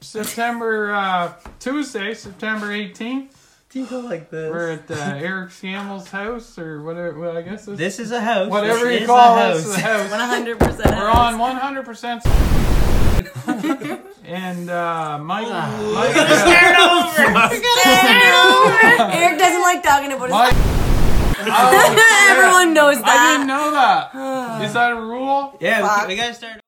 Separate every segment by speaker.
Speaker 1: September uh, Tuesday, September 18th.
Speaker 2: Tinkle like this.
Speaker 1: We're at uh, Eric Scammell's house, or whatever. Well, I guess it's
Speaker 2: this is a house.
Speaker 1: whatever
Speaker 2: This
Speaker 1: you
Speaker 2: is
Speaker 1: call
Speaker 2: a
Speaker 1: this, the house.
Speaker 3: 100%.
Speaker 1: We're on 100. percent And uh, Mike, Mike,
Speaker 2: Start over.
Speaker 3: Eric doesn't like talking about his
Speaker 1: Mike. Oh, shit.
Speaker 3: Everyone knows that.
Speaker 1: I didn't know that. Is that a rule?
Speaker 2: Yeah,
Speaker 3: Fuck.
Speaker 2: we, we gotta start.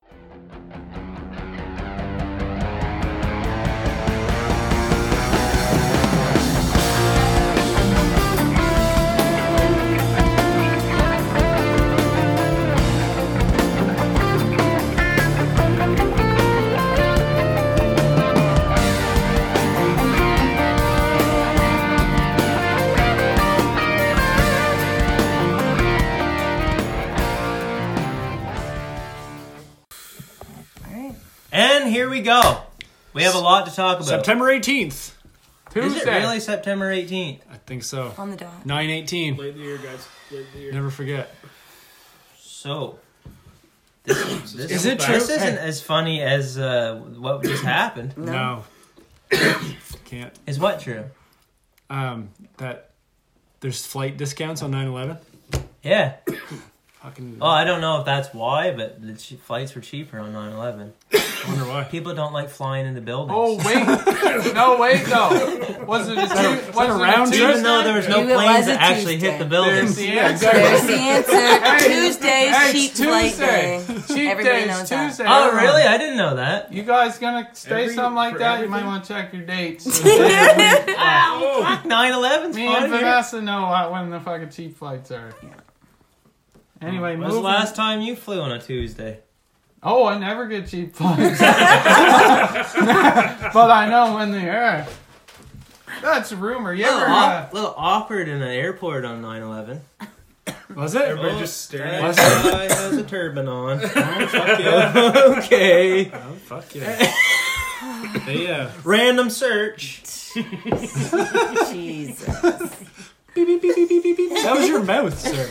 Speaker 2: And here we go. We have a lot to talk about.
Speaker 4: September 18th.
Speaker 1: Tuesday.
Speaker 2: Is it really September 18th?
Speaker 4: I think so.
Speaker 3: On the dot.
Speaker 4: 918.
Speaker 5: Late in the year, guys. Late in the year.
Speaker 4: Never forget.
Speaker 2: So, this, this,
Speaker 4: Is it
Speaker 2: This
Speaker 4: true?
Speaker 2: isn't as funny as uh, what just happened.
Speaker 4: No. Can't.
Speaker 2: Is what true?
Speaker 4: Um, that there's flight discounts on 911.
Speaker 2: Yeah.
Speaker 4: Fucking
Speaker 2: Well, I don't know if that's why, but the ch- flights were cheaper on 9/11.
Speaker 4: wonder why.
Speaker 2: People don't like flying into buildings.
Speaker 1: Oh wait, no wait though. Was it a, Tu- was it a
Speaker 4: round trip?
Speaker 1: Tuesday?
Speaker 2: Even though there was no
Speaker 3: You realize
Speaker 2: planes
Speaker 3: it's
Speaker 2: that actually
Speaker 3: Tuesday.
Speaker 2: hit the
Speaker 1: There's
Speaker 2: buildings.
Speaker 1: the
Speaker 5: Yeah,
Speaker 1: answer.
Speaker 5: exactly.
Speaker 3: There's the answer. Tuesday's
Speaker 1: Hey,
Speaker 3: cheap
Speaker 1: it's
Speaker 3: flight
Speaker 1: Tuesday.
Speaker 3: day.
Speaker 1: Cheap
Speaker 3: Everybody
Speaker 1: days,
Speaker 3: knows that.
Speaker 1: Tuesday.
Speaker 2: Oh,
Speaker 1: everyone.
Speaker 2: really? I didn't know that.
Speaker 1: You guys gonna stay
Speaker 5: Every-
Speaker 1: something like
Speaker 5: for
Speaker 1: that? You might
Speaker 5: everything?
Speaker 1: want to check your dates.
Speaker 5: Oh,
Speaker 2: 9/11's
Speaker 1: Me and
Speaker 2: fun here.
Speaker 1: Vanessa know uh, when the fucking cheap flights are. Anyway,
Speaker 2: When was the
Speaker 1: moving.
Speaker 2: last time you flew on a Tuesday?
Speaker 1: Oh, I never get cheap flights. but I know when they are. That's a rumor. You
Speaker 2: Little,
Speaker 1: ever?
Speaker 2: off,
Speaker 1: Uh,
Speaker 2: little awkward in an airport on 9/11.
Speaker 4: Was it? Oh.
Speaker 5: everybody just staring.
Speaker 2: Uh,
Speaker 5: at
Speaker 4: What?
Speaker 2: guy has a turban on. Oh, okay.
Speaker 4: Oh, fuck yeah. they, uh,
Speaker 2: Random search.
Speaker 3: Jesus.
Speaker 4: beep, beep, beep, beep, beep, beep, beep. That was your mouth, sir.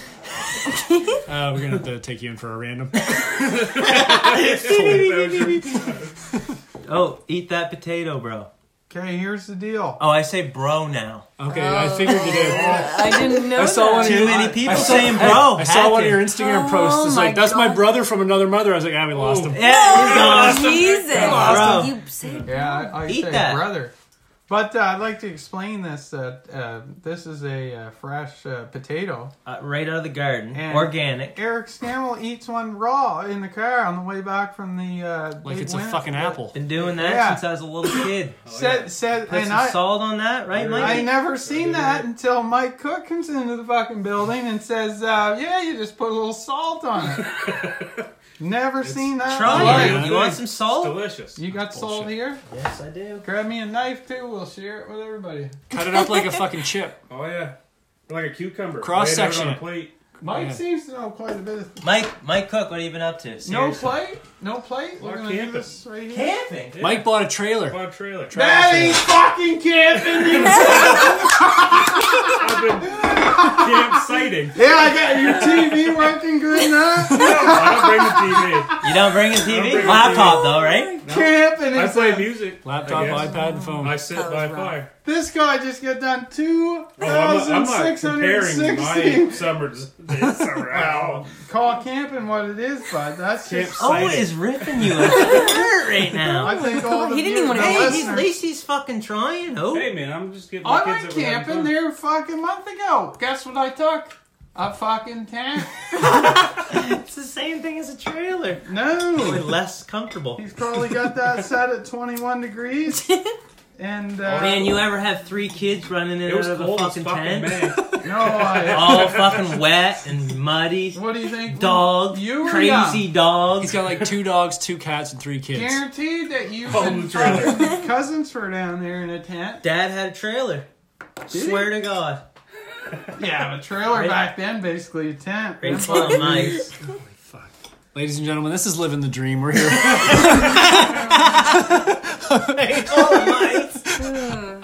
Speaker 4: Uh, we're gonna have to take you in for a random.
Speaker 2: Oh, eat that potato, bro.
Speaker 1: okay, here's the deal.
Speaker 2: Oh, I say bro now.
Speaker 4: Okay, I figured you did.
Speaker 5: Oh.
Speaker 3: I didn't know
Speaker 4: I saw
Speaker 3: that.
Speaker 4: one of
Speaker 2: Too
Speaker 4: your,
Speaker 2: many people
Speaker 4: I saw-
Speaker 2: saying bro.
Speaker 4: I saw one of your
Speaker 2: hacking.
Speaker 4: Instagram
Speaker 3: Oh
Speaker 4: posts. It's
Speaker 3: my
Speaker 4: like, that's my
Speaker 3: God.
Speaker 4: brother from another mother. I was like, ah, we
Speaker 5: Oh.
Speaker 4: lost him.
Speaker 2: Yeah, he's gone.
Speaker 3: Jesus.
Speaker 2: Bro.
Speaker 3: You said
Speaker 1: Yeah, I, I
Speaker 2: Eat
Speaker 1: say
Speaker 2: that.
Speaker 1: brother. But uh, I'd like to explain this that uh, this is a uh, fresh uh, potato.
Speaker 2: Uh, right out of the garden,
Speaker 1: And-
Speaker 2: organic.
Speaker 1: Eric Scammell eats one raw in the car on the way back from the. Uh,
Speaker 4: Like
Speaker 1: big
Speaker 4: it's a
Speaker 1: win-
Speaker 4: fucking apple.
Speaker 2: Been doing that
Speaker 1: Yeah.
Speaker 2: since I was a little kid.
Speaker 1: Said said,
Speaker 2: Put
Speaker 1: and
Speaker 2: some
Speaker 1: I
Speaker 2: salt on that, right,
Speaker 1: I
Speaker 2: Mike?
Speaker 1: never seen that until Mike Cook comes into the fucking building and says, uh, "Yeah, you just put a little salt on it." never seen that.
Speaker 2: Try
Speaker 1: in
Speaker 2: it.
Speaker 1: my life.
Speaker 2: You want some
Speaker 5: It's
Speaker 2: salt?
Speaker 5: delicious.
Speaker 1: You got salt
Speaker 4: bullshit.
Speaker 1: here?
Speaker 2: Yes, I do.
Speaker 1: Grab me a knife too. We'll share it with everybody.
Speaker 4: Cut it up like a fucking chip.
Speaker 5: Oh yeah, like a cucumber.
Speaker 4: Cross-section
Speaker 5: Laid out on
Speaker 4: it.
Speaker 5: a plate.
Speaker 1: Mike
Speaker 4: Yeah.
Speaker 1: seems to know quite a bit. Of...
Speaker 2: Mike, Mike Cook, what have you been up to?
Speaker 1: No
Speaker 2: Seriously.
Speaker 1: plate? No plate? We're
Speaker 5: Our
Speaker 1: gonna do
Speaker 5: campus.
Speaker 1: this right here.
Speaker 2: Camping.
Speaker 4: Mike bought a trailer.
Speaker 5: Bought a trailer.
Speaker 1: That ain't fucking camping.
Speaker 5: I've been camp sighting.
Speaker 1: yeah, I got your TV working good now.
Speaker 5: I
Speaker 2: You don't bring a
Speaker 5: don't
Speaker 2: TV?
Speaker 5: bring a
Speaker 2: Laptop though, right?
Speaker 1: camping.
Speaker 5: don't bring the TV. I
Speaker 1: is
Speaker 5: play
Speaker 1: a-
Speaker 5: music.
Speaker 4: Laptop,
Speaker 5: I guess.
Speaker 4: iPad, and phone.
Speaker 5: I sit
Speaker 3: That was
Speaker 5: by
Speaker 3: wrong.
Speaker 5: fire.
Speaker 1: This guy just got done two
Speaker 5: Oh, I'm not- I'm
Speaker 1: thousand
Speaker 5: not
Speaker 1: six hundred
Speaker 5: comparing
Speaker 1: sixty.
Speaker 5: my summers. this summer at all.
Speaker 1: Call camping what it is, bud. That's
Speaker 5: Camp
Speaker 1: just.
Speaker 2: Owen
Speaker 5: sighting.
Speaker 2: Oh, is riffing you like a bird right now.
Speaker 1: I think all the
Speaker 3: He didn't even
Speaker 1: viewers and
Speaker 3: wanna go.
Speaker 2: Hey,
Speaker 3: Hey,
Speaker 2: he's, at
Speaker 1: listeners-
Speaker 2: least he's fucking trying. Oh,
Speaker 5: Hey man, I'm just getting.
Speaker 1: I
Speaker 5: my
Speaker 1: went
Speaker 5: kids that we're having
Speaker 1: camping
Speaker 5: fun.
Speaker 1: there a fucking month ago. Guess what I took? A fucking tent.
Speaker 2: it's the same thing as a trailer. Only
Speaker 1: No.
Speaker 2: less comfortable.
Speaker 1: He's probably got that set at 21 degrees. And uh,
Speaker 2: Man, you ever have three kids running in
Speaker 5: It was
Speaker 2: out of a
Speaker 5: cold as
Speaker 2: fucking
Speaker 5: fucking
Speaker 2: tent?
Speaker 5: man.
Speaker 1: no, I,
Speaker 2: All fucking wet and muddy.
Speaker 1: what do you think?
Speaker 2: Dog.
Speaker 1: You were
Speaker 2: crazy dog.
Speaker 4: He's got like two dogs, two cats, and three
Speaker 1: young.
Speaker 4: kids.
Speaker 1: Guaranteed that you
Speaker 5: Call him
Speaker 1: and
Speaker 5: the trailer.
Speaker 1: fucking cousins were down there in a tent.
Speaker 2: Dad had a trailer.
Speaker 1: he?
Speaker 2: Swear to God.
Speaker 1: Yeah, but trailer
Speaker 2: Right.
Speaker 1: back then basically a tent.
Speaker 2: Great fun, nice.
Speaker 4: Ladies and gentlemen, this is living the dream. We're here.
Speaker 2: oh my.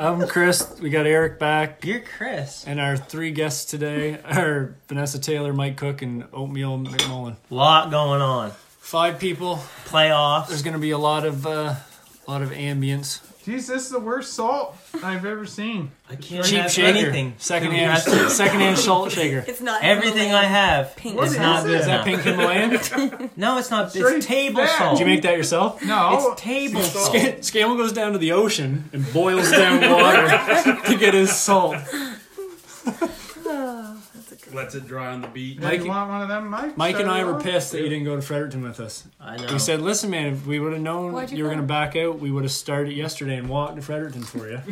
Speaker 4: I'm Chris. We got Eric back,
Speaker 2: You're Chris.
Speaker 4: and our three guests today are Vanessa Taylor, Mike Cook, and Oatmeal McMullen.
Speaker 2: Lot going on.
Speaker 4: Five people.
Speaker 2: Playoffs.
Speaker 4: There's going to be a lot of uh, A lot of ambience.
Speaker 1: Geez, this is the worst salt I've ever seen.
Speaker 2: I can't
Speaker 4: Cheap
Speaker 2: have
Speaker 4: shaker.
Speaker 2: anything.
Speaker 4: Secondhand,
Speaker 2: Congrats-
Speaker 4: secondhand salt shaker.
Speaker 3: It's not
Speaker 2: Everything I have
Speaker 3: Pink
Speaker 2: is
Speaker 1: salt.
Speaker 2: not
Speaker 1: What is
Speaker 2: good
Speaker 4: Is that
Speaker 2: enough.
Speaker 4: pink Himalayan? Did
Speaker 2: No, it's not.
Speaker 1: Straight
Speaker 2: It's table
Speaker 1: back.
Speaker 2: salt.
Speaker 4: you make that yourself?
Speaker 1: No.
Speaker 2: it's table
Speaker 5: Sea
Speaker 2: salt.
Speaker 5: salt.
Speaker 4: Scammel goes down to the ocean and boils down water to get his salt.
Speaker 5: Lets it dry on the beach.
Speaker 1: Mike,
Speaker 4: Mike-
Speaker 1: you want one of them, Mike?
Speaker 4: Mike and
Speaker 1: Set
Speaker 4: I
Speaker 1: it
Speaker 4: were
Speaker 1: off?
Speaker 4: pissed that you didn't go to Fredericton with us.
Speaker 2: I know.
Speaker 4: We said, listen, man, if we would have known
Speaker 3: Why'd
Speaker 4: you,
Speaker 3: you
Speaker 4: were
Speaker 3: go?
Speaker 4: going to back out, we would have started yesterday and walked to Fredericton for you.
Speaker 2: I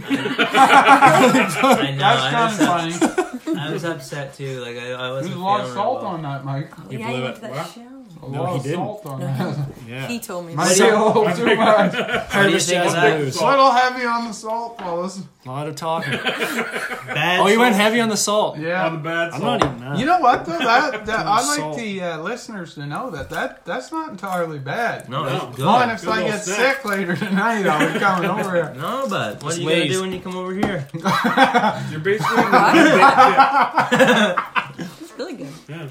Speaker 2: know.
Speaker 1: That's
Speaker 2: I was,
Speaker 1: kind of funny.
Speaker 2: I was upset too. Like I, I
Speaker 1: There's
Speaker 2: wasn't
Speaker 1: a lot of
Speaker 2: feeling
Speaker 1: salt
Speaker 2: well.
Speaker 1: on that, Mike.
Speaker 4: You
Speaker 3: yeah,
Speaker 4: blew
Speaker 3: you
Speaker 4: it.
Speaker 3: went to that
Speaker 5: What?
Speaker 3: show.
Speaker 1: A
Speaker 4: No,
Speaker 1: lot
Speaker 4: he
Speaker 1: of
Speaker 4: didn't.
Speaker 1: salt on that.
Speaker 4: Yeah.
Speaker 3: He told me.
Speaker 1: Might
Speaker 3: that.
Speaker 1: be a little too much. A
Speaker 2: What do you
Speaker 4: Harvest
Speaker 2: think of
Speaker 4: Jazz
Speaker 2: that?
Speaker 4: Blues. A
Speaker 1: little heavy on the salt, fellas.
Speaker 4: lot of talking.
Speaker 2: Bad
Speaker 4: Oh, you went
Speaker 2: salt.
Speaker 4: heavy on the salt.
Speaker 5: On the
Speaker 1: Yeah.
Speaker 5: bad
Speaker 4: I'm
Speaker 5: salt.
Speaker 4: not even that.
Speaker 1: You know what though? That, that
Speaker 4: Um, Too
Speaker 1: I
Speaker 4: much
Speaker 1: like
Speaker 4: salt.
Speaker 1: the uh, listeners to know that that that's not entirely bad.
Speaker 2: No,
Speaker 5: No.
Speaker 2: it's
Speaker 1: Fine
Speaker 2: good.
Speaker 1: if
Speaker 5: Good
Speaker 1: I
Speaker 5: little
Speaker 1: get
Speaker 5: snack.
Speaker 1: sick later tonight, I'll be coming over here.
Speaker 2: No, but what
Speaker 4: It's
Speaker 2: are you gonna
Speaker 4: Lay's.
Speaker 2: do when you come over here?
Speaker 5: You're basically. yeah.
Speaker 3: It's really good.
Speaker 5: yeah.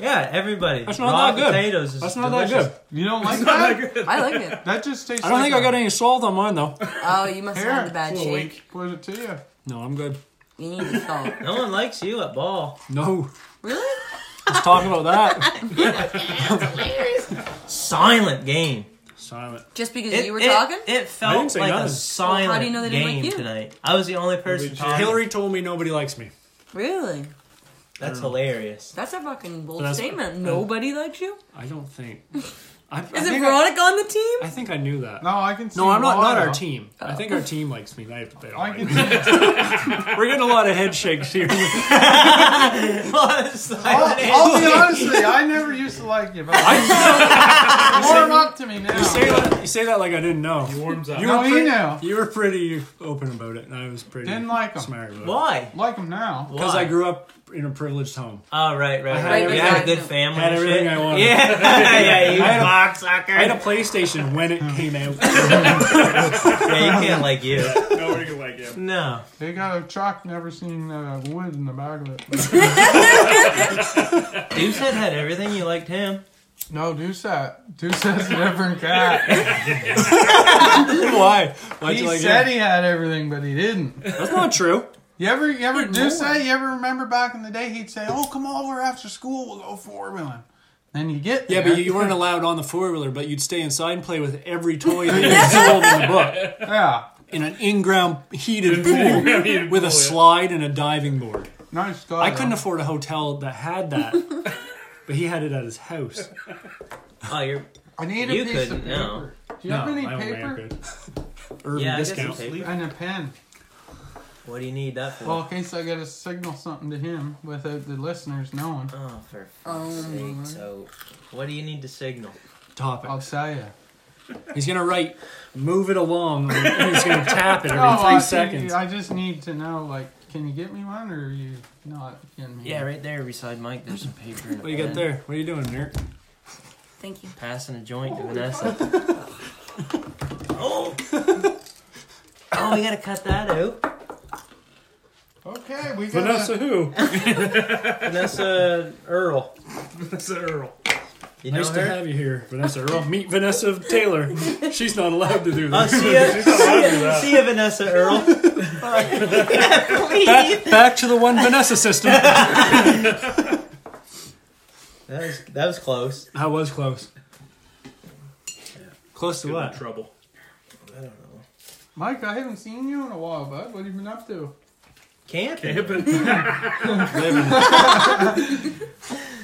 Speaker 2: Yeah, everybody.
Speaker 4: That's not
Speaker 2: Raw
Speaker 4: that good.
Speaker 2: Potatoes is
Speaker 4: That's not
Speaker 2: delicious.
Speaker 4: that good.
Speaker 1: You don't like
Speaker 5: Not that
Speaker 1: that?
Speaker 5: good.
Speaker 3: I like it.
Speaker 1: That just tastes.
Speaker 4: I don't
Speaker 1: like
Speaker 4: think I got
Speaker 1: a-
Speaker 4: any salt on mine, though.
Speaker 3: Oh, you must have
Speaker 1: Here.
Speaker 3: had the bad
Speaker 5: Full
Speaker 3: shake.
Speaker 5: week.
Speaker 1: Put it to you.
Speaker 4: No, I'm good.
Speaker 3: You need the salt.
Speaker 2: No one likes you at ball.
Speaker 4: No.
Speaker 3: Really?
Speaker 4: Let's talk about that.
Speaker 2: Silent game.
Speaker 4: Silent.
Speaker 3: Just because
Speaker 2: It-
Speaker 3: you were
Speaker 2: it-
Speaker 3: talking?
Speaker 2: It
Speaker 4: I
Speaker 2: felt
Speaker 4: didn't say
Speaker 2: like
Speaker 4: nothing.
Speaker 2: a silent
Speaker 3: Well, how do you know they didn't like
Speaker 2: game
Speaker 3: you?
Speaker 2: tonight. I was the only person
Speaker 5: just-
Speaker 2: talking.
Speaker 4: Hillary told me nobody likes me.
Speaker 3: really?
Speaker 2: That's hilarious.
Speaker 3: That's a fucking bold
Speaker 4: That's-
Speaker 3: statement. Nobody likes you?
Speaker 4: I don't think. I, I
Speaker 3: Is it
Speaker 4: think I-
Speaker 3: Veronica on the team?
Speaker 4: I think I knew that.
Speaker 1: No, I can see.
Speaker 4: No, I'm not. Not
Speaker 1: why,
Speaker 4: our
Speaker 1: though.
Speaker 4: team. I think our team likes me. I have to play
Speaker 1: I
Speaker 4: alright.
Speaker 1: can see.
Speaker 4: We're getting a lot of head shakes here.
Speaker 2: Silent
Speaker 1: I'll, I'll be honest with you. I never used to like you, but warm up to me now.
Speaker 4: you, say that, you say that like I didn't know.
Speaker 5: Warms up.
Speaker 4: You
Speaker 1: No,
Speaker 4: were,
Speaker 1: he
Speaker 4: pretty,
Speaker 1: knew.
Speaker 4: you were pretty open about it, and I was pretty
Speaker 1: Didn't like 'em.
Speaker 4: smart about
Speaker 2: Why?
Speaker 1: Like him now.
Speaker 4: Because I
Speaker 2: Why?
Speaker 4: grew up in a privileged home.
Speaker 2: Oh, right, right.
Speaker 4: had
Speaker 2: right. You
Speaker 3: everything
Speaker 2: had
Speaker 3: I
Speaker 2: a good
Speaker 3: wanted.
Speaker 2: family.
Speaker 4: Had
Speaker 2: and
Speaker 4: everything
Speaker 2: shit.
Speaker 4: I wanted.
Speaker 2: Yeah, yeah, you
Speaker 4: I had a-
Speaker 2: cocksucker.
Speaker 4: I had a PlayStation when it came out.
Speaker 2: yeah, you can't like you.
Speaker 5: No, we're gonna Oh, like him.
Speaker 2: No.
Speaker 1: They got a chalk, never seen uh, wood in the back of it.
Speaker 2: Deucehead had everything. You liked him.
Speaker 1: No, Doucette. Doucette's a different cat.
Speaker 4: Why? Why'd
Speaker 1: He
Speaker 4: you like
Speaker 1: said
Speaker 4: it?
Speaker 1: he had everything, but he didn't.
Speaker 4: That's not true.
Speaker 1: You ever, you ever
Speaker 3: Ignore.
Speaker 1: Doucette, you ever remember back in the day, he'd say, oh, come over after school, we'll go four-wheeling. Then you get
Speaker 4: Yeah,
Speaker 1: there.
Speaker 4: but you weren't allowed on the four wheeler, but you'd stay inside and play with every toy that was sold in the book
Speaker 1: Yeah.
Speaker 4: in an in ground heated pool with a slide and a diving board.
Speaker 1: Nice guy.
Speaker 4: I couldn't
Speaker 1: though.
Speaker 4: afford a hotel that had that, but he had it at his house.
Speaker 2: Oh, you're.
Speaker 1: I need a
Speaker 2: You
Speaker 1: piece of
Speaker 2: couldn't,
Speaker 1: paper.
Speaker 2: no.
Speaker 1: Do you have any
Speaker 4: I don't think I
Speaker 1: paper?
Speaker 4: could. Urban
Speaker 2: Yeah, I guess
Speaker 4: discount.
Speaker 2: it's paper.
Speaker 1: And a pen.
Speaker 2: What do you need that for?
Speaker 1: Well, in case I gotta signal something to him without the listeners knowing,
Speaker 2: oh, for fuck's
Speaker 3: Oh,
Speaker 2: sake.
Speaker 3: my.
Speaker 2: So, what do you need to signal?
Speaker 1: I'll
Speaker 4: Topic.
Speaker 1: tell you.
Speaker 4: He's gonna write, move it along, and he's gonna tap
Speaker 3: Oh,
Speaker 4: it every
Speaker 1: No,
Speaker 4: three
Speaker 1: Oh, I,
Speaker 4: seconds.
Speaker 1: I just need to know, like, can you get me one or are you not getting me
Speaker 2: Yeah,
Speaker 1: one?
Speaker 2: right there beside Mike, there's some paper. and a
Speaker 4: What do you got
Speaker 2: pen.
Speaker 4: there? What are you doing, nerd?
Speaker 3: Thank you.
Speaker 2: Passing a joint to Vanessa. oh! Oh, we gotta cut that out.
Speaker 1: Okay, we got
Speaker 4: Vanessa who?
Speaker 2: Vanessa Earl.
Speaker 5: That's Earl.
Speaker 2: You know
Speaker 4: Nice to
Speaker 2: her?
Speaker 4: have you here, Vanessa Earl. Meet Vanessa Taylor. She's not allowed to do
Speaker 2: Oh,
Speaker 4: this.
Speaker 2: see ya, see ya, see ya, Vanessa Earl. yeah, please.
Speaker 4: Back, back to the one Vanessa system. that
Speaker 2: That was, that was close.
Speaker 4: was close. Close to
Speaker 5: Get in
Speaker 4: what?
Speaker 5: trouble.
Speaker 2: I don't know.
Speaker 1: Mike, I haven't seen you in a while, bud. What have you been up to?
Speaker 2: Camp?
Speaker 5: Camping.
Speaker 4: Living.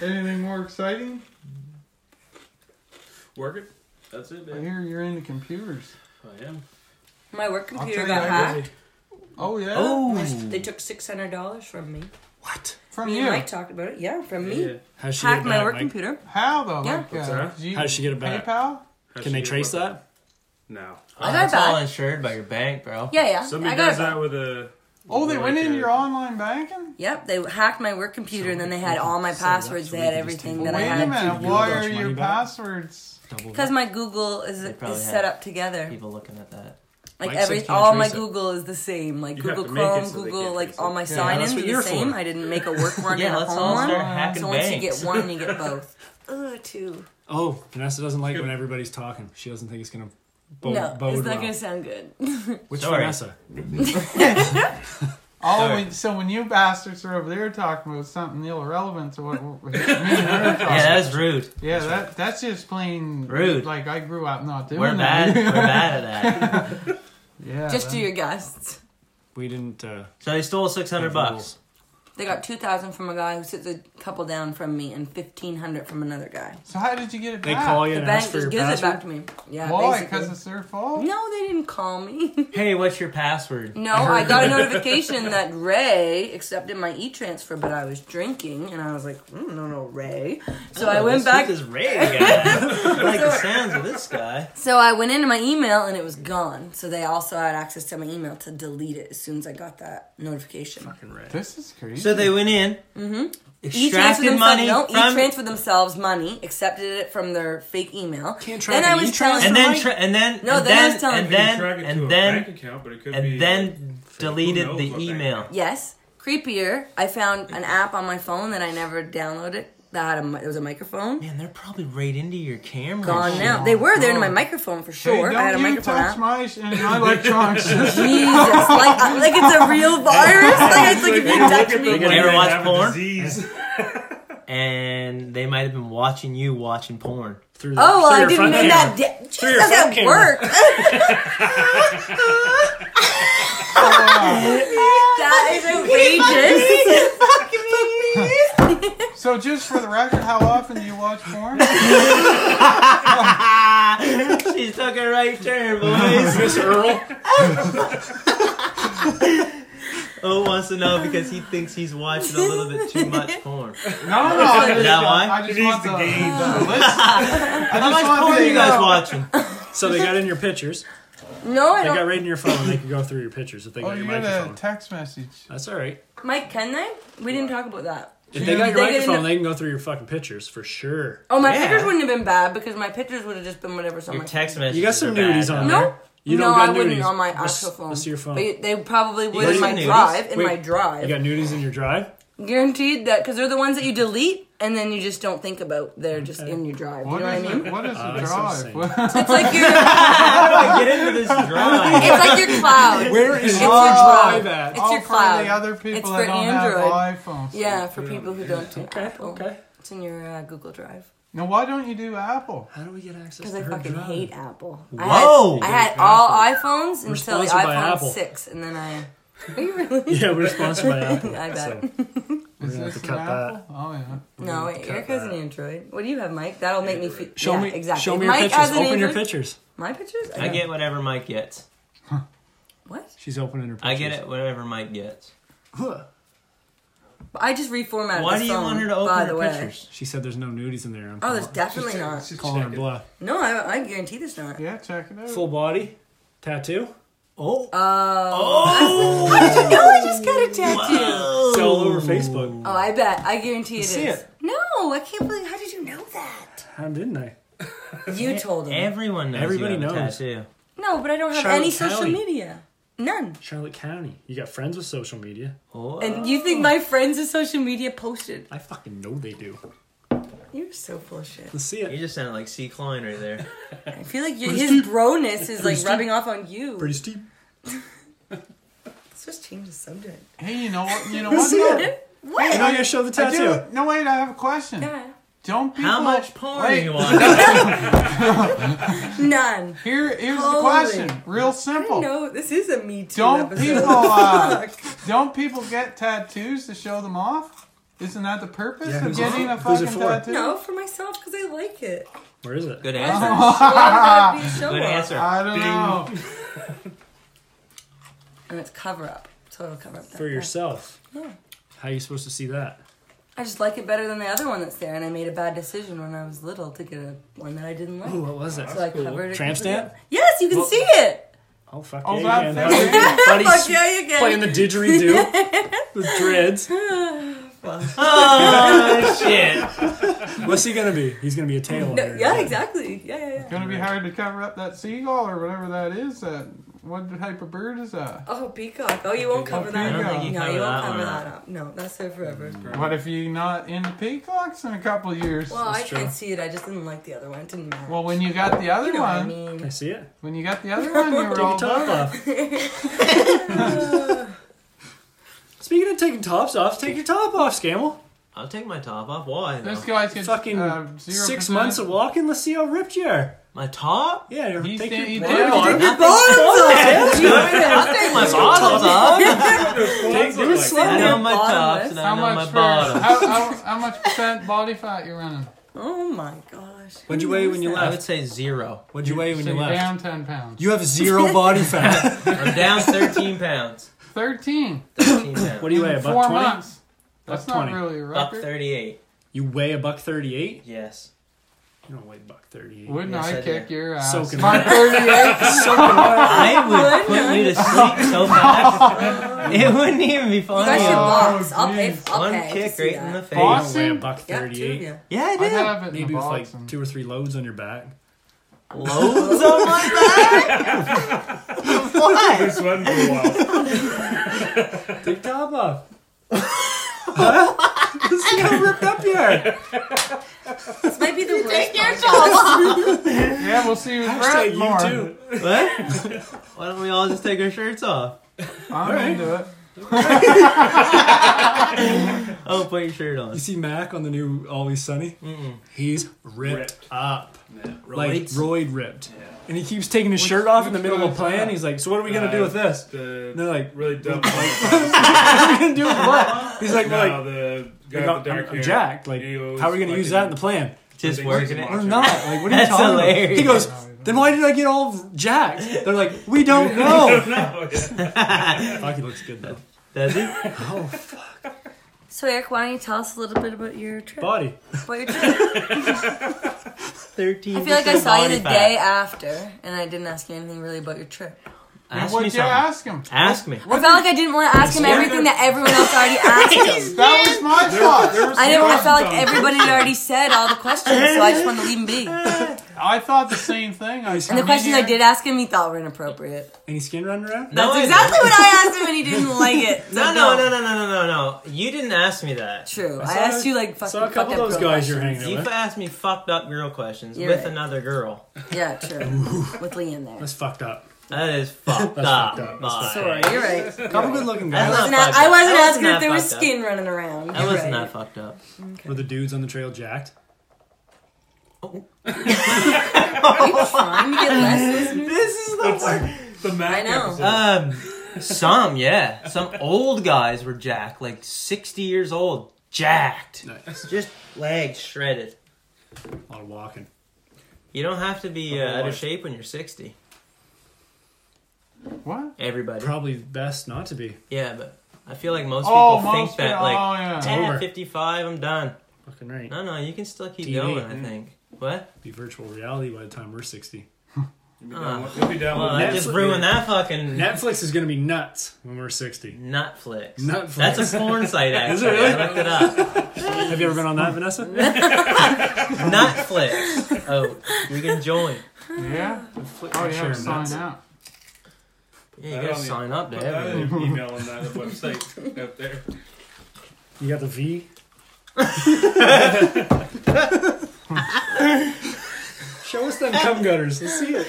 Speaker 1: Anything more exciting?
Speaker 5: Working. That's it,
Speaker 1: I
Speaker 5: man.
Speaker 1: hear you're into computers.
Speaker 5: I am.
Speaker 3: My work
Speaker 1: I'll
Speaker 3: computer
Speaker 1: tell
Speaker 3: got
Speaker 1: you, I'm
Speaker 3: hacked.
Speaker 1: busy. Oh yeah.
Speaker 2: Oh!
Speaker 3: They took six hundred dollars from me.
Speaker 4: What?
Speaker 1: from
Speaker 3: Me
Speaker 1: you.
Speaker 3: and Mike talked about it. Yeah, from me.
Speaker 5: Yeah.
Speaker 4: How's she
Speaker 3: Hacked
Speaker 4: get it
Speaker 3: my
Speaker 4: back,
Speaker 3: work
Speaker 4: Mike?
Speaker 3: computer.
Speaker 1: How though?
Speaker 3: Yeah.
Speaker 1: Like,
Speaker 5: What's
Speaker 1: uh,
Speaker 5: that?
Speaker 1: did you
Speaker 4: How'd she get it back?
Speaker 1: PayPal?
Speaker 5: How'd
Speaker 4: Can
Speaker 5: she
Speaker 4: they
Speaker 5: get
Speaker 4: trace
Speaker 5: with
Speaker 4: that?
Speaker 5: No.
Speaker 2: Oh,
Speaker 3: got it
Speaker 2: it's all
Speaker 3: back.
Speaker 2: insured by your bank, bro.
Speaker 3: Yeah, yeah.
Speaker 5: Somebody
Speaker 3: I got
Speaker 5: does
Speaker 3: it. back.
Speaker 5: that with a.
Speaker 1: Oh, they went
Speaker 5: like
Speaker 1: into
Speaker 5: a-
Speaker 1: your online banking.
Speaker 3: Yep, they hacked my work computer and then they had
Speaker 4: Somebody
Speaker 3: all my
Speaker 4: can set it up
Speaker 3: passwords.
Speaker 4: so
Speaker 3: They
Speaker 4: we
Speaker 3: had
Speaker 4: can just
Speaker 3: everything
Speaker 4: take
Speaker 3: that I
Speaker 1: Wait
Speaker 4: Yeah.
Speaker 1: a
Speaker 3: had.
Speaker 1: minute.
Speaker 4: Google
Speaker 1: Why
Speaker 4: Docs
Speaker 1: are
Speaker 4: money
Speaker 1: your
Speaker 4: back?
Speaker 1: passwords?
Speaker 4: Double
Speaker 3: Because my Google is,
Speaker 2: They probably
Speaker 3: is set
Speaker 2: had
Speaker 3: up together.
Speaker 2: People looking at that.
Speaker 3: Like
Speaker 4: Mike said
Speaker 3: every
Speaker 4: can't
Speaker 3: all my
Speaker 4: trace it.
Speaker 3: Google is the same. Like
Speaker 5: You have
Speaker 3: Google
Speaker 5: to make it
Speaker 3: Chrome,
Speaker 5: so they
Speaker 3: Google,
Speaker 5: can't
Speaker 3: like
Speaker 5: trace
Speaker 3: all
Speaker 5: it.
Speaker 3: my
Speaker 5: Yeah,
Speaker 4: that's
Speaker 3: sign-ins
Speaker 4: what
Speaker 3: are
Speaker 4: you're
Speaker 3: the same.
Speaker 4: for.
Speaker 3: I didn't make a work one
Speaker 2: Yeah,
Speaker 3: and a
Speaker 2: let's
Speaker 3: home
Speaker 2: all
Speaker 3: one.
Speaker 2: start hacking
Speaker 3: So once you
Speaker 2: banks.
Speaker 3: get one, you get both. Ooh, two.
Speaker 4: Oh, Vanessa doesn't like when everybody's talking. She doesn't think it's gonna Bo-
Speaker 3: no,
Speaker 4: bode
Speaker 3: it's not
Speaker 4: well.
Speaker 3: gonna sound good.
Speaker 4: Which
Speaker 2: Sorry.
Speaker 4: Vanessa?
Speaker 1: Oh,
Speaker 2: Sorry.
Speaker 1: when, so when you bastards are over there talking about something irrelevant to what we- me and her are talking
Speaker 2: Yeah, that's rude.
Speaker 1: Yeah, that that's just plain
Speaker 2: Rude.
Speaker 1: Like I grew up not doing
Speaker 2: We're
Speaker 1: that.
Speaker 2: bad. We're bad at that.
Speaker 1: Yeah,
Speaker 3: Just
Speaker 1: that-
Speaker 3: to your guests.
Speaker 4: We didn't. Uh,
Speaker 2: So they stole six hundred bucks.
Speaker 3: They got two thousand from a guy who sits a couple down from me, and fifteen hundred from another guy.
Speaker 1: So how did you get it
Speaker 4: they
Speaker 1: back?
Speaker 4: call you
Speaker 3: Ah, The
Speaker 4: and
Speaker 3: bank
Speaker 4: ask for
Speaker 3: just
Speaker 4: your
Speaker 3: gives it
Speaker 4: password.
Speaker 3: back to me. Yeah,
Speaker 1: Why? Because
Speaker 3: basically.
Speaker 1: it's their fault.
Speaker 3: No, they didn't call me.
Speaker 2: Hey, what's your password?
Speaker 3: No, I got a notification that Ray accepted my e transfer, but I was drinking, and I was like, mm, no, no, Ray. So
Speaker 2: Oh,
Speaker 3: I went back.
Speaker 2: This Ray guy. I like the sounds of this guy.
Speaker 3: So I went into my email, and it was gone. So they also had access to my email to delete it as soon as I got that notification.
Speaker 1: This is crazy.
Speaker 2: So they went in,
Speaker 3: E transferred
Speaker 2: extracted
Speaker 3: themselves,
Speaker 2: money
Speaker 3: no,
Speaker 2: from,
Speaker 3: e-transferred themselves money, accepted it from their fake email.
Speaker 4: Can't track
Speaker 3: then I
Speaker 4: an
Speaker 3: was
Speaker 4: e-transfer,
Speaker 3: telling
Speaker 2: and then tra- and then
Speaker 3: No,
Speaker 2: and
Speaker 3: then I was
Speaker 2: then
Speaker 3: telling
Speaker 2: and
Speaker 3: you.
Speaker 5: You
Speaker 2: then
Speaker 5: can track it to a
Speaker 2: and then
Speaker 5: bank account, but it could be
Speaker 2: and then
Speaker 5: Who
Speaker 2: deleted
Speaker 5: knows
Speaker 2: the
Speaker 5: what bank
Speaker 2: email.
Speaker 3: Yes. Creepier, I found an app on my phone that I never downloaded that had a, mi- it was a microphone.
Speaker 2: Man, they're probably right into your camera.
Speaker 3: Gone
Speaker 2: and shit.
Speaker 3: now. They were there to my microphone for
Speaker 1: Hey,
Speaker 3: sure.
Speaker 1: don't
Speaker 3: I had a
Speaker 1: you
Speaker 3: microphone
Speaker 1: touch
Speaker 3: app.
Speaker 1: my sh- and my electronics.
Speaker 3: Jesus, like, I- like it's a real virus. Like it's like if you touch
Speaker 2: They
Speaker 3: me,
Speaker 2: could ever watch porn,
Speaker 5: disease.
Speaker 2: and they might have been watching you watching porn.
Speaker 4: Through the,
Speaker 3: oh well,
Speaker 4: through
Speaker 3: I
Speaker 4: your
Speaker 3: didn't
Speaker 4: front
Speaker 3: mean
Speaker 4: camera.
Speaker 3: that. Di- Jesus,
Speaker 4: your
Speaker 3: that
Speaker 4: front camera.
Speaker 3: worked. that is outrageous.
Speaker 1: so just for the record, how often do you watch porn?
Speaker 2: she took a right turn, boys.
Speaker 4: Miss Earl.
Speaker 2: Oh, wants to know because he thinks he's watching a little bit too much porn.
Speaker 1: No, no, no. I just,
Speaker 2: Is that why?
Speaker 1: I just
Speaker 5: It is
Speaker 1: want
Speaker 5: the
Speaker 1: the,
Speaker 5: game.
Speaker 1: the list. I
Speaker 2: How
Speaker 1: just
Speaker 2: much
Speaker 1: want
Speaker 2: porn
Speaker 1: the,
Speaker 2: are you guys
Speaker 1: uh,
Speaker 2: watching?
Speaker 4: So they got in your pictures.
Speaker 3: No, I
Speaker 4: They got
Speaker 3: don't.
Speaker 4: right in your phone. They could go through your pictures if they
Speaker 1: Oh,
Speaker 4: got your
Speaker 1: you got a
Speaker 4: microphone.
Speaker 1: text message.
Speaker 4: That's all right.
Speaker 3: Mike, can they? We didn't talk about that.
Speaker 4: If they got your
Speaker 3: They get in
Speaker 4: microphone,
Speaker 3: the-
Speaker 4: they can go through your fucking pictures for sure.
Speaker 3: Oh, my
Speaker 2: Yeah.
Speaker 3: pictures wouldn't have been bad because my pictures would have just been whatever.
Speaker 2: Your
Speaker 3: Someone
Speaker 2: text messages.
Speaker 4: You got some
Speaker 2: are bad,
Speaker 4: nudies on
Speaker 2: though.
Speaker 3: No.
Speaker 4: there. You
Speaker 3: no,
Speaker 4: don't got
Speaker 3: I wouldn't
Speaker 4: nudies.
Speaker 3: on my
Speaker 4: Let's-
Speaker 3: actual phone.
Speaker 4: Let's see your phone.
Speaker 3: But they probably would
Speaker 2: got
Speaker 3: in my
Speaker 2: some nudes?
Speaker 3: drive. In
Speaker 4: Wait,
Speaker 3: my
Speaker 4: You
Speaker 3: drive,
Speaker 4: got nudies in your drive?
Speaker 3: guaranteed that because they're the ones that you delete and then you just don't think about. They're just in your drive.
Speaker 1: What
Speaker 3: you know what I
Speaker 1: is
Speaker 3: mean?
Speaker 1: it? What is
Speaker 4: Uh,
Speaker 1: a
Speaker 4: it's all the
Speaker 1: drive?
Speaker 4: same.
Speaker 1: What- Oh,
Speaker 3: It's like your,
Speaker 2: How do I get into this drive?
Speaker 3: it's like your cloud.
Speaker 4: Where is
Speaker 3: your
Speaker 1: drive
Speaker 4: at?
Speaker 3: It's
Speaker 1: oh,
Speaker 3: your
Speaker 1: for
Speaker 3: cloud.
Speaker 1: the other people
Speaker 3: It's
Speaker 1: that
Speaker 3: for
Speaker 1: don't
Speaker 3: Android.
Speaker 1: have iPhones.
Speaker 3: Yeah, for people who don't do Apple,
Speaker 4: Okay.
Speaker 3: it's in your uh, Google Drive.
Speaker 1: Now, why don't you do Apple?
Speaker 4: How do we get access
Speaker 3: Because
Speaker 4: to
Speaker 3: I
Speaker 4: her
Speaker 3: fucking
Speaker 4: drive?
Speaker 3: hate Apple.
Speaker 2: Whoa.
Speaker 3: I had, I had all iPhones until the
Speaker 4: sponsored by
Speaker 3: iPhone
Speaker 4: Apple.
Speaker 3: six, and then I. Are you really?
Speaker 4: Yeah, we're sponsored by Apple.
Speaker 3: I bet.
Speaker 4: So
Speaker 1: Is
Speaker 4: we're gonna have to
Speaker 1: this an
Speaker 4: cut that.
Speaker 1: Apple? Oh yeah.
Speaker 3: No, wait, Erica's an Android. What do you have, Mike? That'll make me feel.
Speaker 4: Show
Speaker 3: yeah,
Speaker 4: me
Speaker 3: exactly.
Speaker 4: Show me your
Speaker 3: Mike
Speaker 4: pictures.
Speaker 3: has an
Speaker 4: Open your
Speaker 3: Android-
Speaker 4: pictures.
Speaker 3: My pictures?
Speaker 2: I get whatever Mike gets.
Speaker 3: What?
Speaker 4: She's opening her pictures.
Speaker 2: I get it. Whatever Mike gets.
Speaker 4: Huh.
Speaker 3: I just reformatted.
Speaker 2: Why
Speaker 3: Uh, the
Speaker 2: do you
Speaker 3: phone,
Speaker 2: want her to
Speaker 3: by
Speaker 2: open
Speaker 3: the
Speaker 2: her
Speaker 3: way.
Speaker 2: pictures?
Speaker 4: She said there's no nudies in there. I'm
Speaker 3: Oh,
Speaker 4: calling-
Speaker 3: there's definitely not.
Speaker 4: calling her bluff.
Speaker 3: No, I, I guarantee there's not.
Speaker 1: Yeah, check it out.
Speaker 4: Full body tattoo. Oh,
Speaker 2: Oh,
Speaker 3: How did you know I just got a tattoo?
Speaker 4: it's all over Facebook.
Speaker 3: Oh, I bet. I guarantee it is.
Speaker 4: see it.
Speaker 3: No, I can't believe. How did you know that?
Speaker 4: How didn't I?
Speaker 3: You told him.
Speaker 2: everyone knows.
Speaker 4: Everybody
Speaker 2: you have a
Speaker 4: knows.
Speaker 2: tattoo.
Speaker 3: No, but I don't have
Speaker 4: Charlotte
Speaker 3: any social
Speaker 4: County.
Speaker 3: media. None.
Speaker 4: Charlotte County. You got friends with social media.
Speaker 2: Oh,
Speaker 3: And you think my friends with social media posted?
Speaker 4: I fucking know they do.
Speaker 3: You're so full of shit.
Speaker 4: Let's see
Speaker 2: you
Speaker 4: it.
Speaker 2: just sounded like C. Klein right there.
Speaker 3: I feel like your, his broness is like rubbing off on you.
Speaker 4: Pretty steep.
Speaker 3: Let's just change the subject.
Speaker 1: Hey, you know what? You know what? No,
Speaker 4: You're not gonna show the
Speaker 1: I
Speaker 4: tattoo.
Speaker 1: do. No, wait. I have a question.
Speaker 3: Yeah.
Speaker 1: Don't people?
Speaker 2: How much porn
Speaker 1: Wait.
Speaker 2: do you want?
Speaker 3: None.
Speaker 1: Here, here's
Speaker 3: Holy-
Speaker 1: the question. Real
Speaker 3: Oh.
Speaker 1: simple.
Speaker 3: No, this is a Me Too
Speaker 1: Don't
Speaker 3: episode.
Speaker 1: people? Uh, don't people get tattoos to show them off? Isn't that the purpose
Speaker 4: Yeah,
Speaker 1: of
Speaker 4: who's it-
Speaker 1: getting a
Speaker 4: who's it
Speaker 1: fucking
Speaker 4: for?
Speaker 1: tattoo?
Speaker 3: No, for myself because I like it.
Speaker 4: Where is it?
Speaker 2: Good
Speaker 3: Why
Speaker 2: answer.
Speaker 3: does that be a show
Speaker 2: Good
Speaker 3: off?
Speaker 2: answer.
Speaker 1: I don't know.
Speaker 3: And it's cover up, so it'll cover up that
Speaker 4: For
Speaker 3: part.
Speaker 4: yourself.
Speaker 3: Yeah.
Speaker 4: How are you supposed to see that?
Speaker 3: I just like it better than the other one that's there, and I made a bad decision when I was little to get a one that I didn't like.
Speaker 4: Ooh, Oh, what was it?
Speaker 3: So I covered it. completely
Speaker 4: Tramp stamp?
Speaker 3: up. Yes, you can see it.
Speaker 4: Oh fuck
Speaker 1: Oh,
Speaker 4: yeah,
Speaker 1: that
Speaker 4: you can.
Speaker 1: thing.
Speaker 4: Buddy's
Speaker 3: Fuck yeah, you can.
Speaker 4: playing the didgeridoo with dreads.
Speaker 2: Oh shit!
Speaker 4: What's he gonna be? He's gonna be a tail.
Speaker 3: No, yeah, exactly. Yeah, yeah, yeah.
Speaker 1: Gonna be hard to cover up that seagull or whatever that is. That What type of bird is that?
Speaker 3: Oh, peacock. Oh, you won't cover that.
Speaker 1: I don't think you
Speaker 3: no,
Speaker 2: cover
Speaker 3: you
Speaker 2: that
Speaker 3: won't cover
Speaker 2: one
Speaker 3: that
Speaker 2: up.
Speaker 3: up. No, that's there forever.
Speaker 1: What if you're not into peacocks in a couple of years?
Speaker 3: Well, I
Speaker 4: That's true.
Speaker 3: can't see it. I just didn't like the other one. It didn't matter.
Speaker 1: Well, when you got the other
Speaker 3: you know what I
Speaker 1: one,
Speaker 4: Can I
Speaker 3: mean.
Speaker 4: see it?
Speaker 1: when you got the other one, you were
Speaker 4: Take your
Speaker 1: all
Speaker 4: top
Speaker 1: done.
Speaker 4: off. Speaking of taking tops off, take your top off, Scammel.
Speaker 2: I'll take my top off. Why? though?
Speaker 1: This guy's got
Speaker 4: Fucking
Speaker 1: uh, 0
Speaker 4: six months of walking. Let's see how ripped you are.
Speaker 2: My top?
Speaker 4: Yeah, you're
Speaker 1: He's
Speaker 4: taking
Speaker 1: saying he
Speaker 4: your
Speaker 1: did.
Speaker 4: bottom
Speaker 1: He
Speaker 4: off.
Speaker 1: did.
Speaker 3: Your bottom's off!
Speaker 2: I'll
Speaker 3: Jesus.
Speaker 2: take my bottoms off.
Speaker 4: Take your
Speaker 3: Like
Speaker 4: slut.
Speaker 2: I
Speaker 3: They're
Speaker 2: know my tops
Speaker 3: bottomless.
Speaker 2: and
Speaker 1: How
Speaker 2: I know
Speaker 1: much
Speaker 2: my
Speaker 1: for,
Speaker 2: bottom.
Speaker 1: how, how, how much percent body fat you running?
Speaker 3: Oh my gosh.
Speaker 4: What'd you
Speaker 3: Who
Speaker 4: weigh
Speaker 3: knows
Speaker 4: when you
Speaker 3: that?
Speaker 2: I would say zero.
Speaker 4: What'd you weigh when
Speaker 1: so
Speaker 4: you
Speaker 1: you're
Speaker 4: left?
Speaker 1: down 10 pounds.
Speaker 4: You have zero body fat.
Speaker 2: I'm down 13 pounds.
Speaker 1: 13.
Speaker 2: 13 pounds.
Speaker 4: what do you weigh?
Speaker 1: in
Speaker 4: A
Speaker 1: four
Speaker 4: buck twenty.
Speaker 1: months. That's
Speaker 4: Buck
Speaker 1: not
Speaker 4: 20.
Speaker 1: really a
Speaker 2: Up
Speaker 1: record.
Speaker 2: 38.
Speaker 4: You weigh a buck thirty-eight.
Speaker 2: Yes.
Speaker 4: You don't weigh buck thirty-eight.
Speaker 1: Wouldn't
Speaker 2: Yes,
Speaker 1: I,
Speaker 2: I
Speaker 1: kick
Speaker 2: did.
Speaker 1: your ass?
Speaker 4: Soaking
Speaker 1: My 38.
Speaker 2: I would put you to sleep so fast. It wouldn't even be
Speaker 3: You guys
Speaker 2: funny.
Speaker 3: should
Speaker 1: Oh,
Speaker 3: box. I'll pay.
Speaker 1: geez.
Speaker 3: I'll
Speaker 2: One
Speaker 3: pay. I can
Speaker 2: kick
Speaker 3: see
Speaker 2: right
Speaker 3: that.
Speaker 2: in the face.
Speaker 4: You
Speaker 1: Boss?
Speaker 4: don't weigh a buck
Speaker 3: Yeah, two of
Speaker 4: thirty-eight.
Speaker 3: you.
Speaker 2: Yeah, I
Speaker 1: I'd
Speaker 2: did.
Speaker 1: have it in
Speaker 4: Maybe
Speaker 1: the
Speaker 4: with
Speaker 1: box.
Speaker 4: like
Speaker 1: and-
Speaker 4: two or three loads on your back.
Speaker 2: Loads on my back? Why?
Speaker 5: This one for a while.
Speaker 4: Take top off. Let's see how ripped up you are.
Speaker 3: This might be the worst. Take your
Speaker 1: Yeah, we'll see who's
Speaker 4: Hashtag
Speaker 1: right
Speaker 4: you
Speaker 1: more.
Speaker 4: too.
Speaker 2: What? Why don't we all just take our shirts off?
Speaker 1: I'm into it.
Speaker 2: Oh, put your shirt
Speaker 4: You
Speaker 2: on.
Speaker 4: see Mac on the new Always Sunny?
Speaker 2: Mm-mm.
Speaker 4: He's ripped,
Speaker 5: Ripped.
Speaker 4: up.
Speaker 5: Yeah.
Speaker 4: Like
Speaker 2: Roids?
Speaker 4: roid ripped. And he keeps taking his shirt off in the
Speaker 1: which
Speaker 4: middle of a
Speaker 1: one's
Speaker 4: play
Speaker 1: that?
Speaker 4: and he's like, So what are we gonna do
Speaker 5: Uh,
Speaker 4: with this? And
Speaker 5: The
Speaker 4: they're like,
Speaker 5: really dumb.
Speaker 4: What are we gonna do with what? He's like, we're
Speaker 5: no,
Speaker 4: like,
Speaker 5: the guy
Speaker 4: like
Speaker 5: with
Speaker 4: I'm,
Speaker 5: the dark
Speaker 4: I'm
Speaker 5: hair.
Speaker 4: jacked. Like,
Speaker 5: He was
Speaker 4: how are we gonna
Speaker 5: like
Speaker 4: use that in the plan?
Speaker 2: Just
Speaker 5: Big
Speaker 2: working
Speaker 5: Mexican
Speaker 2: it.
Speaker 4: We're
Speaker 5: watcher.
Speaker 4: not. Like, what are you
Speaker 2: That's
Speaker 4: talking about?
Speaker 2: hilarious.
Speaker 4: He goes, Then why did I get all jacked? They're like, We don't know.
Speaker 5: No, Oh, yeah.
Speaker 4: Fuck, he looks good though.
Speaker 2: Does he?
Speaker 3: So Eric, why don't you tell us a little bit about your trip?
Speaker 4: Body.
Speaker 3: About your trip?
Speaker 2: 13.
Speaker 3: I feel like I saw you the day after, and I didn't ask you anything really about your trip.
Speaker 1: And
Speaker 2: Ask me
Speaker 1: what'd you
Speaker 2: something.
Speaker 1: ask him?
Speaker 2: Ask me.
Speaker 3: I felt like I didn't want to ask him everything that everyone else already asked him.
Speaker 1: That was my fault.
Speaker 3: I didn't. I felt like everybody had already said all the questions, so I just wanted to leave him be. And
Speaker 1: I thought the same thing. I
Speaker 3: the questions I did ask him, he thought were inappropriate.
Speaker 4: Any skin running around?
Speaker 2: No,
Speaker 3: That's
Speaker 2: I
Speaker 3: exactly
Speaker 2: didn't.
Speaker 3: what I asked him, and he didn't like it. So
Speaker 2: No, no, no, no, no, no, no, no. You didn't ask me that.
Speaker 3: True.
Speaker 4: I
Speaker 3: I,
Speaker 4: saw-
Speaker 3: asked you like fucking.
Speaker 4: So a couple of
Speaker 3: fucked up
Speaker 4: those
Speaker 3: girl
Speaker 4: guys you're
Speaker 3: questions.
Speaker 4: hanging
Speaker 2: You
Speaker 4: out
Speaker 2: f-
Speaker 4: with.
Speaker 2: asked me fucked up girl questions
Speaker 3: You're
Speaker 2: with
Speaker 3: right.
Speaker 2: another girl.
Speaker 3: Yeah, true. With Lee in there.
Speaker 4: That's fucked up.
Speaker 2: That is fucked
Speaker 4: That's
Speaker 2: up.
Speaker 4: fucked up.
Speaker 2: Bye.
Speaker 3: Sorry, you're right.
Speaker 4: Couple good looking
Speaker 3: I
Speaker 2: That's
Speaker 4: guys.
Speaker 2: not
Speaker 3: wasn't,
Speaker 2: fucked
Speaker 3: I
Speaker 2: up. That
Speaker 3: wasn't
Speaker 2: wasn't
Speaker 3: asking if
Speaker 2: that
Speaker 3: there was
Speaker 2: fucked up.
Speaker 3: skin running around.
Speaker 2: That
Speaker 3: You're
Speaker 2: wasn't
Speaker 3: right.
Speaker 2: that fucked up.
Speaker 4: Were the dudes on the trail jacked?
Speaker 3: Are you trying to get less listeners?
Speaker 2: This is the worst.
Speaker 5: the Mac
Speaker 3: I know.
Speaker 5: episode.
Speaker 2: Um, some yeah, some old guys were jacked, like sixty years old, jacked,
Speaker 4: Nice.
Speaker 2: just legs shredded.
Speaker 4: A lot of walking.
Speaker 2: You don't have to be
Speaker 4: Oh,
Speaker 2: uh, out of shape when you're sixty.
Speaker 1: What?
Speaker 2: Everybody,
Speaker 4: Probably best not to be.
Speaker 2: yeah, but I feel like most people
Speaker 1: Oh,
Speaker 2: think
Speaker 1: most
Speaker 2: that
Speaker 1: people-
Speaker 2: like,
Speaker 1: oh, yeah.
Speaker 2: "Eh,
Speaker 4: over.
Speaker 2: 55, I'm done.
Speaker 4: Fucking right.
Speaker 2: No, no, you can still keep
Speaker 4: TV,
Speaker 2: going. I
Speaker 4: mm.
Speaker 2: think. What?
Speaker 4: Be virtual reality by the time we're 60.
Speaker 5: You'll be down with- you'll be
Speaker 4: Oh,
Speaker 5: down
Speaker 2: Uh, Well,
Speaker 5: with
Speaker 2: I
Speaker 5: Netflix.
Speaker 2: just ruined that fucking
Speaker 4: Netflix is going to be nuts when we're 60.
Speaker 2: Netflix.
Speaker 4: Netflix.
Speaker 2: That's a porn site. Actually,
Speaker 4: Is it
Speaker 2: I
Speaker 4: really?
Speaker 2: looked it up.
Speaker 4: Have you ever been on that, Vanessa?
Speaker 2: Netflix. Oh, you can join.
Speaker 1: Yeah. Oh,
Speaker 4: I'm
Speaker 1: you
Speaker 4: sure
Speaker 1: have to sign
Speaker 4: nuts.
Speaker 1: out.
Speaker 2: Yeah, you
Speaker 5: I
Speaker 2: gotta
Speaker 5: don't need-
Speaker 2: sign up to
Speaker 5: Put that
Speaker 2: everything.
Speaker 5: in an email on that website up there.
Speaker 4: You got the V? Show us them cum gutters. Let's see it.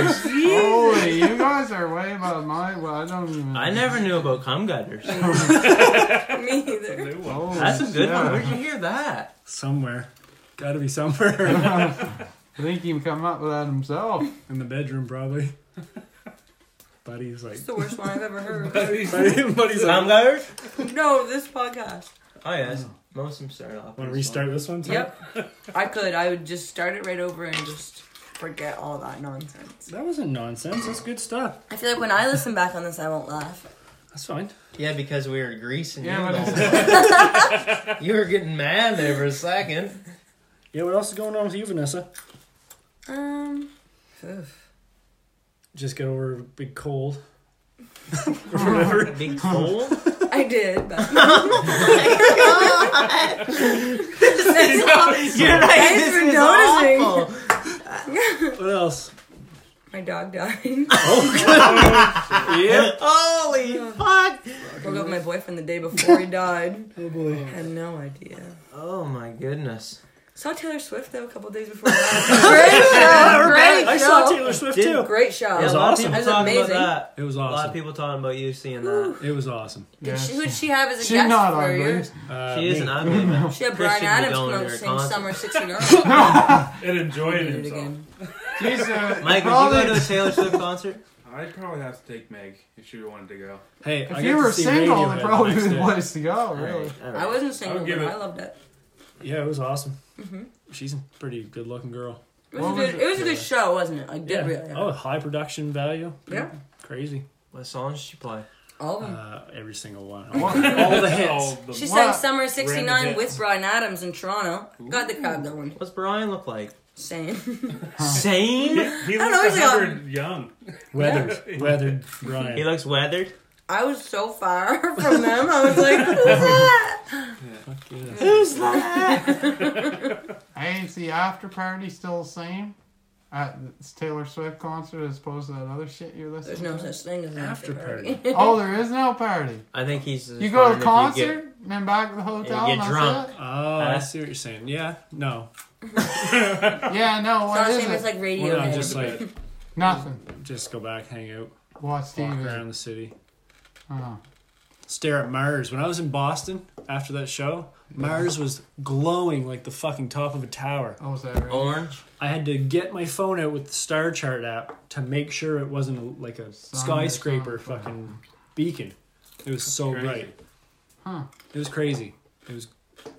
Speaker 1: Holy, you guys are way above my. Well, I don't even.
Speaker 2: I never knew about cum gutters.
Speaker 3: Me either.
Speaker 5: New one.
Speaker 1: Holy
Speaker 2: That's a good
Speaker 1: shit.
Speaker 2: one. Where'd you hear that?
Speaker 4: Somewhere. Got to be somewhere.
Speaker 1: I think he come up with that himself.
Speaker 4: In the bedroom, probably. Buddy's like.
Speaker 3: It's the worst one I've ever heard.
Speaker 4: Buddy, buddy's like.
Speaker 2: Cum gutters?
Speaker 3: No, this podcast.
Speaker 2: Oh yes. Most of them start off.
Speaker 4: Want to
Speaker 2: as
Speaker 4: restart this one? Tom?
Speaker 3: Yep. I could. I would just start it right over and just forget all that nonsense.
Speaker 4: That wasn't nonsense. That's good stuff.
Speaker 3: I feel like when I listen back on this, I won't laugh.
Speaker 4: That's fine.
Speaker 2: well. Yeah, because we were greasing
Speaker 1: Yeah,
Speaker 2: you.
Speaker 1: but
Speaker 2: the
Speaker 1: it's-
Speaker 2: whole time. you were getting mad there for a second.
Speaker 4: Yeah, what else is going on with you, Vanessa?
Speaker 3: Um. oof.
Speaker 4: Just got over a big cold.
Speaker 2: Remember? Big cold.
Speaker 3: I did, but. Thanks
Speaker 2: You're like,
Speaker 3: for noticing.
Speaker 2: awful.
Speaker 4: What else?
Speaker 3: My dog died.
Speaker 4: Oh, Yep.
Speaker 2: Holy fuck!
Speaker 3: Broke up with my boyfriend the day before he died.
Speaker 4: Oh boy.
Speaker 3: Had no idea.
Speaker 2: Oh my goodness.
Speaker 3: Saw Taylor Swift though a couple days before. that. great show. Great
Speaker 4: I saw Taylor Swift
Speaker 2: Did-
Speaker 4: too.
Speaker 3: Great show.
Speaker 4: was
Speaker 2: a lot of
Speaker 4: awesome.
Speaker 2: people
Speaker 3: That's
Speaker 2: talking
Speaker 3: amazing.
Speaker 2: About
Speaker 4: It was
Speaker 2: that. A lot of
Speaker 4: awesome.
Speaker 2: people talking about you seeing that.
Speaker 4: It was awesome.
Speaker 3: Did she,
Speaker 1: Yeah.
Speaker 3: who'd she have as a
Speaker 1: She's
Speaker 3: guest
Speaker 1: not
Speaker 3: for you?
Speaker 1: ugly.
Speaker 4: Uh,
Speaker 2: She
Speaker 4: me.
Speaker 2: isn't ugly, man.
Speaker 3: She had Brian
Speaker 2: Christian
Speaker 3: Adams
Speaker 2: McDonald
Speaker 3: come
Speaker 2: at
Speaker 3: out
Speaker 2: her
Speaker 3: sing
Speaker 2: concert.
Speaker 3: Summer 69.
Speaker 5: And enjoying
Speaker 3: Do it
Speaker 5: himself.
Speaker 3: again.
Speaker 1: She's uh,
Speaker 2: Mike, would you
Speaker 1: probably-
Speaker 2: go to a Taylor Swift concert?
Speaker 5: I'd probably have to take Meg if she wanted to go.
Speaker 4: Hey, I
Speaker 1: If
Speaker 4: got
Speaker 1: you
Speaker 4: to
Speaker 1: were
Speaker 4: see
Speaker 1: single,
Speaker 4: Radiohead
Speaker 1: it
Speaker 4: the
Speaker 1: probably
Speaker 4: next
Speaker 1: was the
Speaker 4: day.
Speaker 1: place to go, Oh, really.
Speaker 2: All right.
Speaker 3: I wasn't single,
Speaker 5: I'll
Speaker 3: but
Speaker 5: give
Speaker 3: I
Speaker 5: it-
Speaker 3: loved it.
Speaker 4: Yeah, it was awesome. She's a pretty good-looking girl.
Speaker 3: It was,
Speaker 1: What
Speaker 3: a
Speaker 1: was
Speaker 3: good,
Speaker 1: it?
Speaker 3: it was a good show, wasn't it? Like, did
Speaker 4: Yeah.
Speaker 3: really.
Speaker 4: Oh, high production value.
Speaker 3: Yeah. Oh.
Speaker 4: Crazy.
Speaker 2: What song did she play?
Speaker 3: All of them.
Speaker 4: Uh, every single one.
Speaker 5: All
Speaker 4: the hits.
Speaker 5: the-
Speaker 3: she
Speaker 1: Wow.
Speaker 3: sang Summer 69
Speaker 5: Random
Speaker 3: with
Speaker 5: hits.
Speaker 3: Brian Adams in Toronto. Got the crowd going.
Speaker 2: What's Brian look like?
Speaker 3: Same.
Speaker 2: Sane?
Speaker 3: don't
Speaker 5: He looks
Speaker 3: know, he's like a-
Speaker 5: 100 young.
Speaker 4: Weathered, weathered Brian.
Speaker 2: He looks weathered.
Speaker 3: I was so far from them. I was like, who's that?
Speaker 4: Oh,
Speaker 2: Who's that?
Speaker 1: I ain't see after party still the same at this Taylor Swift concert as opposed to that other shit you're listening
Speaker 3: There's no
Speaker 1: to?
Speaker 3: such thing as an after
Speaker 4: After
Speaker 3: party.
Speaker 1: Oh, there is no party.
Speaker 2: I think he's. just
Speaker 1: You go to the
Speaker 2: wondering if you get-
Speaker 1: concert, then back to the hotel,
Speaker 2: get
Speaker 1: and that's
Speaker 2: drunk.
Speaker 1: it?
Speaker 4: Oh, I see what you're saying. Yeah, no,
Speaker 1: Yeah, no,
Speaker 3: It's not
Speaker 1: what
Speaker 3: the
Speaker 1: is
Speaker 3: same as
Speaker 1: it?
Speaker 3: like
Speaker 4: Well, no,
Speaker 3: Radiohead.
Speaker 4: just like
Speaker 1: Nothing.
Speaker 4: just go back, hang out,
Speaker 1: Watch
Speaker 4: walk
Speaker 1: TV.
Speaker 4: around the city,
Speaker 1: Oh.
Speaker 4: stare at Mars. When I was in Boston after that show, Mars was glowing like the fucking top of a tower.
Speaker 1: Oh, is that right?
Speaker 2: Orange.
Speaker 4: I had to get my phone out with the Star Chart app to make sure it wasn't a, like
Speaker 1: Sun
Speaker 4: a
Speaker 1: or
Speaker 4: skyscraper
Speaker 1: something.
Speaker 4: fucking beacon. It was so
Speaker 5: Crazy.
Speaker 4: bright.
Speaker 1: Huh.
Speaker 4: It was crazy. It was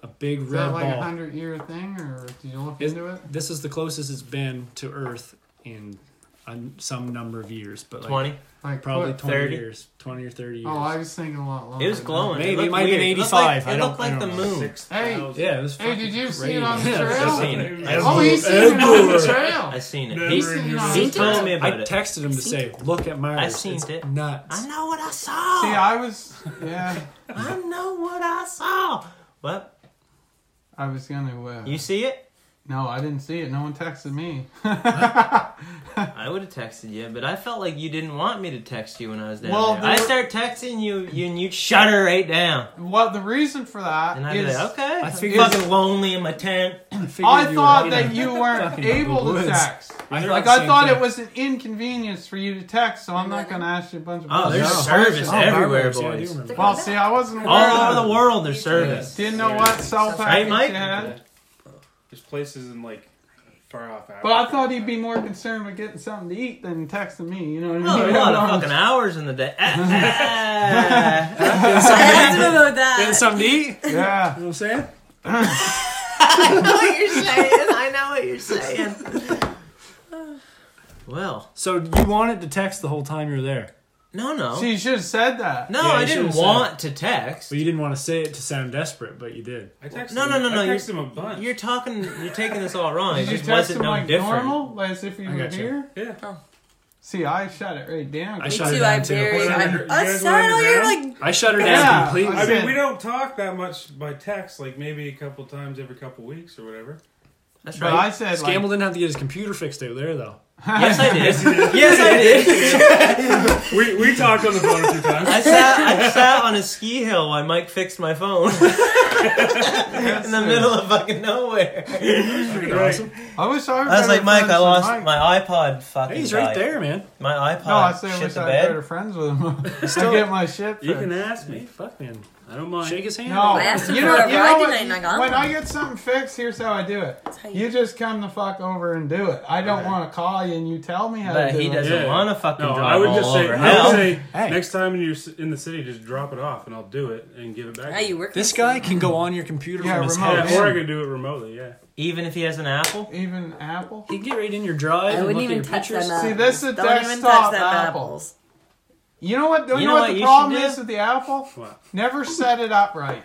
Speaker 4: a big
Speaker 1: Is
Speaker 4: red
Speaker 1: that like a
Speaker 4: ball.
Speaker 1: hundred year thing, or do you look
Speaker 4: Is-
Speaker 1: into it?
Speaker 4: This is the closest it's been to Earth in a, some number of years, but like
Speaker 2: 20.
Speaker 1: Like
Speaker 4: probably
Speaker 1: what-
Speaker 4: 20
Speaker 2: 30?
Speaker 4: years, 20 or 30 years.
Speaker 1: Oh, I was thinking a lot longer.
Speaker 2: It was glowing.
Speaker 4: Maybe, it
Speaker 2: looked
Speaker 4: might have been
Speaker 2: weird. It looked
Speaker 4: 85,
Speaker 2: Like,
Speaker 4: I
Speaker 2: it
Speaker 4: don't-
Speaker 2: looked
Speaker 4: I
Speaker 2: like the
Speaker 4: don't know.
Speaker 2: moon.
Speaker 1: Hey,
Speaker 4: yeah, it was.
Speaker 1: Hey,
Speaker 4: fucking
Speaker 1: did you see
Speaker 4: crazy.
Speaker 1: it on the
Speaker 4: Yeah,
Speaker 1: trail?
Speaker 2: I've seen it. I've
Speaker 1: Oh, he's
Speaker 2: seen it.
Speaker 1: seen it on the
Speaker 4: Edgar.
Speaker 1: trail.
Speaker 2: I've seen it.
Speaker 5: Never
Speaker 2: He's,
Speaker 1: seen
Speaker 5: in
Speaker 1: it
Speaker 5: your
Speaker 1: on
Speaker 5: life.
Speaker 2: he's
Speaker 3: Seen
Speaker 2: told
Speaker 3: it?
Speaker 2: me
Speaker 4: I
Speaker 2: about it.
Speaker 4: texted him to say, "Look at Mars.
Speaker 2: I seen
Speaker 4: it's
Speaker 2: it.
Speaker 4: Nuts."
Speaker 2: I know what I saw.
Speaker 1: See, I was, yeah,
Speaker 2: I know what I saw. What?
Speaker 1: I was gonna. Uh,
Speaker 2: You see it?
Speaker 1: no, I didn't see it. No one texted me.
Speaker 2: I would have texted you, but I felt like you didn't want me to text you when I was down
Speaker 1: Well,
Speaker 2: there.
Speaker 1: there
Speaker 2: I
Speaker 1: were-
Speaker 2: start texting you, you and you'd shudder right down.
Speaker 1: Well, the reason for that
Speaker 2: And I'd be
Speaker 1: is
Speaker 2: like, okay.
Speaker 4: I
Speaker 2: I'm
Speaker 4: figured-
Speaker 2: fucking lonely in my tent.
Speaker 4: figured
Speaker 1: I
Speaker 4: you
Speaker 1: thought
Speaker 4: were
Speaker 1: that
Speaker 4: in
Speaker 1: you weren't
Speaker 4: fucking
Speaker 1: able to
Speaker 4: woods.
Speaker 1: text.
Speaker 4: I heard
Speaker 1: Like
Speaker 4: the
Speaker 1: I
Speaker 4: same
Speaker 1: thought
Speaker 4: thing.
Speaker 1: it was an inconvenience for you to text, so I'm not gonna ask you a bunch of.
Speaker 2: Oh,
Speaker 1: bullshit
Speaker 2: there's
Speaker 4: no.
Speaker 2: service
Speaker 4: Oh,
Speaker 2: everywhere,
Speaker 4: Barbers, yeah, I do
Speaker 2: boys.
Speaker 4: remember.
Speaker 1: Well, see, I wasn't aware.
Speaker 2: All over
Speaker 1: of
Speaker 2: the world, there's service.
Speaker 1: Didn't know what cell
Speaker 3: Right,
Speaker 1: package
Speaker 2: Mike?
Speaker 1: you had.
Speaker 5: There's places in like far off Africa.
Speaker 1: But I thought he'd be more concerned with getting something to eat than texting me. You know what I mean?
Speaker 2: Well, there's Oh, a lot of
Speaker 1: Um,
Speaker 2: fucking hours in the day. Ah, ah.
Speaker 3: I asked him about
Speaker 4: Getting
Speaker 3: that.
Speaker 4: something to eat. You know
Speaker 1: Yeah.
Speaker 4: what I'm saying?
Speaker 2: what you're saying. I know what you're saying. Well,
Speaker 4: So you wanted to text the whole time you were there,
Speaker 2: no, no,
Speaker 1: See, you should have said that.
Speaker 2: no.
Speaker 4: Yeah,
Speaker 2: I
Speaker 4: you
Speaker 2: didn't
Speaker 4: should've said
Speaker 2: want to text.
Speaker 4: but you didn't want to say it to sound desperate, but you did.
Speaker 5: I texted
Speaker 2: No,
Speaker 5: him,
Speaker 2: no, no, no,
Speaker 5: I
Speaker 2: you're-
Speaker 5: texted him a bunch.
Speaker 2: You're talking. You're taking this all wrong. It
Speaker 1: Did you
Speaker 2: just
Speaker 1: text
Speaker 2: wasn't
Speaker 1: him
Speaker 2: no
Speaker 1: like
Speaker 2: different.
Speaker 1: normal, like as if you
Speaker 4: I
Speaker 1: were
Speaker 4: gotcha.
Speaker 1: here?
Speaker 5: yeah.
Speaker 1: See, I shut it right down.
Speaker 4: I
Speaker 3: Me
Speaker 4: shut her
Speaker 3: too, I
Speaker 4: down too.
Speaker 3: buried.
Speaker 5: You
Speaker 3: I, I
Speaker 5: guys
Speaker 3: saw
Speaker 5: went
Speaker 3: it all year,
Speaker 5: underground?
Speaker 3: like,
Speaker 4: I shut her down
Speaker 1: Yeah.
Speaker 4: completely.
Speaker 5: I mean,
Speaker 1: said-
Speaker 5: we don't talk that much by text, like maybe a couple times every couple weeks or whatever.
Speaker 2: That's
Speaker 1: but
Speaker 2: right.
Speaker 1: I said, like,
Speaker 4: Scamble didn't have to get his computer fixed out there though.
Speaker 2: yes, I did. yes, I did.
Speaker 5: We, we talked on the phone a few times.
Speaker 2: I sat. I sat on a ski hill while Mike fixed my phone in the middle of fucking nowhere.
Speaker 5: Pretty
Speaker 1: I wish I, were
Speaker 2: I was
Speaker 1: better
Speaker 2: like, Mike,
Speaker 1: friends
Speaker 2: I
Speaker 1: with
Speaker 2: lost
Speaker 1: Mike."
Speaker 2: my iPod. Fucking
Speaker 4: Hey, he's right
Speaker 2: died.
Speaker 4: there, man.
Speaker 2: My iPod
Speaker 1: No, I say I
Speaker 2: shit
Speaker 1: wish
Speaker 2: the
Speaker 1: I
Speaker 2: bed.
Speaker 1: better friends with him. Still
Speaker 4: Still-
Speaker 1: get my shit.
Speaker 5: You
Speaker 1: fixed.
Speaker 5: can ask me.
Speaker 4: Fuck man,
Speaker 5: I don't mind.
Speaker 4: shake his hand.
Speaker 1: No,
Speaker 3: I asked him
Speaker 1: you
Speaker 3: for
Speaker 1: know,
Speaker 3: a
Speaker 1: you know
Speaker 3: ride
Speaker 1: what?
Speaker 3: tonight and I got
Speaker 1: when
Speaker 3: one.
Speaker 1: I get something fixed, here's how I do it.
Speaker 3: how you-
Speaker 1: You just come the fuck over and do it. I don't want to call you and you tell me how
Speaker 2: But
Speaker 1: to do
Speaker 2: he
Speaker 1: it.
Speaker 2: doesn't
Speaker 5: Yeah.
Speaker 2: want to fucking
Speaker 5: No,
Speaker 2: drive
Speaker 5: I would just
Speaker 2: all
Speaker 5: say,
Speaker 2: over
Speaker 5: I
Speaker 2: hell.
Speaker 5: would say
Speaker 4: Hey.
Speaker 5: next time you're s- in the city, just drop it off and I'll do it and give it back.
Speaker 3: now you work.
Speaker 4: This guy can go on your computer
Speaker 1: Yeah,
Speaker 4: from his
Speaker 1: remote.
Speaker 4: head.
Speaker 2: Oh,
Speaker 5: Yeah, or I could do it remotely, yeah.
Speaker 2: Even if he has an Apple,
Speaker 1: Even Apple.
Speaker 4: He can get right in your drive.
Speaker 3: I
Speaker 4: and
Speaker 3: wouldn't
Speaker 4: look at
Speaker 3: even
Speaker 4: your
Speaker 3: touch
Speaker 4: pictures.
Speaker 3: them apples.
Speaker 1: See, this is
Speaker 3: Don't even
Speaker 1: desktop
Speaker 3: touch them
Speaker 1: Apple.
Speaker 3: apples.
Speaker 1: You know what? Do you,
Speaker 2: You
Speaker 1: know,
Speaker 2: know
Speaker 1: what
Speaker 2: what
Speaker 1: the
Speaker 2: you
Speaker 1: problem
Speaker 2: should do?
Speaker 1: is with the Apple?
Speaker 5: What?
Speaker 1: Never set it up right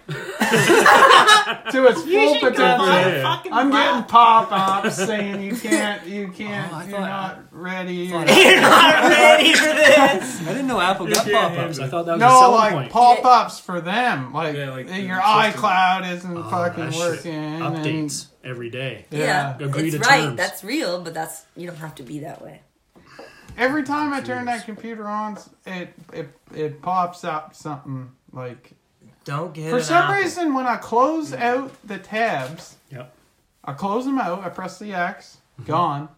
Speaker 1: to its full
Speaker 5: buy
Speaker 1: potential.
Speaker 5: it.
Speaker 1: I'm getting pop ups saying you can't, you can't,
Speaker 4: Oh, I
Speaker 1: you're
Speaker 4: thought-
Speaker 1: not ready.
Speaker 4: thought
Speaker 1: or-
Speaker 4: I-
Speaker 2: You're not ready for this.
Speaker 3: uh.
Speaker 4: I didn't know Apple
Speaker 5: You
Speaker 4: got
Speaker 5: can't
Speaker 4: pop ups.
Speaker 5: handle it.
Speaker 4: I thought that was a
Speaker 1: No,
Speaker 4: selling
Speaker 1: like
Speaker 4: point.
Speaker 1: pop ups for them. Like,
Speaker 5: Yeah, like the
Speaker 1: your
Speaker 5: system.
Speaker 1: iCloud isn't
Speaker 4: Oh, that
Speaker 1: fucking
Speaker 4: shit.
Speaker 1: working. and-
Speaker 4: Updates every day.
Speaker 3: Yeah,
Speaker 1: Yeah.
Speaker 4: Agree
Speaker 3: it's
Speaker 4: to
Speaker 3: right.
Speaker 4: terms.
Speaker 3: That's real, but that's you don't have to be that way.
Speaker 1: Every time I turn that computer on, it it it pops up something like.
Speaker 2: Don't get
Speaker 1: For
Speaker 2: an
Speaker 1: some
Speaker 2: apple.
Speaker 1: reason, when I close
Speaker 4: Mm.
Speaker 1: out the tabs,
Speaker 4: Yep.
Speaker 1: I close them out. I press the X.
Speaker 4: Mm-hmm.
Speaker 1: Gone.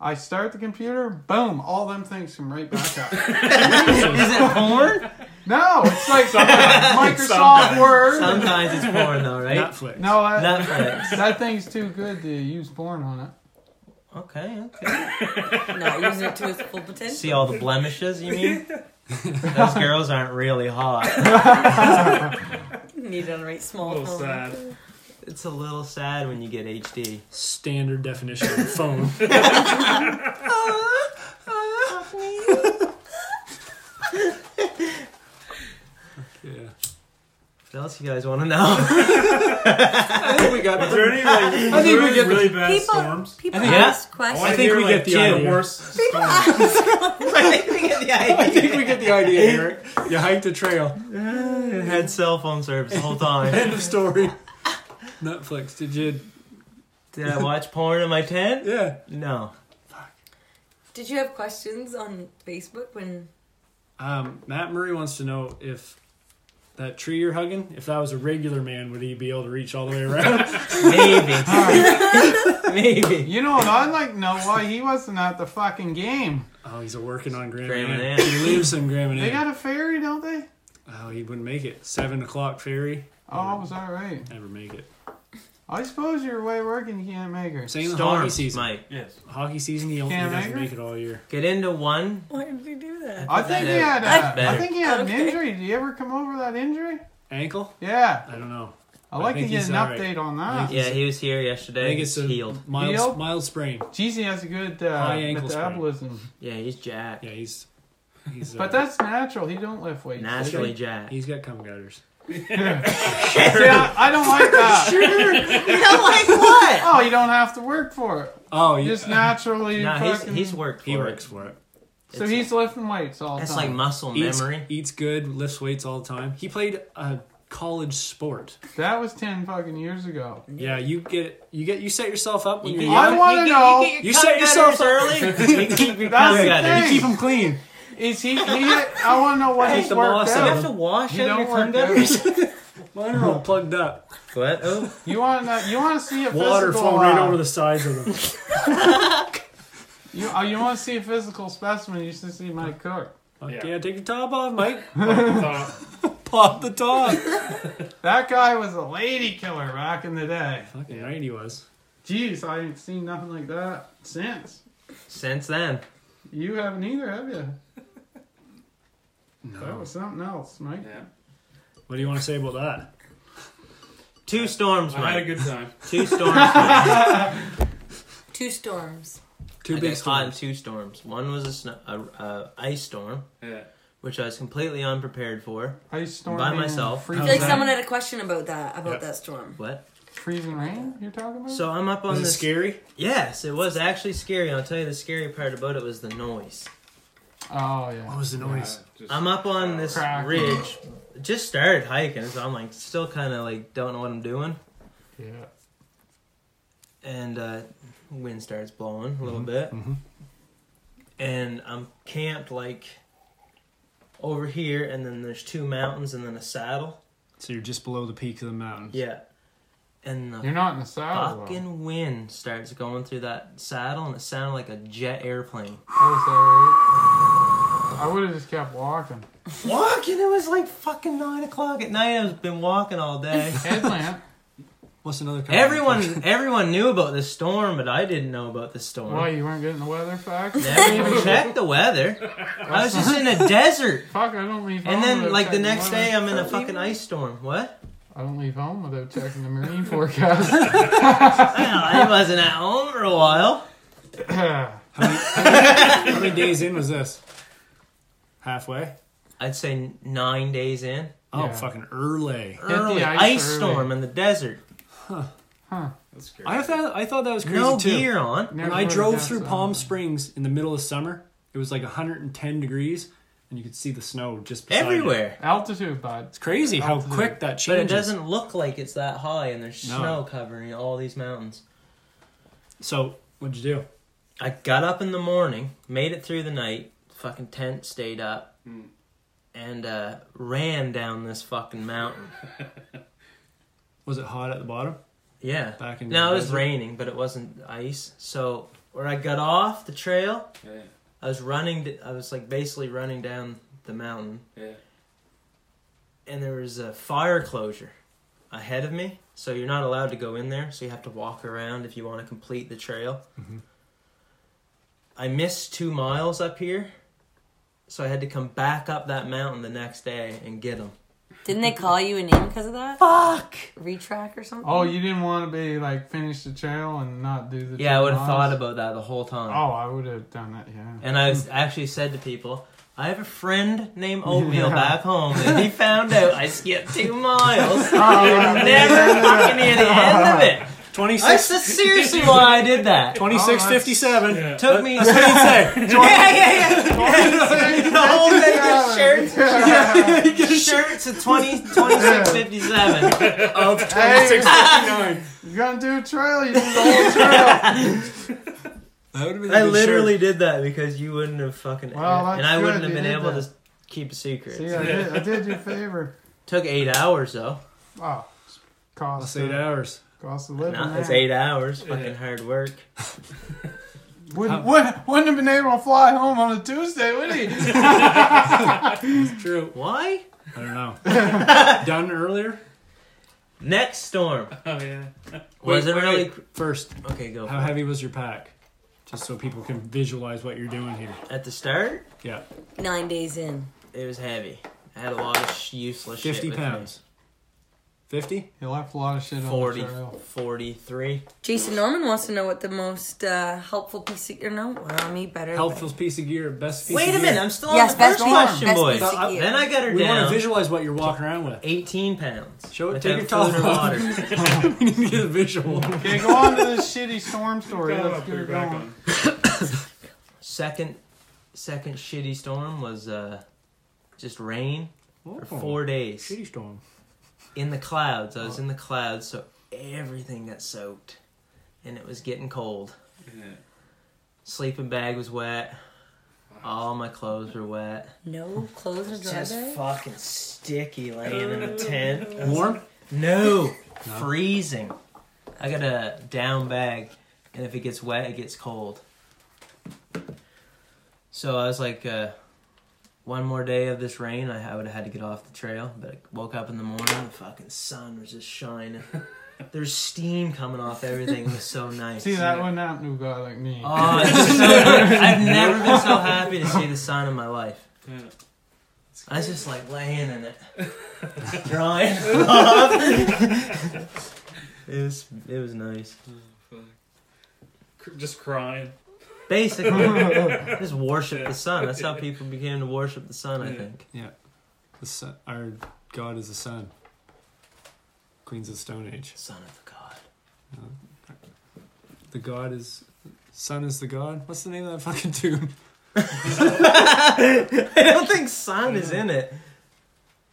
Speaker 1: I start the computer. Boom! All them things come right back up.
Speaker 2: Is it porn?
Speaker 1: no, it's like Microsoft Word.
Speaker 2: Sometimes it's porn though, right?
Speaker 4: Netflix.
Speaker 1: No, that,
Speaker 2: Netflix.
Speaker 1: that thing's too good to use porn on it.
Speaker 2: Okay, okay.
Speaker 3: Not using it to its full potential.
Speaker 2: See all the blemishes, you mean? Those girls aren't really hot.
Speaker 3: Need to write
Speaker 5: A
Speaker 3: small.
Speaker 5: little
Speaker 3: phone.
Speaker 5: sad.
Speaker 2: It's a little sad when you get HD.
Speaker 4: Standard definition of phone. yeah.
Speaker 2: What else you guys want to know?
Speaker 4: I think we got.
Speaker 5: Is there any like
Speaker 4: I think we
Speaker 5: really,
Speaker 4: get the-
Speaker 5: really bad
Speaker 3: People,
Speaker 5: storms?
Speaker 3: people
Speaker 2: I think-
Speaker 3: ask
Speaker 5: I,
Speaker 3: questions.
Speaker 5: wanna
Speaker 4: I think
Speaker 5: hear,
Speaker 4: we
Speaker 5: like,
Speaker 4: get the
Speaker 5: two
Speaker 4: idea.
Speaker 5: worst storms.
Speaker 2: I think we get the
Speaker 4: I
Speaker 2: idea.
Speaker 4: think we get the idea, Eric. You hiked a trail.
Speaker 2: It had cell phone service the whole time.
Speaker 4: End of story. Netflix. Did you?
Speaker 2: Did I watch porn in my tent?
Speaker 4: Yeah.
Speaker 2: No.
Speaker 3: Did you have questions on Facebook when?
Speaker 4: Um, Matt Murray wants to know if that tree you're hugging, if that was a regular man, would he be able to reach all the way around?
Speaker 2: Maybe. Maybe.
Speaker 1: You know what? I'd like to know why he wasn't at the fucking game.
Speaker 4: oh, he's working on Graham,
Speaker 2: Graham and Ann.
Speaker 4: and Ann. He lives in Graham and
Speaker 1: They
Speaker 4: Ann.
Speaker 1: got a ferry, don't they?
Speaker 4: oh, he wouldn't make it. Seven o'clock ferry.
Speaker 1: Oh, I was all right.
Speaker 4: Never make it.
Speaker 1: I suppose you're away working. You can't make her.
Speaker 4: Same with hockey
Speaker 2: Storms,
Speaker 4: season.
Speaker 2: Mike.
Speaker 5: yes.
Speaker 4: Hockey season, he, only, he
Speaker 1: Cam
Speaker 4: doesn't
Speaker 1: Hager?
Speaker 4: make it all year.
Speaker 2: Get into one.
Speaker 3: Why did you do that?
Speaker 1: I think he had.
Speaker 2: That's
Speaker 1: A, I
Speaker 2: better.
Speaker 1: think he had an
Speaker 3: Okay.
Speaker 1: injury. Did he ever come over that injury?
Speaker 4: Ankle?
Speaker 1: Yeah.
Speaker 4: I don't know.
Speaker 1: I'd
Speaker 4: I
Speaker 1: like to
Speaker 4: think
Speaker 1: get
Speaker 4: he's
Speaker 1: an
Speaker 4: all right.
Speaker 1: update on that.
Speaker 2: Yeah, he was here
Speaker 4: I
Speaker 2: yesterday.
Speaker 4: think it's a
Speaker 2: healed.
Speaker 4: mild
Speaker 1: Heel?
Speaker 4: mild sprain.
Speaker 1: Jeez, he has a good
Speaker 4: High
Speaker 1: uh,
Speaker 4: ankle sprain.
Speaker 1: metabolism.
Speaker 2: Yeah, he's jacked.
Speaker 4: Yeah, he's he's. Uh,
Speaker 1: But that's natural. He don't lift weights.
Speaker 2: Naturally jacked.
Speaker 4: he's got cum gutters.
Speaker 1: See, I, I don't like that.
Speaker 2: like what?
Speaker 1: Oh, you don't have to work for it.
Speaker 4: Oh,
Speaker 1: You
Speaker 4: yeah.
Speaker 1: just naturally.
Speaker 2: No, he's,
Speaker 1: fucking,
Speaker 2: he's worked for
Speaker 4: he
Speaker 2: it.
Speaker 4: works for it.
Speaker 1: So
Speaker 2: it's-
Speaker 1: he's lifting weights all the
Speaker 2: That's
Speaker 1: time.
Speaker 2: like muscle
Speaker 4: Eats,
Speaker 2: memory.
Speaker 4: eats good, lifts weights all the time. He played a college sport.
Speaker 1: That was ten fucking years ago.
Speaker 4: Yeah, you get you get you set yourself up when
Speaker 2: You
Speaker 4: you
Speaker 2: get-
Speaker 4: are young.
Speaker 1: I want to know.
Speaker 4: You set yourself
Speaker 2: early. you keep your
Speaker 1: That's
Speaker 2: cum
Speaker 1: the
Speaker 2: gutters.
Speaker 1: thing.
Speaker 4: Keep them clean.
Speaker 1: Is he? he I want to know what
Speaker 4: Take
Speaker 1: he's
Speaker 4: the
Speaker 1: worked
Speaker 4: boss
Speaker 2: You
Speaker 1: out.
Speaker 2: have to wash
Speaker 1: You
Speaker 2: out your
Speaker 1: don't work
Speaker 2: cum gutters.
Speaker 1: out.
Speaker 4: Mine are all plugged up.
Speaker 2: What? Oh,
Speaker 1: You want to? You want to see a
Speaker 4: Water
Speaker 1: physical?
Speaker 4: flowing right
Speaker 1: uh,
Speaker 4: over the sides of them.
Speaker 1: You, uh, you want to see a physical specimen? You should see Mike Cook.
Speaker 4: yeah.
Speaker 5: Yeah.
Speaker 4: take your top off, Mike.
Speaker 5: Thought,
Speaker 4: Pop the top.
Speaker 1: That guy was a lady killer back in the day.
Speaker 4: Fucking right, he was.
Speaker 1: Jeez, I ain't seen nothing like that since.
Speaker 2: since then.
Speaker 1: You haven't either, have you? That was something else, Mike.
Speaker 5: yeah.
Speaker 4: What do you want to say about that?
Speaker 2: Two storms,
Speaker 5: I had a
Speaker 2: Mike.
Speaker 5: good time.
Speaker 2: Two storms. Mike.
Speaker 3: Two storms.
Speaker 4: Two
Speaker 2: I
Speaker 4: big
Speaker 2: got caught in
Speaker 4: storms.
Speaker 2: two storms. One was a, snow, a, a ice storm,
Speaker 5: Yeah.
Speaker 2: which I was completely unprepared for.
Speaker 1: Ice storm
Speaker 2: By
Speaker 1: and
Speaker 2: myself.
Speaker 3: I
Speaker 1: Freezing,
Speaker 3: feel like
Speaker 4: Okay.
Speaker 3: someone had a question about that about
Speaker 4: Yep.
Speaker 3: that storm.
Speaker 2: What?
Speaker 1: freezing rain. You're talking about?
Speaker 2: So I'm up on
Speaker 4: Was it
Speaker 2: this.
Speaker 4: scary?
Speaker 2: Yes, it was actually scary. I'll tell you the scary part about it was the noise.
Speaker 1: oh yeah.
Speaker 4: What was the noise?
Speaker 5: Uh, just-
Speaker 2: I'm up on this
Speaker 1: Crack.
Speaker 2: ridge. Just started hiking, so I'm like still kind of like don't know what I'm doing.
Speaker 1: Yeah.
Speaker 2: and uh, wind starts blowing a little bit, and I'm camped like over here, and then there's two mountains and then a saddle.
Speaker 4: So you're just below the peak of the mountain.
Speaker 2: Yeah, and the
Speaker 1: You're not in the saddle. though.
Speaker 2: fucking wind starts going through that saddle, and it sounded like a jet airplane.
Speaker 1: That was alright. I would have just kept walking.
Speaker 2: Walking, it was like fucking nine o'clock at night. I've been walking all day.
Speaker 1: Headlamp.
Speaker 4: What's another? kind of-
Speaker 2: everyone, everyone knew about this storm, but I didn't know about the storm.
Speaker 1: Why you weren't getting the weather facts?
Speaker 2: Never even checked the weather. I was just in a desert.
Speaker 1: Fuck, I don't leave. home
Speaker 2: And then,
Speaker 1: without
Speaker 2: like the
Speaker 1: checking
Speaker 2: next
Speaker 1: weather.
Speaker 2: day, I'm in a fucking ice storm. What?
Speaker 1: I don't leave home without checking the marine forecast.
Speaker 2: Well, I wasn't at home for a while.
Speaker 4: How many days in was this? Halfway.
Speaker 2: I'd say nine days in.
Speaker 4: Oh,
Speaker 1: Yeah.
Speaker 4: fucking early.
Speaker 1: the
Speaker 2: Early
Speaker 1: ice
Speaker 2: ice,
Speaker 1: early.
Speaker 2: storm in the desert.
Speaker 5: That's scary.
Speaker 4: I thought I thought that was crazy
Speaker 2: No
Speaker 4: too.
Speaker 2: gear on.
Speaker 1: Never
Speaker 4: When I
Speaker 1: would've
Speaker 4: drove
Speaker 1: guessed
Speaker 4: through
Speaker 1: that.
Speaker 4: Palm Springs in the middle of summer, it was like 110 degrees, and you could see the snow just beside you.
Speaker 2: Everywhere.
Speaker 1: altitude, bud.
Speaker 4: It's crazy how
Speaker 1: Altitude.
Speaker 4: quick that
Speaker 2: But it
Speaker 4: changes.
Speaker 2: doesn't look like it's that high, and there's
Speaker 4: No.
Speaker 2: snow covering all these mountains.
Speaker 4: So what'd you do?
Speaker 2: I got up in the morning, made it through the night, fucking tent stayed up,
Speaker 4: Hmm.
Speaker 5: Mm.
Speaker 2: and uh, ran down this fucking mountain.
Speaker 4: Was it hot at the bottom?
Speaker 2: Yeah.
Speaker 4: Back in
Speaker 2: Now it was
Speaker 4: desert?
Speaker 2: raining, but it wasn't ice. So where I got off the trail,
Speaker 5: Yeah,
Speaker 2: I was running. d- I was like basically running down the mountain,
Speaker 5: yeah.
Speaker 2: and there was a fire closure ahead of me. So you're not allowed to go in there. So you have to walk around if you want to complete the trail.
Speaker 4: Mhm.
Speaker 2: I missed two miles up here, so I had to come back up that mountain the next day and get them.
Speaker 3: Didn't they call you a name because of that?
Speaker 2: Fuck.
Speaker 3: Retrack or something?
Speaker 1: Oh, you didn't want to be like finish the trail and not do the.
Speaker 2: Yeah, I
Speaker 1: two
Speaker 2: would have thought
Speaker 1: miles?
Speaker 2: about that the whole time.
Speaker 1: Oh, I would have done that. Yeah.
Speaker 2: And I was actually said to people, I have a friend named Oatmeal back home, and he found out I skipped two miles.
Speaker 1: Oh,
Speaker 2: and never fucking hear the end of it. That's
Speaker 4: 26,
Speaker 2: that's seriously why I did that.
Speaker 4: 2657.
Speaker 5: Yeah.
Speaker 2: Took me.
Speaker 4: Oh, That's what he'd say.
Speaker 2: yeah, yeah, yeah. yeah. the whole thing is shirts. shirts at 20, 26.57.
Speaker 4: Of
Speaker 1: Hey.
Speaker 4: 2659.
Speaker 1: You're gonna do a trail. You did the whole trail.
Speaker 4: That would have been
Speaker 2: I literally did that because you wouldn't have fucking.
Speaker 1: Well, that's
Speaker 2: and I wouldn't
Speaker 1: good,
Speaker 2: have
Speaker 1: you
Speaker 2: been
Speaker 1: did
Speaker 2: able
Speaker 1: that.
Speaker 2: to keep a secret.
Speaker 1: See, I did, I did you a favor.
Speaker 2: Took eight hours though.
Speaker 1: Oh,
Speaker 4: I'll
Speaker 1: cost uh,
Speaker 4: say
Speaker 1: of,
Speaker 4: hours.
Speaker 1: cost of living.
Speaker 2: Nah, it's
Speaker 1: there.
Speaker 2: eight hours.
Speaker 5: Yeah.
Speaker 2: Fucking hard work.
Speaker 1: Wouldn't, wouldn't, wouldn't have been able to fly home on a Tuesday, would he?
Speaker 4: True.
Speaker 2: Why?
Speaker 4: I don't know. Done earlier?
Speaker 2: Next storm.
Speaker 5: Oh yeah.
Speaker 2: Was
Speaker 4: Wait,
Speaker 2: it
Speaker 4: wait,
Speaker 2: really?
Speaker 4: wait. First,
Speaker 2: Okay, go.
Speaker 4: how
Speaker 2: For
Speaker 4: heavy was your pack? Just so people can visualize what you're doing here.
Speaker 2: it. At the start,
Speaker 4: Yeah.
Speaker 3: Nine days in.
Speaker 2: it was heavy. I had a lot of sh- useless shit.
Speaker 4: 50
Speaker 2: with me.
Speaker 4: pounds. 50?
Speaker 1: He left a lot of shit
Speaker 2: Forty,
Speaker 1: on the trail.
Speaker 2: forty-three.
Speaker 3: Jason Norman wants to know what the most uh, helpful piece of or no, well, me better.
Speaker 4: Helpful piece of gear, best piece
Speaker 2: 43. Wait
Speaker 4: of
Speaker 2: a
Speaker 4: gear.
Speaker 2: minute, I'm still
Speaker 3: Yes,
Speaker 2: on the
Speaker 3: best
Speaker 2: first
Speaker 3: piece-
Speaker 2: question,
Speaker 3: best
Speaker 2: boys.
Speaker 3: piece of gear.
Speaker 2: Then I got her
Speaker 4: We want
Speaker 2: down.
Speaker 4: to visualize what you're walking around with.
Speaker 2: 18 pounds.
Speaker 4: Show it-
Speaker 2: without
Speaker 4: take your top
Speaker 2: food or
Speaker 4: off.
Speaker 2: water.
Speaker 4: we need to get a visual.
Speaker 1: Okay, go on to this shitty storm story.
Speaker 5: Got
Speaker 1: Let's
Speaker 5: up,
Speaker 1: get
Speaker 5: you're
Speaker 1: it
Speaker 5: back
Speaker 1: going.
Speaker 5: on.
Speaker 2: second, second shitty storm was uh, just rain for
Speaker 4: Oh,
Speaker 2: four days
Speaker 4: Shitty storm.
Speaker 2: in the clouds. I was in the clouds, so everything got soaked, and it was getting cold.
Speaker 5: Yeah.
Speaker 2: Sleeping bag was wet. All my clothes were wet.
Speaker 3: No clothes or dry
Speaker 2: Just
Speaker 3: bag?
Speaker 2: fucking sticky laying in the tent.
Speaker 4: Warm?
Speaker 2: No, freezing. I got a down bag, and if it gets wet, it gets cold. So I was like, uh, one more day of this rain, I, I would have had to get off the trail. But I woke up in the morning, the fucking sun was just shining. There's steam coming off everything. It was so nice.
Speaker 1: See, that wouldn't happen to a guy like me.
Speaker 2: Oh, it's just so I've never been so happy to see the sun in my life.
Speaker 5: Yeah.
Speaker 2: I was just like laying in it, drawing. it was it was nice.
Speaker 5: Oh, fuck. Cr- Just crying.
Speaker 2: Basically, just worship the sun. That's how people began to worship the sun. I think.
Speaker 4: The sun, our god is the sun. Queens of Stone Age.
Speaker 2: Son of the God.
Speaker 4: The god is sun is the god. What's the name of that fucking tune?
Speaker 2: I don't think sun is in it.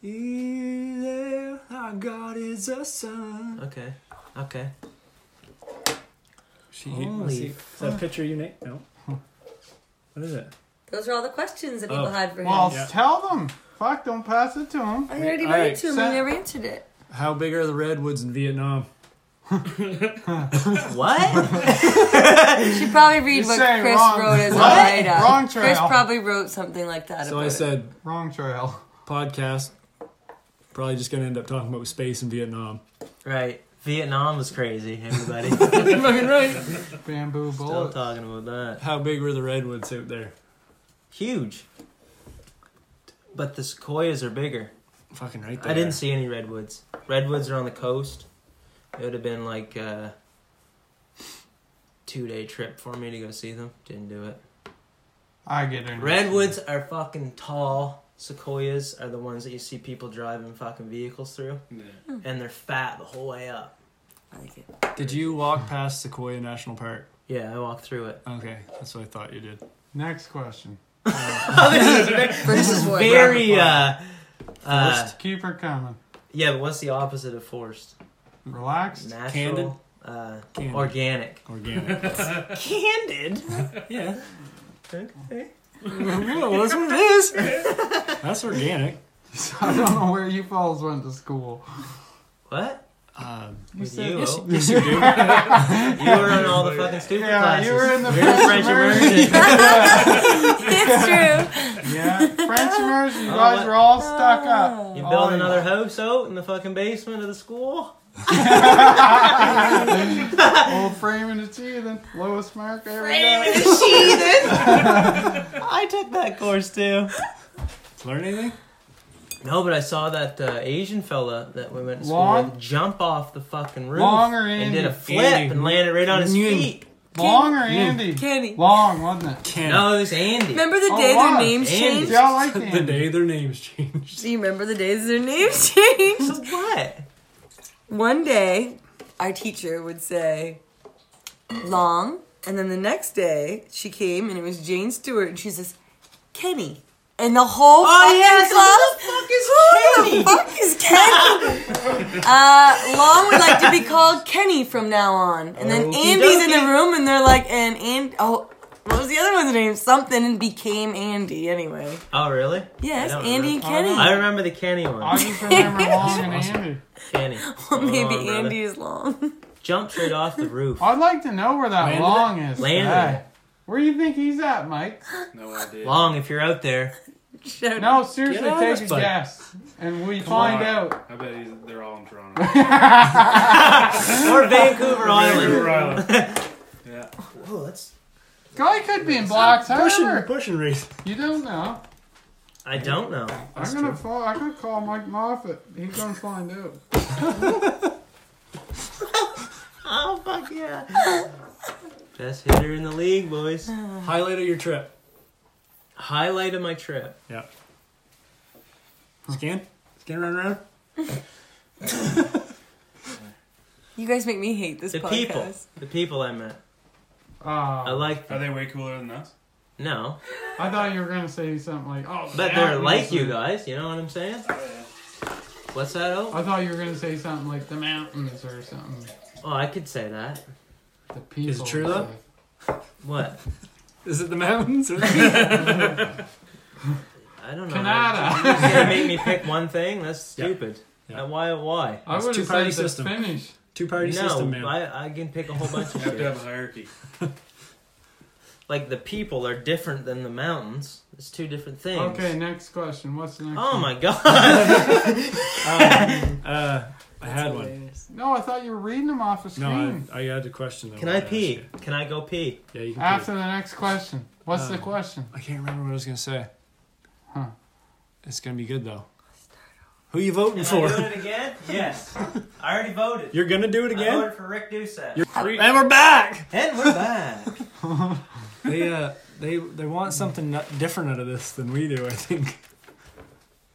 Speaker 4: He's there, our god is the sun.
Speaker 2: Okay. Okay.
Speaker 4: She,
Speaker 2: Holy
Speaker 4: Holy is that a picture you made? No. What is it?
Speaker 3: Those are all the questions that people
Speaker 4: Oh.
Speaker 3: had for him.
Speaker 1: well,
Speaker 4: Yeah.
Speaker 1: tell them. Fuck, don't pass it to them.
Speaker 3: I already
Speaker 4: all
Speaker 3: read
Speaker 4: right,
Speaker 3: it to him
Speaker 1: so-
Speaker 3: and never answered it.
Speaker 4: How big are the redwoods in Vietnam?
Speaker 2: What?
Speaker 3: She probably read
Speaker 1: You're
Speaker 3: what
Speaker 1: saying
Speaker 3: Chris
Speaker 1: wrong.
Speaker 3: wrote as a
Speaker 1: What?
Speaker 3: write up.
Speaker 1: Wrong
Speaker 3: Chris
Speaker 1: trail.
Speaker 3: probably wrote something like that.
Speaker 4: So
Speaker 3: about
Speaker 4: I
Speaker 3: it.
Speaker 4: said
Speaker 1: Wrong trail.
Speaker 4: podcast. Probably just gonna end up talking about space in Vietnam.
Speaker 2: right. Vietnam was crazy. Everybody still
Speaker 4: You're fucking right.
Speaker 1: Bamboo bullet.
Speaker 2: talking about that.
Speaker 4: How big were the redwoods out there?
Speaker 2: Huge. But the sequoias are bigger.
Speaker 4: Fucking right there.
Speaker 2: I didn't see any redwoods. Redwoods are on the coast. It would have been like a two day trip for me to go see them. Didn't do it.
Speaker 1: I get it.
Speaker 2: Redwoods are fucking tall. Sequoias are the ones that you see people driving fucking vehicles through.
Speaker 5: Yeah.
Speaker 2: And they're fat the whole way up.
Speaker 3: I like it.
Speaker 4: Did you walk past Sequoia National Park?
Speaker 2: Yeah, I walked through it.
Speaker 4: Okay, that's what I thought you did.
Speaker 1: Next question.
Speaker 2: Oh, this is very, this is
Speaker 3: Forced.
Speaker 2: very uh, uh,
Speaker 1: Keep her coming.
Speaker 2: yeah, but what's the opposite of forced?
Speaker 1: Relaxed.
Speaker 2: Natural.
Speaker 4: Candid?
Speaker 2: uh,
Speaker 4: Candid.
Speaker 2: organic.
Speaker 4: Organic.
Speaker 2: Candid.
Speaker 4: yeah.
Speaker 2: okay.
Speaker 4: well, that's what it is. That's organic.
Speaker 1: So I don't know where you fellas went to school.
Speaker 2: What?
Speaker 4: Um,
Speaker 1: You
Speaker 2: With
Speaker 1: said-
Speaker 2: you?
Speaker 4: yes, yes, you do.
Speaker 2: You were in all the fucking stupid
Speaker 1: Yeah,
Speaker 2: classes.
Speaker 1: you were in the
Speaker 2: We in
Speaker 1: French
Speaker 2: French
Speaker 1: immersion.
Speaker 2: immersion.
Speaker 3: it's true.
Speaker 1: Yeah, French immersion. You
Speaker 2: Oh,
Speaker 1: guys
Speaker 2: what-
Speaker 1: were all stuck up.
Speaker 2: You
Speaker 1: Oh,
Speaker 2: build
Speaker 1: yeah.
Speaker 2: another house out in the fucking basement of the school.
Speaker 1: Old frame and achieving. Lowest mark I ever got.
Speaker 2: I took that course too.
Speaker 4: Learn anything?
Speaker 2: No, but I saw that uh, Asian fella that we went to school
Speaker 1: Long?
Speaker 2: with jump off the fucking roof
Speaker 1: Long or
Speaker 2: and did a
Speaker 1: Andy?
Speaker 2: flip
Speaker 4: Andy.
Speaker 2: and landed right on his
Speaker 4: Nguyen.
Speaker 2: feet.
Speaker 1: Long or
Speaker 4: Kenny.
Speaker 1: Andy?
Speaker 3: Kenny.
Speaker 1: Long, wasn't it?
Speaker 4: Can.
Speaker 2: No, it was Andy.
Speaker 3: Remember the
Speaker 1: Oh,
Speaker 3: day
Speaker 1: wow.
Speaker 3: their names
Speaker 2: And-
Speaker 3: changed?
Speaker 1: See, I like
Speaker 4: the
Speaker 1: Andy.
Speaker 4: day their names changed.
Speaker 3: Do you remember the days their names changed?
Speaker 2: what?
Speaker 3: One day, our teacher would say, long. And then the next day, she came and it was Jane Stewart and she says, Kenny. And the whole
Speaker 2: Oh,
Speaker 3: fucking
Speaker 2: yes,
Speaker 3: class. Who the fuck is Kenny? uh, Long would like to be called Kenny from now on. And then
Speaker 2: Okie
Speaker 3: Andy's in
Speaker 2: dokie.
Speaker 3: the room and they're like, and, and, oh, what was the other one's name? Something and became Andy anyway.
Speaker 2: Oh, really?
Speaker 3: Yes,
Speaker 2: I don't
Speaker 3: Andy and
Speaker 2: remember.
Speaker 3: Kenny.
Speaker 2: I remember the Kenny
Speaker 1: I Oh,
Speaker 2: one.
Speaker 1: just remember Long and Andy.
Speaker 2: Kenny.
Speaker 3: Well,
Speaker 2: Hold
Speaker 3: maybe
Speaker 2: on, brother.
Speaker 3: Andy is long.
Speaker 2: Jumped right off the roof.
Speaker 1: I'd like to know where that
Speaker 4: Landed
Speaker 1: Long is.
Speaker 2: Landed
Speaker 1: today.
Speaker 2: it.
Speaker 1: Where do you think he's at, Mike?
Speaker 5: No idea.
Speaker 2: Long, if you're out there.
Speaker 3: Shout out.
Speaker 1: No, seriously,
Speaker 4: Get out of
Speaker 1: take
Speaker 4: this
Speaker 1: a
Speaker 4: bud.
Speaker 1: guess. And we
Speaker 5: Come on.
Speaker 1: find out.
Speaker 5: I bet he's, they're all in Toronto.
Speaker 2: Or Vancouver Island.
Speaker 5: Vancouver Island. yeah.
Speaker 2: Whoa, that's.
Speaker 1: Guy could be in blocks,
Speaker 4: Pushing,
Speaker 1: however.
Speaker 4: pushing race.
Speaker 1: You don't know.
Speaker 2: I don't know.
Speaker 1: I'm gonna fall, I'm gonna call Mike Moffat. He's gonna find out.
Speaker 2: Oh, fuck yeah. Best hitter in the league, boys.
Speaker 4: Highlight of your trip.
Speaker 2: Highlight of my trip.
Speaker 4: Yeah. Scan. Scan run around.
Speaker 3: You guys make me hate this
Speaker 2: The
Speaker 3: podcast.
Speaker 2: people. The people I met. I
Speaker 1: Uh,
Speaker 2: like
Speaker 5: Are
Speaker 2: them.
Speaker 5: they way cooler than us?
Speaker 2: No.
Speaker 1: I thought you were gonna say something like, "Oh,
Speaker 2: But
Speaker 1: that
Speaker 2: they're
Speaker 1: was
Speaker 2: like you
Speaker 1: the-
Speaker 2: guys, you know what I'm saying? What's that, oh?
Speaker 1: I thought you were gonna say something like the mountains or something.
Speaker 2: Oh, I could say that.
Speaker 1: The people.
Speaker 4: true, though?
Speaker 2: What?
Speaker 4: Is it the mountains? Or
Speaker 2: I don't know. You
Speaker 1: Canada.
Speaker 2: can't make me pick one thing? That's
Speaker 4: Yeah.
Speaker 2: stupid.
Speaker 4: Yeah.
Speaker 2: Uh, Why, why?
Speaker 1: I
Speaker 4: It's
Speaker 1: would have
Speaker 4: two-party
Speaker 1: said the
Speaker 4: system.
Speaker 1: Finnish.
Speaker 4: Two party system, man.
Speaker 2: No, I, I can pick a whole bunch
Speaker 5: You
Speaker 2: of
Speaker 5: have to
Speaker 2: shit.
Speaker 5: have a hierarchy.
Speaker 2: Like, the people are different than the mountains. It's two different things.
Speaker 1: Okay, next question. What's the next?
Speaker 2: Oh
Speaker 1: one?
Speaker 2: my god!
Speaker 4: Um, uh, I had one.
Speaker 1: No, I thought you were reading them off the
Speaker 4: No,
Speaker 1: screen.
Speaker 4: I, I had a question. Though
Speaker 2: Can I
Speaker 4: asked
Speaker 2: pee?
Speaker 4: you.
Speaker 2: Can I go pee?
Speaker 4: Yeah, you can
Speaker 1: After
Speaker 4: pee.
Speaker 1: the next question. What's the
Speaker 4: Um,
Speaker 1: question?
Speaker 4: I can't remember what I was gonna say.
Speaker 1: Huh.
Speaker 4: It's gonna be good though. Who you voting
Speaker 2: Can
Speaker 4: for?
Speaker 2: I do it again? Yes. I already voted.
Speaker 4: You're gonna do it
Speaker 2: I
Speaker 4: again.
Speaker 2: voted for Rick Doucette.
Speaker 4: You're free. And we're back.
Speaker 2: and we're back.
Speaker 4: they uh, they they want something nu- different out of this than we do. I think.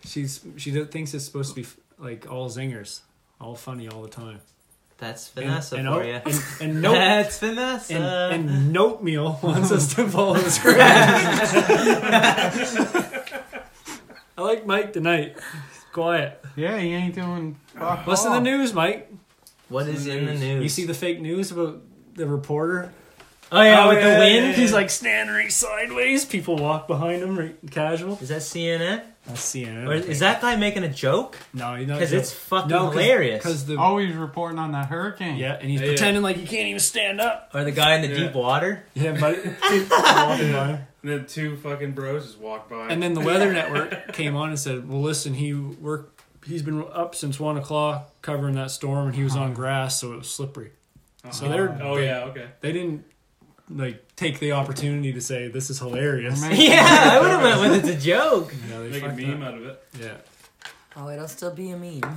Speaker 4: She's she d- thinks it's supposed to be f- like all zingers, all funny all the time.
Speaker 2: That's
Speaker 4: And-
Speaker 2: Vanessa
Speaker 4: and,
Speaker 2: for
Speaker 4: oat-
Speaker 2: you.
Speaker 4: And, and note
Speaker 2: That's Vanessa.
Speaker 4: and, and note meal wants us to follow the script. I like Mike tonight. He's quiet.
Speaker 1: Yeah, he ain't doing. fuck
Speaker 4: What's in the
Speaker 1: all.
Speaker 4: news, Mike?
Speaker 2: what is in the news?
Speaker 4: You see the fake news about the reporter?
Speaker 2: oh yeah,
Speaker 4: Oh,
Speaker 2: with the wind.
Speaker 4: He's like standing right sideways. People walk behind him, right, casual.
Speaker 2: Is that CNN?
Speaker 4: That's CNN.
Speaker 2: Or is that guy making a joke?
Speaker 4: No, you know
Speaker 2: Because it's fucking hilarious. Oh.
Speaker 4: Because the
Speaker 1: Always reporting on that hurricane.
Speaker 4: yeah, and he's
Speaker 5: Yeah, yeah.
Speaker 4: pretending like he can't even stand up.
Speaker 2: or the guy in the
Speaker 5: Yeah.
Speaker 2: deep water.
Speaker 4: Yeah, buddy. Walking by.
Speaker 5: And then two fucking bros just walk by.
Speaker 4: And then the Weather Network came on and said, "Well, listen, he worked. He's been up since one o'clock covering that storm, and he was on grass, so it was slippery. So they're
Speaker 5: Oh
Speaker 4: they,
Speaker 5: yeah, okay.
Speaker 4: They didn't like take the opportunity to say this is hilarious.
Speaker 1: Or maybe-
Speaker 2: yeah, I would have went with it's a joke.
Speaker 4: You know, they
Speaker 5: Make a
Speaker 4: fucked
Speaker 5: meme
Speaker 4: up.
Speaker 5: out of it.
Speaker 4: Yeah.
Speaker 3: Oh, it'll still be a meme.
Speaker 5: Oh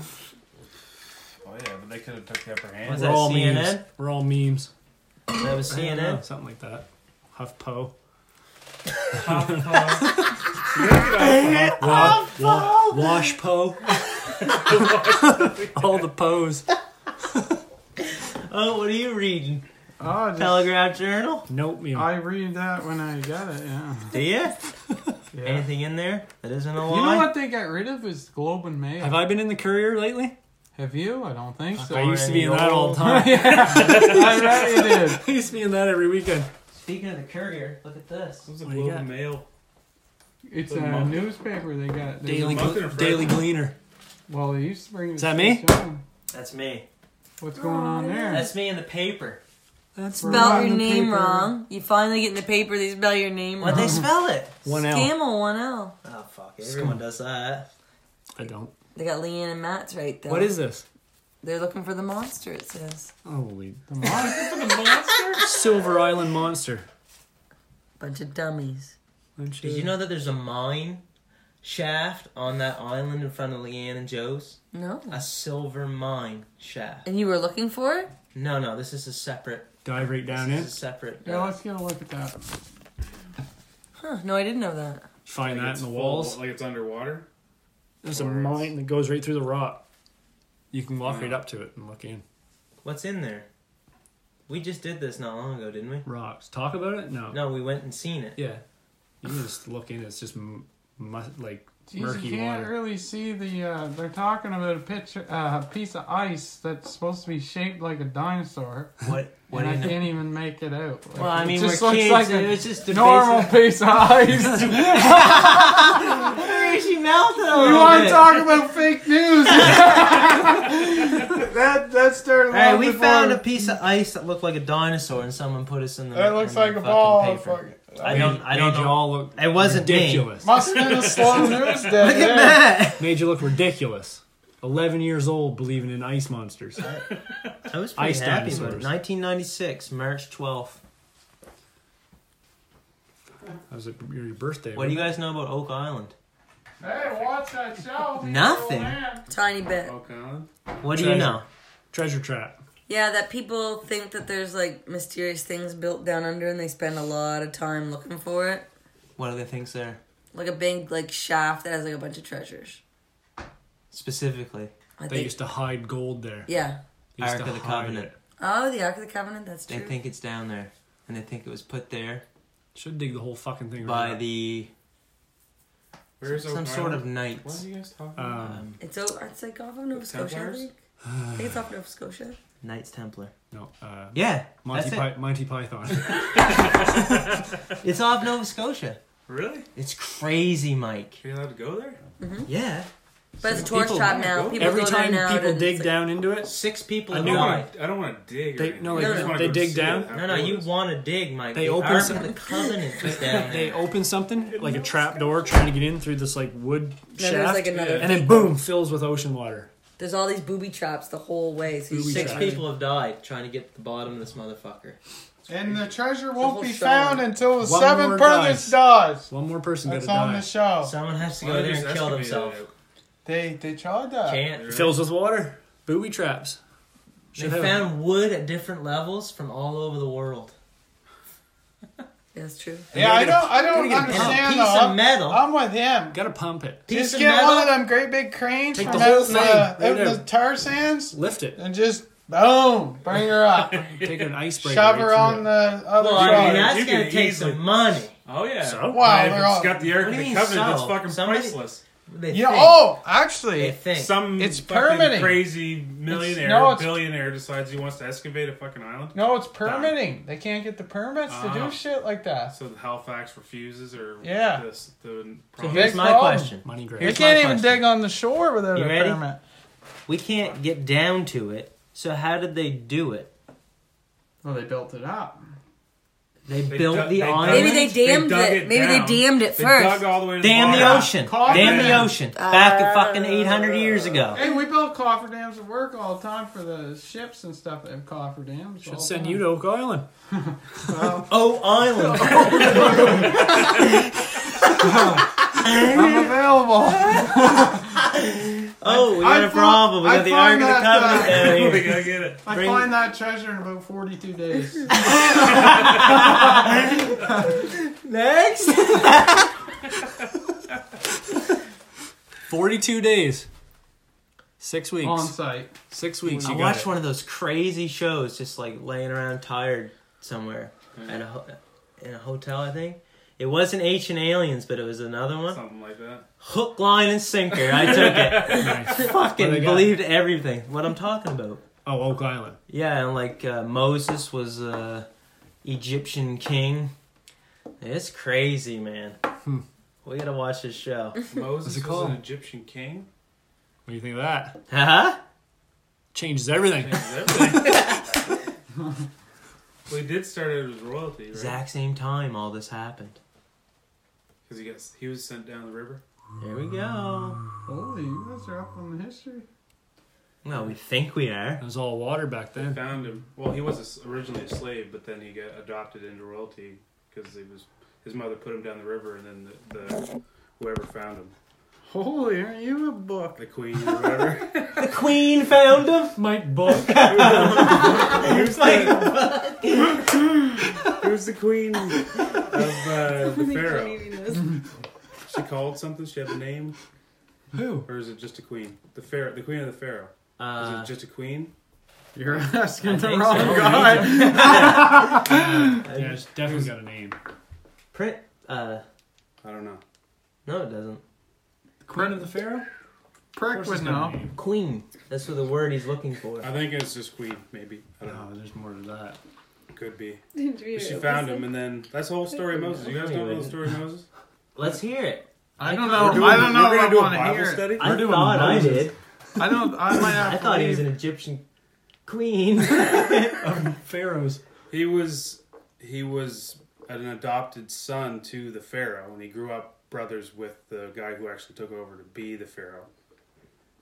Speaker 5: yeah, but they could have took the upper
Speaker 2: Was
Speaker 5: hand.
Speaker 2: that
Speaker 4: We're all memes.
Speaker 2: CNN?
Speaker 4: We're all memes.
Speaker 2: That was
Speaker 4: I don't know,
Speaker 2: CNN.
Speaker 4: something like that. HuffPo. Wa- wa- wash po. all the pos.
Speaker 2: Oh, what are you reading?
Speaker 1: Oh, just,
Speaker 2: Telegraph Journal.
Speaker 4: Nope meme.
Speaker 1: I read that when I got it. Yeah.
Speaker 2: Do you?
Speaker 1: Yeah.
Speaker 2: Anything in there that isn't a
Speaker 1: You know
Speaker 2: lie?
Speaker 1: what they got rid of is Globe and Mail.
Speaker 4: Have I been in the courier lately?
Speaker 1: Have you? I don't think so.
Speaker 4: I used to be in
Speaker 1: Any
Speaker 4: that all the time.
Speaker 1: yeah, I bet you did.
Speaker 4: I used to be in that every weekend.
Speaker 2: Speaking of the courier, look at this.
Speaker 5: What's the
Speaker 4: What do you
Speaker 5: Globe
Speaker 4: got?
Speaker 5: and Mail?
Speaker 1: It's
Speaker 5: The
Speaker 1: a
Speaker 5: monk.
Speaker 1: newspaper they got. There's
Speaker 4: Daily,
Speaker 1: a-
Speaker 5: Muffin
Speaker 4: Gle-
Speaker 5: and
Speaker 4: Daily
Speaker 5: Fred.
Speaker 4: Gleaner.
Speaker 1: well, they used to bring. it
Speaker 4: Is
Speaker 1: to
Speaker 4: that me?
Speaker 1: Stone.
Speaker 2: That's me.
Speaker 1: What's going on there?
Speaker 2: That's me in the paper.
Speaker 4: That's
Speaker 1: We're
Speaker 3: Spell
Speaker 1: writing
Speaker 3: your
Speaker 1: the
Speaker 3: name
Speaker 1: paper.
Speaker 3: wrong. You finally get in the paper, they spell your name
Speaker 2: Why'd
Speaker 3: wrong.
Speaker 2: they spell it?
Speaker 4: one L.
Speaker 3: Scammel, one L.
Speaker 2: Oh fuck! Everyone does that.
Speaker 4: I don't.
Speaker 3: They got Leanne and Matt's right though.
Speaker 4: What is this?
Speaker 3: They're looking for the monster, it says.
Speaker 4: Holy
Speaker 1: The monk.
Speaker 5: The monster?
Speaker 4: Silver Island Monster.
Speaker 3: Bunch of dummies.
Speaker 2: Did you know that there's a mine shaft on that island in front of Leanne and Joe's?
Speaker 3: No.
Speaker 2: A silver mine shaft.
Speaker 3: And you were looking for it?
Speaker 2: No, no, this is a separate.
Speaker 4: Dive right
Speaker 2: This
Speaker 4: down
Speaker 2: is
Speaker 4: in.
Speaker 2: a separate.
Speaker 1: yeah, let's get a look at that.
Speaker 3: Huh. No, I didn't know that.
Speaker 4: Find
Speaker 5: Like
Speaker 4: that
Speaker 5: it's
Speaker 4: in the
Speaker 5: full-
Speaker 4: walls.
Speaker 5: Like it's underwater?
Speaker 4: There's a
Speaker 5: Or it's-
Speaker 4: mine that goes right through the rock. You can walk
Speaker 5: Yeah.
Speaker 4: right up to it and look in.
Speaker 2: uh, What's in there? We just did this not long ago, didn't we?
Speaker 4: Rocks. Talk about it? No.
Speaker 2: No, we went and seen it.
Speaker 4: Yeah. You can just look in. It's just m- mu- like
Speaker 1: Jeez,
Speaker 4: murky
Speaker 1: you can't
Speaker 4: water.
Speaker 1: really see the. Uh, they're talking about a picture, uh, piece of ice that's supposed to be shaped like a dinosaur,
Speaker 2: What? What
Speaker 1: and
Speaker 2: do
Speaker 1: I
Speaker 2: you know?
Speaker 1: can't even make it out. Like,
Speaker 2: Well, I
Speaker 1: it
Speaker 2: mean,
Speaker 1: just
Speaker 2: we're
Speaker 1: looks
Speaker 2: kids.
Speaker 1: like
Speaker 2: it
Speaker 1: a
Speaker 2: was just a
Speaker 1: normal
Speaker 2: basic-
Speaker 1: piece of ice. you
Speaker 2: Maybe she melted a little
Speaker 1: want to
Speaker 2: bit.
Speaker 1: talk about fake news? that that started.
Speaker 2: All right,
Speaker 1: long
Speaker 2: we
Speaker 1: before-
Speaker 2: found a piece of ice that looked like a dinosaur, and someone put us in the.
Speaker 1: That looks
Speaker 2: in the
Speaker 1: like a
Speaker 2: fucking
Speaker 1: ball. of
Speaker 2: paper.
Speaker 1: fucking-
Speaker 2: I don't. I don't
Speaker 4: made you
Speaker 2: know.
Speaker 4: all look
Speaker 2: It wasn't me.
Speaker 4: ridiculous.
Speaker 1: Must have been a slow news day.
Speaker 2: Look
Speaker 1: yeah.
Speaker 2: at that.
Speaker 4: Made you look ridiculous. Eleven years old, believing in ice monsters.
Speaker 2: I was pretty
Speaker 4: Ice
Speaker 2: happy about it.
Speaker 4: dinosaurs.
Speaker 2: 1996, March 12th.
Speaker 4: That was it your birthday.
Speaker 2: What do you guys know about Oak Island?
Speaker 1: Hey, watch that show. people,
Speaker 2: Nothing.
Speaker 1: man.
Speaker 3: Tiny bit.
Speaker 5: Oak Island?
Speaker 2: What do you
Speaker 4: Treasure.
Speaker 2: know?
Speaker 4: Treasure trap.
Speaker 3: Yeah, that people think that there's like mysterious things built down under and they spend a lot of time looking for it.
Speaker 2: What do they think's there
Speaker 3: Like a big like shaft that has like a bunch of treasures.
Speaker 2: specifically?
Speaker 3: I
Speaker 4: They
Speaker 3: think
Speaker 4: used to hide gold there.
Speaker 3: Yeah.
Speaker 4: They used
Speaker 2: Ark
Speaker 4: to
Speaker 2: of the
Speaker 4: hide
Speaker 2: Covenant.
Speaker 4: it.
Speaker 3: Oh, the Ark of the Covenant, that's
Speaker 2: They
Speaker 3: true.
Speaker 2: think it's down there, and they think it was put there
Speaker 4: Should dig the whole fucking thing.
Speaker 2: by
Speaker 4: right up.
Speaker 2: the
Speaker 5: Where's Oak
Speaker 2: some sort of
Speaker 5: Island? What
Speaker 2: knights.
Speaker 5: are you guys talking about?
Speaker 4: Um,
Speaker 2: Um,
Speaker 3: it's o- it's like off of Nova Scotia, I
Speaker 5: Templars?
Speaker 3: think. I think it's off Nova Scotia.
Speaker 2: Knights Templar.
Speaker 4: no. Uh,
Speaker 2: Yeah,
Speaker 4: Monty,
Speaker 2: that's it.
Speaker 4: Py- Monty Python.
Speaker 2: It's off Nova Scotia.
Speaker 5: Really?
Speaker 2: It's crazy, Mike.
Speaker 5: Are you allowed to go there?
Speaker 2: Yeah,
Speaker 3: But it's a tourist
Speaker 4: people-
Speaker 3: trap now. People
Speaker 4: Every
Speaker 3: go
Speaker 4: time
Speaker 3: there now
Speaker 4: people
Speaker 3: to-
Speaker 4: dig
Speaker 3: it's like-
Speaker 4: down into it,
Speaker 2: six people
Speaker 4: I
Speaker 2: have
Speaker 4: knew
Speaker 5: I
Speaker 2: died.
Speaker 5: don't wanna- I don't want to dig. or
Speaker 4: They-
Speaker 5: anything.
Speaker 4: no,
Speaker 5: I
Speaker 4: like,
Speaker 5: just wanna
Speaker 4: they
Speaker 5: go
Speaker 4: dig
Speaker 5: see
Speaker 4: down?
Speaker 5: it
Speaker 2: No, no, you
Speaker 5: afterwards.
Speaker 2: want to dig, Mike.
Speaker 4: They
Speaker 2: the
Speaker 4: open
Speaker 2: Ark
Speaker 4: some-
Speaker 2: of the Covenant was down
Speaker 4: they
Speaker 2: there.
Speaker 4: open something like a trap door, trying to get in through this like wood
Speaker 3: there's,
Speaker 4: shaft,
Speaker 3: like, another
Speaker 4: and then boom, fills with ocean water.
Speaker 3: There's all these booby traps the whole way. So you
Speaker 4: Booby
Speaker 2: Six
Speaker 4: traps.
Speaker 2: people have died trying to get to the bottom of this motherfucker.
Speaker 1: And the treasure
Speaker 3: whole
Speaker 1: won't be
Speaker 3: show.
Speaker 1: found until the
Speaker 4: One
Speaker 1: seven
Speaker 4: more
Speaker 1: brothers dies.
Speaker 4: One more person
Speaker 1: That's
Speaker 4: gotta
Speaker 1: on the
Speaker 4: die.
Speaker 1: show.
Speaker 2: Someone has to
Speaker 5: Why
Speaker 2: go
Speaker 5: don't
Speaker 2: there
Speaker 5: you
Speaker 2: and
Speaker 5: Oh. just
Speaker 2: kill
Speaker 5: excavate
Speaker 2: themselves.
Speaker 5: it?
Speaker 1: They they tried
Speaker 5: Uh,
Speaker 1: that.
Speaker 2: Can't.
Speaker 4: fills with water. Booby traps.
Speaker 2: They
Speaker 4: Should have-
Speaker 2: found wood at different levels from all over the world.
Speaker 3: Yeah, That's true.
Speaker 1: Yeah, I don't I don't
Speaker 2: And a
Speaker 1: understand
Speaker 2: piece
Speaker 1: though.
Speaker 2: of
Speaker 1: I'm,
Speaker 2: metal.
Speaker 1: I'm with him.
Speaker 4: Gotta pump it.
Speaker 2: piece
Speaker 1: just
Speaker 2: of
Speaker 1: get one of
Speaker 2: metal.
Speaker 1: them great big cranes
Speaker 4: Take
Speaker 1: from
Speaker 4: the whole
Speaker 1: out,
Speaker 4: thing,
Speaker 1: uh,
Speaker 4: right
Speaker 1: out the
Speaker 4: there.
Speaker 1: tar sands
Speaker 4: Lift it.
Speaker 1: and just boom, bring her up,
Speaker 4: Take an icebreaker.
Speaker 1: shove
Speaker 4: right
Speaker 1: her
Speaker 4: through
Speaker 1: on
Speaker 4: it.
Speaker 1: the other
Speaker 2: Well, I mean,
Speaker 1: side.
Speaker 2: that's
Speaker 5: You
Speaker 2: gonna
Speaker 5: can
Speaker 2: take
Speaker 5: easily-
Speaker 2: some money.
Speaker 5: Oh yeah.
Speaker 4: So?
Speaker 1: Wow,
Speaker 5: if
Speaker 1: they're
Speaker 5: it's
Speaker 1: all-
Speaker 5: got the Ark
Speaker 2: What
Speaker 5: of
Speaker 2: do you
Speaker 5: the
Speaker 2: mean
Speaker 5: Covenant. That's
Speaker 2: so?
Speaker 5: fucking
Speaker 2: Somebody-
Speaker 5: priceless.
Speaker 2: They
Speaker 1: You know,
Speaker 2: think.
Speaker 1: oh,
Speaker 2: they
Speaker 1: actually,
Speaker 2: think.
Speaker 5: Some
Speaker 1: It's
Speaker 5: fucking
Speaker 1: permitting.
Speaker 5: crazy millionaire,
Speaker 1: no, it's-
Speaker 5: billionaire decides he wants to excavate a fucking island.
Speaker 1: no, it's permitting. They can't get the permits to
Speaker 5: Ah.
Speaker 1: do shit like that.
Speaker 5: So Halifax refuses, or
Speaker 1: Yeah.
Speaker 5: this, the
Speaker 1: So
Speaker 5: province.
Speaker 2: Here's
Speaker 1: Big
Speaker 2: my
Speaker 1: problem.
Speaker 2: question.
Speaker 4: money grab.
Speaker 1: They
Speaker 2: Here's
Speaker 1: can't
Speaker 2: my
Speaker 1: even
Speaker 2: question.
Speaker 1: dig on the shore without
Speaker 2: You
Speaker 1: a
Speaker 2: ready?
Speaker 1: permit.
Speaker 2: We can't get down to it. So how did they do it?
Speaker 1: Well, they built it up.
Speaker 2: They,
Speaker 5: They
Speaker 2: built
Speaker 5: dug-
Speaker 2: the
Speaker 5: they
Speaker 2: island.
Speaker 5: dug
Speaker 3: Maybe they damned
Speaker 5: dug
Speaker 3: it. Maybe they damned it
Speaker 5: They
Speaker 3: first.
Speaker 5: dug all the way to
Speaker 2: Damn the
Speaker 5: bottom.
Speaker 2: ocean.
Speaker 1: Call
Speaker 2: Damn
Speaker 1: it
Speaker 2: the
Speaker 1: in.
Speaker 2: ocean. Back a fucking 800 years ago.
Speaker 1: Hey, we build coffer dams at work all the time for the ships and stuff that have coffer dams. all
Speaker 4: Should
Speaker 1: the
Speaker 4: send
Speaker 1: time.
Speaker 4: you to Oak Island.
Speaker 2: Oh, island.
Speaker 1: I'm available.
Speaker 2: Oh, we
Speaker 1: I
Speaker 2: got a
Speaker 1: thought-
Speaker 2: problem. We
Speaker 1: I
Speaker 2: got the Ark of the
Speaker 1: find that, uh,
Speaker 2: Covenant down here.
Speaker 5: we gotta get it.
Speaker 1: I
Speaker 2: Bring-
Speaker 1: find that treasure in about 42 days.
Speaker 2: Next.
Speaker 4: 42 days. Six weeks.
Speaker 1: on site.
Speaker 4: Six weeks.
Speaker 2: I
Speaker 4: You
Speaker 2: watched
Speaker 4: got it.
Speaker 2: one of those crazy shows, just like laying around tired somewhere at a ho- in a hotel, I think. It wasn't Ancient Aliens, but it was another one.
Speaker 5: Something like that.
Speaker 2: Hook, line, and sinker. I took it.
Speaker 4: Nice.
Speaker 2: Fucking
Speaker 4: What they got?
Speaker 2: believed everything. What I'm talking about.
Speaker 4: Oh, Oak Island.
Speaker 2: Yeah, and like uh, Moses was a Egyptian king. It's crazy, man.
Speaker 1: Hmm.
Speaker 2: We gotta watch this show.
Speaker 5: Moses
Speaker 4: it
Speaker 5: was
Speaker 4: called?
Speaker 5: an Egyptian king.
Speaker 4: What do you think of that?
Speaker 2: Huh?
Speaker 4: Changes everything.
Speaker 5: Changes everything. we did start it as royalty, right?
Speaker 2: Exact same time all this happened.
Speaker 5: Because he got he was sent down the river.
Speaker 2: There we go.
Speaker 1: Holy, you guys are up on the history.
Speaker 2: Well, we think we are.
Speaker 4: It was all water back
Speaker 5: They
Speaker 4: then.
Speaker 5: found him. Well, he was a s originally a slave, but then he got adopted into royalty because he was his mother put him down the river, and then the, the whoever found him,
Speaker 1: Holy, aren't you a book?
Speaker 5: the queen or whatever.
Speaker 2: The queen found him.
Speaker 4: Mike Buck.
Speaker 5: Who's the, who's the queen of uh, the pharaoh? She called something. She had a name,
Speaker 4: Who?
Speaker 5: or is it just a queen? The pharaoh, the queen of the pharaoh. Is
Speaker 2: Uh,
Speaker 5: it just a queen?
Speaker 1: You're asking the
Speaker 2: think
Speaker 1: wrong
Speaker 2: so.
Speaker 1: guy.
Speaker 4: Yeah, it's definitely got a name.
Speaker 2: print. Uh,
Speaker 5: I don't know.
Speaker 2: no, it doesn't.
Speaker 4: Queen of the Pharaoh? Of
Speaker 1: Prick
Speaker 4: course
Speaker 1: would
Speaker 4: it's got a
Speaker 1: know.
Speaker 4: name.
Speaker 2: Queen. That's what the word he's looking for.
Speaker 5: I think it's just queen. Maybe I don't
Speaker 4: No,
Speaker 5: know.
Speaker 4: there's more to that.
Speaker 5: Could be.
Speaker 6: She
Speaker 5: But she found him, and then that's the whole story of Moses. You guys don't know the story of Moses?
Speaker 2: Let's hear it.
Speaker 1: I don't
Speaker 2: We're
Speaker 1: know.
Speaker 2: doing-
Speaker 1: Oh, I don't know.
Speaker 5: We're
Speaker 1: if I
Speaker 5: gonna do a
Speaker 1: want to
Speaker 5: Bible
Speaker 1: hear. it.
Speaker 5: study.
Speaker 2: I
Speaker 4: doing
Speaker 2: thought I
Speaker 4: Moses.
Speaker 2: did.
Speaker 1: I don't. I might have.
Speaker 2: I
Speaker 1: to
Speaker 2: thought he was
Speaker 1: leave.
Speaker 2: an Egyptian queen.
Speaker 4: Pharaohs.
Speaker 5: He was he was an adopted son to the pharaoh, and he grew up brothers with the guy who actually took over to be the pharaoh.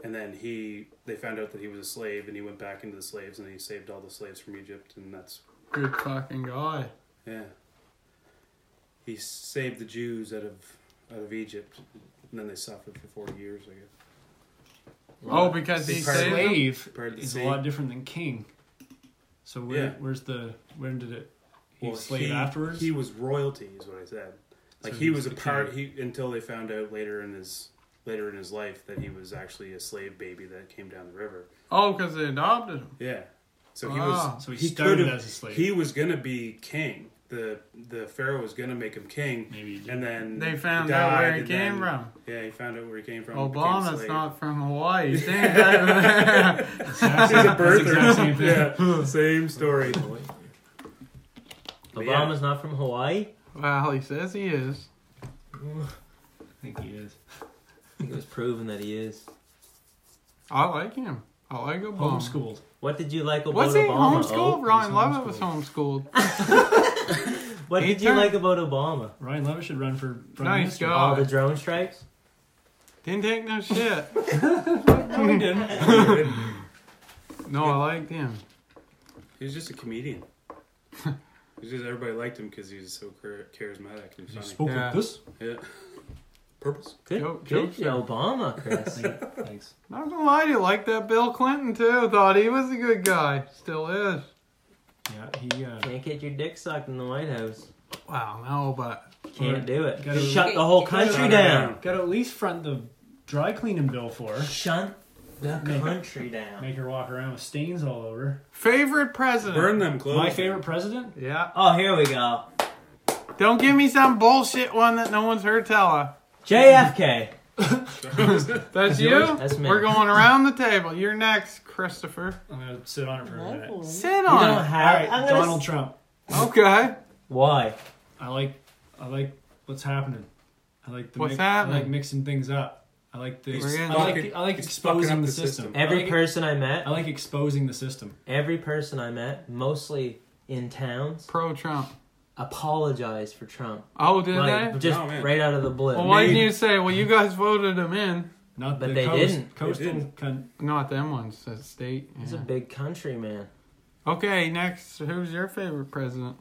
Speaker 5: And then he they found out that he was a slave, and he went back into the slaves, and he saved all the slaves from Egypt, and that's
Speaker 1: Good fucking guy.
Speaker 5: yeah. He saved the Jews out of out of Egypt, and then they suffered for forty years. I guess.
Speaker 1: Oh, because he
Speaker 5: Big part of
Speaker 1: saved him?
Speaker 4: Slave
Speaker 5: Part of the
Speaker 4: is a
Speaker 5: sea.
Speaker 4: lot different than king. So where,
Speaker 5: Yeah.
Speaker 4: where's the when did it? He
Speaker 5: Well,
Speaker 4: was slave afterwards.
Speaker 5: He was royalty, is what I said. Like
Speaker 4: So
Speaker 5: he
Speaker 4: he
Speaker 5: was a
Speaker 4: was the
Speaker 5: part. He until they found out later in his later in his life that he was actually a slave baby that came down the river.
Speaker 1: Oh, because they adopted him.
Speaker 5: Yeah. So he
Speaker 1: Ah.
Speaker 5: was.
Speaker 4: so he,
Speaker 5: he
Speaker 4: started
Speaker 5: could've-
Speaker 4: as a slave.
Speaker 5: He was gonna be king. The the pharaoh was gonna make him king,
Speaker 4: Maybe he did.
Speaker 5: and then
Speaker 1: They
Speaker 5: he
Speaker 1: found out
Speaker 5: died,
Speaker 1: where he
Speaker 5: and
Speaker 1: came
Speaker 5: then-
Speaker 1: from.
Speaker 5: Yeah, he found out where he came from. and became a
Speaker 1: Obama's
Speaker 5: slave.
Speaker 1: not from Hawaii. Same guy.
Speaker 4: Exactly.
Speaker 5: He's a
Speaker 4: That's the exact same thing.
Speaker 5: birther. Yeah, same story. But yeah.
Speaker 2: Obama's not from Hawaii.
Speaker 1: well, he says he is.
Speaker 4: I think he is.
Speaker 2: I think it was proven that he is.
Speaker 1: I like him. I like Obama.
Speaker 4: Homeschooled.
Speaker 2: What did you like about
Speaker 1: Was he
Speaker 2: Obama? Oh,
Speaker 1: homeschooled?
Speaker 2: Oak?
Speaker 1: Ryan
Speaker 4: Oh, he's
Speaker 1: Lovett was homeschooled.
Speaker 2: What
Speaker 1: He
Speaker 2: did you
Speaker 1: turned-
Speaker 2: like about Obama?
Speaker 4: Ryan Levitt should run for prime
Speaker 1: Nice
Speaker 4: minister.
Speaker 1: guy.
Speaker 2: All the drone strikes.
Speaker 1: Didn't take no shit.
Speaker 4: No, he didn't.
Speaker 1: No, I liked him.
Speaker 5: He was just a comedian. It was just everybody liked him because he was so char- charismatic and
Speaker 4: He
Speaker 5: funny.
Speaker 4: spoke
Speaker 1: Yeah.
Speaker 4: like this.
Speaker 5: Yeah. Purpose.
Speaker 2: Good,
Speaker 1: Joke-
Speaker 2: good
Speaker 1: joke show.
Speaker 2: Obama, Chris.
Speaker 4: Thanks.
Speaker 1: Not gonna lie to you, like that Bill Clinton too. Thought he was a good guy. Still is.
Speaker 4: Yeah, he uh,
Speaker 2: Can't get your dick sucked in the White House.
Speaker 1: Wow, no, but
Speaker 2: Can't do it.
Speaker 4: Gotta-
Speaker 2: Shut the whole
Speaker 3: Gotta-
Speaker 2: country down.
Speaker 4: got to at least front the dry cleaning bill for her.
Speaker 2: Shut the
Speaker 4: Make-
Speaker 2: country down.
Speaker 4: Make her walk around with stains all over.
Speaker 1: favorite president.
Speaker 5: Burn them clothes.
Speaker 4: My favorite president?
Speaker 1: Yeah.
Speaker 2: Oh, here we go.
Speaker 1: Don't give me some bullshit one that no one's heard tell of.
Speaker 2: JFK.
Speaker 1: That's you.
Speaker 4: yours?
Speaker 2: That's me.
Speaker 1: We're going around the table. You're next, Christopher.
Speaker 4: I'm gonna sit on it for a minute.
Speaker 1: Sit
Speaker 2: You don't
Speaker 1: on
Speaker 4: All
Speaker 2: have.
Speaker 4: right,
Speaker 2: I'm gonna
Speaker 4: Donald
Speaker 2: s-
Speaker 4: Trump.
Speaker 1: it. Okay.
Speaker 2: Why?
Speaker 4: I like, I like what's happening. I like the
Speaker 1: What's
Speaker 4: mix, I like
Speaker 1: happening?
Speaker 4: mixing things up. I like the.
Speaker 5: He's
Speaker 4: I
Speaker 1: fucking-
Speaker 4: like, I like
Speaker 5: he's fucking
Speaker 4: exposing
Speaker 5: up
Speaker 4: the
Speaker 5: the
Speaker 4: system.
Speaker 5: system.
Speaker 2: Every
Speaker 4: I like,
Speaker 2: person I
Speaker 4: I
Speaker 2: met,
Speaker 4: like exposing the system.
Speaker 2: every person I met, mostly in towns,
Speaker 1: Pro Trump.
Speaker 2: apologized for Trump.
Speaker 1: Oh, did
Speaker 2: Like,
Speaker 1: they?
Speaker 2: just
Speaker 5: No, man.
Speaker 2: right out of the blue.
Speaker 1: Well, why didn't you say? Well, you guys voted him in.
Speaker 4: Not
Speaker 2: But
Speaker 4: the
Speaker 2: they
Speaker 4: coast,
Speaker 2: didn't. They
Speaker 4: Coastal
Speaker 5: didn't.
Speaker 4: con-
Speaker 1: Not them ones. That state.
Speaker 2: He's
Speaker 1: yeah.
Speaker 2: a big country man.
Speaker 1: Okay, next. Who's your favorite president?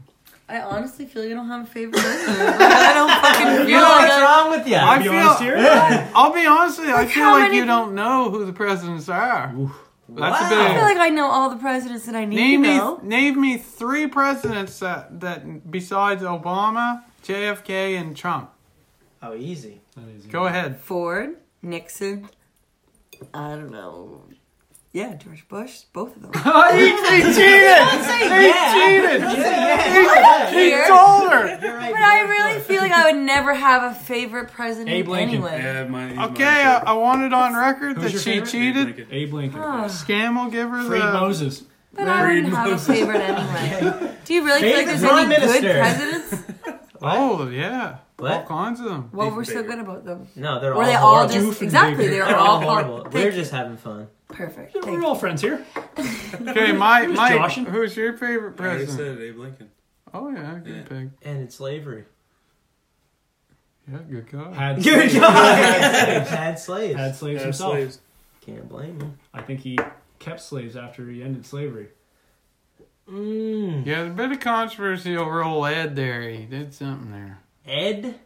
Speaker 3: I honestly feel you don't have a favorite. president. I don't fucking
Speaker 1: You
Speaker 3: feel
Speaker 1: know
Speaker 3: like
Speaker 2: What's
Speaker 3: I-
Speaker 2: wrong with you?
Speaker 1: I
Speaker 4: be
Speaker 1: feel-
Speaker 4: honest here?
Speaker 1: I'll be honest with you. I
Speaker 3: Like,
Speaker 1: feel
Speaker 3: how
Speaker 1: like
Speaker 3: many-
Speaker 1: you don't know who the presidents are. That's
Speaker 2: Wow.
Speaker 1: a big.
Speaker 3: I feel like I know all the presidents that I need
Speaker 1: Name
Speaker 3: to
Speaker 1: me,
Speaker 3: know.
Speaker 1: name me three presidents that, that besides Obama, JFK, and Trump.
Speaker 2: Oh, easy.
Speaker 4: that is-
Speaker 1: Go ahead.
Speaker 3: Ford, Nixon. I don't know. Yeah, George Bush, both of them.
Speaker 1: Oh, he, he cheated! He cheated! He
Speaker 3: Here.
Speaker 1: told her!
Speaker 2: You're right.
Speaker 3: But I really feel like I would never have a favorite president
Speaker 4: Abe Lincoln.
Speaker 3: anyway.
Speaker 5: Yeah, mine, he's
Speaker 1: Okay,
Speaker 5: mine,
Speaker 1: I,
Speaker 5: too.
Speaker 1: I want it on record
Speaker 4: Who's
Speaker 1: that
Speaker 4: your
Speaker 1: she
Speaker 4: favorite?
Speaker 1: cheated.
Speaker 5: Lincoln.
Speaker 4: Abe Lincoln.
Speaker 3: Oh,
Speaker 1: Scam will give her
Speaker 4: Freed
Speaker 1: the.
Speaker 4: Moses.
Speaker 3: but I wouldn't have a favorite anyway. Do you really feel like
Speaker 2: Favorite
Speaker 3: there's
Speaker 2: prime
Speaker 3: any good
Speaker 2: minister.
Speaker 3: presidents?
Speaker 1: Oh, yeah. All
Speaker 2: What?
Speaker 1: kinds of them.
Speaker 3: What
Speaker 5: He's
Speaker 3: were so
Speaker 5: bigger.
Speaker 3: good about them?
Speaker 2: No, they're
Speaker 3: Were
Speaker 2: all
Speaker 3: they
Speaker 2: horrible.
Speaker 3: all just
Speaker 4: Goofy
Speaker 3: exactly?
Speaker 4: baby.
Speaker 3: They were
Speaker 2: They're
Speaker 3: all
Speaker 2: all
Speaker 3: part-
Speaker 2: horrible.
Speaker 3: thank
Speaker 2: We're
Speaker 3: you.
Speaker 2: just having fun.
Speaker 3: perfect.
Speaker 4: Yeah,
Speaker 3: Thank
Speaker 4: we're all friends here.
Speaker 1: Okay, my, my,
Speaker 4: Joshing?
Speaker 1: who's your favorite
Speaker 5: I already
Speaker 1: president?
Speaker 5: said Abe Lincoln.
Speaker 1: Oh, yeah, good
Speaker 5: Yeah.
Speaker 1: pick.
Speaker 2: And it's slavery.
Speaker 1: Yeah, good call.
Speaker 4: Had
Speaker 2: Good
Speaker 4: slaves.
Speaker 2: Had slaves.
Speaker 4: Had slaves
Speaker 5: Yeah,
Speaker 4: himself.
Speaker 5: slaves.
Speaker 2: Can't blame them.
Speaker 4: I think he kept slaves after he ended slavery.
Speaker 2: Mm.
Speaker 1: Yeah, there's a bit of controversy over old Ed there. He did something there.
Speaker 2: Ed.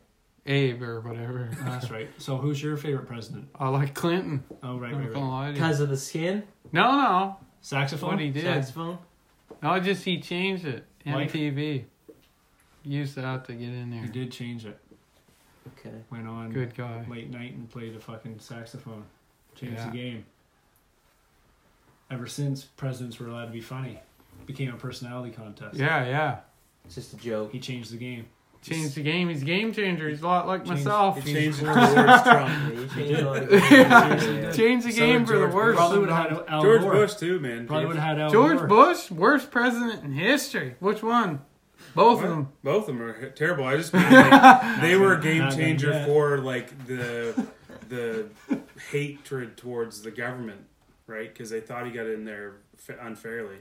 Speaker 1: Abe or whatever.
Speaker 4: That's right. So who's your favorite president?
Speaker 1: I like Clinton.
Speaker 4: Oh, right,
Speaker 1: I'm
Speaker 4: right,
Speaker 1: not gonna
Speaker 4: right.
Speaker 1: lie to you.
Speaker 2: Because of the skin,
Speaker 1: No, no. What he
Speaker 4: Saxophone?
Speaker 1: did.
Speaker 2: saxophone.
Speaker 1: No, just he changed it.
Speaker 4: Like-
Speaker 1: MTV. Used that to get in
Speaker 4: He
Speaker 1: there.
Speaker 4: did change it.
Speaker 2: Okay.
Speaker 4: Went on
Speaker 1: Good guy.
Speaker 4: late night and played a fucking saxophone. Changed
Speaker 1: Yeah.
Speaker 4: the game. Ever since, presidents were allowed to be funny. Became a personality contest.
Speaker 1: Yeah, yeah.
Speaker 2: It's just a joke.
Speaker 4: He changed the game.
Speaker 1: Changed the game. He's a game changer. He's a lot like
Speaker 4: Changed-
Speaker 1: myself.
Speaker 5: He changed it towards Trump.
Speaker 2: Yeah, you changed a lot of-
Speaker 1: Yeah.
Speaker 2: Yeah.
Speaker 1: Changed the
Speaker 5: So
Speaker 1: game
Speaker 5: did
Speaker 1: for the
Speaker 5: George
Speaker 1: worse.
Speaker 5: Bush.
Speaker 4: Probably would have had Al
Speaker 5: George
Speaker 4: Gore.
Speaker 5: Bush too, man.
Speaker 4: Probably would have had Al
Speaker 1: George
Speaker 4: Gore.
Speaker 1: Bush, worst president in history. Which one? Both of them.
Speaker 5: Both of them are terrible. I just mean, like, they were a game
Speaker 4: Not gonna
Speaker 5: changer
Speaker 4: get.
Speaker 5: for like the the hatred towards the government, right? Because they thought he got in there fa- unfairly.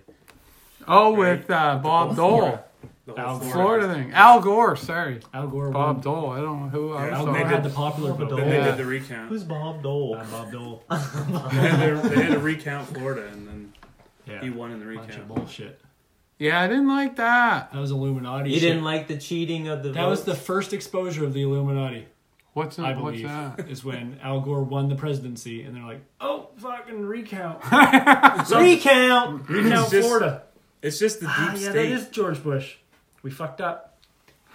Speaker 1: Oh, with uh, Bob Dole.
Speaker 5: The
Speaker 4: Al
Speaker 5: whole
Speaker 4: Gore.
Speaker 1: Florida thing. Al Gore, sorry.
Speaker 4: Al Gore.
Speaker 1: Bob
Speaker 4: won.
Speaker 1: Dole. I don't know who. I'm
Speaker 5: Yeah,
Speaker 4: Al
Speaker 5: They
Speaker 4: Gore
Speaker 1: sorry.
Speaker 4: had the
Speaker 5: did-
Speaker 4: popular
Speaker 2: Bob
Speaker 4: vote.
Speaker 5: Then they
Speaker 1: Yeah.
Speaker 5: did the recount.
Speaker 2: Who's Bob Dole?
Speaker 4: Uh, Bob Dole.
Speaker 5: they, had to, they had to recount Florida, and then
Speaker 4: Yeah.
Speaker 5: he won in the
Speaker 4: Bunch of
Speaker 5: recount.
Speaker 4: bullshit.
Speaker 1: Yeah, I didn't like that.
Speaker 4: That was Illuminati.
Speaker 2: You
Speaker 4: shit.
Speaker 2: didn't like the cheating of the.
Speaker 4: That was the
Speaker 2: votes?
Speaker 4: first exposure of the Illuminati,
Speaker 1: What's,
Speaker 4: I
Speaker 1: what's
Speaker 4: believe,
Speaker 1: that?
Speaker 4: is when Al Gore won the presidency, and they're like, "Oh, fucking recount,
Speaker 2: recount.
Speaker 4: recount
Speaker 5: It's just-
Speaker 4: Florida."
Speaker 5: It's just the deep
Speaker 4: Ah, yeah, that
Speaker 5: state.
Speaker 4: is George Bush. We fucked up,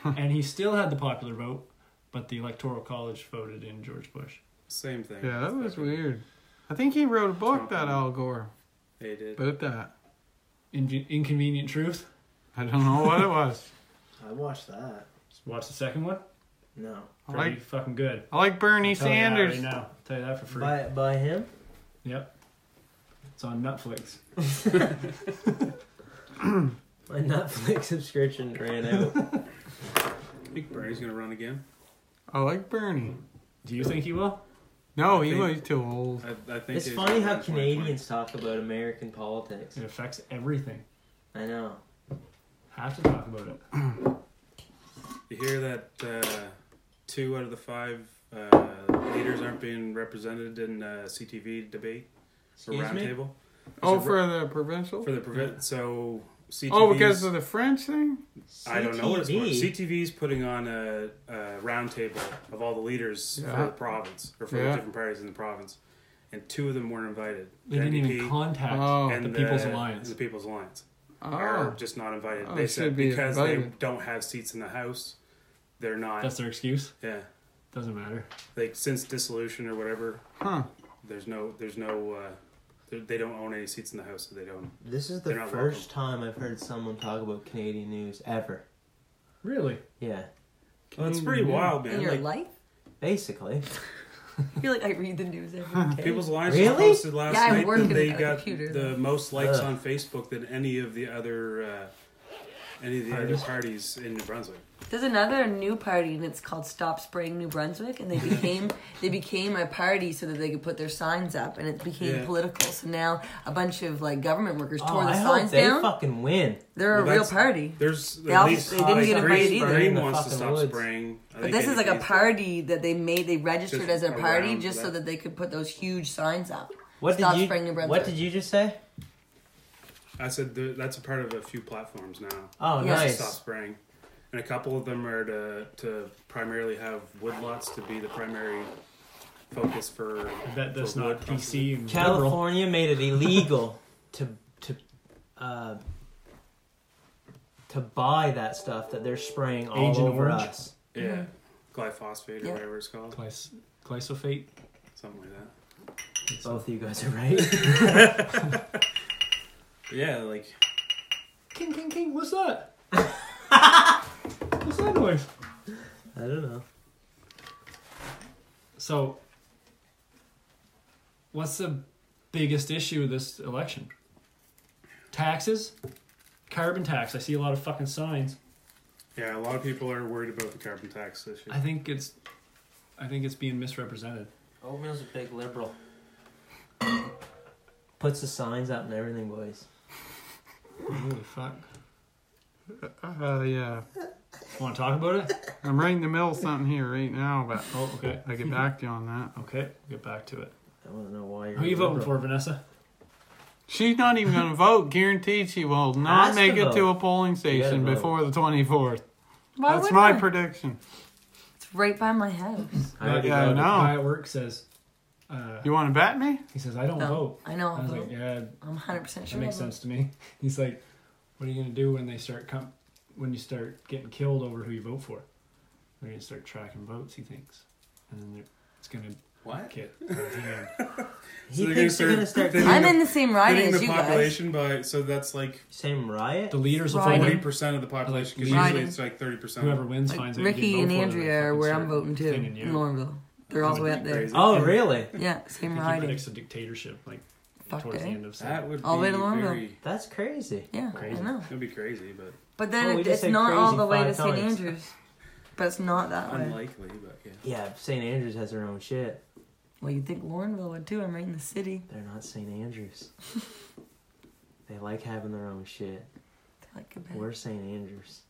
Speaker 4: and he still had the popular vote, but the Electoral College voted in George Bush.
Speaker 5: Same thing.
Speaker 1: Yeah, that was weird. I think he wrote a book, that Al Gore,
Speaker 5: They did.
Speaker 1: about that.
Speaker 4: In- inconvenient truth.
Speaker 1: I don't know what it was.
Speaker 2: I watched that.
Speaker 4: Just watch the second one.
Speaker 2: No.
Speaker 1: I
Speaker 4: Pretty
Speaker 1: like,
Speaker 4: fucking good.
Speaker 1: I like Bernie
Speaker 4: I'll tell you that
Speaker 1: Sanders.
Speaker 4: Right now, I'll tell you that for free.
Speaker 2: By by him.
Speaker 4: Yep. It's on Netflix.
Speaker 2: My Netflix subscription ran out.
Speaker 5: I think Bernie's gonna run again.
Speaker 1: I like Bernie.
Speaker 4: Do you think he will?
Speaker 1: No,
Speaker 5: I
Speaker 1: he
Speaker 5: think-
Speaker 1: was too old.
Speaker 5: I, I think
Speaker 2: It's
Speaker 5: he's
Speaker 2: funny
Speaker 5: gonna
Speaker 2: how
Speaker 5: run in 2020.
Speaker 2: Canadians talk about American politics.
Speaker 4: It affects everything.
Speaker 2: I know.
Speaker 4: Have to talk about it.
Speaker 5: You hear that uh, two out of the five uh, leaders aren't being represented in uh, CTV debate or
Speaker 2: Excuse me.
Speaker 5: roundtable
Speaker 1: Oh,
Speaker 5: Is it
Speaker 1: for the provincial?
Speaker 5: for E the prevent. So CTV.
Speaker 1: oh, because of the French thing?
Speaker 5: I don't know what it's for.
Speaker 2: CTV.
Speaker 5: CTV's putting on a, a roundtable of all the leaders
Speaker 1: Yeah.
Speaker 5: for the province or for
Speaker 1: Yeah.
Speaker 5: the different parties in the province, and two of them were invited.
Speaker 4: They
Speaker 5: The
Speaker 4: didn't
Speaker 5: NDP
Speaker 4: even contact
Speaker 1: Oh.
Speaker 4: the People's Alliance.
Speaker 5: The People's Alliance are
Speaker 1: Oh,
Speaker 5: just not invited.
Speaker 1: Oh,
Speaker 5: they
Speaker 1: they
Speaker 5: said
Speaker 1: should be
Speaker 5: because they
Speaker 1: invited.
Speaker 5: don't have seats in the House, they're not.
Speaker 4: That's their excuse.
Speaker 5: yeah.
Speaker 4: Doesn't matter.
Speaker 5: like since dissolution or whatever,
Speaker 1: huh.
Speaker 5: there's no, there's no, uh, they- they don't own any seats in the house, so they don't.
Speaker 2: This is the
Speaker 5: They're not
Speaker 2: first time I've heard someone talk about Canadian news ever.
Speaker 4: Really?
Speaker 2: Yeah,
Speaker 5: Well, it's pretty wild,
Speaker 3: In
Speaker 5: man.
Speaker 3: your
Speaker 5: Like
Speaker 3: life,
Speaker 2: basically.
Speaker 3: I feel like I read the news every day.
Speaker 5: People's Alliance
Speaker 2: Really?
Speaker 5: just posted last
Speaker 3: Yeah, I
Speaker 5: night
Speaker 3: work
Speaker 5: that
Speaker 3: at
Speaker 5: they
Speaker 3: a
Speaker 5: got
Speaker 3: computer.
Speaker 5: the most likes
Speaker 2: Ugh.
Speaker 5: on Facebook than any of the other, uh, any of the
Speaker 4: Parties?
Speaker 5: other parties in New Brunswick.
Speaker 3: There's another new party, and it's called Stop Spraying New Brunswick, and they became they became a party so that they could put their signs up, and it became
Speaker 5: Yeah.
Speaker 3: political. So now a bunch of like government workers
Speaker 2: Oh,
Speaker 3: tore the
Speaker 2: I hope
Speaker 3: signs
Speaker 2: they
Speaker 3: down.
Speaker 2: fucking win.
Speaker 3: They're
Speaker 5: Well,
Speaker 3: a real
Speaker 5: that's-
Speaker 3: party.
Speaker 5: There's
Speaker 3: They
Speaker 5: at
Speaker 3: also-
Speaker 5: least
Speaker 3: they didn't
Speaker 5: like,
Speaker 3: get invited
Speaker 5: Green-
Speaker 3: either.
Speaker 5: Green
Speaker 2: In the
Speaker 5: wants to
Speaker 2: fucking
Speaker 5: stop
Speaker 2: woods.
Speaker 5: spraying. I
Speaker 3: But
Speaker 5: think
Speaker 3: this is like a
Speaker 5: NDP's
Speaker 3: party that they made. They registered
Speaker 5: Just
Speaker 3: as a party
Speaker 5: around
Speaker 3: just so
Speaker 5: that.
Speaker 3: that they could put those huge signs up.
Speaker 2: What
Speaker 3: Stop
Speaker 2: did you?
Speaker 3: spraying New Brunswick.
Speaker 2: What did you just say?
Speaker 5: I said th- that's a part of a few platforms now.
Speaker 2: Oh,
Speaker 3: Yeah.
Speaker 5: to
Speaker 2: nice.
Speaker 5: stop spraying. And a couple of them are to, to primarily have woodlots to be the primary focus for.
Speaker 4: I bet that's
Speaker 5: for
Speaker 4: not
Speaker 5: wood processing.
Speaker 4: PC and liberal.
Speaker 2: California made it illegal to to uh, to buy that stuff that they're spraying all
Speaker 4: Agent
Speaker 2: over
Speaker 4: Orange?
Speaker 2: us.
Speaker 5: Yeah, glyphosate or
Speaker 3: Yeah.
Speaker 5: whatever it's called,
Speaker 4: Glyphosate.
Speaker 5: something like that.
Speaker 2: Both of you guys are right.
Speaker 5: Yeah, like
Speaker 4: King, king, king. What's that? what's that noise?
Speaker 2: I don't know.
Speaker 4: So, what's the biggest issue of this election? Taxes, carbon tax. I see a lot of fucking signs.
Speaker 5: yeah, a lot of people are worried about the carbon tax issue.
Speaker 4: I think it's, I think it's being misrepresented.
Speaker 2: Oatmeal's a big liberal. Puts the signs out and everything, boys.
Speaker 4: Holy fuck!
Speaker 1: Uh, yeah.
Speaker 4: Want to talk about it?
Speaker 1: I'm right in the middle of something here right now, but
Speaker 4: Oh, okay.
Speaker 1: I get back to you on that.
Speaker 4: Okay, get back to it.
Speaker 2: I want to know why you're.
Speaker 4: Who you
Speaker 2: a
Speaker 4: voting
Speaker 2: liberal.
Speaker 4: for, Vanessa?
Speaker 1: She's not even going to vote. Guaranteed she will not
Speaker 2: Has to
Speaker 1: make it to
Speaker 2: vote.
Speaker 1: a polling station
Speaker 2: vote.
Speaker 1: before the 24th.
Speaker 3: Why
Speaker 1: That's
Speaker 3: would
Speaker 1: my
Speaker 3: I?
Speaker 1: prediction.
Speaker 3: it's right by my house.
Speaker 2: I already
Speaker 1: Yeah, I
Speaker 2: voted.
Speaker 1: know.
Speaker 4: The guy at work says, uh,
Speaker 1: You want to bet me?
Speaker 4: he says I don't
Speaker 3: No,
Speaker 4: vote.
Speaker 3: I know.
Speaker 4: I
Speaker 3: I'll
Speaker 4: was
Speaker 3: vote.
Speaker 4: like, yeah,
Speaker 3: I'm 100% Oh. sure.
Speaker 4: That makes
Speaker 3: I'll vote.
Speaker 4: sense to me. He's like, what are you gonna do when they start com- when you start getting killed over who you vote for? They're gonna start tracking votes. He thinks, and then they're, it's gonna
Speaker 5: what?
Speaker 4: get out of hand.
Speaker 2: He
Speaker 5: So
Speaker 2: thinks they're
Speaker 5: they're gonna
Speaker 2: gonna
Speaker 5: start-
Speaker 2: start
Speaker 5: they're
Speaker 3: I'm
Speaker 5: the-
Speaker 3: in the same riding
Speaker 5: Getting
Speaker 3: as
Speaker 5: the
Speaker 3: you guys.
Speaker 5: population by so that's like
Speaker 2: same riot.
Speaker 4: the leaders will
Speaker 3: Right.
Speaker 4: find
Speaker 5: forty
Speaker 4: out.
Speaker 5: percent of the population because
Speaker 3: Right.
Speaker 5: usually it's like thirty percent.
Speaker 4: Whoever wins
Speaker 3: Like,
Speaker 4: finds out. you
Speaker 3: Ricky and
Speaker 4: didn't vote for them,
Speaker 3: Andrea
Speaker 4: they
Speaker 3: are where
Speaker 4: fucking
Speaker 3: I'm
Speaker 4: start
Speaker 3: voting too
Speaker 4: thinging you.
Speaker 3: in Lormville. They're all the way up there.
Speaker 2: Oh, really?
Speaker 3: Yeah, same
Speaker 4: I think he
Speaker 3: riding.
Speaker 4: predicts a dictatorship like
Speaker 3: Fuck
Speaker 4: towards
Speaker 3: eh?
Speaker 4: the end of
Speaker 5: That would
Speaker 3: All
Speaker 5: be
Speaker 3: the way to Longview.
Speaker 5: very.
Speaker 2: That's crazy.
Speaker 3: Yeah,
Speaker 4: Crazy.
Speaker 3: I know.
Speaker 5: It would be crazy, but
Speaker 3: But then
Speaker 2: Well, we
Speaker 3: it,
Speaker 2: Oh, just
Speaker 3: it's
Speaker 2: say
Speaker 3: not
Speaker 2: crazy
Speaker 3: all the way to
Speaker 2: five
Speaker 3: St.
Speaker 2: times.
Speaker 3: Andrews. But it's not that way.
Speaker 5: unlikely. But yeah.
Speaker 2: Yeah, St. Andrews has their own shit.
Speaker 3: Well, you'd think Lornville would too. I'm right in the city.
Speaker 2: They're not St. Andrews. they like having their own shit.
Speaker 3: I like Quebec.
Speaker 2: We're St. Andrews.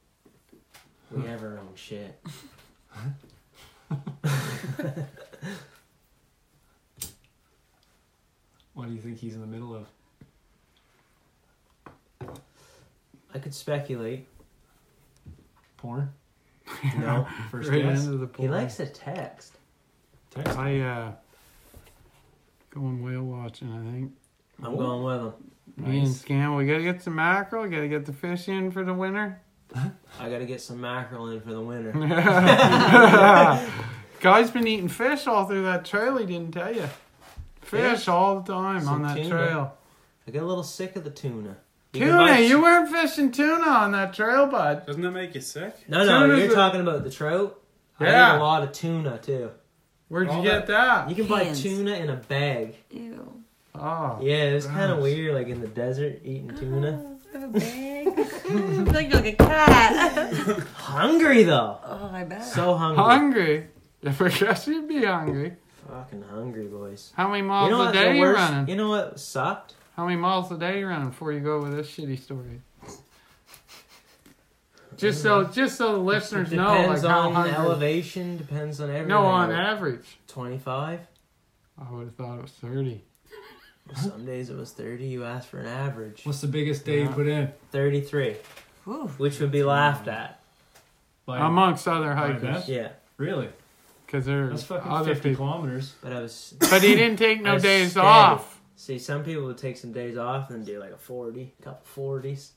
Speaker 2: We have our own shit.
Speaker 4: What do you think he's in the middle of?
Speaker 2: I could speculate.
Speaker 4: Porn.
Speaker 2: No,
Speaker 4: First
Speaker 1: right
Speaker 4: guess.
Speaker 1: into the poll.
Speaker 2: he likes to text.
Speaker 4: Text.
Speaker 1: I, uh, going whale watching, I think.
Speaker 2: I'm going with him.
Speaker 1: Me and
Speaker 4: Nice.
Speaker 1: Scam, we got to get some mackerel. Got to get the fish in for the winter.
Speaker 2: I gotta get some mackerel in for the winter.
Speaker 1: Guy's been eating fish all through that trail. He didn't tell you. Fish all the time
Speaker 2: Some
Speaker 1: on that
Speaker 2: tuna.
Speaker 1: trail.
Speaker 2: I get a little sick of the tuna. You can
Speaker 1: Tuna,
Speaker 2: buy-
Speaker 1: you weren't fishing tuna on that trail, bud.
Speaker 5: Doesn't that make you sick?
Speaker 2: No, no,
Speaker 1: Tuna's
Speaker 2: you're
Speaker 1: a-
Speaker 2: talking about the trout. I
Speaker 1: Yeah.
Speaker 2: eat a lot of tuna too.
Speaker 1: Where'd you
Speaker 5: All
Speaker 1: get that?
Speaker 2: You can buy
Speaker 3: Cans.
Speaker 2: tuna in a bag.
Speaker 3: Ew.
Speaker 1: Oh,
Speaker 2: Yeah, it was kind of
Speaker 1: Gross.
Speaker 2: weird, like in the desert eating tuna.
Speaker 3: Oh, big. I feel like you're like a cat.
Speaker 2: Hungry though,
Speaker 3: oh, I bet.
Speaker 2: so hungry.
Speaker 1: hungry. If I guess you'd be hungry.
Speaker 2: Fucking hungry, boys.
Speaker 1: How many
Speaker 2: You
Speaker 1: miles
Speaker 2: know
Speaker 1: a
Speaker 2: what's
Speaker 1: day
Speaker 2: the
Speaker 1: you
Speaker 2: worst?
Speaker 1: running?
Speaker 2: You know what sucked?
Speaker 1: How many miles a day you running before you go with this shitty story? Just so, just so the listeners know, like
Speaker 2: depends
Speaker 1: how
Speaker 2: on
Speaker 1: hungry.
Speaker 2: elevation. Depends on everything.
Speaker 1: no, on average,
Speaker 2: Twenty-five.
Speaker 1: I would have thought it was thirty.
Speaker 2: Some days it was thirty. You asked for an average.
Speaker 4: What's the biggest day you
Speaker 2: Yeah.
Speaker 4: put in?
Speaker 2: Thirty-three,
Speaker 3: Ooh.
Speaker 2: which would be laughed at.
Speaker 4: By,
Speaker 1: Amongst other
Speaker 4: by
Speaker 1: hikers,
Speaker 4: that?
Speaker 2: Yeah,
Speaker 4: really?
Speaker 1: because there's
Speaker 4: That's fucking
Speaker 1: other
Speaker 4: fifty
Speaker 1: people.
Speaker 4: kilometers.
Speaker 2: but I was.
Speaker 1: But he didn't take no
Speaker 2: That's
Speaker 1: days
Speaker 2: steady.
Speaker 1: off.
Speaker 2: See, some people would take some days off and do like a forty, couple forties.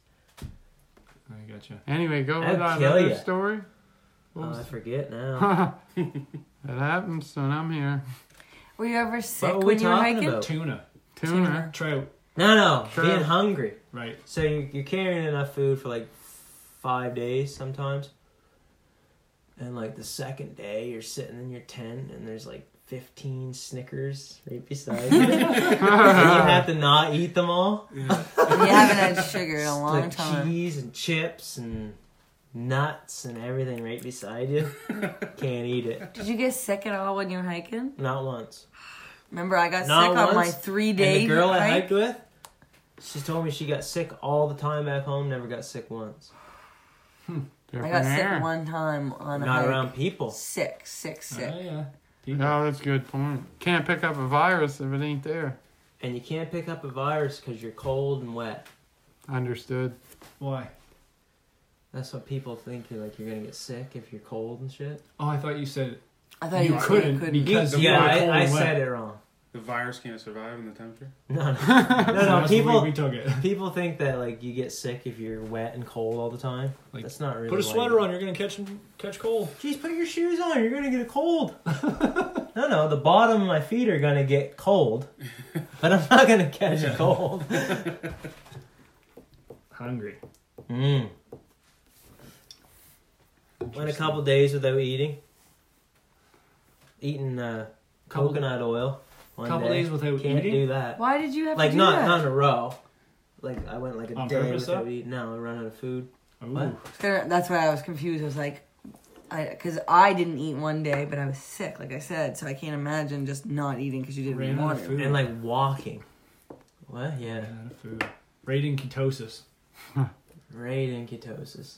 Speaker 4: I gotcha.
Speaker 1: Anyway, go with
Speaker 2: That'd
Speaker 1: that
Speaker 2: kill
Speaker 1: other
Speaker 2: ya.
Speaker 1: story.
Speaker 2: Oh, I forget now.
Speaker 1: it happens when I'm here.
Speaker 3: Were you ever sick
Speaker 2: were we
Speaker 3: when you were
Speaker 2: talking
Speaker 3: hiking?
Speaker 2: about?
Speaker 4: Tuna,
Speaker 1: Tuna.
Speaker 4: trout,
Speaker 2: No, no,
Speaker 1: Sure.
Speaker 2: being hungry.
Speaker 4: right?
Speaker 2: So you're, you're carrying enough food for like five days sometimes, and like the second day you're sitting in your tent and there's like fifteen Snickers right beside you, and you have to not eat them all.
Speaker 3: You haven't had sugar in
Speaker 2: It's
Speaker 3: a long
Speaker 2: like
Speaker 3: time.
Speaker 2: cheese and chips and nuts and everything right beside you. Can't eat it.
Speaker 3: Did you get sick at all when you were hiking?
Speaker 2: Not once.
Speaker 3: Remember, I got
Speaker 2: Not
Speaker 3: sick on my
Speaker 2: once.
Speaker 3: three
Speaker 2: And
Speaker 3: day
Speaker 2: the girl I
Speaker 3: hike.
Speaker 2: hiked with, she told me she got sick all the time back home. Never got sick once.
Speaker 3: I
Speaker 1: Different
Speaker 3: got
Speaker 1: air.
Speaker 3: sick one time on a
Speaker 2: Not
Speaker 3: hike.
Speaker 2: around people.
Speaker 3: Sick, sick, sick.
Speaker 4: Oh, yeah.
Speaker 1: No, that's a good point. Can't pick up a virus if it ain't there.
Speaker 2: And you can't pick up a virus because you're cold and wet.
Speaker 1: Understood.
Speaker 4: Why?
Speaker 2: That's what people think. You're like you're gonna get sick if you're cold and shit.
Speaker 4: Oh, I thought you said
Speaker 3: I thought you,
Speaker 4: You
Speaker 3: said
Speaker 4: couldn't
Speaker 3: You couldn't.
Speaker 4: be- Because
Speaker 2: yeah,
Speaker 5: you're
Speaker 4: cold
Speaker 2: I, I
Speaker 4: and wet.
Speaker 2: said it wrong.
Speaker 5: The virus can't survive in the temperature.
Speaker 2: No, no, no. no
Speaker 4: That's the way
Speaker 2: people
Speaker 4: we took it.
Speaker 2: people think that like you get sick if you're wet and cold all the time.
Speaker 4: Like,
Speaker 2: That's not really.
Speaker 4: Put a
Speaker 2: why
Speaker 4: sweater
Speaker 2: you-
Speaker 4: on. You're gonna catch catch cold.
Speaker 2: Jeez, put your shoes on. You're gonna get a cold. no, no, the bottom of my feet are gonna get cold, but I'm not gonna catch a cold.
Speaker 4: Hungry.
Speaker 2: Mm. Went a couple days without eating. Eating uh,
Speaker 4: Couple-
Speaker 2: coconut oil. One
Speaker 4: couple
Speaker 2: day.
Speaker 4: days without
Speaker 2: Can't
Speaker 4: eating?
Speaker 2: do that.
Speaker 3: Why did you have
Speaker 2: Like
Speaker 3: to do
Speaker 2: not
Speaker 3: that?
Speaker 2: not in a row. Like I went like a
Speaker 4: On
Speaker 2: day
Speaker 4: purpose,
Speaker 2: without
Speaker 4: though?
Speaker 2: eating. No, I ran out of food.
Speaker 4: Ooh.
Speaker 2: What?
Speaker 3: Kinda- That's why I was confused. I was like, because I, didn't eat one day, but I was sick, like I said, so I can't imagine just not eating because you didn't
Speaker 4: Ran out
Speaker 3: want
Speaker 4: of
Speaker 3: to.
Speaker 4: food.
Speaker 2: And like walking. What? Yeah.
Speaker 4: Ran out of food. Raiding ketosis.
Speaker 2: Right in ketosis.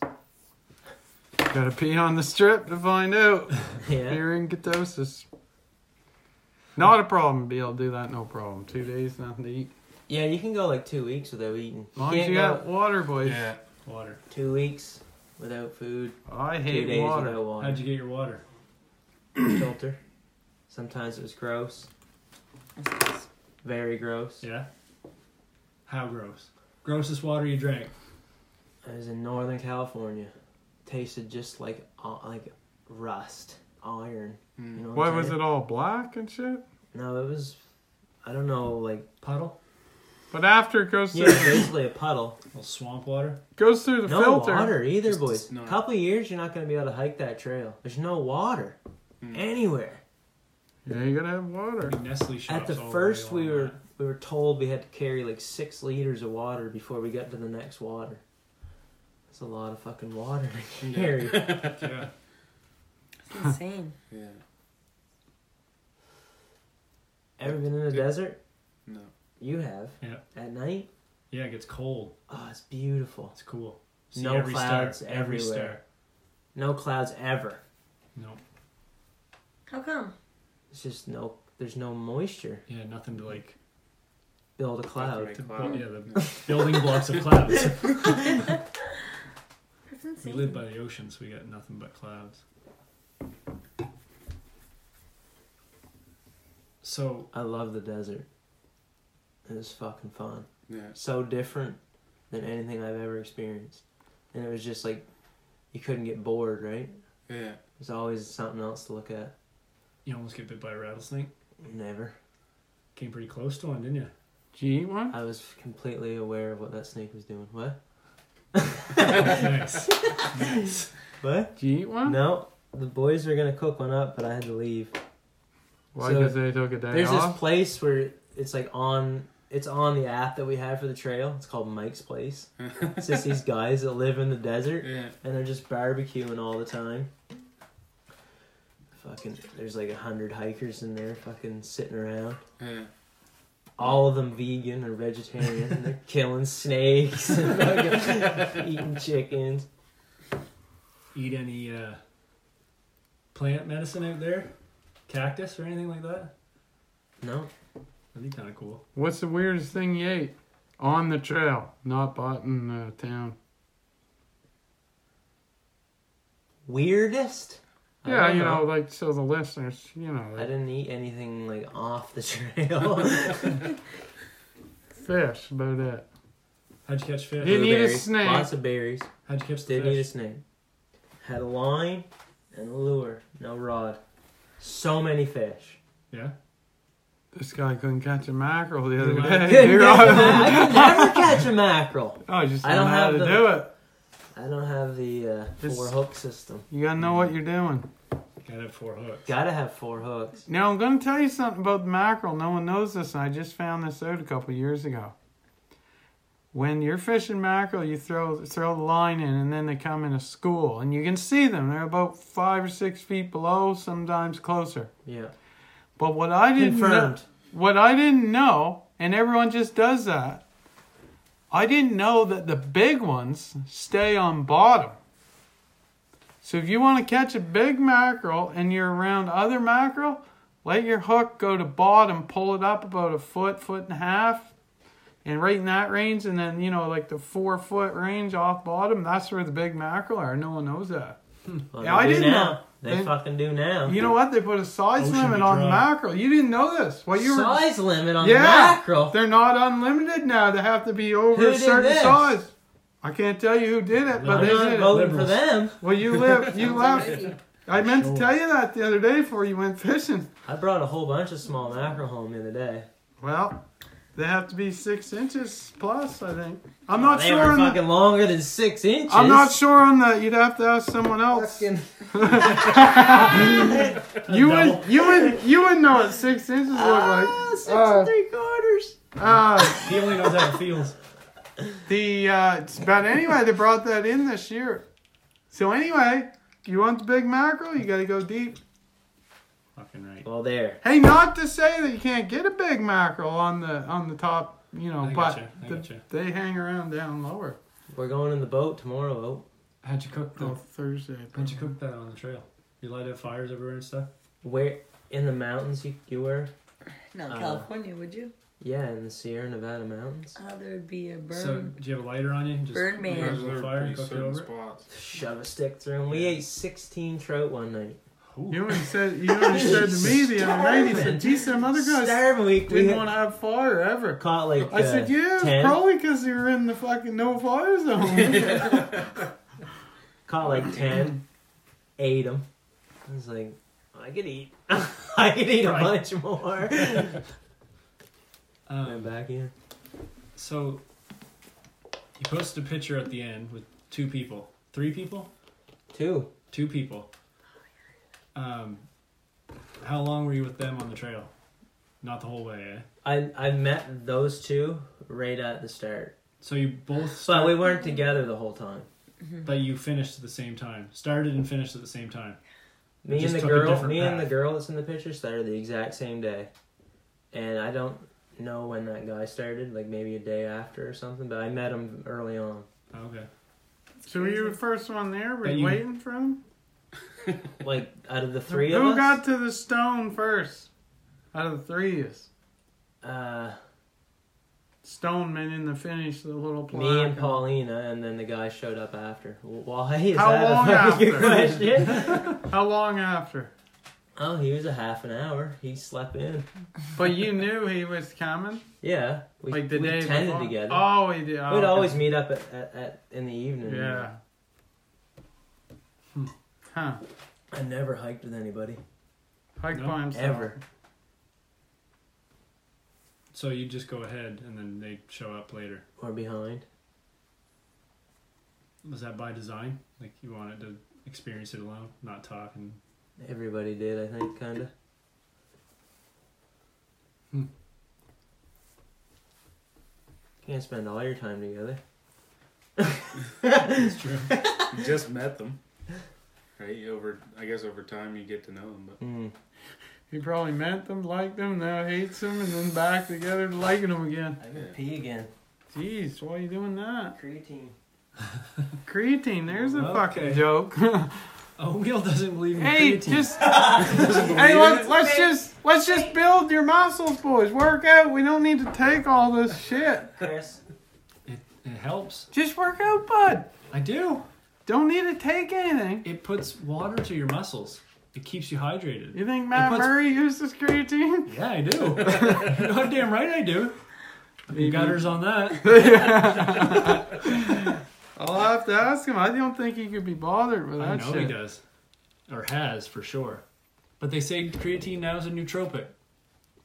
Speaker 1: Gotta pee on the strip to find out.
Speaker 2: Yeah.
Speaker 1: You're in ketosis. Not a problem, B. I'll do that, no problem. Two days, nothing to eat.
Speaker 2: Yeah, you can go like two weeks without eating.
Speaker 1: As long
Speaker 2: you
Speaker 1: as
Speaker 2: can't
Speaker 1: you
Speaker 2: go
Speaker 1: got water, boys.
Speaker 5: Yeah.
Speaker 4: Water.
Speaker 2: two weeks without food.
Speaker 1: I
Speaker 2: Two
Speaker 1: hate
Speaker 2: days
Speaker 1: water.
Speaker 2: without water.
Speaker 4: How'd you get your water?
Speaker 2: filter. Sometimes it was gross. Very gross.
Speaker 4: Yeah. How gross. Grossest water you drank.
Speaker 2: I was in Northern California. Tasted just like uh, like rust, iron. You know
Speaker 1: Hmm. Why
Speaker 2: I'm
Speaker 1: was
Speaker 2: saying?
Speaker 1: it all black and shit?
Speaker 2: No, it was. I don't know, like
Speaker 4: Puddle.
Speaker 1: But after it goes
Speaker 2: yeah,
Speaker 1: through,
Speaker 2: basically a puddle.
Speaker 4: Little swamp water.
Speaker 1: goes through the
Speaker 2: No
Speaker 1: filter.
Speaker 2: water either,
Speaker 5: Just
Speaker 2: boys.
Speaker 5: not-
Speaker 2: Couple years, you're not gonna be able to hike that trail. There's no water anywhere.
Speaker 1: Yeah, you gotta have water.
Speaker 4: Nestle shops
Speaker 2: At the
Speaker 4: all way
Speaker 2: first, we
Speaker 4: along
Speaker 2: were
Speaker 4: that.
Speaker 2: we were told we had to carry like six liters of water before we got to the next water. That's a lot of fucking water to carry.
Speaker 4: Yeah.
Speaker 3: It's insane.
Speaker 5: Yeah.
Speaker 2: Ever been in a
Speaker 5: Yeah.
Speaker 2: desert?
Speaker 5: No.
Speaker 2: You have.
Speaker 4: Yeah.
Speaker 2: At night?
Speaker 4: yeah, it gets cold.
Speaker 2: Oh, it's beautiful.
Speaker 4: It's cool.
Speaker 2: No clouds
Speaker 4: Every
Speaker 2: everywhere.
Speaker 4: star.
Speaker 2: No clouds ever.
Speaker 4: No.
Speaker 3: How come?
Speaker 2: It's just no. There's no moisture.
Speaker 4: Yeah, nothing to like.
Speaker 2: Build a cloud.
Speaker 5: Make cloud.
Speaker 4: Yeah, the building blocks of clouds.
Speaker 3: That's
Speaker 4: we
Speaker 3: insane.
Speaker 4: live by the ocean, so we got nothing but clouds. So
Speaker 2: I love the desert. It was fucking fun.
Speaker 5: Yeah.
Speaker 2: So different than anything I've ever experienced. And it was just like, you couldn't get bored, right?
Speaker 5: Yeah.
Speaker 2: There's always something else to look at.
Speaker 4: you almost get bit by a rattlesnake.
Speaker 2: Never.
Speaker 4: Came pretty close to one, didn't you?
Speaker 1: Do you eat one?
Speaker 2: I was completely aware of what that snake was doing. What?
Speaker 4: nice.
Speaker 2: What?
Speaker 1: Do you eat one?
Speaker 2: No, the boys were gonna cook one up, but I had to leave.
Speaker 1: Why?
Speaker 2: So,
Speaker 1: Because they took a day
Speaker 2: There's this
Speaker 1: off.
Speaker 2: place where it's like on it's on the app that we have for the trail. It's called Mike's Place. It's just these guys that live in the desert
Speaker 5: Yeah.
Speaker 2: and they're just barbecuing all the time. Fucking, there's like a hundred hikers in there, fucking sitting around.
Speaker 5: Yeah.
Speaker 2: All of them vegan or vegetarian. and they're killing snakes and fucking eating chickens.
Speaker 4: Eat any uh, plant medicine out there? Cactus or anything like that?
Speaker 2: No,
Speaker 4: That'd be kind of cool.
Speaker 1: What's the weirdest thing you ate on the trail, not bought in uh, town?
Speaker 2: weirdest. I
Speaker 1: Yeah,
Speaker 2: don't
Speaker 1: you know, like so the listeners, you know,
Speaker 2: I
Speaker 1: like
Speaker 2: didn't eat anything like off the trail.
Speaker 1: fish, uh, about it.
Speaker 4: How'd you catch fish?
Speaker 1: Didn't eat a
Speaker 2: Blueberries,
Speaker 1: snake.
Speaker 2: Lots of berries.
Speaker 4: How'd you catch the
Speaker 2: Didn't eat a
Speaker 4: fish?
Speaker 2: snake. Had a line and a lure. No rod. So many fish.
Speaker 4: Yeah.
Speaker 1: This guy couldn't catch a mackerel the other
Speaker 4: You're
Speaker 1: day.
Speaker 4: lying.
Speaker 1: You're right.
Speaker 2: I can never catch a mackerel.
Speaker 1: Oh, just
Speaker 2: I
Speaker 1: don't
Speaker 2: don't
Speaker 1: know how
Speaker 2: have
Speaker 1: to
Speaker 2: the-
Speaker 1: do it.
Speaker 2: I don't have the uh,
Speaker 1: This-
Speaker 2: four hook system.
Speaker 1: You gotta know what you're doing.
Speaker 4: Gotta have four hooks.
Speaker 2: Gotta have four hooks.
Speaker 1: Now I'm going to tell you something about the mackerel. No one knows this, and I just found this out a couple years ago. When you're fishing mackerel, you throw throw the line in, and then they come in a school, and you can see them. They're about five or six feet below, sometimes closer.
Speaker 2: Yeah.
Speaker 1: But what I didn't know,
Speaker 2: Confirmed.
Speaker 1: what I didn't know, and everyone just does that. I didn't know that the big ones stay on bottom. So if you want to catch a big mackerel and you're around other mackerel, let your hook go to bottom, pull it up about a foot, foot and a half, and right in that range, and then you know like the four foot range off bottom, that's where the big mackerel are. No one knows that.
Speaker 2: Well,
Speaker 1: Yeah, I
Speaker 2: do
Speaker 1: didn't
Speaker 2: now.
Speaker 1: know.
Speaker 2: They
Speaker 1: They-
Speaker 2: fucking do now.
Speaker 1: You know what? They put a size
Speaker 4: Ocean
Speaker 1: limit
Speaker 4: to
Speaker 1: on
Speaker 4: draw.
Speaker 1: mackerel. You didn't know this. Well, you were
Speaker 2: Size limit on
Speaker 1: Yeah.
Speaker 2: mackerel.
Speaker 1: They're not unlimited now. They have to be over
Speaker 2: Who
Speaker 1: a
Speaker 2: did
Speaker 1: certain
Speaker 2: this?
Speaker 1: size. I can't tell you who did it, but
Speaker 4: No,
Speaker 2: I'm
Speaker 1: they
Speaker 2: not
Speaker 1: did it.
Speaker 2: voting for
Speaker 4: Liberals.
Speaker 2: them.
Speaker 1: Well, you live, you left.
Speaker 3: Crazy.
Speaker 1: I meant
Speaker 4: sure.
Speaker 1: to tell you that the other day before you went fishing.
Speaker 2: I brought a whole bunch of small mackerel home the other day.
Speaker 1: Well, they have to be six inches plus, I think. I'm not
Speaker 2: they
Speaker 1: sure.
Speaker 2: were
Speaker 1: on the-
Speaker 2: fucking longer than six inches.
Speaker 1: I'm not sure on that. You'd have to ask someone else.
Speaker 2: Fucking-
Speaker 1: You would, you would, you would know what six inches look like.
Speaker 2: Ah, six
Speaker 1: Uh,
Speaker 2: and three quarters.
Speaker 1: Uh,
Speaker 4: He only knows how it feels.
Speaker 1: the uh, but anyway, they brought that in this year. So anyway, you want the big mackerel, you got to go deep.
Speaker 4: Fucking right.
Speaker 2: Well, there.
Speaker 1: Hey, not to say that you can't get a big mackerel on the on the top, you know,
Speaker 4: I
Speaker 1: but
Speaker 4: gotcha, I
Speaker 1: the-
Speaker 4: gotcha.
Speaker 1: they hang around down lower.
Speaker 2: We're going in the boat tomorrow. Oat.
Speaker 4: How'd you cook
Speaker 1: Oh,
Speaker 4: the?
Speaker 1: Thursday.
Speaker 4: How'd you cook that on the trail? You light up fires everywhere and stuff.
Speaker 2: Where in the mountains you, you were?
Speaker 3: Not
Speaker 2: Uh,
Speaker 3: California, would you?
Speaker 2: Yeah, in the Sierra Nevada mountains.
Speaker 3: Oh, there would be a burn.
Speaker 4: So, do you have a lighter on you? Just
Speaker 3: Burn Man.
Speaker 4: light up a
Speaker 5: There's
Speaker 4: little
Speaker 5: other
Speaker 4: fire and
Speaker 5: pretty
Speaker 4: cook it
Speaker 5: certain
Speaker 4: over. it?
Speaker 5: spots.
Speaker 2: Shove a stick through, and we ate sixteen trout one night.
Speaker 4: Ooh.
Speaker 1: You and said you and said to me the other night. He said, "Geez, some other guys
Speaker 2: Starving week. We
Speaker 1: didn't
Speaker 2: had-
Speaker 1: want to have fire ever."
Speaker 2: caught like
Speaker 1: I said,
Speaker 2: uh,
Speaker 1: "Yeah,
Speaker 2: ten.
Speaker 1: probably because you were in the fucking no fire zone."
Speaker 2: Caught like ten. ate them. I was like, I could eat. I could eat a bunch more. Went
Speaker 4: Um,
Speaker 2: back in.
Speaker 4: so, you posted a picture at the end with two people, three people,
Speaker 2: Two.
Speaker 4: two people. Um, how long were you with them on the trail? Not the whole way, eh?
Speaker 2: I I met those two right at the start.
Speaker 4: So you both,
Speaker 2: But
Speaker 4: start,
Speaker 2: we weren't together the whole time.
Speaker 3: Mm-hmm.
Speaker 4: but you finished at the same time. Started and finished at the same time.
Speaker 2: Me
Speaker 4: Just
Speaker 2: and the
Speaker 4: took a
Speaker 2: girl,
Speaker 4: different
Speaker 2: me and the
Speaker 4: path.
Speaker 2: girl that's in the picture started the exact same day, and I don't know when that guy started. Like maybe a day after or something. But I met him early on.
Speaker 4: Okay.
Speaker 1: so were you the first one there? Were
Speaker 4: But
Speaker 1: you
Speaker 4: you-
Speaker 1: waiting for him?
Speaker 2: Like out of the three
Speaker 1: Who
Speaker 2: of us,
Speaker 1: got to the stone first? Out of the three of us,
Speaker 2: uh,
Speaker 1: Stoneman in the finish, the little plaque.
Speaker 2: me and Paulina, and then the guy showed up after. Why is
Speaker 1: How
Speaker 2: that
Speaker 1: long
Speaker 2: a fucking
Speaker 1: after?
Speaker 2: good question?
Speaker 1: How long after?
Speaker 2: oh, he was a half an hour. He slept in.
Speaker 1: But you knew he was coming,
Speaker 2: Yeah, we,
Speaker 1: like the
Speaker 2: we
Speaker 1: day
Speaker 2: tended
Speaker 1: before.
Speaker 2: together.
Speaker 1: Oh, he did. Oh,
Speaker 2: We'd
Speaker 1: okay.
Speaker 2: always meet up at, at, at in the evening.
Speaker 1: Yeah. Hmm. Huh.
Speaker 2: I never hiked with anybody
Speaker 1: Hike
Speaker 4: No,
Speaker 1: by himself.
Speaker 2: ever.
Speaker 4: So you just go ahead and then they show up later.
Speaker 2: or behind.
Speaker 4: Was that by design? Like you wanted to experience it alone, not talk and
Speaker 2: Everybody did, I think, kind of.
Speaker 4: Hmm.
Speaker 2: Can't spend all your time together.
Speaker 4: it's true.
Speaker 5: You just met them, right? Over, I guess over time you get to know them, but
Speaker 2: Mm.
Speaker 1: He probably met them, liked them, now hates them, and then back together to liking them again.
Speaker 2: I'm
Speaker 5: gonna
Speaker 2: pee again.
Speaker 1: Jeez, why are you doing that?
Speaker 2: Creatine.
Speaker 1: Creatine, there's a fucking
Speaker 4: Okay.
Speaker 1: joke.
Speaker 4: Oatmeal doesn't believe in
Speaker 1: hey,
Speaker 4: creatine.
Speaker 1: just hey, let's, let's just let's just build your muscles, boys. Work out. We don't need to take all this shit.
Speaker 2: Chris.
Speaker 4: It, it helps.
Speaker 1: Just work out, bud.
Speaker 4: I do.
Speaker 1: Don't need to take anything.
Speaker 4: It puts water to your muscles. It keeps you hydrated.
Speaker 1: You think Matt
Speaker 4: puts-
Speaker 1: Murray uses creatine?
Speaker 4: Yeah, I do. God damn right I do.
Speaker 1: Maybe.
Speaker 4: Gutters on that.
Speaker 1: I'll have to ask him. I don't think he could be bothered with that
Speaker 4: I know
Speaker 1: shit.
Speaker 4: he does, or has for sure. But they say creatine now is a nootropic,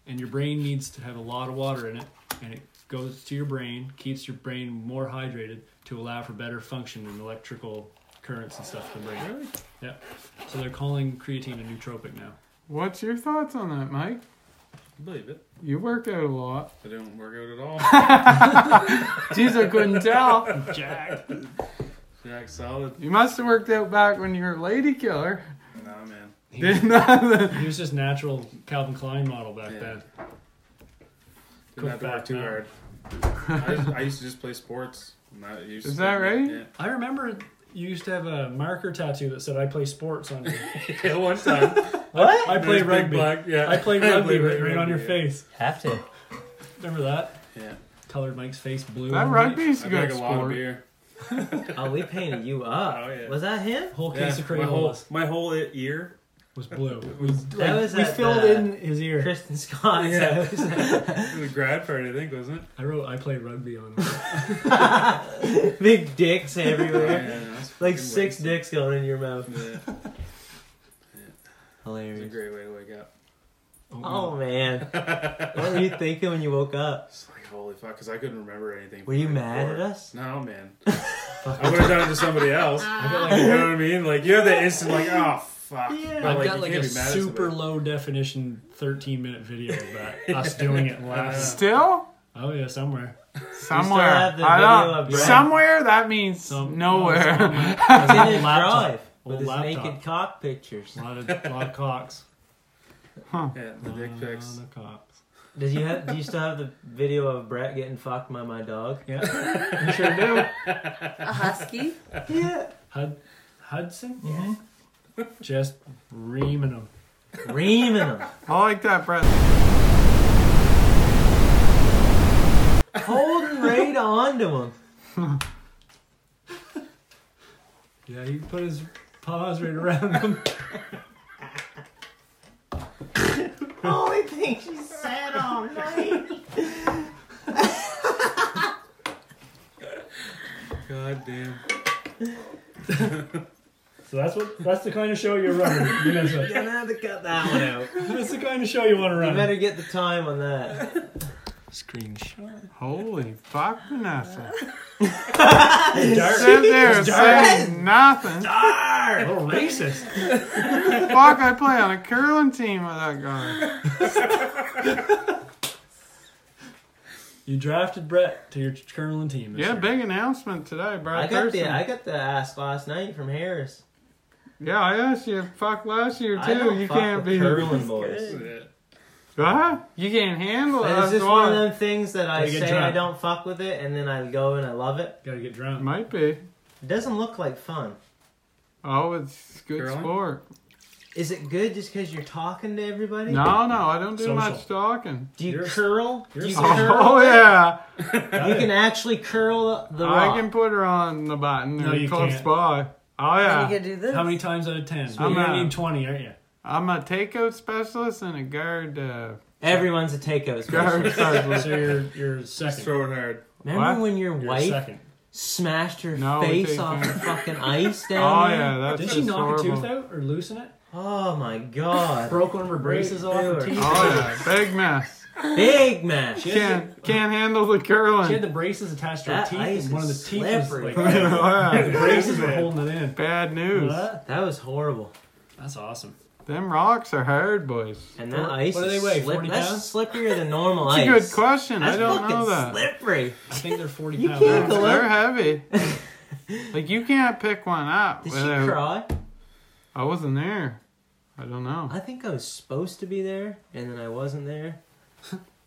Speaker 4: and your brain needs to have a lot of water in it, and it goes to your brain, keeps your brain more hydrated to allow for better function in electrical currents and stuff in the brain. Really? Yeah. So they're calling creatine a nootropic now.
Speaker 1: What's your thoughts on that, Mike?
Speaker 5: I believe it.
Speaker 1: You work out a lot.
Speaker 5: It didn't work out at all.
Speaker 1: Jeez, I couldn't tell.
Speaker 4: Jack.
Speaker 5: Jack solid.
Speaker 1: You must have worked out back when you were a lady killer.
Speaker 5: Nah, man.
Speaker 1: Did nothing.
Speaker 4: He was just natural Calvin Klein model back
Speaker 5: Yeah.
Speaker 4: then.
Speaker 5: Didn't have to
Speaker 4: back
Speaker 5: work too
Speaker 4: now.
Speaker 5: hard. I, just- I used to just play sports. and I used
Speaker 1: Is
Speaker 5: to-
Speaker 1: that right?
Speaker 5: Yeah.
Speaker 4: I remember you used to have a marker tattoo that said "I play sports" on you.
Speaker 5: yeah, one time.
Speaker 4: what? I play
Speaker 5: There's big
Speaker 4: rugby.
Speaker 5: black- yeah.
Speaker 4: I play rugby right,
Speaker 5: rugby,
Speaker 4: on your
Speaker 5: yeah.
Speaker 4: face.
Speaker 2: Have to.
Speaker 4: Remember that?
Speaker 5: Yeah.
Speaker 4: Colored Mike's face blue.
Speaker 1: That
Speaker 4: and
Speaker 1: rugby is
Speaker 5: I
Speaker 1: a
Speaker 5: drank
Speaker 1: good
Speaker 5: a lot of
Speaker 1: sport.
Speaker 5: beer.
Speaker 2: Oh, we painted you up.
Speaker 5: Oh, yeah.
Speaker 2: Was that him?
Speaker 4: white. Whole
Speaker 5: Yeah,
Speaker 4: case of
Speaker 5: my whole
Speaker 4: Crayolas
Speaker 5: my whole i- ear.
Speaker 4: was blue. We,
Speaker 2: That was
Speaker 4: we
Speaker 2: at
Speaker 4: filled
Speaker 2: the-
Speaker 4: in his ear.
Speaker 2: Kristen Scott.
Speaker 5: Yeah.
Speaker 2: Yeah.
Speaker 5: It was a grad party, I think, wasn't it?
Speaker 4: I wrote "I play rugby" on. there.
Speaker 2: Big dicks
Speaker 5: Yeah,
Speaker 2: everywhere.
Speaker 5: yeah, that's
Speaker 2: Like
Speaker 5: fucking
Speaker 2: six dicks going in your mouth.
Speaker 5: wasted. Yeah. It's a
Speaker 2: Hilarious.
Speaker 5: great way to wake up.
Speaker 2: Oh man, what were you thinking when you woke up?
Speaker 5: It's like holy fuck, because I couldn't remember anything.
Speaker 2: Were
Speaker 5: from
Speaker 2: you
Speaker 5: the night
Speaker 2: mad at
Speaker 5: before.
Speaker 2: us?
Speaker 5: No, man. I would have done it to somebody else.
Speaker 4: I got
Speaker 5: You
Speaker 4: like,
Speaker 5: know what I mean? Like you have that instant, like oh fuck.
Speaker 2: Yeah.
Speaker 5: But,
Speaker 4: I've got
Speaker 5: you
Speaker 4: like
Speaker 5: can't
Speaker 4: a
Speaker 5: be mad at
Speaker 4: super
Speaker 5: somebody.
Speaker 4: low definition 13 minute video about us doing it last.
Speaker 1: Still?
Speaker 4: Oh yeah, somewhere.
Speaker 1: Somewhere.
Speaker 2: have the
Speaker 1: I
Speaker 2: video
Speaker 1: don't.
Speaker 2: of Brad.
Speaker 1: Somewhere? That means
Speaker 4: Some-
Speaker 1: nowhere.
Speaker 4: no, it's
Speaker 2: He
Speaker 4: on my-
Speaker 2: didn't drive with
Speaker 4: Old
Speaker 2: his
Speaker 4: laptop.
Speaker 2: naked cock pictures.
Speaker 4: A lot of a lot of cocks.
Speaker 5: Yeah, the
Speaker 4: Oh,
Speaker 5: dick pics.
Speaker 4: Lot of cocks.
Speaker 2: Does you have? Do you still have the video of Brett getting fucked by my dog?
Speaker 4: Yeah.
Speaker 2: You sure do.
Speaker 3: A husky?
Speaker 2: yeah.
Speaker 4: Hud- Hudson. Just reaming them.
Speaker 2: Reaming him.
Speaker 1: I like that, Brett.
Speaker 2: Holding right onto him.
Speaker 4: Yeah, he put his paws right around them.
Speaker 2: Only thing Oh, she said all night.
Speaker 5: God damn.
Speaker 4: So that's what that's the kind of show you're running. You guys
Speaker 2: You're
Speaker 4: are-
Speaker 2: gonna have to cut that one out. You
Speaker 4: that's the kind of show you want to run.
Speaker 2: better get the time on that.
Speaker 4: Screenshot.
Speaker 1: Holy fuck, Vanessa.
Speaker 4: Dark.
Speaker 1: Sit there
Speaker 4: It's dark.
Speaker 1: saying nothing.
Speaker 4: A
Speaker 2: Oh,
Speaker 4: little racist.
Speaker 1: Fuck, I play on a curling team with that guy.
Speaker 4: You drafted Brett to your curling team. this
Speaker 1: Yeah,
Speaker 4: year.
Speaker 1: big announcement today, Brad
Speaker 2: I got
Speaker 1: Thurston.
Speaker 2: the I got the ass last night from Harris.
Speaker 1: Yeah, I asked you. Fuck last year
Speaker 2: I
Speaker 1: too.
Speaker 2: don't
Speaker 1: You
Speaker 2: fuck
Speaker 1: can't
Speaker 2: with
Speaker 1: be.
Speaker 2: curling boys.
Speaker 5: Yeah.
Speaker 1: Huh? You can't handle it.
Speaker 2: And it's
Speaker 1: That's
Speaker 2: just one of
Speaker 1: why.
Speaker 2: them things that I
Speaker 4: Gotta get
Speaker 2: say I
Speaker 4: drunk.
Speaker 2: don't fuck with it, and then I go and I love it.
Speaker 4: Gotta get drunk.
Speaker 1: Might be.
Speaker 2: It doesn't look like fun.
Speaker 1: Oh, it's good
Speaker 5: Curling?
Speaker 1: sport.
Speaker 2: Is it good just because you're talking to everybody?
Speaker 1: No, no, I don't do
Speaker 4: Social.
Speaker 1: much talking.
Speaker 2: Do you
Speaker 4: You're-
Speaker 2: curl? Do
Speaker 4: you're
Speaker 2: you
Speaker 4: social.
Speaker 2: curl?
Speaker 1: Oh yeah,
Speaker 2: You can actually curl the
Speaker 4: Ah.
Speaker 2: rock.
Speaker 1: I can put her on the button
Speaker 4: No,
Speaker 1: or
Speaker 4: you
Speaker 1: close
Speaker 4: can't.
Speaker 1: by. Oh
Speaker 3: And you
Speaker 1: yeah,
Speaker 3: could do this.
Speaker 4: How many times out of ten?
Speaker 1: I'm
Speaker 4: you're
Speaker 1: out.
Speaker 4: gonna need twenty, aren't you?
Speaker 1: I'm a takeout specialist and a guard uh,
Speaker 2: Everyone's a takeout.
Speaker 1: guard
Speaker 2: specialist.
Speaker 1: specialist.
Speaker 4: So you're you're
Speaker 5: Just
Speaker 4: second.
Speaker 5: throw it hard.
Speaker 2: Remember
Speaker 1: What?
Speaker 2: when your
Speaker 4: You're
Speaker 2: wife
Speaker 4: second.
Speaker 2: smashed her
Speaker 1: No, we
Speaker 2: face
Speaker 1: take
Speaker 2: off the
Speaker 1: turns.
Speaker 2: fucking ice down
Speaker 1: Oh
Speaker 2: there?
Speaker 1: yeah, that's
Speaker 4: Did
Speaker 1: just
Speaker 4: she knock
Speaker 1: horrible.
Speaker 4: a tooth out or loosen it?
Speaker 2: Oh my god.
Speaker 4: Broke one of her braces off. Her
Speaker 2: Dude.
Speaker 4: teeth.
Speaker 1: Oh yeah, big mess.
Speaker 2: Big match.
Speaker 4: She had,
Speaker 1: Can't can't handle the curling. Oh,
Speaker 4: the, she had the braces attached to her
Speaker 2: That
Speaker 4: teeth,
Speaker 2: ice
Speaker 4: and one of the
Speaker 2: is
Speaker 4: teeth was
Speaker 2: slippery.
Speaker 4: like
Speaker 1: Yeah,
Speaker 4: the braces were holding it in.
Speaker 1: Bad news.
Speaker 4: What?
Speaker 2: That was horrible.
Speaker 4: That's awesome.
Speaker 1: Them rocks are hard, boys.
Speaker 2: And that ice
Speaker 4: what do they
Speaker 2: is
Speaker 4: weigh,
Speaker 2: slip-
Speaker 4: 40
Speaker 2: that's
Speaker 4: pounds?
Speaker 2: slippier than normal
Speaker 1: That's a
Speaker 2: ice.
Speaker 1: good question.
Speaker 2: That's
Speaker 1: I don't
Speaker 2: fucking
Speaker 1: know that.
Speaker 2: slippery.
Speaker 4: I think they're forty
Speaker 2: You
Speaker 4: pounds.
Speaker 2: can't-
Speaker 1: They're,
Speaker 2: Hello?
Speaker 1: they're heavy. like you can't pick one up.
Speaker 2: Did she
Speaker 1: without-
Speaker 2: cry?
Speaker 1: I wasn't there. I don't know.
Speaker 2: I think I was supposed to be there, and then I wasn't there.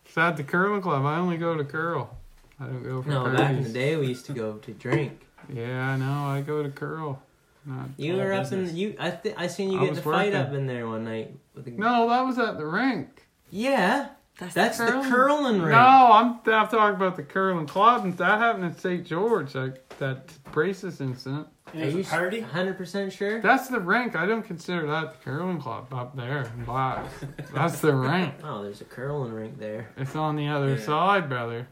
Speaker 1: It's at the curling club. I only go to curl. I don't go for
Speaker 2: No,
Speaker 1: curlies.
Speaker 2: back in the day we used to go to drink.
Speaker 1: Yeah, I know. I go to curl. Not...
Speaker 2: You
Speaker 4: All
Speaker 2: were up
Speaker 4: business.
Speaker 2: in you. I th- I seen you
Speaker 1: I
Speaker 2: get in
Speaker 1: was
Speaker 2: a fight
Speaker 1: working.
Speaker 2: up in there one night. With a,
Speaker 1: No, that was at the rink.
Speaker 2: Yeah,
Speaker 3: That's,
Speaker 2: that's the curling ring.
Speaker 1: No, I'm, I'm talking about the curling club. And that happened in St. George. Like that braces incident.
Speaker 4: And it was a party.
Speaker 2: Hundred percent sure.
Speaker 1: That's the rink. I don't consider that the curling club up there in Blacks. That's the rink.
Speaker 2: Oh, there's a curling rink there.
Speaker 1: It's on the other
Speaker 5: Yeah.
Speaker 1: side, brother.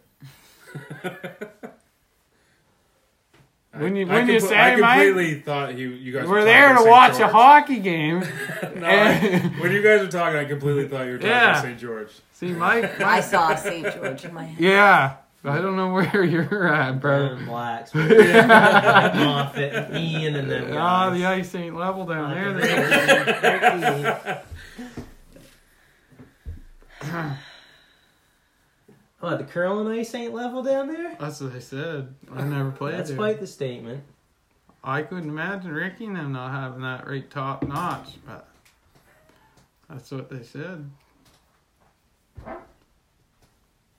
Speaker 5: I-
Speaker 1: When you-
Speaker 5: I
Speaker 1: when you
Speaker 5: compl-
Speaker 1: say,
Speaker 5: I
Speaker 1: mate,
Speaker 5: completely thought you you guys were,
Speaker 1: We're there to
Speaker 5: talking
Speaker 1: watch
Speaker 5: St.
Speaker 1: a
Speaker 5: George.
Speaker 1: hockey game.
Speaker 5: No, I- when you guys were talking, I completely thought you were talking
Speaker 1: Yeah.
Speaker 5: about St. George.
Speaker 1: See, Mike.
Speaker 3: I saw St. George in my head.
Speaker 1: Yeah, I don't know where you're at, bro.
Speaker 2: Down blacks. Moffitt and Ian and them
Speaker 1: Ah, the
Speaker 2: guys.
Speaker 1: ice ain't level down there.
Speaker 2: Fucking
Speaker 1: They-
Speaker 2: Ricky. What, the curling ice ain't level down there?
Speaker 1: That's what I said. I never played
Speaker 2: That's
Speaker 1: there.
Speaker 2: quite the statement.
Speaker 1: I couldn't imagine Ricky and them not having that right top notch, but that's what they said.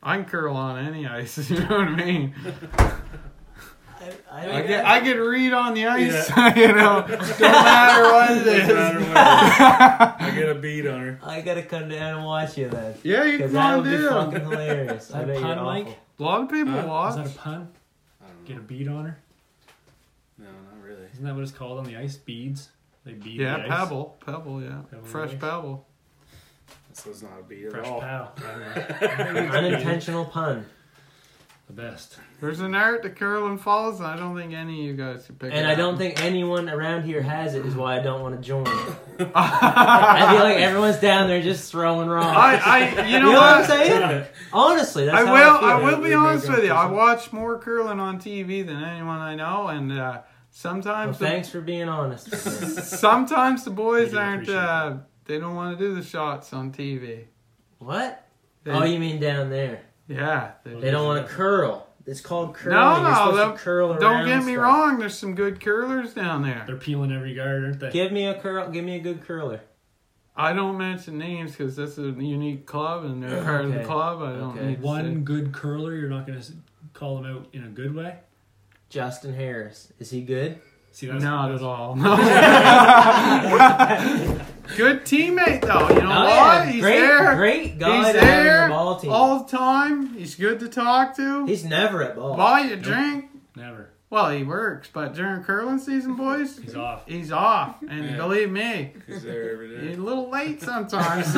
Speaker 1: I can curl on any ice, you know what I mean?
Speaker 2: I, I,
Speaker 1: I
Speaker 2: don't
Speaker 1: get, I get read on the ice, you know. Don't matter what it
Speaker 5: Doesn't
Speaker 1: is.
Speaker 5: matter what it is. I get a bead on her.
Speaker 2: I gotta come down and watch you then.
Speaker 1: Yeah, you
Speaker 2: Because
Speaker 1: can
Speaker 2: that
Speaker 1: on
Speaker 2: would be
Speaker 1: do.
Speaker 2: fucking hilarious. I
Speaker 4: Is that
Speaker 2: bet
Speaker 4: a
Speaker 2: you're
Speaker 4: pun,
Speaker 2: awful.
Speaker 4: Mike?
Speaker 1: A lot of people
Speaker 5: Huh? Is
Speaker 1: watch.
Speaker 4: Is that a pun?
Speaker 5: I don't
Speaker 4: Get
Speaker 5: know.
Speaker 4: a bead on her.
Speaker 5: No, not really.
Speaker 4: Isn't that what it's called on the ice? Beads. They bead
Speaker 1: yeah,
Speaker 4: the ice.
Speaker 1: pebble, pebble, yeah,
Speaker 4: Pebble
Speaker 1: fresh
Speaker 4: ice.
Speaker 1: pebble.
Speaker 5: So it's not a bead at
Speaker 4: Fresh
Speaker 5: all.
Speaker 4: pal. I don't know.
Speaker 2: Unintentional pun.
Speaker 4: The best.
Speaker 1: There's an art to Carolyn Falls, and I don't think any of you guys could pick it
Speaker 2: And I
Speaker 1: up.
Speaker 2: don't think anyone around here has it, is why I don't want to join. I feel like everyone's down there just throwing wrong.
Speaker 1: I, I, you
Speaker 2: you
Speaker 1: know
Speaker 2: know what I'm
Speaker 1: what?
Speaker 2: saying? Honestly, that's
Speaker 1: I
Speaker 2: how
Speaker 1: will.
Speaker 2: feel.
Speaker 1: I will be
Speaker 5: We're not
Speaker 1: honest
Speaker 5: gonna
Speaker 1: with you.
Speaker 5: push
Speaker 1: I
Speaker 5: it.
Speaker 1: watch more curling on TV than anyone I know, and uh,
Speaker 2: Well,
Speaker 1: sometimes,
Speaker 2: thanks for being honest. with
Speaker 1: the,
Speaker 2: me.
Speaker 1: sometimes the
Speaker 4: We
Speaker 1: boys
Speaker 4: do
Speaker 1: aren't.
Speaker 4: appreciate
Speaker 1: Uh, they don't want to do the shots on TV.
Speaker 2: what?
Speaker 1: They-
Speaker 2: oh, you mean down there?
Speaker 1: yeah. They,
Speaker 2: They don't want to curl. It's called curling.
Speaker 1: No,
Speaker 2: You're
Speaker 1: no,
Speaker 2: supposed to
Speaker 1: that-
Speaker 2: curl
Speaker 1: don't
Speaker 2: around
Speaker 1: get me
Speaker 2: stuff.
Speaker 1: wrong. There's some good curlers down there.
Speaker 4: They're peeling every guard, aren't they?
Speaker 2: Give me a curl. Give me a good curler.
Speaker 1: I don't mention names because this is a unique club and they're part of the
Speaker 2: Okay.
Speaker 1: club. I don't
Speaker 2: Okay.
Speaker 1: need to
Speaker 4: One
Speaker 1: say-
Speaker 4: good curler, you're not going to call them out in a good way.
Speaker 2: Justin Harris. Is he good?
Speaker 4: See, that's
Speaker 1: Not
Speaker 4: that's-
Speaker 1: at all. No. Good teammate though. You know
Speaker 2: Oh,
Speaker 1: what?
Speaker 2: yeah.
Speaker 1: He's
Speaker 2: great,
Speaker 1: there
Speaker 2: great guy
Speaker 1: He's
Speaker 2: to have in
Speaker 1: there
Speaker 2: the ball team.
Speaker 1: all the time. He's good to talk to.
Speaker 2: He's never at ball.
Speaker 1: Buy you a
Speaker 4: Nope.
Speaker 1: drink.
Speaker 4: Never.
Speaker 1: Well, he works, but during curling season, boys,
Speaker 4: He's off.
Speaker 1: he's off. And
Speaker 5: Yeah.
Speaker 1: believe me,
Speaker 5: He's there every
Speaker 1: he's
Speaker 5: day.
Speaker 1: a little late sometimes.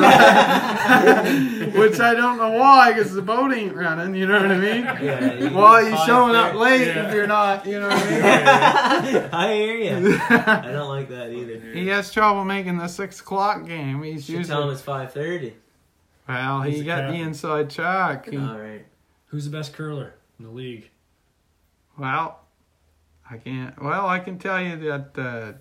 Speaker 1: Which I don't know why, because the boat ain't running. You know what I mean?
Speaker 2: Yeah, he's
Speaker 1: Well, you're
Speaker 2: five
Speaker 1: showing up
Speaker 2: thirty.
Speaker 1: late
Speaker 5: Yeah.
Speaker 1: if you're not, you know what I mean?
Speaker 2: I hear you. I don't like that either.
Speaker 1: He has trouble making the six o'clock game. He's
Speaker 2: Should tell him
Speaker 1: usually
Speaker 2: it's five thirty.
Speaker 1: well.
Speaker 4: He's
Speaker 1: He
Speaker 4: a
Speaker 1: got the
Speaker 4: captain.
Speaker 1: inside track. He-
Speaker 2: All right.
Speaker 4: Who's the best curler in the league?
Speaker 1: well, I can't. Well, I can tell you that uh,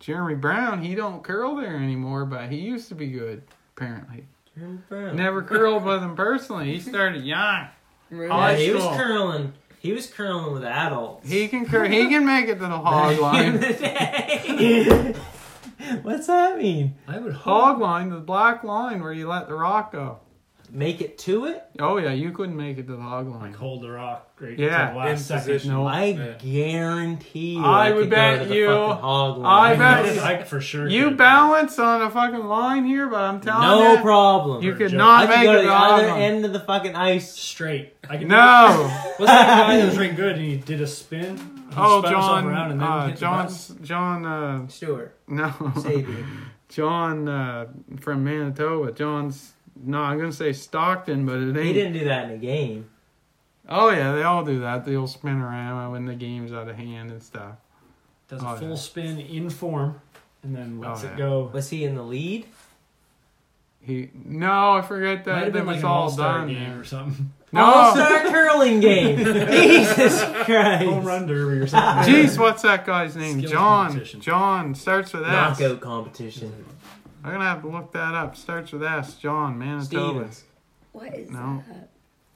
Speaker 1: Jeremy Brown he don't curl there anymore, but he used to be good. Apparently,
Speaker 2: Jeremy Brown.
Speaker 1: never curled with him personally. He started young.
Speaker 3: Really?
Speaker 1: Oh,
Speaker 2: Yeah, he was
Speaker 1: High school.
Speaker 2: curling. He was curling with adults.
Speaker 1: He can cur- He can make it to the hog line.
Speaker 2: What's that mean?
Speaker 4: I would hope.
Speaker 1: Hog line, the black line where you let the rock go.
Speaker 2: Make it to it.
Speaker 1: Oh yeah, you couldn't make it to the hog line.
Speaker 4: Like hold the rock right
Speaker 1: Yeah,
Speaker 4: yeah, the last
Speaker 5: in
Speaker 4: second.
Speaker 5: position.
Speaker 1: No,
Speaker 2: I
Speaker 5: Yeah.
Speaker 2: guarantee you.
Speaker 1: I
Speaker 2: could
Speaker 1: would
Speaker 2: go
Speaker 1: bet
Speaker 2: to the
Speaker 1: you-
Speaker 2: fucking hog
Speaker 1: I
Speaker 4: I,
Speaker 2: line.
Speaker 1: bet-
Speaker 4: know- I for sure.
Speaker 1: You
Speaker 4: could.
Speaker 1: balance on a fucking line here, but I'm telling
Speaker 2: No
Speaker 1: you,
Speaker 2: problem.
Speaker 1: you could
Speaker 2: I
Speaker 4: Joe.
Speaker 1: not
Speaker 2: could
Speaker 1: make
Speaker 2: go
Speaker 1: it
Speaker 2: to
Speaker 1: to
Speaker 2: the
Speaker 1: the
Speaker 2: other
Speaker 1: hog line.
Speaker 2: end of the fucking ice.
Speaker 4: straight. I can
Speaker 1: No.
Speaker 4: What's that guy that was right good and he did a spin? He
Speaker 1: Oh,
Speaker 4: spun himself
Speaker 1: John.
Speaker 4: around and then
Speaker 1: uh,
Speaker 4: hit the
Speaker 1: John.
Speaker 4: button?
Speaker 1: John. Uh,
Speaker 2: Stuart,
Speaker 1: no.
Speaker 2: save me.
Speaker 1: John uh, from Manitoba. John's. No, I'm gonna say Stockton, but it
Speaker 2: He
Speaker 1: ain't.
Speaker 2: didn't do that in the game.
Speaker 1: Oh yeah, they all do that. They'll spin around when the game's out of hand and stuff.
Speaker 4: does a
Speaker 1: Oh,
Speaker 4: full
Speaker 1: yeah.
Speaker 4: spin in form and then lets
Speaker 1: Oh,
Speaker 4: it
Speaker 1: yeah.
Speaker 4: go.
Speaker 2: Was he in the lead?
Speaker 1: He. No, I forget
Speaker 4: Might
Speaker 1: that.
Speaker 4: have
Speaker 1: That
Speaker 4: been
Speaker 1: was
Speaker 4: like an
Speaker 1: all
Speaker 4: all-star
Speaker 1: done.
Speaker 4: game or something.
Speaker 2: All
Speaker 1: No.
Speaker 2: star curling game. Jesus Christ.
Speaker 4: Home run derby or something.
Speaker 1: Jeez, what's that guy's name?
Speaker 4: Skills
Speaker 1: John.
Speaker 4: competition.
Speaker 1: John starts with S.
Speaker 2: Knockout competition.
Speaker 1: I'm gonna have to look that up. Starts with S. John Manitoba.
Speaker 2: Stevens.
Speaker 3: What is
Speaker 1: No.
Speaker 3: that?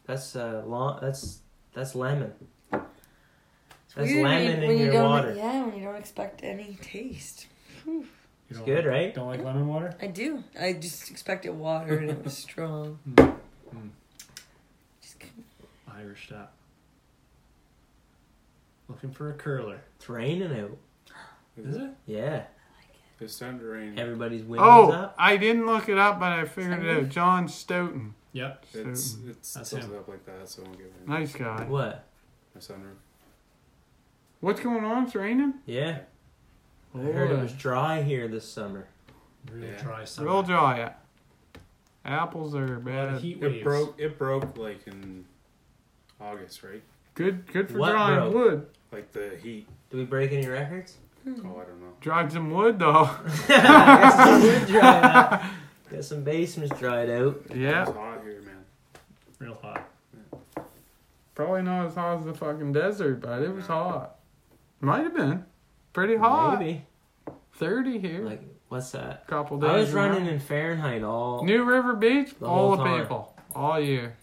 Speaker 2: That's uh, long. That's that's lemon.
Speaker 3: It's
Speaker 2: That's
Speaker 3: weird
Speaker 2: lemon
Speaker 3: when
Speaker 2: in
Speaker 3: when you
Speaker 2: your
Speaker 3: don't-
Speaker 2: water.
Speaker 3: Yeah, when you don't expect any taste.
Speaker 4: You don't
Speaker 2: good,
Speaker 4: like-
Speaker 2: right?
Speaker 4: Don't like lemon water?
Speaker 3: I do. I just expected water and it was strong.
Speaker 1: Mm.
Speaker 3: Just couldn't-
Speaker 4: Irish stop. Looking for a curler.
Speaker 2: It's raining out.
Speaker 4: Is it?
Speaker 2: Yeah,
Speaker 5: It's time to rain.
Speaker 2: everybody's windows
Speaker 1: Oh,
Speaker 2: up.
Speaker 1: I didn't look it up, but I figured it
Speaker 3: Somebody-
Speaker 1: out. John Stoughton.
Speaker 4: Yep.
Speaker 5: It's
Speaker 1: Stoughton.
Speaker 5: it's
Speaker 4: That's
Speaker 5: tilted
Speaker 4: him.
Speaker 5: up like that, so I won't give it.
Speaker 1: Nice guy.
Speaker 2: What?
Speaker 5: My sunroof.
Speaker 1: What's going on? It's raining?
Speaker 2: Yeah,
Speaker 1: Oh,
Speaker 2: I heard it was dry here this summer.
Speaker 4: Real
Speaker 5: Yeah.
Speaker 4: dry
Speaker 1: yeah. real
Speaker 4: summer.
Speaker 1: dry. Apples are
Speaker 4: A lot of
Speaker 1: bad.
Speaker 4: heat waves.
Speaker 5: It broke. It broke like in August, right?
Speaker 1: Good good for
Speaker 2: What
Speaker 1: drawing
Speaker 2: broke?
Speaker 1: wood.
Speaker 5: Like the heat.
Speaker 2: Did we break any records?
Speaker 5: Oh, I don't know.
Speaker 1: Dried some wood though.
Speaker 2: Got some wood dried out. Got some basements dried out.
Speaker 1: yeah.
Speaker 5: It's hot here, man.
Speaker 4: Real hot.
Speaker 1: Probably not as hot as the fucking desert, but it was hot. Might have been. Pretty hot.
Speaker 2: Maybe.
Speaker 1: Thirty here.
Speaker 2: Like what's that?
Speaker 1: couple days.
Speaker 2: I was
Speaker 1: ago.
Speaker 2: running in Fahrenheit all.
Speaker 1: New River Beach,
Speaker 2: The
Speaker 1: all
Speaker 2: whole
Speaker 1: the
Speaker 2: time.
Speaker 1: people. All year.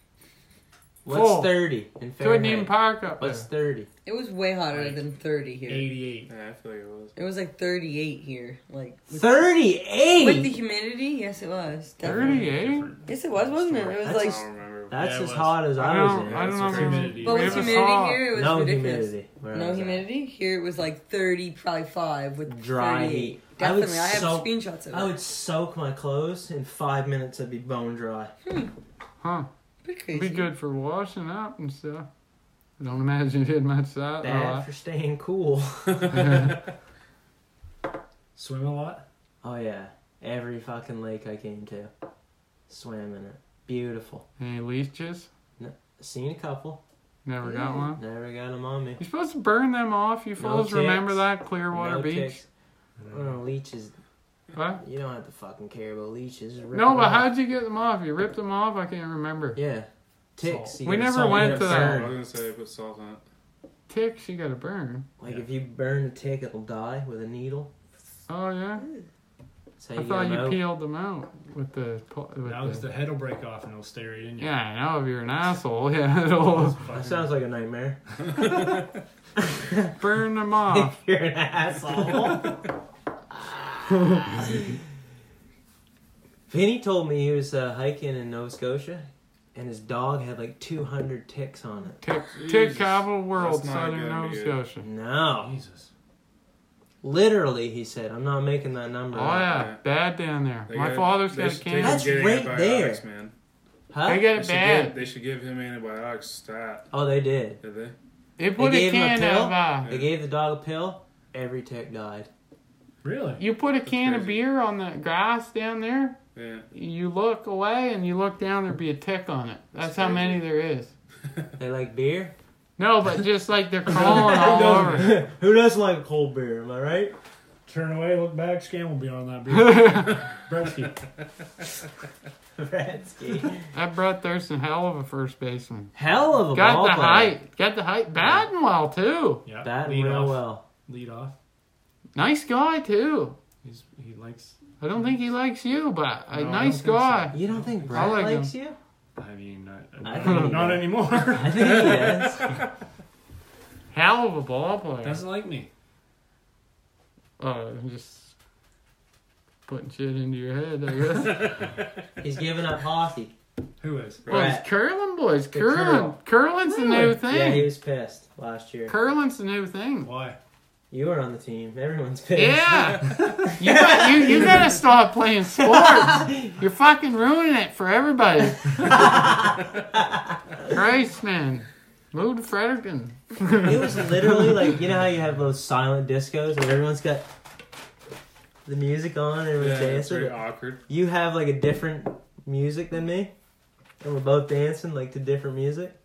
Speaker 1: full.
Speaker 2: What's thirty in
Speaker 1: Couldn't even
Speaker 2: Fahrenheit?
Speaker 1: park up there.
Speaker 2: What's thirty?
Speaker 3: It was way hotter
Speaker 4: Like
Speaker 3: than 30 here.
Speaker 4: 88.
Speaker 5: Yeah, I feel like it was.
Speaker 3: It was like 38 here. Like with, with the
Speaker 2: Thirty-eight.
Speaker 3: humidity? Yes, it was. Definitely.
Speaker 1: 38?
Speaker 4: Different.
Speaker 3: Yes, it was, wasn't it? It was
Speaker 5: I
Speaker 3: like.
Speaker 5: don't remember.
Speaker 2: That's
Speaker 4: Yeah, it
Speaker 2: as
Speaker 4: was.
Speaker 2: hot as I,
Speaker 1: I
Speaker 2: was
Speaker 1: don't,
Speaker 2: in.
Speaker 1: I don't know.
Speaker 5: That's crazy.
Speaker 4: Humidity.
Speaker 3: But
Speaker 1: We
Speaker 3: with
Speaker 1: have a
Speaker 3: humidity
Speaker 1: saw.
Speaker 3: here, it was
Speaker 2: no
Speaker 3: ridiculous.
Speaker 2: humidity. where I
Speaker 3: No
Speaker 2: was at.
Speaker 3: humidity. Here it was like 30, probably 5 with
Speaker 2: Dry
Speaker 3: 38.
Speaker 2: heat. I would
Speaker 3: Definitely. I, have
Speaker 2: soak-
Speaker 3: screenshots of it.
Speaker 2: I would soak my clothes in five minutes. I'd be bone dry.
Speaker 1: Huh.
Speaker 3: Pretty crazy.
Speaker 1: It'd be good for washing up and stuff. I don't imagine it did much that.
Speaker 2: Bad
Speaker 1: uh,
Speaker 2: for staying cool.
Speaker 4: Swim a lot?
Speaker 2: Oh yeah, every fucking lake I came to, swam in it. Beautiful.
Speaker 1: Any leeches?
Speaker 2: Seen a couple.
Speaker 1: Never got one.
Speaker 2: Never got them on me.
Speaker 1: You're supposed to burn them off. You fools remember
Speaker 2: ticks.
Speaker 1: that Clearwater
Speaker 2: no
Speaker 1: Beach?
Speaker 2: Kicks. Well, leeches.
Speaker 1: What?
Speaker 2: You don't have to fucking care about leeches. Rip
Speaker 1: No,
Speaker 2: them
Speaker 1: but
Speaker 2: off.
Speaker 1: how'd you get them off? You ripped them off? I can't remember.
Speaker 2: Yeah. Ticks.
Speaker 4: Salt.
Speaker 2: you
Speaker 1: We
Speaker 2: gotta
Speaker 1: never
Speaker 2: salt- you
Speaker 1: went
Speaker 2: gotta
Speaker 1: to
Speaker 5: I
Speaker 1: that.
Speaker 5: was
Speaker 2: burn.
Speaker 5: gonna say put salt on it.
Speaker 1: Ticks, you gotta burn.
Speaker 2: Like if you burn a tick, it'll die with a needle.
Speaker 1: Oh yeah.
Speaker 2: That's how
Speaker 1: I
Speaker 2: you get
Speaker 1: thought
Speaker 2: 'em
Speaker 1: you
Speaker 2: out.
Speaker 1: peeled them out with the. pl- With
Speaker 4: Now is the head will break off and it'll stay right in you.
Speaker 1: Yeah, I know if you're an asshole, yeah, it'll
Speaker 2: That sounds like a nightmare.
Speaker 1: burn them off.
Speaker 2: You're an asshole. Vinny told me he was uh, hiking in Nova Scotia, and his dog had like 200 ticks on it.
Speaker 1: Tick, tick
Speaker 5: Jesus.
Speaker 1: capital world,
Speaker 5: That's not
Speaker 1: southern
Speaker 5: gonna
Speaker 1: Nova
Speaker 5: be good.
Speaker 1: Scotia.
Speaker 2: No,
Speaker 4: Jesus.
Speaker 2: literally, he said, "I'm not making that number."
Speaker 1: Oh
Speaker 2: up."
Speaker 1: yeah,
Speaker 5: Yeah.
Speaker 1: bad down there.
Speaker 5: They
Speaker 1: My
Speaker 5: gotta-
Speaker 1: father's
Speaker 5: they
Speaker 1: got a
Speaker 5: should take
Speaker 1: can.
Speaker 2: That's
Speaker 5: him getting
Speaker 2: right
Speaker 5: antibiotics, Man.
Speaker 2: Huh?
Speaker 1: They got
Speaker 5: They
Speaker 1: it
Speaker 5: should,
Speaker 1: bad.
Speaker 5: give, they should give him antibiotics stat.
Speaker 2: oh, they did.
Speaker 5: Did they?
Speaker 1: They put
Speaker 2: They
Speaker 1: a
Speaker 2: gave him a
Speaker 1: can
Speaker 2: pill?
Speaker 1: of uh,
Speaker 2: They gave the dog a pill. Every tick died.
Speaker 4: Really?
Speaker 1: you put a can of
Speaker 5: crazy.
Speaker 1: beer on the grass down there.
Speaker 5: Yeah.
Speaker 1: You look away and you look down. There'd be a tick on it. That's
Speaker 5: That's
Speaker 1: how
Speaker 5: crazy.
Speaker 1: many there is.
Speaker 2: They like beer.
Speaker 1: No, but just like they're crawling all over.
Speaker 2: Who doesn't like cold beer? Am I right?
Speaker 4: Turn away, look back, scan will be on that beer. Bretsky.
Speaker 2: Ratsky.
Speaker 1: That brought Thurston hell of a first baseman.
Speaker 2: Hell of a
Speaker 1: Got
Speaker 2: ball
Speaker 1: the
Speaker 2: player.
Speaker 1: height. Got the height. Batting well too.
Speaker 4: Yeah.
Speaker 2: Batting real
Speaker 4: off.
Speaker 2: well.
Speaker 4: Lead off.
Speaker 1: Nice guy too.
Speaker 4: He's, he likes.
Speaker 1: I don't think he likes you, but a
Speaker 4: No, I
Speaker 1: nice
Speaker 4: don't think
Speaker 1: guy.
Speaker 2: You don't think
Speaker 1: I
Speaker 2: Brett
Speaker 1: like
Speaker 2: likes you?
Speaker 4: I mean, not,
Speaker 2: I
Speaker 4: not,
Speaker 2: think-
Speaker 4: anymore.
Speaker 2: I think he does.
Speaker 1: Hell of a ball player.
Speaker 4: Doesn't like me.
Speaker 1: Oh, I'm just putting shit into your head, I guess.
Speaker 2: He's giving up hockey.
Speaker 4: Who is?
Speaker 1: well,
Speaker 2: Right.
Speaker 1: it's curling, boys.
Speaker 2: The
Speaker 1: Curling.
Speaker 2: curl.
Speaker 1: Curling's the new
Speaker 2: Yeah,
Speaker 1: thing.
Speaker 2: he was pissed last year.
Speaker 1: Curling's the new thing.
Speaker 4: Why?
Speaker 2: You were on the team. Everyone's pissed.
Speaker 1: Yeah. you, got, you, you gotta stop playing sports. You're fucking ruining it for everybody. Christ, man. Move to Fredericton.
Speaker 2: It was literally like you know how you have those silent discos where everyone's got the music on,
Speaker 5: Yeah,
Speaker 2: everyone's
Speaker 5: it's
Speaker 2: dancing.
Speaker 5: very awkward.
Speaker 2: You have like a different music than me, and we're both dancing like to different music.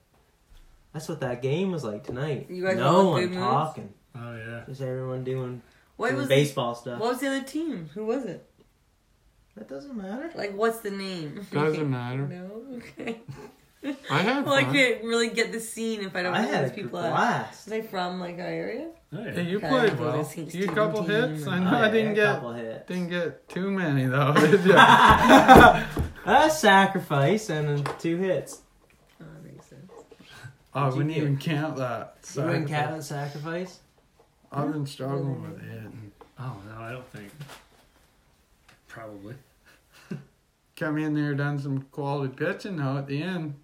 Speaker 2: That's what that game was like tonight.
Speaker 3: You guys all
Speaker 2: no
Speaker 3: look
Speaker 2: one
Speaker 3: good moves?
Speaker 2: talking.
Speaker 4: Oh yeah.
Speaker 2: Just everyone doing,
Speaker 3: What
Speaker 2: doing
Speaker 3: was the,
Speaker 2: baseball stuff.
Speaker 3: what was the other team? Who was it?
Speaker 2: That doesn't matter.
Speaker 3: Like, what's the name?
Speaker 1: Doesn't matter.
Speaker 3: No. Okay.
Speaker 1: I had
Speaker 3: Well, I
Speaker 1: fun.
Speaker 3: can't really get the scene if I don't
Speaker 2: I
Speaker 3: know who
Speaker 2: had a
Speaker 3: these
Speaker 2: gr-
Speaker 3: people are. Is
Speaker 2: blast.
Speaker 3: they from like our area?
Speaker 4: Oh,
Speaker 1: Hey,
Speaker 4: yeah.
Speaker 1: you
Speaker 3: Okay,
Speaker 1: played
Speaker 3: so
Speaker 1: well.
Speaker 3: this is
Speaker 1: You couple
Speaker 3: 17.
Speaker 1: hits. I know I
Speaker 2: had
Speaker 1: didn't
Speaker 2: a
Speaker 1: get
Speaker 2: couple hits.
Speaker 1: didn't get too many though, did you?
Speaker 2: A sacrifice and two hits.
Speaker 3: Oh, that makes sense.
Speaker 1: Oh,
Speaker 2: What'd
Speaker 1: we
Speaker 2: you
Speaker 1: didn't
Speaker 2: do?
Speaker 1: even count that.
Speaker 2: You wouldn't
Speaker 1: Sorry.
Speaker 2: count a sacrifice?
Speaker 1: I've been struggling with it.
Speaker 4: Oh no, I don't think. Probably.
Speaker 1: Come in there, done some quality pitching though at the end.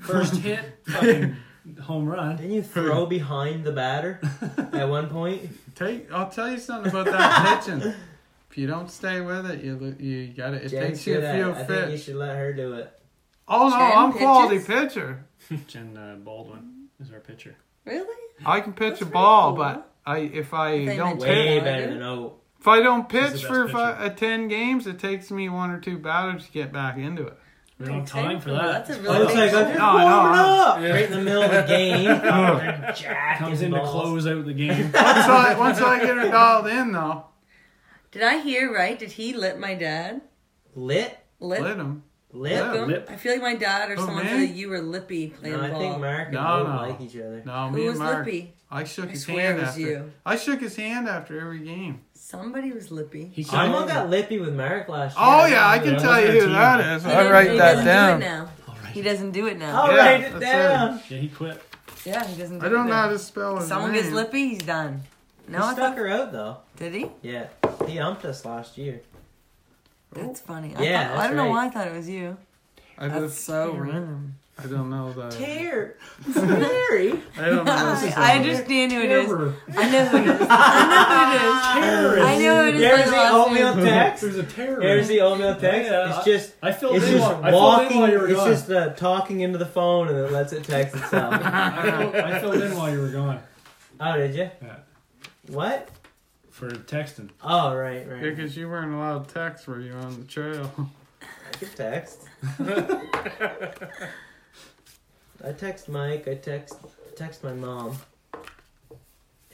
Speaker 4: First hit, fucking home run.
Speaker 2: Didn't you throw behind the batter at one point?
Speaker 1: Take, I'll tell you something about that pitching. If you don't stay with it, you lo- you got to It
Speaker 2: Jen's
Speaker 1: takes you
Speaker 2: good
Speaker 1: a
Speaker 2: at
Speaker 1: few
Speaker 2: it. I think you
Speaker 1: fits.
Speaker 2: should let her do it.
Speaker 1: Oh no,
Speaker 3: Jen
Speaker 1: I'm quality
Speaker 3: pitches?
Speaker 1: pitcher.
Speaker 4: Jen uh, Baldwin is our pitcher.
Speaker 3: Really?
Speaker 1: I can pitch
Speaker 3: That's
Speaker 1: a
Speaker 3: really
Speaker 1: ball,
Speaker 3: cool.
Speaker 1: but I if I
Speaker 3: They
Speaker 1: don't
Speaker 3: make Pitcher.
Speaker 2: Way
Speaker 1: pitch,
Speaker 3: it-
Speaker 2: better than O.
Speaker 1: if I don't
Speaker 4: He's the
Speaker 1: pitch
Speaker 4: best
Speaker 1: for fi-
Speaker 4: pitcher.
Speaker 1: uh, ten games, it takes me one or two batters to get back into it.
Speaker 4: We don't have
Speaker 3: Thanks,
Speaker 4: time for
Speaker 3: Taylor.
Speaker 4: that.
Speaker 3: That's a
Speaker 2: Oh,
Speaker 3: really
Speaker 2: it's
Speaker 3: big
Speaker 2: like,
Speaker 1: No,
Speaker 2: I'm
Speaker 1: I
Speaker 2: warming
Speaker 1: know,
Speaker 2: up! Right in the middle of the game.
Speaker 4: Comes in to close out the game.
Speaker 1: Once I once I get her dialed in though,
Speaker 3: Did I hear right? Did he let my dad?
Speaker 2: Lit?
Speaker 3: Lip,
Speaker 1: let him.
Speaker 2: Lit?
Speaker 1: Yeah.
Speaker 3: him?
Speaker 4: Lip.
Speaker 3: I feel like my dad or
Speaker 1: Oh,
Speaker 3: someone
Speaker 1: man.
Speaker 3: said that you were lippy playing
Speaker 2: No, I
Speaker 3: ball.
Speaker 2: think Mark and
Speaker 1: No,
Speaker 2: Bo
Speaker 1: no.
Speaker 2: like each other.
Speaker 1: No,
Speaker 3: Who
Speaker 1: Oh, me
Speaker 3: was
Speaker 1: and Mark.
Speaker 3: lippy?
Speaker 1: I shook
Speaker 3: I
Speaker 1: his
Speaker 3: swear
Speaker 1: hand
Speaker 3: it was
Speaker 1: after.
Speaker 3: you.
Speaker 1: I shook his hand after every game.
Speaker 3: Somebody was lippy.
Speaker 4: He came
Speaker 2: Someone
Speaker 4: over.
Speaker 2: got lippy with Mark last year.
Speaker 1: Oh yeah, I can
Speaker 4: Yeah,
Speaker 1: tell you
Speaker 4: what's
Speaker 1: who
Speaker 4: our team?
Speaker 1: that is.
Speaker 3: He
Speaker 1: I
Speaker 3: doesn't-
Speaker 1: write
Speaker 3: he
Speaker 1: that
Speaker 3: doesn't
Speaker 1: down.
Speaker 3: Do it now.
Speaker 4: All
Speaker 3: He
Speaker 4: right.
Speaker 3: doesn't do it now.
Speaker 2: I'll
Speaker 1: Yeah,
Speaker 2: write it
Speaker 1: that's
Speaker 2: down.
Speaker 4: Yeah, he quit.
Speaker 3: Yeah, he doesn't. Do
Speaker 1: I don't
Speaker 3: it
Speaker 1: know
Speaker 3: now.
Speaker 1: how to spell his
Speaker 3: Someone
Speaker 1: name.
Speaker 3: gets lippy, he's done. No,
Speaker 2: he
Speaker 3: I
Speaker 2: stuck
Speaker 3: thought,
Speaker 2: her out though.
Speaker 3: did he?
Speaker 2: Yeah, he umped us last year.
Speaker 3: That's funny.
Speaker 2: Yeah,
Speaker 3: I, thought, I
Speaker 2: that's
Speaker 3: don't know
Speaker 2: right.
Speaker 3: why I thought it was you.
Speaker 1: I
Speaker 3: That's
Speaker 1: just,
Speaker 3: so random.
Speaker 1: I don't know the.
Speaker 3: Oh,
Speaker 2: Tear, Terry,
Speaker 1: I don't know.
Speaker 3: I,
Speaker 1: the
Speaker 3: I
Speaker 1: song.
Speaker 3: understand who it is.
Speaker 4: Terror.
Speaker 3: I know who it is. I know who it is. I know who it is. by
Speaker 2: There's
Speaker 3: the
Speaker 2: the
Speaker 3: last name.
Speaker 2: oatmeal text.
Speaker 4: There's a terror.
Speaker 2: There's the oatmeal text.
Speaker 4: Yeah,
Speaker 2: It's just,
Speaker 4: I filled
Speaker 2: it's
Speaker 4: in
Speaker 2: just
Speaker 4: while, I filled in
Speaker 2: walking.
Speaker 4: while you were
Speaker 2: It's
Speaker 4: gone.
Speaker 2: just uh, talking into the phone and it lets it text itself.
Speaker 4: I, filled, I filled in while you were gone
Speaker 2: oh, did you?
Speaker 4: Yeah.
Speaker 2: What?
Speaker 4: for texting.
Speaker 2: Oh, right,
Speaker 1: Yeah,
Speaker 2: right.
Speaker 1: 'cause you weren't allowed text were you on the trail.
Speaker 2: I could text. I text Mike. I text text my mom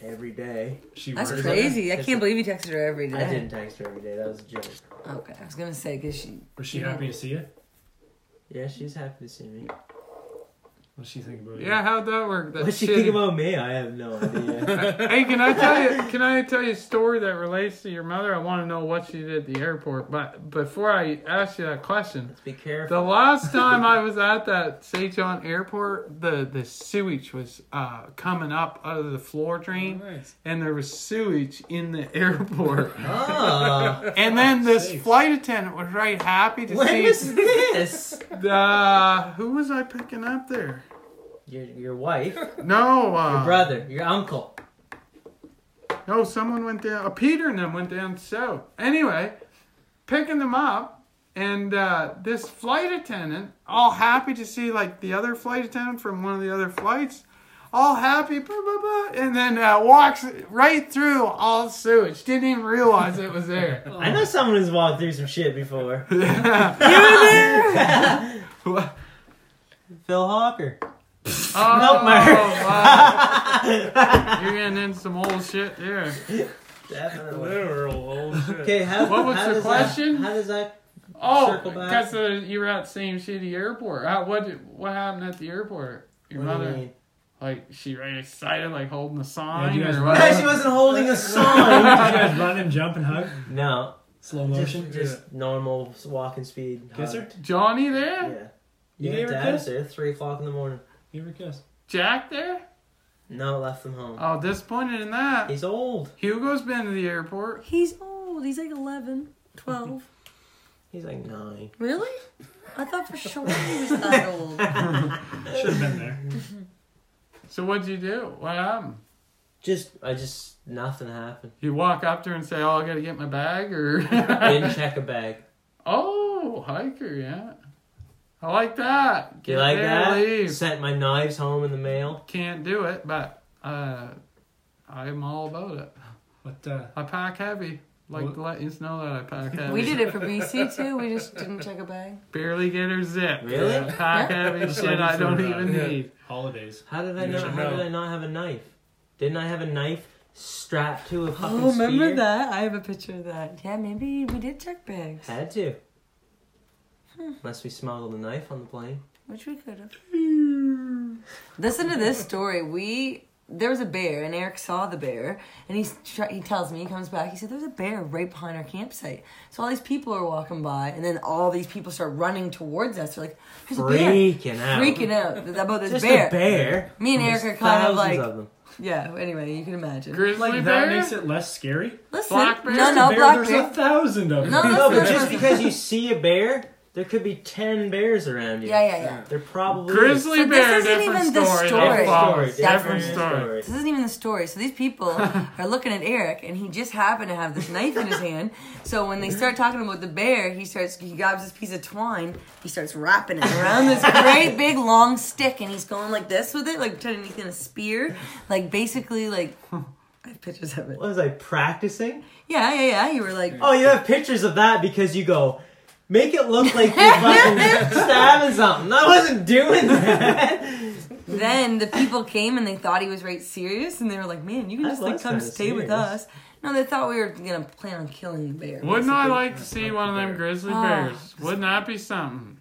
Speaker 2: every day.
Speaker 4: She
Speaker 3: That's
Speaker 4: wears it.
Speaker 3: crazy. I
Speaker 2: Is
Speaker 3: can't
Speaker 2: it-
Speaker 3: believe you texted her every day.
Speaker 2: I didn't text her every day. That was a joke.
Speaker 3: Okay, I was gonna say because she.
Speaker 4: Was she happy to see it?
Speaker 2: Yeah, she's happy to see me.
Speaker 4: What does she think about it?
Speaker 1: Yeah, how'd that work? That
Speaker 2: What she
Speaker 1: shitty-
Speaker 2: think about me? I have no idea.
Speaker 1: hey, can I tell you? Can I tell you a story that relates to your mother? I want to know what she did at the airport. But before I ask you that question,
Speaker 2: Let's be careful.
Speaker 1: the last time I was at that St. John Airport, the the sewage was uh, coming up out of the floor drain,
Speaker 5: Nice.
Speaker 1: and there was sewage in the airport.
Speaker 2: Ah,
Speaker 1: and then this
Speaker 4: sakes.
Speaker 1: flight attendant was right happy to
Speaker 2: when
Speaker 1: see.
Speaker 2: is this?
Speaker 1: Uh, who was I picking up there?
Speaker 2: Your your wife,
Speaker 1: No, uh,
Speaker 2: your brother, your uncle.
Speaker 1: No, someone went down. Uh, Peter and them went down south. Anyway, picking them up, and uh, this flight attendant, all happy to see like the other flight attendant from one of the other flights, all happy, blah, blah, blah, and then uh, walks right through all the sewage. Didn't even realize it was there.
Speaker 2: I know someone who's walked through some shit before.
Speaker 1: Oh, What?
Speaker 2: Phil Hawker.
Speaker 1: Oh,
Speaker 2: Nope, Mark.
Speaker 1: wow. You're getting in some old shit there.
Speaker 2: Definitely.
Speaker 5: Literal old shit.
Speaker 2: Okay, how,
Speaker 1: What was
Speaker 2: how
Speaker 1: the
Speaker 2: does
Speaker 1: question?
Speaker 2: That, how does that?
Speaker 1: Oh,
Speaker 2: Circle back.
Speaker 1: because uh, you were at the same shitty airport. Uh, what did- what happened at the airport? Your
Speaker 2: what do you
Speaker 1: mother.
Speaker 2: mean?
Speaker 1: Like she right excited, like holding the sign
Speaker 4: you guys-
Speaker 1: or
Speaker 2: No, she
Speaker 1: what?
Speaker 2: wasn't holding a
Speaker 4: Did you
Speaker 2: sign.
Speaker 4: guys run and jump and hug?
Speaker 2: no,
Speaker 4: Slow
Speaker 2: just,
Speaker 4: motion?
Speaker 2: just normal walking speed. hug.
Speaker 4: Kiss her?
Speaker 1: Johnny there?
Speaker 2: Yeah. You
Speaker 4: You gave her a kiss?
Speaker 2: dad's there at three o'clock in the morning.
Speaker 4: Give her a kiss.
Speaker 1: Jack there?
Speaker 2: No, left them home.
Speaker 1: Oh, disappointed in that.
Speaker 2: He's old.
Speaker 1: Hugo's been to the airport.
Speaker 3: He's old. He's like 11, 12.
Speaker 2: He's like nine.
Speaker 3: really? I thought for sure he was that old.
Speaker 4: Should have been there.
Speaker 1: So what'd you do? What happened?
Speaker 2: Just, I just, nothing happened.
Speaker 1: You walk up to her and say, "Oh, I gotta get my bag," or
Speaker 2: Didn't check a bag.
Speaker 1: oh, hiker, yeah. I like that.
Speaker 2: You like
Speaker 1: there,
Speaker 2: that?
Speaker 1: Leave.
Speaker 2: Sent my knives home in the mail.
Speaker 1: Can't do it, but uh, I'm all about it.
Speaker 4: But uh,
Speaker 1: I pack heavy. Like
Speaker 4: What?
Speaker 1: to let you know that I pack heavy.
Speaker 3: We did it for BC too. We just didn't check a bag.
Speaker 1: barely get her zip.
Speaker 2: Really?
Speaker 1: I pack heavy shit I don't even
Speaker 4: Yeah.
Speaker 1: need.
Speaker 4: uh, holidays.
Speaker 2: How did I
Speaker 5: You
Speaker 2: not?
Speaker 5: should
Speaker 2: How
Speaker 5: know.
Speaker 2: did I not have a knife? Didn't I have a knife strapped to a fucking
Speaker 3: Oh, remember
Speaker 2: spear?
Speaker 3: that? I have a picture of that. Yeah, maybe we did check bags,
Speaker 2: Had to.
Speaker 3: Hmm.
Speaker 2: Unless we smuggled a knife on the plane.
Speaker 3: which we could have. Listen to this story. We there was a bear, and Eric saw the bear, and he's tr- he tells me he comes back. He said there's a bear right behind our campsite. So all these people are walking by, and then all these people start running towards us. They're like, "There's a bear!"
Speaker 2: Freaking out.
Speaker 3: Freaking out about this
Speaker 2: Just
Speaker 3: bear.
Speaker 2: a bear.
Speaker 3: Me and
Speaker 2: There's
Speaker 3: Eric are kind of
Speaker 2: thousands
Speaker 3: like,
Speaker 2: of them.
Speaker 3: yeah. Anyway, you can imagine.
Speaker 1: Grizzly
Speaker 4: Like
Speaker 1: bear?
Speaker 4: that makes it less scary.
Speaker 3: Listen,
Speaker 1: Black bear?
Speaker 3: no,
Speaker 1: Just
Speaker 4: The
Speaker 3: no,
Speaker 4: bear,
Speaker 3: black
Speaker 4: there's
Speaker 3: bear.
Speaker 4: a thousand of them.
Speaker 3: No,
Speaker 2: No, but
Speaker 3: Oh, That's
Speaker 2: just
Speaker 3: right.
Speaker 2: because you see a bear, there could be ten bears around you.
Speaker 3: Yeah, yeah, yeah.
Speaker 2: They're probably
Speaker 1: Grizzly
Speaker 3: So this
Speaker 1: bear,
Speaker 3: isn't
Speaker 1: different
Speaker 3: even the
Speaker 1: story.
Speaker 3: story.
Speaker 1: That
Speaker 2: Different story,
Speaker 1: follows.
Speaker 3: That's
Speaker 1: Different story.
Speaker 3: This isn't even the story. So these people are looking at Eric, and he just happened to have this knife in his hand. So when they start talking about the bear, he starts he grabs this piece of twine, he starts wrapping it around this great big long stick, and he's going like this with it, like pretending he's gonna spear, like basically like. I have pictures of it.
Speaker 2: What was I practicing?
Speaker 3: Yeah, yeah, yeah. You were like,
Speaker 2: Oh, you have pictures of that because you go make it look like you're fucking stabbing something. I wasn't doing that.
Speaker 3: then the people came and they thought he was right serious, and they were like, "Man, you can
Speaker 2: That
Speaker 3: just like
Speaker 2: was
Speaker 3: come
Speaker 2: kinda
Speaker 3: stay with
Speaker 2: serious.
Speaker 3: us." No, they thought we were gonna plan on killing the bear.
Speaker 1: Wouldn't I like to see
Speaker 5: Like
Speaker 1: one of
Speaker 5: the
Speaker 1: them
Speaker 5: bear.
Speaker 1: grizzly
Speaker 3: Oh.
Speaker 1: bears? Wouldn't that be something?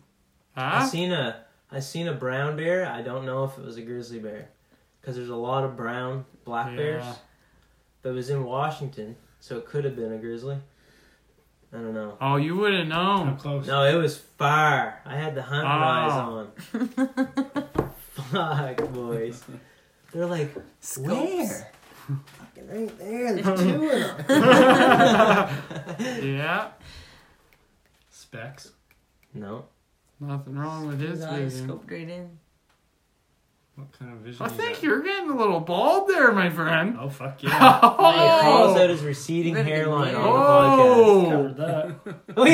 Speaker 2: I
Speaker 1: Huh?
Speaker 2: seen a I seen a brown bear. I don't know if it was a grizzly bear because there's a lot of brown black
Speaker 1: Yeah.
Speaker 2: bears. But it was in Washington, so it could have been a grizzly. I don't know.
Speaker 1: Oh, you would have
Speaker 4: How
Speaker 1: known.
Speaker 4: close?
Speaker 2: No, it was fire. I had the hunting
Speaker 1: Oh.
Speaker 2: eyes on. Fuck, boys. They're like, where? Fucking right there. There's two of them.
Speaker 1: Yeah,
Speaker 4: Specs.
Speaker 2: No.
Speaker 1: nothing wrong with his
Speaker 3: I
Speaker 1: vision.
Speaker 3: scoped right in.
Speaker 4: What kind of vision?
Speaker 1: I
Speaker 4: is
Speaker 1: think
Speaker 4: that?
Speaker 1: you're getting a little bald there, my friend.
Speaker 4: Oh fuck yeah!
Speaker 2: He calls out
Speaker 1: Oh,
Speaker 2: his receding
Speaker 3: Look at
Speaker 2: hairline
Speaker 3: him.
Speaker 2: on
Speaker 4: Covered that.
Speaker 2: the
Speaker 1: Oh.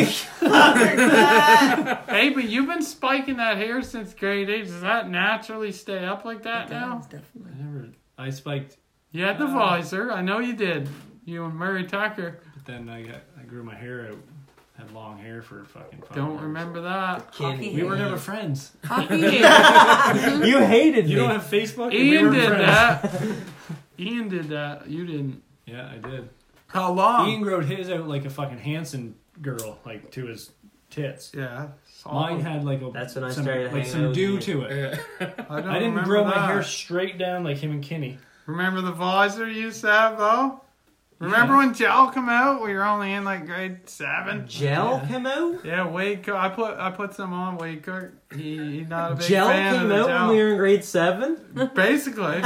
Speaker 2: podcast.
Speaker 1: hey, but you've been spiking that hair since grade eight. Does that naturally stay up like that now?
Speaker 4: I never. I spiked,
Speaker 1: You had the
Speaker 4: Uh.
Speaker 1: visor. I know you did. You and Murray Tucker.
Speaker 4: but then I got I grew my hair out had long hair for fucking. five
Speaker 1: Don't
Speaker 4: years.
Speaker 1: remember that.
Speaker 2: Kidding.
Speaker 4: We were never friends.
Speaker 3: Hockey.
Speaker 2: You hated
Speaker 4: You
Speaker 2: me.
Speaker 4: don't have Facebook. and we
Speaker 1: Ian
Speaker 4: were
Speaker 1: did
Speaker 4: friends.
Speaker 1: that. Ian did that. You didn't.
Speaker 4: Yeah, I did.
Speaker 1: How
Speaker 2: Oh.
Speaker 1: long?
Speaker 4: Ian growed his out like a fucking Hanson girl, like to his tits.
Speaker 1: yeah.
Speaker 4: Mine had like a
Speaker 2: That's when I
Speaker 4: some,
Speaker 2: started
Speaker 4: like
Speaker 2: hanging out
Speaker 4: some
Speaker 2: with
Speaker 4: dew
Speaker 2: you.
Speaker 4: to it.
Speaker 5: Yeah.
Speaker 1: I, don't
Speaker 4: I didn't
Speaker 1: remember
Speaker 4: grow
Speaker 1: that.
Speaker 4: my hair straight down like him and Kenny.
Speaker 1: Remember the visor you used to have though? Remember when gel come out? We were only in like grade seven.
Speaker 2: Gel
Speaker 4: Yeah.
Speaker 2: came out.
Speaker 1: Yeah, Wade. Cook. I put I put some on Wade Cook. He he's not a big
Speaker 2: Gel
Speaker 1: fan
Speaker 2: came
Speaker 1: of the
Speaker 2: out
Speaker 1: gel.
Speaker 2: when we were in grade seven.
Speaker 1: Basically,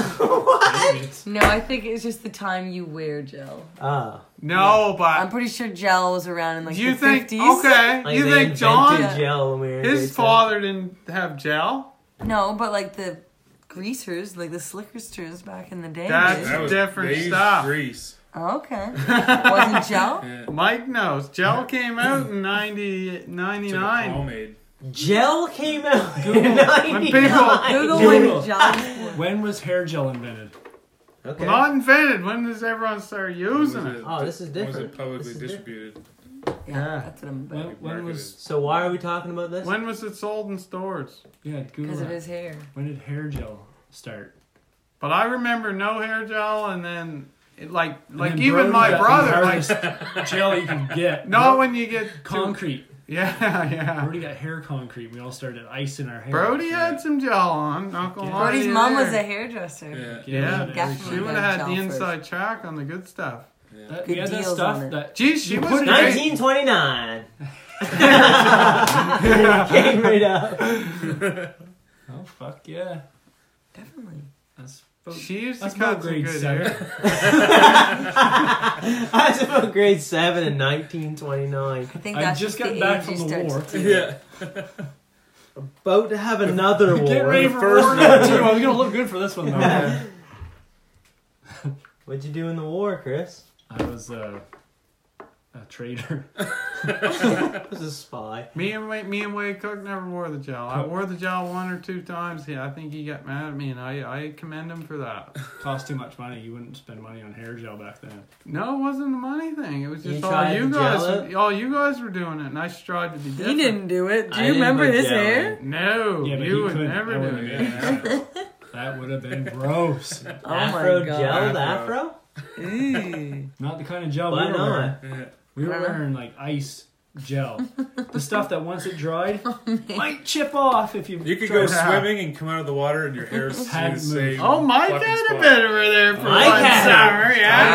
Speaker 4: What?
Speaker 3: no, I think it's just the time you wear gel.
Speaker 2: Ah,
Speaker 1: no.
Speaker 3: I'm
Speaker 1: But
Speaker 3: pretty sure gel was around in like
Speaker 1: you
Speaker 3: the
Speaker 1: think
Speaker 3: 50s.
Speaker 1: okay?
Speaker 2: like
Speaker 1: you
Speaker 2: they
Speaker 1: think
Speaker 2: invented
Speaker 1: John,
Speaker 2: Gel when we were in grade
Speaker 1: his
Speaker 2: seven.
Speaker 1: father didn't have gel?
Speaker 3: No, but like the greasers, like the slickersters back in the day.
Speaker 1: That's-
Speaker 3: did.
Speaker 5: That was-
Speaker 1: Different
Speaker 5: they used
Speaker 1: stuff.
Speaker 5: Grease.
Speaker 3: Oh, okay. Wasn't gel?
Speaker 5: Yeah.
Speaker 1: Mike knows. Gel came out in 90,
Speaker 5: It's like
Speaker 1: 99.
Speaker 5: Homemade.
Speaker 2: Gel came out. in 99.
Speaker 3: Google
Speaker 4: Google.
Speaker 3: when gel was born.
Speaker 4: When was hair gel invented?
Speaker 2: Okay.
Speaker 1: Not invented. When does everyone start
Speaker 5: Was
Speaker 1: using
Speaker 5: it-
Speaker 1: it?
Speaker 2: Oh, this is
Speaker 5: was
Speaker 2: different.
Speaker 5: it publicly
Speaker 2: This is
Speaker 5: distributed?
Speaker 3: Yeah, that's what I'm
Speaker 4: When,
Speaker 3: about.
Speaker 4: when was
Speaker 2: So why are we talking about this?
Speaker 1: When was it sold in stores?
Speaker 4: yeah? Google
Speaker 3: Because of
Speaker 4: that.
Speaker 3: his hair.
Speaker 4: When did hair gel start?
Speaker 1: But I remember no hair gel, and then it, like
Speaker 4: And
Speaker 1: like
Speaker 4: then
Speaker 1: even
Speaker 4: Brody
Speaker 1: my
Speaker 4: got the
Speaker 1: brother like
Speaker 4: hardest gel you can get.
Speaker 1: no when you get too-
Speaker 4: concrete.
Speaker 1: yeah yeah.
Speaker 4: Brody got hair concrete. We all started icing our hair.
Speaker 1: Brody had some gel on. Not gonna
Speaker 4: Yeah.
Speaker 1: lie to
Speaker 3: Brody's
Speaker 1: you
Speaker 3: mom was a
Speaker 1: there.
Speaker 3: hairdresser.
Speaker 5: Yeah.
Speaker 1: Yeah,
Speaker 4: we had
Speaker 3: Definitely.
Speaker 1: She
Speaker 4: everything.
Speaker 1: would have had the
Speaker 3: Gel first.
Speaker 1: inside track on the good stuff.
Speaker 4: That,
Speaker 3: Good
Speaker 4: we had that
Speaker 3: deals on it.
Speaker 4: stuff that
Speaker 1: Geez, she
Speaker 4: You
Speaker 1: was
Speaker 4: put it
Speaker 1: great.
Speaker 2: 1929. Came right up.
Speaker 4: Oh fuck yeah!
Speaker 3: Definitely.
Speaker 4: That's about,
Speaker 1: She used to
Speaker 4: that's about
Speaker 1: cut some
Speaker 4: grade
Speaker 1: good
Speaker 4: seven.
Speaker 1: hair.
Speaker 2: I was about grade seven in 1929.
Speaker 3: I think
Speaker 4: I
Speaker 3: that's
Speaker 4: just
Speaker 3: the
Speaker 4: got back
Speaker 3: age
Speaker 4: from
Speaker 3: you
Speaker 4: the
Speaker 3: start
Speaker 4: war.
Speaker 3: to-
Speaker 5: Yeah.
Speaker 2: About to have another war.
Speaker 4: Get ready
Speaker 5: the
Speaker 4: for
Speaker 5: first
Speaker 4: war number two. I was gonna look good for this one though.
Speaker 1: Yeah.
Speaker 2: What'd you do in the war, Chris?
Speaker 4: I was uh, a trader.
Speaker 2: I was a spy.
Speaker 1: Me and Wade, me and Wade Cook never wore the gel. I wore the gel one or two times. Yeah, I think he got mad at me, and I, I commend him for that.
Speaker 4: Cost too much money. You wouldn't spend money on hair gel back then.
Speaker 1: No, it wasn't a money thing. It was
Speaker 2: You
Speaker 1: just all
Speaker 2: tried
Speaker 1: you
Speaker 2: to gel
Speaker 1: guys.
Speaker 2: it?
Speaker 1: All you guys were doing it, and I strived to be
Speaker 3: He
Speaker 1: different.
Speaker 3: didn't do it. Do
Speaker 2: I
Speaker 3: you
Speaker 2: didn't
Speaker 3: remember
Speaker 2: put
Speaker 3: his
Speaker 2: gel in.
Speaker 3: hair?
Speaker 1: No,
Speaker 4: Yeah, but
Speaker 1: Oh, you
Speaker 4: he
Speaker 1: would
Speaker 4: couldn't.
Speaker 1: never
Speaker 4: I
Speaker 1: do
Speaker 4: wouldn't
Speaker 1: it.
Speaker 4: have That would have been gross.
Speaker 3: Oh
Speaker 2: afro
Speaker 3: my god.
Speaker 2: gelled
Speaker 5: Afro.
Speaker 2: afro?
Speaker 3: Ew.
Speaker 4: Not the kind of gel
Speaker 2: Why
Speaker 4: Oh, we were
Speaker 2: not?
Speaker 4: wearing.
Speaker 5: Yeah.
Speaker 4: We were
Speaker 3: Uh-huh.
Speaker 4: wearing like ice gel, the stuff that once it dried
Speaker 3: Oh,
Speaker 4: might chip off if you.
Speaker 5: You could
Speaker 4: tried
Speaker 5: go
Speaker 4: to-
Speaker 1: Sure.
Speaker 5: swimming and come out of the water and your hair's in
Speaker 4: Hadn't
Speaker 5: the same.
Speaker 4: moved.
Speaker 1: Oh, Mike
Speaker 5: fucking
Speaker 1: had a
Speaker 5: spot.
Speaker 1: bit over there for
Speaker 2: Mike
Speaker 1: one
Speaker 2: had it.
Speaker 1: summer. Yeah.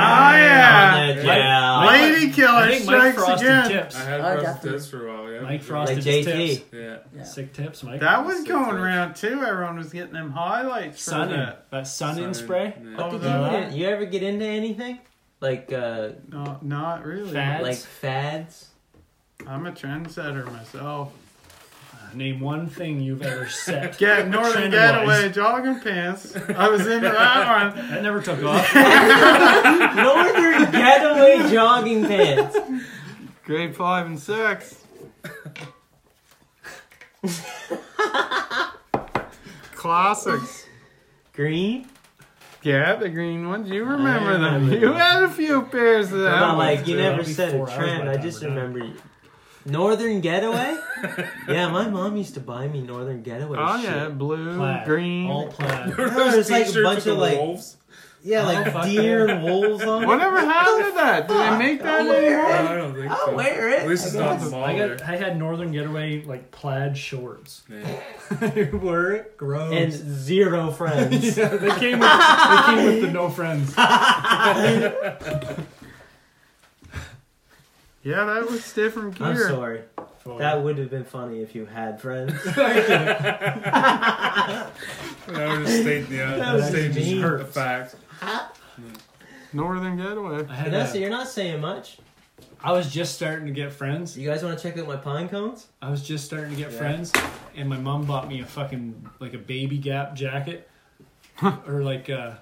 Speaker 1: oh yeah.
Speaker 2: Ah. On that
Speaker 4: Like-
Speaker 2: gel.
Speaker 4: Mike-
Speaker 1: Lady
Speaker 4: I
Speaker 1: killer
Speaker 4: think Mike
Speaker 1: strikes
Speaker 4: frosted
Speaker 1: again.
Speaker 4: tips.
Speaker 5: I had
Speaker 3: Oh,
Speaker 5: oh,
Speaker 3: definitely.
Speaker 5: tips for a while. Yeah.
Speaker 4: Mike
Speaker 2: Like
Speaker 4: frosted his
Speaker 2: JT.
Speaker 4: tips.
Speaker 5: Yeah.
Speaker 4: Sick tips, Mike.
Speaker 1: That was going around too. Everyone was getting them highlights. for
Speaker 4: sun in.
Speaker 1: that.
Speaker 4: That sun, in
Speaker 5: Sun
Speaker 4: spray.
Speaker 5: Yeah.
Speaker 2: What did
Speaker 1: Oh,
Speaker 2: you,
Speaker 4: no.
Speaker 2: get- you ever get into anything? Like uh,
Speaker 1: No, not really.
Speaker 4: Fads.
Speaker 2: like fads?
Speaker 1: I'm a trendsetter myself.
Speaker 4: Name one thing you've ever set.
Speaker 1: Get Northern
Speaker 4: Trend-wise.
Speaker 1: Getaway jogging pants. I was into that one.
Speaker 4: That never took off.
Speaker 2: Northern getaway jogging pants.
Speaker 1: Grade five and six. Classics.
Speaker 2: Green?
Speaker 1: Yeah, the green ones. You remember
Speaker 2: I
Speaker 1: them.
Speaker 2: remember
Speaker 1: You
Speaker 2: them.
Speaker 1: had a few pairs of
Speaker 2: Well,
Speaker 1: that.
Speaker 2: not
Speaker 1: one.
Speaker 2: like you
Speaker 4: too.
Speaker 2: never
Speaker 4: That'll be
Speaker 2: said
Speaker 4: four
Speaker 2: a
Speaker 4: hours
Speaker 2: trend.
Speaker 4: by
Speaker 2: I
Speaker 4: the
Speaker 2: just
Speaker 4: time we're done.
Speaker 2: remember you. Northern Getaway. yeah, my mom used to buy me Northern Getaway.
Speaker 1: Oh
Speaker 2: shit.
Speaker 1: yeah, blue,
Speaker 4: Plaid.
Speaker 1: green,
Speaker 4: All plaid.
Speaker 5: Remember
Speaker 2: No,
Speaker 5: those
Speaker 2: it's like a
Speaker 5: t-shirts
Speaker 2: bunch
Speaker 5: with
Speaker 2: of,
Speaker 5: the
Speaker 2: like-
Speaker 5: wolves?
Speaker 2: Yeah,
Speaker 4: Oh,
Speaker 2: like
Speaker 4: fuck
Speaker 2: deer and wolves on. it.
Speaker 1: Whatever happened to that? Do they make that anymore?
Speaker 5: I don't think
Speaker 2: I'll
Speaker 5: so.
Speaker 2: wear
Speaker 5: At
Speaker 2: it.
Speaker 5: least it's
Speaker 2: I
Speaker 5: not
Speaker 2: guess.
Speaker 5: the mall
Speaker 4: I
Speaker 5: there.
Speaker 4: got. I had Northern Getaway like plaid shorts.
Speaker 5: Yeah.
Speaker 4: they were gross.
Speaker 2: And zero friends.
Speaker 4: Yeah, they came. With, they came with the no friends.
Speaker 1: Yeah, that was different gear.
Speaker 2: I'm sorry. That would have been funny if you had friends.
Speaker 5: I was just stating the,
Speaker 2: That
Speaker 5: uh,
Speaker 2: was
Speaker 5: stating
Speaker 2: mean.
Speaker 5: the fact.
Speaker 1: Northern Getaway.
Speaker 4: I had
Speaker 2: Vanessa,
Speaker 4: that.
Speaker 2: you're not saying much.
Speaker 4: I was just starting to get friends.
Speaker 2: You guys want to check out my pine cones?
Speaker 4: I was just starting to get friends, and my mom bought me a fucking like a baby Gap jacket, or like uh,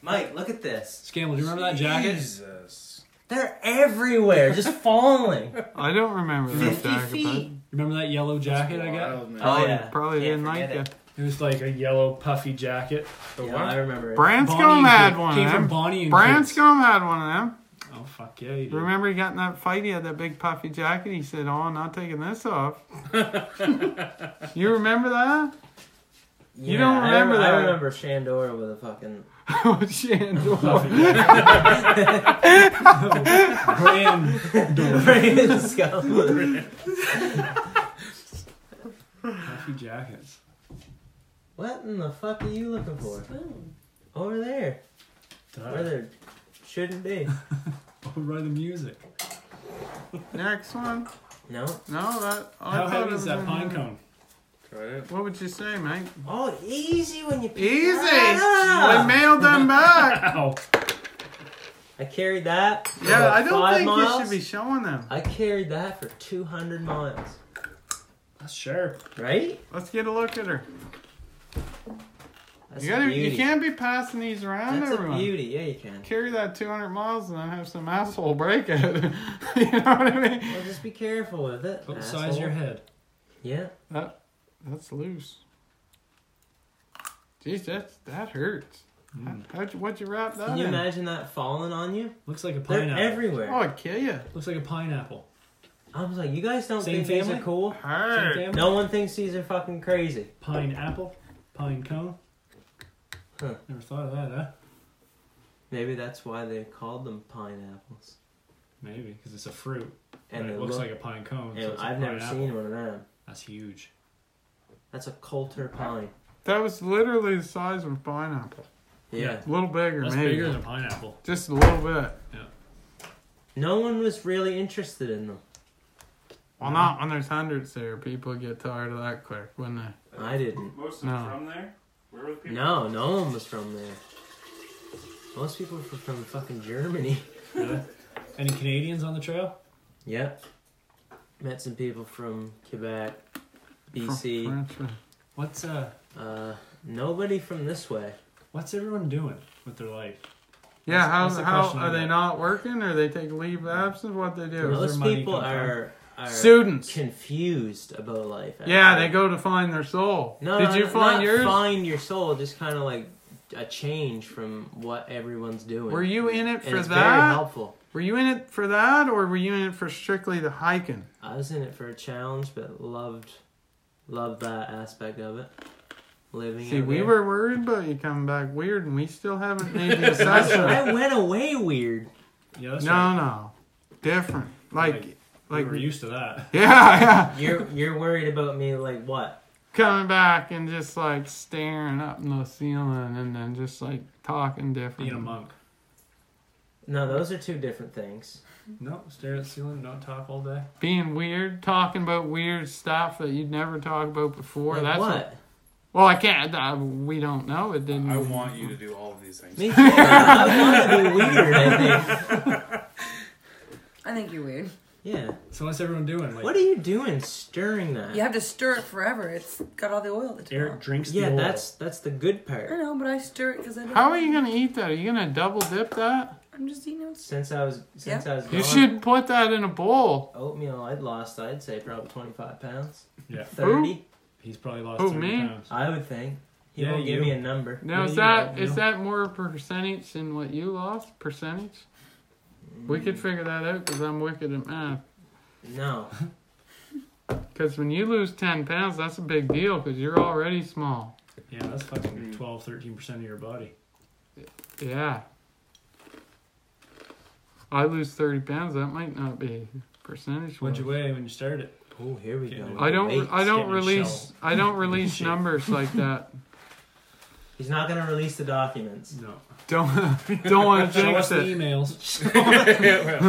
Speaker 2: Mike, look at this.
Speaker 4: Scammel. Do you remember that jacket?
Speaker 5: Jesus.
Speaker 2: They're everywhere, just falling.
Speaker 1: I don't remember that
Speaker 2: 50
Speaker 1: jacket. but
Speaker 2: feet.
Speaker 4: Remember that yellow jacket I got?
Speaker 5: Wild, man.
Speaker 2: Oh,
Speaker 1: I
Speaker 2: yeah.
Speaker 1: probably
Speaker 2: Can't
Speaker 1: didn't like
Speaker 2: forget
Speaker 1: it.
Speaker 2: it.
Speaker 4: It was like a yellow puffy jacket.
Speaker 5: The
Speaker 2: Yeah,
Speaker 5: what?
Speaker 2: I remember it.
Speaker 1: Branscombe
Speaker 4: Bonnie and
Speaker 1: had
Speaker 4: Clyde-
Speaker 1: one eh?
Speaker 4: Came
Speaker 1: of
Speaker 4: from
Speaker 1: them.
Speaker 4: Bonnie and Clyde.
Speaker 1: Branscombe had one of them.
Speaker 4: Oh, Oh fuck yeah, you did.
Speaker 1: Remember he got in that fight, he had that big puffy jacket, he said, Oh, I'm not taking this off. you remember that? You don't
Speaker 2: I
Speaker 1: remember that.
Speaker 2: I remember Shandora with a fucking.
Speaker 1: Oh, Shandor.
Speaker 4: Puffy. Brand.
Speaker 2: Let's go.
Speaker 4: Puffy jackets.
Speaker 2: What in the fuck are you looking for?
Speaker 3: Spoon.
Speaker 2: Over there, where
Speaker 4: Duh.
Speaker 2: there shouldn't be.
Speaker 4: Over by Oh, the music.
Speaker 1: Next one.
Speaker 2: No.
Speaker 1: No, that. I
Speaker 4: How
Speaker 1: thought
Speaker 4: heavy
Speaker 1: it
Speaker 4: is
Speaker 1: was
Speaker 4: that
Speaker 1: in
Speaker 4: pine
Speaker 1: there.
Speaker 4: cone?
Speaker 5: Try it.
Speaker 1: What would you say, mate?
Speaker 2: Oh, easy when you. pick
Speaker 1: Easy.
Speaker 2: that up.
Speaker 1: I mailed them back.
Speaker 4: Ow.
Speaker 2: I carried that. for
Speaker 1: Yeah,
Speaker 2: about
Speaker 1: I don't
Speaker 2: five
Speaker 1: think you
Speaker 2: miles.
Speaker 1: should be showing them.
Speaker 2: I carried that for 200 miles.
Speaker 4: That's sharp.
Speaker 2: Right?
Speaker 1: Let's get a look at her.
Speaker 2: That's
Speaker 1: You
Speaker 2: a
Speaker 1: gotta,
Speaker 2: beauty.
Speaker 1: you can't be passing these around,
Speaker 2: That's
Speaker 1: everyone.
Speaker 2: a beauty. Yeah, you can.
Speaker 1: Carry that 200 miles and then have some asshole break it. you know what I mean?
Speaker 2: Well, just be careful with it.
Speaker 4: Don't Oh, size
Speaker 2: asshole.
Speaker 4: your head.
Speaker 2: Yeah.
Speaker 1: That, that's loose. Jeez, that that hurts. How, would you, what'd you wrap that
Speaker 2: Hmm. Can you
Speaker 1: in?
Speaker 2: imagine that falling on you?
Speaker 4: Looks like a
Speaker 2: They're
Speaker 4: pineapple.
Speaker 2: everywhere.
Speaker 1: Oh, I'd kill you.
Speaker 4: Looks like a pineapple.
Speaker 2: I was like, you guys don't
Speaker 4: Same
Speaker 2: think these are
Speaker 4: family?
Speaker 2: cool?
Speaker 4: Same
Speaker 1: Hurt.
Speaker 4: family?
Speaker 2: No one thinks these are fucking crazy.
Speaker 4: Pineapple. Pine cone.
Speaker 2: Huh.
Speaker 4: Never thought of that, huh?
Speaker 2: Maybe that's why they called them pineapples.
Speaker 4: Maybe because it's a fruit.
Speaker 2: And
Speaker 4: but
Speaker 2: they
Speaker 4: it looks
Speaker 2: look-
Speaker 4: like a pine cone. so
Speaker 2: and
Speaker 4: it's a
Speaker 2: I've never
Speaker 4: pineapple.
Speaker 2: seen one of them.
Speaker 4: That's huge.
Speaker 2: That's a Coulter pine.
Speaker 1: That was literally the size of a pineapple.
Speaker 2: Yeah.
Speaker 4: Yeah.
Speaker 1: A little bigger,
Speaker 4: That's
Speaker 1: maybe.
Speaker 4: bigger than a pineapple.
Speaker 1: Just a little bit.
Speaker 2: No one was really interested in them.
Speaker 1: Well, not when there's hundreds there. People get tired of that quick, wouldn't they?
Speaker 2: I didn't.
Speaker 5: Most
Speaker 1: of them No.
Speaker 5: from there. Where were the
Speaker 2: No, no one was from there. Most people were from fucking Germany.
Speaker 4: Yeah. Any Canadians on the trail?
Speaker 2: Yep. Met some people from Quebec, BC.
Speaker 1: French fry.
Speaker 4: What's uh?
Speaker 2: Uh, nobody from this way.
Speaker 4: What's everyone doing with their life?
Speaker 1: Yeah,
Speaker 4: That's-
Speaker 1: how,
Speaker 4: that's the
Speaker 1: how
Speaker 4: question I
Speaker 1: are they
Speaker 4: got.
Speaker 1: not working or they take leave of absence? What they
Speaker 4: Where's
Speaker 1: do?
Speaker 4: Well,
Speaker 2: Most
Speaker 4: their money
Speaker 2: people
Speaker 4: come from?
Speaker 2: are, are
Speaker 1: Students.
Speaker 2: confused about life.
Speaker 1: Yeah,
Speaker 2: actually.
Speaker 1: they go to find their soul.
Speaker 2: No,
Speaker 1: Did
Speaker 2: no,
Speaker 1: you
Speaker 2: no,
Speaker 1: find
Speaker 2: not
Speaker 1: yours?
Speaker 2: Find your soul, just kind of like a change from what everyone's doing.
Speaker 1: Were you in it
Speaker 2: and
Speaker 1: for
Speaker 2: it's Very
Speaker 1: that?
Speaker 2: helpful.
Speaker 1: Were you in it for that, or were you in it for strictly the hiking?
Speaker 2: I was in it for a challenge, but loved, loved that aspect of it. Living.
Speaker 1: See,
Speaker 2: out
Speaker 1: we
Speaker 2: there.
Speaker 1: were worried about you coming back weird, and we still haven't made the assessment.
Speaker 2: I went away weird.
Speaker 4: Yeah, that's right.
Speaker 1: no, no, different. Like,
Speaker 4: Like
Speaker 1: like,
Speaker 4: we are used to that.
Speaker 1: yeah, yeah,
Speaker 2: You're you're worried about me like what?
Speaker 1: coming back and just like staring up in the ceiling, and then just like talking different.
Speaker 4: Being a monk.
Speaker 2: No, those are two different things.
Speaker 4: No, stare at the ceiling, not talk all day.
Speaker 1: being weird, talking about weird stuff that you'd never talk about before.
Speaker 2: Like
Speaker 1: That's
Speaker 2: what?
Speaker 1: well, I can't. I, we don't know. It didn't.
Speaker 5: I want you to do all of these things.
Speaker 2: Mm. Me too. I want to be weird. I think.
Speaker 3: I think you're weird.
Speaker 2: Yeah.
Speaker 4: So what's everyone doing? Like
Speaker 2: What are you doing stirring that?
Speaker 3: You have to stir it forever. It's got all the oil at the
Speaker 1: Oh,
Speaker 4: Eric
Speaker 3: top.
Speaker 4: drinks the
Speaker 2: Yeah,
Speaker 4: oil.
Speaker 2: that's that's the good
Speaker 3: I
Speaker 2: part.
Speaker 3: know, but I stir it because I don't.
Speaker 1: How are you gonna eat that? Are you gonna double dip that?
Speaker 3: I'm just eating it.
Speaker 2: Since I was since I was
Speaker 1: You
Speaker 2: gone,
Speaker 1: should put that in a bowl.
Speaker 2: oatmeal, I'd lost I'd say probably twenty five pounds,
Speaker 4: yeah.
Speaker 2: thirty.
Speaker 4: He's probably lost
Speaker 1: Who,
Speaker 4: thirty
Speaker 1: me?
Speaker 4: pounds.
Speaker 2: I would think. He
Speaker 4: Yeah,
Speaker 2: won't give
Speaker 4: you.
Speaker 2: me a number.
Speaker 1: Now
Speaker 4: Yeah,
Speaker 1: is
Speaker 4: you
Speaker 1: that
Speaker 4: don't
Speaker 1: is
Speaker 4: know.
Speaker 1: that more percentage than what you lost? Percentage? We could figure that out because I'm wicked at math.
Speaker 2: No,
Speaker 1: Because when you lose ten pounds, that's a big deal because you're already small.
Speaker 4: Yeah, that's
Speaker 1: Mm.
Speaker 4: fucking 12, 13 percent of your body.
Speaker 1: Yeah. I lose thirty pounds. That might not be percentage.
Speaker 4: What'd you weigh when you started?
Speaker 2: oh here we go.
Speaker 1: I don't.
Speaker 2: Wait.
Speaker 1: I don't
Speaker 4: getting
Speaker 1: release.
Speaker 4: shelled.
Speaker 1: I don't release
Speaker 4: Shit.
Speaker 1: numbers like that.
Speaker 2: He's not gonna release the documents.
Speaker 4: No.
Speaker 1: Don't. Don't want to
Speaker 4: Show
Speaker 1: jinx
Speaker 4: us the
Speaker 1: it.
Speaker 4: emails.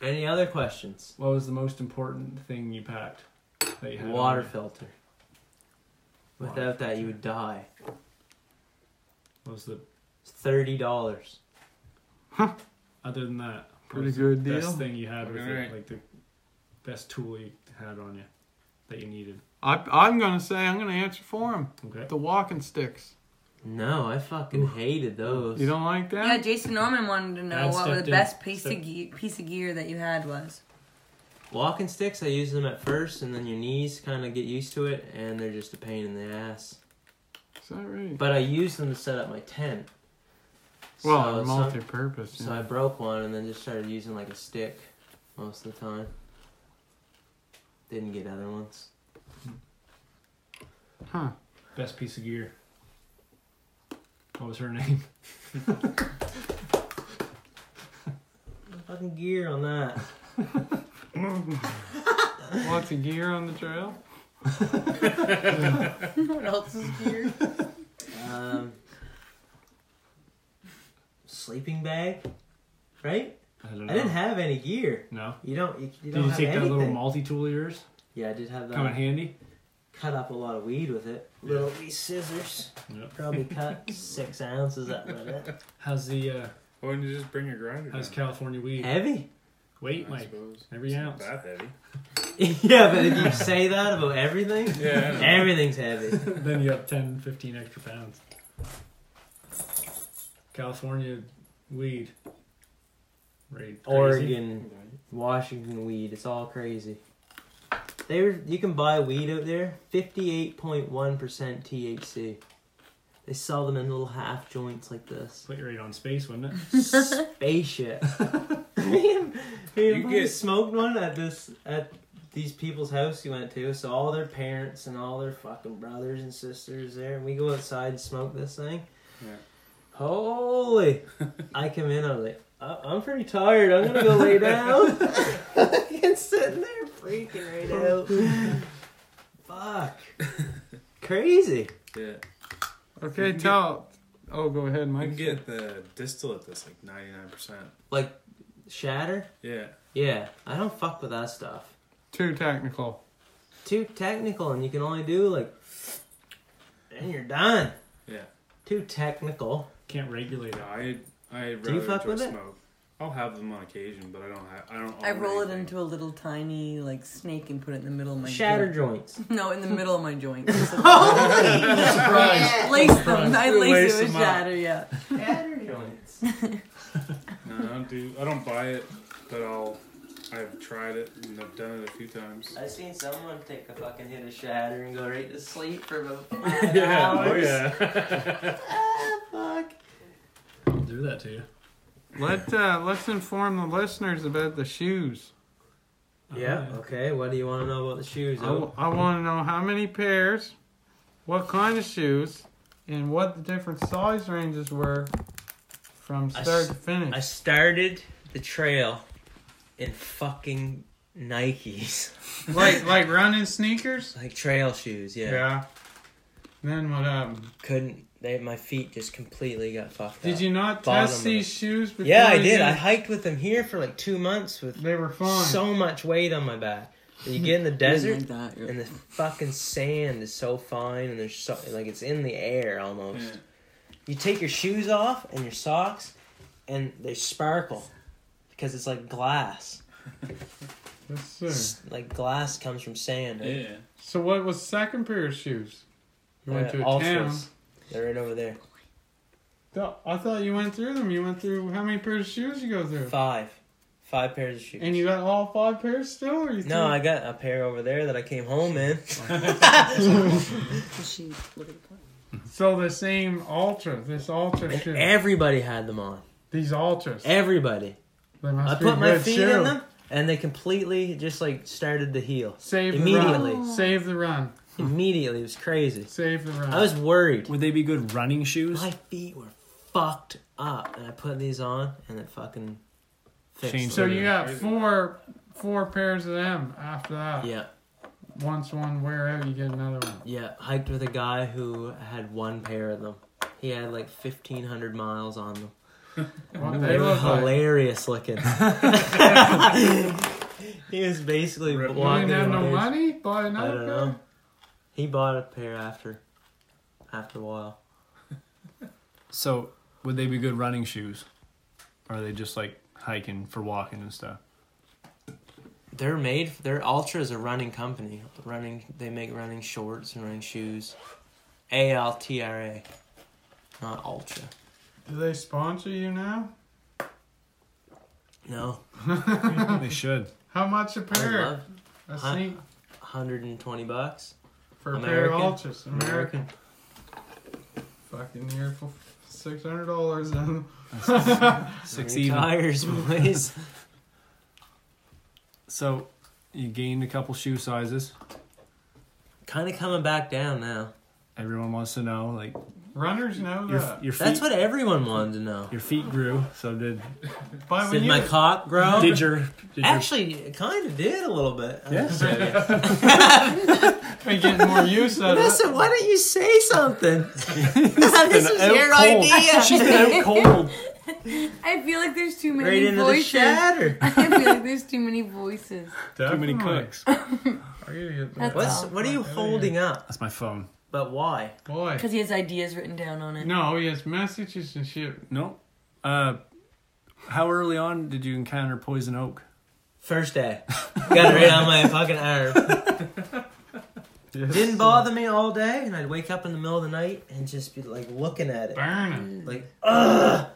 Speaker 2: Any other questions?
Speaker 4: What was the most important thing you packed? That you had on
Speaker 2: Water
Speaker 4: you?
Speaker 2: filter.
Speaker 4: Water
Speaker 2: Without that, you would die.
Speaker 4: What was the
Speaker 2: It's thirty dollars.
Speaker 4: other than that? what
Speaker 1: Pretty
Speaker 4: was the
Speaker 1: good deal.
Speaker 4: Best thing you had with
Speaker 5: Alright.
Speaker 4: it, like the best tool you had on you that you needed.
Speaker 1: I, I'm gonna say. I'm gonna answer for him.
Speaker 4: Okay.
Speaker 1: The walking sticks.
Speaker 2: No, I fucking hated those.
Speaker 1: You don't like that?
Speaker 3: Yeah, Jason Norman wanted to know
Speaker 4: Dad
Speaker 3: what
Speaker 4: stepped
Speaker 3: the
Speaker 4: in.
Speaker 3: best piece
Speaker 4: Step-
Speaker 3: of gear, piece of gear that you had was.
Speaker 2: Walking sticks, I use them at first, and then your knees kind of get used to it, and they're just a pain in the ass.
Speaker 1: Is that right?
Speaker 2: But I use them to set up my tent.
Speaker 1: Well,
Speaker 2: So
Speaker 1: they're
Speaker 2: some-
Speaker 1: multi-purpose.
Speaker 2: So I
Speaker 1: yeah.
Speaker 2: broke one and then just started using like a stick most of the time. Didn't get other ones.
Speaker 1: huh.
Speaker 4: Best piece of gear. What was her name?
Speaker 2: Fucking gear on that.
Speaker 1: Lots of gear on the trail.
Speaker 3: what else is here?
Speaker 2: Um, sleeping bag, right?
Speaker 4: I don't know.
Speaker 2: I didn't have any gear.
Speaker 4: No.
Speaker 2: You don't. You, you
Speaker 4: Did
Speaker 2: don't
Speaker 4: you
Speaker 2: have
Speaker 4: take that
Speaker 2: anything.
Speaker 4: little multi tool of yours?
Speaker 2: yeah, I did have that.
Speaker 4: Come in handy?
Speaker 2: Cut up a lot of weed with it. Little wee scissors.
Speaker 4: Yep.
Speaker 2: Probably cut six ounces out of it.
Speaker 4: How's the uh,
Speaker 5: Why didn't you just bring your grinder?
Speaker 4: how's
Speaker 5: down?
Speaker 4: California weed?
Speaker 2: Heavy.
Speaker 4: Weight,
Speaker 5: I
Speaker 4: Mike.
Speaker 5: suppose.
Speaker 4: every
Speaker 5: It's
Speaker 4: ounce.
Speaker 5: Not that heavy.
Speaker 2: yeah, but if you say that about everything,
Speaker 5: Yeah. I know.
Speaker 2: everything's heavy.
Speaker 4: then you have 10, 15 extra pounds. California weed. Right. crazy.
Speaker 2: Oregon. Washington weed. It's all crazy. They were, you can buy weed out there, fifty eight point one percent THC. They sell them in little half joints like this.
Speaker 4: Put your rate on space, wouldn't it?
Speaker 2: Spaceship. man,
Speaker 5: You
Speaker 2: man, I
Speaker 5: get-
Speaker 2: smoked one at this at these people's house you went to. So all their parents and all their fucking brothers and sisters there. And we go outside and smoke this thing.
Speaker 5: Yeah.
Speaker 2: Holy! I come in. I was like, "I- I'm pretty tired. I'm gonna go lay down. and sitting there freaking right out. Fuck. Crazy.
Speaker 5: Yeah.
Speaker 1: Okay,
Speaker 5: You can
Speaker 1: tell. Oh, go ahead,
Speaker 5: I
Speaker 1: Mike.
Speaker 5: can get the distillate that's like ninety nine percent.
Speaker 2: Like shatter.
Speaker 5: Yeah.
Speaker 2: Yeah, I don't fuck with that stuff.
Speaker 1: Too technical.
Speaker 2: Too technical, and you can only do like, and you're done.
Speaker 5: Yeah.
Speaker 2: Too technical.
Speaker 4: Can't regulate
Speaker 5: No,
Speaker 4: it.
Speaker 5: I I rather
Speaker 2: Do you fuck
Speaker 5: enjoy
Speaker 2: with it?
Speaker 5: smoke. I'll have them on occasion, but I don't have. I don't.
Speaker 3: I
Speaker 5: own
Speaker 3: roll it
Speaker 5: anything.
Speaker 3: into a little tiny like snake and put it in the middle of my
Speaker 2: Shatter joints.
Speaker 3: joint. No, in the middle of my joint. Oh.
Speaker 4: Surprise!
Speaker 3: lace them. I
Speaker 5: Lace
Speaker 3: lace it with
Speaker 5: them up.
Speaker 3: shatter. Yeah.
Speaker 2: Shatter joints.
Speaker 5: No, I don't do. I don't buy it, but I'll. I've tried it and I've done it a few times.
Speaker 2: I seen someone take a fucking hit of shatter and go right to sleep for about five
Speaker 5: Yeah.
Speaker 2: hours.
Speaker 5: Oh yeah.
Speaker 2: Ah, fuck.
Speaker 4: I'll do that to you.
Speaker 1: Let uh, let's inform the listeners about the shoes.
Speaker 2: Yeah. Okay. What do you want to know about the shoes?
Speaker 1: I, want to know how many pairs, what kind of shoes, and what the different size ranges were from
Speaker 2: I
Speaker 1: start
Speaker 2: s-
Speaker 1: to finish.
Speaker 2: I started the trail in fucking Nikes,
Speaker 1: like like running sneakers.
Speaker 2: like trail shoes. Yeah.
Speaker 1: Then what happened?
Speaker 2: Couldn't. They, my feet just completely got fucked
Speaker 1: Did
Speaker 2: up.
Speaker 1: you not
Speaker 2: Bottom
Speaker 1: test
Speaker 2: of
Speaker 1: these shoes before?
Speaker 2: Yeah, I
Speaker 1: you
Speaker 2: did. I hiked with them here for like two months with
Speaker 1: They were fine.
Speaker 2: so much weight on my back. And you get in the desert.
Speaker 3: Like that.
Speaker 2: And the fucking sand is so fine, and there's so like it's in the air almost.
Speaker 5: Yeah.
Speaker 2: You take your shoes off and your socks, and they sparkle because it's like glass.
Speaker 1: Yes, sir.
Speaker 2: S- Like glass comes from sand. right?
Speaker 5: Yeah.
Speaker 1: So what was second pair of shoes? You went
Speaker 2: Uh,
Speaker 1: to a
Speaker 2: Ultras.
Speaker 1: town.
Speaker 2: They're right over there.
Speaker 1: No, I thought you went through them. You went through how many pairs of shoes you go through?
Speaker 2: Five, five pairs of shoes.
Speaker 1: And you got all five pairs still? Or you
Speaker 2: no, I got a pair over there that I came home in.
Speaker 3: she look at the point.
Speaker 1: So the same ultra, this ultra shoe,
Speaker 2: Everybody had them on.
Speaker 1: these ultras.
Speaker 2: Everybody.
Speaker 1: They
Speaker 2: I
Speaker 1: must be
Speaker 2: put my
Speaker 1: good
Speaker 2: feet
Speaker 1: shoe.
Speaker 2: in them, and they completely just like started to heal.
Speaker 1: Save the
Speaker 2: Immediately.
Speaker 1: run. Save the run.
Speaker 2: Immediately, it was crazy.
Speaker 1: Save the run.
Speaker 2: I was worried.
Speaker 4: Would they be good running shoes?
Speaker 2: My feet were fucked up, and I put these on, and it fucking fixed.
Speaker 4: Changed
Speaker 1: so
Speaker 2: them.
Speaker 1: you got four four pairs of them after that.
Speaker 2: Yeah,
Speaker 1: Once one wear out, you get another one.
Speaker 2: yeah. Hiked with a guy who had one pair of them. He had like fifteen hundred miles on them.
Speaker 1: What
Speaker 2: They
Speaker 1: they
Speaker 2: were
Speaker 1: look like.
Speaker 2: hilarious looking. he was basically
Speaker 5: Rip-
Speaker 1: You didn't
Speaker 2: blocking.
Speaker 1: have no
Speaker 2: his-
Speaker 1: money? Buy
Speaker 2: I
Speaker 1: another
Speaker 2: don't
Speaker 1: pair?
Speaker 2: know. He bought a pair after, after a while.
Speaker 4: So, would they be good running shoes? Or are they just like hiking for walking and stuff?
Speaker 2: They're made. They're Ultra is a running company. Running. They make running shorts and running shoes. A L T R A, not Ultra.
Speaker 1: Do they sponsor you now?
Speaker 2: No,
Speaker 4: they should.
Speaker 1: How much a
Speaker 2: I
Speaker 1: pair?
Speaker 2: love
Speaker 1: A
Speaker 2: Huh?
Speaker 1: sneak
Speaker 2: 120 bucks.
Speaker 1: for a pair
Speaker 2: American?
Speaker 1: of ultras. American. fucking here for six hundred dollars and
Speaker 4: Six
Speaker 2: Three
Speaker 4: even.
Speaker 2: tires, boys.
Speaker 4: So you gained a couple shoe sizes.
Speaker 2: kind of coming back down now.
Speaker 4: Everyone wants to know, like
Speaker 1: runners know
Speaker 4: your
Speaker 1: that.
Speaker 4: your feet.
Speaker 2: That's what everyone wanted to know.
Speaker 4: your feet grew. So did
Speaker 1: But
Speaker 2: Did
Speaker 1: when
Speaker 2: my
Speaker 1: you-
Speaker 2: cock grow?
Speaker 4: did your did your
Speaker 2: Actually, it kind of did a little bit. I'm
Speaker 4: Yeah.
Speaker 2: just joking.
Speaker 1: You're getting more use out of it.
Speaker 2: Listen, why don't you say something? this was
Speaker 4: out
Speaker 2: your
Speaker 4: cold.
Speaker 2: idea.
Speaker 4: She's been out cold.
Speaker 3: I feel like there's too many
Speaker 2: right into the
Speaker 3: voices.
Speaker 2: shatter.
Speaker 3: I feel like there's too many voices.
Speaker 4: Too many cooks.
Speaker 1: I gotta get
Speaker 3: That's
Speaker 1: that.
Speaker 2: What's, what are you holding up?
Speaker 4: That's my phone.
Speaker 2: But why?
Speaker 1: Boy.
Speaker 3: Because he has ideas written down on it.
Speaker 1: No, he has messages and shit.
Speaker 4: No. Uh, how early on did you encounter poison oak?
Speaker 2: First day. Got it right on my fucking arm. Didn't bother me all day, and I'd wake up in the middle of the night and just be like looking at it.
Speaker 1: Burning.
Speaker 2: Like, ugh!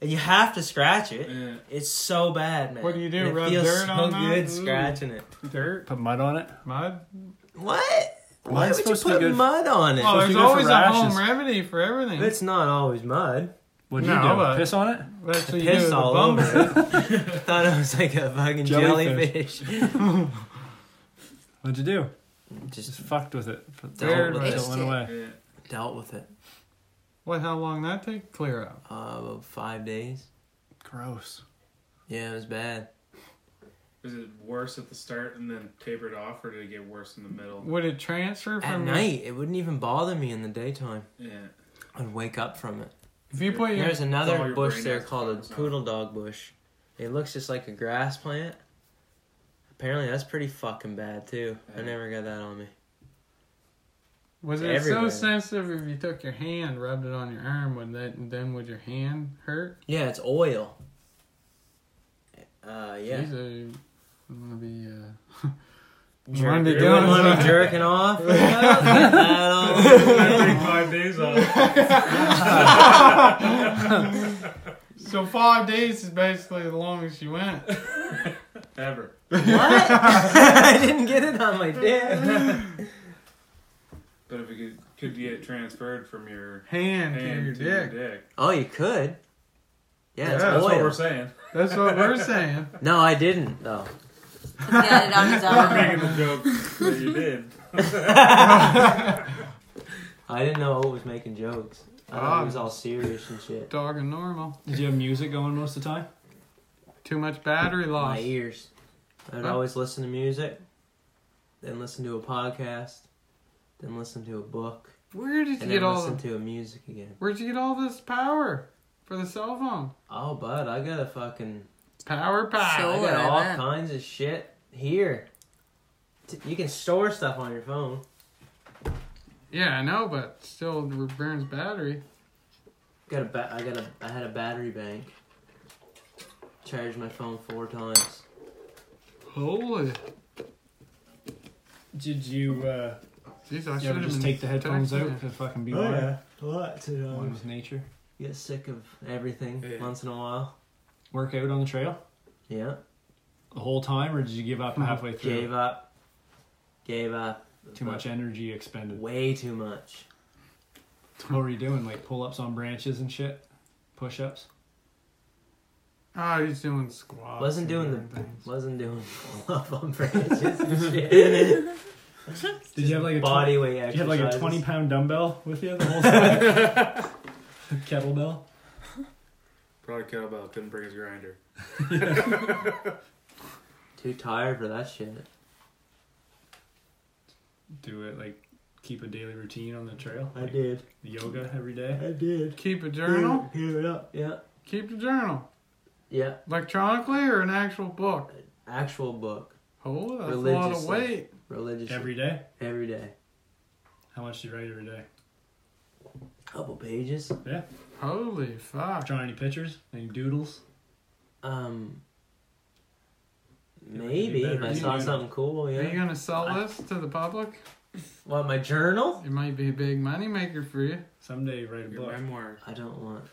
Speaker 2: And you have to scratch it.
Speaker 5: Yeah.
Speaker 2: It's so bad, man.
Speaker 1: What do you do,
Speaker 2: And It
Speaker 1: rub
Speaker 2: feels
Speaker 1: dirt
Speaker 2: so
Speaker 1: on that?
Speaker 2: good
Speaker 1: Ooh.
Speaker 2: scratching it.
Speaker 1: Dirt,
Speaker 4: Put mud on it.
Speaker 1: mud.
Speaker 2: What? Why
Speaker 4: Mine's
Speaker 2: would you
Speaker 4: supposed to be
Speaker 2: put
Speaker 4: good-
Speaker 2: mud on it?
Speaker 1: Well, there's
Speaker 4: supposed to be good for
Speaker 1: always a
Speaker 4: rashes.
Speaker 1: home remedy for everything.
Speaker 2: It's not always mud.
Speaker 4: What'd
Speaker 1: No,
Speaker 4: you do?
Speaker 1: but-
Speaker 4: Piss on it?
Speaker 1: That's what you do
Speaker 2: Piss
Speaker 1: with a
Speaker 2: all
Speaker 1: bumper.
Speaker 2: over it. I thought it was like a fucking jellyfish.
Speaker 4: Jellyfish. What'd you do? Just
Speaker 2: Just
Speaker 4: fucked with it.
Speaker 2: dealt with
Speaker 1: Weird.
Speaker 2: it.
Speaker 4: Till it went away.
Speaker 5: Yeah.
Speaker 2: Dealt with it.
Speaker 1: What? How long that take to clear up?
Speaker 2: Uh, about five days.
Speaker 4: Gross.
Speaker 2: Yeah, it was bad.
Speaker 5: Is it worse at the start and then tapered off, or did it get worse in the middle?
Speaker 1: Would it transfer
Speaker 2: At
Speaker 1: from
Speaker 2: night, it wouldn't even bother me in the daytime.
Speaker 5: Yeah.
Speaker 2: I'd wake up from it.
Speaker 1: If you put your
Speaker 2: There's
Speaker 5: all
Speaker 2: another
Speaker 5: your
Speaker 2: bush
Speaker 5: brain
Speaker 2: there
Speaker 5: has
Speaker 2: called
Speaker 5: problems
Speaker 2: a
Speaker 5: now.
Speaker 2: poodle dog bush. It looks just like a grass plant. Apparently, that's pretty fucking bad too. I
Speaker 5: Yeah.
Speaker 2: never got that on me.
Speaker 1: was it so
Speaker 2: everywhere.
Speaker 1: sensitive if you took your hand, rubbed it on your arm, would that then would your hand hurt?
Speaker 2: Yeah, it's oil. Uh, yeah.
Speaker 1: Jeez, I- I'm gonna be. Uh,
Speaker 2: Jerk-
Speaker 1: Wanna be
Speaker 2: you wouldn't
Speaker 1: doing
Speaker 2: want me
Speaker 1: something.
Speaker 2: jerking off. Well, I don't-
Speaker 5: five days off.
Speaker 1: So five days is basically the longest you went.
Speaker 5: Ever.
Speaker 2: what? I didn't get it on my dick.
Speaker 5: But if it could, could get transferred from your
Speaker 1: Hand to your
Speaker 5: hand to
Speaker 1: dick.
Speaker 5: your dick.
Speaker 2: Oh, you could. Yeah, it's
Speaker 1: Yeah,
Speaker 5: That's what
Speaker 2: oil.
Speaker 5: we're saying.
Speaker 1: That's what we're saying.
Speaker 2: No, I didn't though.
Speaker 3: He had it on his
Speaker 5: We're
Speaker 3: arm.
Speaker 5: making the joke that you did.
Speaker 2: I didn't know O was making jokes. I thought
Speaker 1: Ah.
Speaker 2: he was all serious and shit.
Speaker 1: Dog and normal.
Speaker 4: Did you have music going most of the time?
Speaker 1: Too much battery loss.
Speaker 2: My ears. I'd
Speaker 1: Huh?
Speaker 2: always listen to music, then listen to a podcast, then listen to a book,
Speaker 1: Where did you
Speaker 2: and then
Speaker 1: get all?
Speaker 2: listen
Speaker 1: The,
Speaker 2: to a music again.
Speaker 1: where'd you get all this power for the cell phone?
Speaker 2: Oh, bud, I got a fucking.
Speaker 1: Power pack.
Speaker 2: I
Speaker 3: So- Oh,
Speaker 2: got
Speaker 3: I
Speaker 2: all
Speaker 3: bet.
Speaker 2: kinds of shit here. T- You can store stuff on your phone.
Speaker 1: Yeah, I know, but still it burns battery.
Speaker 2: Got a ba- I got a. I had a battery bank. Charged my phone four times.
Speaker 1: Holy.
Speaker 4: Did you, uh,
Speaker 1: Jeez, I
Speaker 4: you
Speaker 1: should
Speaker 4: ever
Speaker 1: have
Speaker 4: just
Speaker 1: been
Speaker 4: take the headphones
Speaker 1: texting
Speaker 4: out to fucking be
Speaker 2: Oh,
Speaker 4: one?
Speaker 2: yeah. Lots of
Speaker 4: One with nature.
Speaker 2: Get sick of everything
Speaker 5: Yeah.
Speaker 2: once in a while.
Speaker 4: Work out on the trail
Speaker 2: Yeah.
Speaker 4: the whole time, or did you give up halfway through?
Speaker 2: Gave up. Gave up.
Speaker 4: Too much energy expended.
Speaker 2: Way too much.
Speaker 4: What were you doing? Like pull ups on branches and shit? Push ups?
Speaker 1: Ah, he's doing squats. and
Speaker 2: Wasn't doing the-
Speaker 1: different things.
Speaker 2: Wasn't doing love on branches and shit.
Speaker 4: Did you have like a
Speaker 2: Body weight
Speaker 4: You had like a
Speaker 2: exercises.
Speaker 4: 20 pound dumbbell with you the whole time? Kettlebell?
Speaker 5: Probably kettlebell couldn't bring his grinder.
Speaker 2: Too tired for that shit.
Speaker 4: Do it like keep a daily routine on the trail?
Speaker 2: I
Speaker 4: Like,
Speaker 2: did.
Speaker 4: Yoga every day?
Speaker 2: I did.
Speaker 1: Keep a journal.
Speaker 2: Give it up. Yeah.
Speaker 1: Keep the journal
Speaker 2: Yeah.
Speaker 1: electronically or an actual book.
Speaker 2: Actual book.
Speaker 1: Holy, that's a lot of
Speaker 2: Religiously.
Speaker 1: weight.
Speaker 2: Religious.
Speaker 4: Every day?
Speaker 2: every day.
Speaker 4: How much do you write every day?
Speaker 2: Couple pages.
Speaker 1: Holy fuck.
Speaker 4: Draw any pictures? Any doodles?
Speaker 2: Um.
Speaker 4: You might
Speaker 2: Maybe
Speaker 4: do
Speaker 2: if
Speaker 4: better.
Speaker 2: I
Speaker 4: You
Speaker 2: saw
Speaker 4: do.
Speaker 2: something cool,
Speaker 1: Are you
Speaker 2: yeah.
Speaker 1: gonna sell this to the public?
Speaker 2: What my journal?
Speaker 1: It might be a big moneymaker for you.
Speaker 4: Someday you write a
Speaker 5: Your
Speaker 4: book.
Speaker 5: memoir.
Speaker 2: I don't want.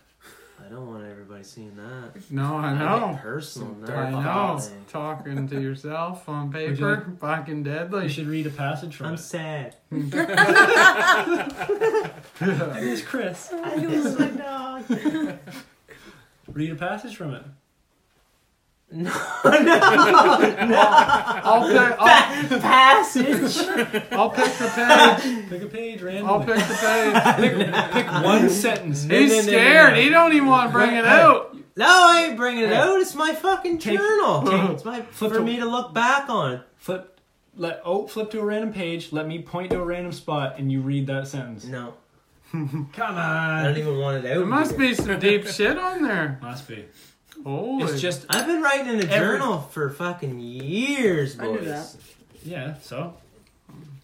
Speaker 2: I don't want everybody seeing that.
Speaker 1: No, I
Speaker 2: I
Speaker 1: know.
Speaker 2: get personal.
Speaker 5: Some
Speaker 2: not
Speaker 5: dark
Speaker 1: I
Speaker 2: fucking
Speaker 1: know.
Speaker 2: thing.
Speaker 1: Talking to yourself on
Speaker 4: you
Speaker 1: paper, fucking
Speaker 4: You
Speaker 1: deadly.
Speaker 4: should read a passage from
Speaker 2: I'm
Speaker 4: it.
Speaker 2: sad.
Speaker 4: Here's Chris.
Speaker 2: I lose my dog.
Speaker 4: Read a passage from it.
Speaker 1: I'll pick. I'll,
Speaker 2: Passage.
Speaker 1: I'll pick the page.
Speaker 4: Pick a page
Speaker 1: I'll
Speaker 4: randomly.
Speaker 1: pick the page.
Speaker 4: Pick one sentence.
Speaker 2: No, no, no,
Speaker 1: He's
Speaker 2: no,
Speaker 1: scared.
Speaker 2: no.
Speaker 1: He don't even want to bring it out.
Speaker 2: No, I ain't bringing it out. It's my fucking
Speaker 4: Take-
Speaker 2: journal.
Speaker 4: take-
Speaker 2: it's my
Speaker 4: flip
Speaker 2: for
Speaker 4: to-
Speaker 2: me to look back on.
Speaker 4: Flip. Let oh flip to a random page. Let me point to a random spot, and you read that sentence.
Speaker 2: No,
Speaker 4: Come
Speaker 2: I don't
Speaker 4: on.
Speaker 2: even want it out.
Speaker 1: There must be some deep shit on there.
Speaker 4: Must be.
Speaker 1: Holy.
Speaker 4: It's just
Speaker 2: I've been writing in a
Speaker 4: Every-
Speaker 2: journal for fucking years,
Speaker 3: I knew
Speaker 2: boys.
Speaker 3: that.
Speaker 4: yeah. So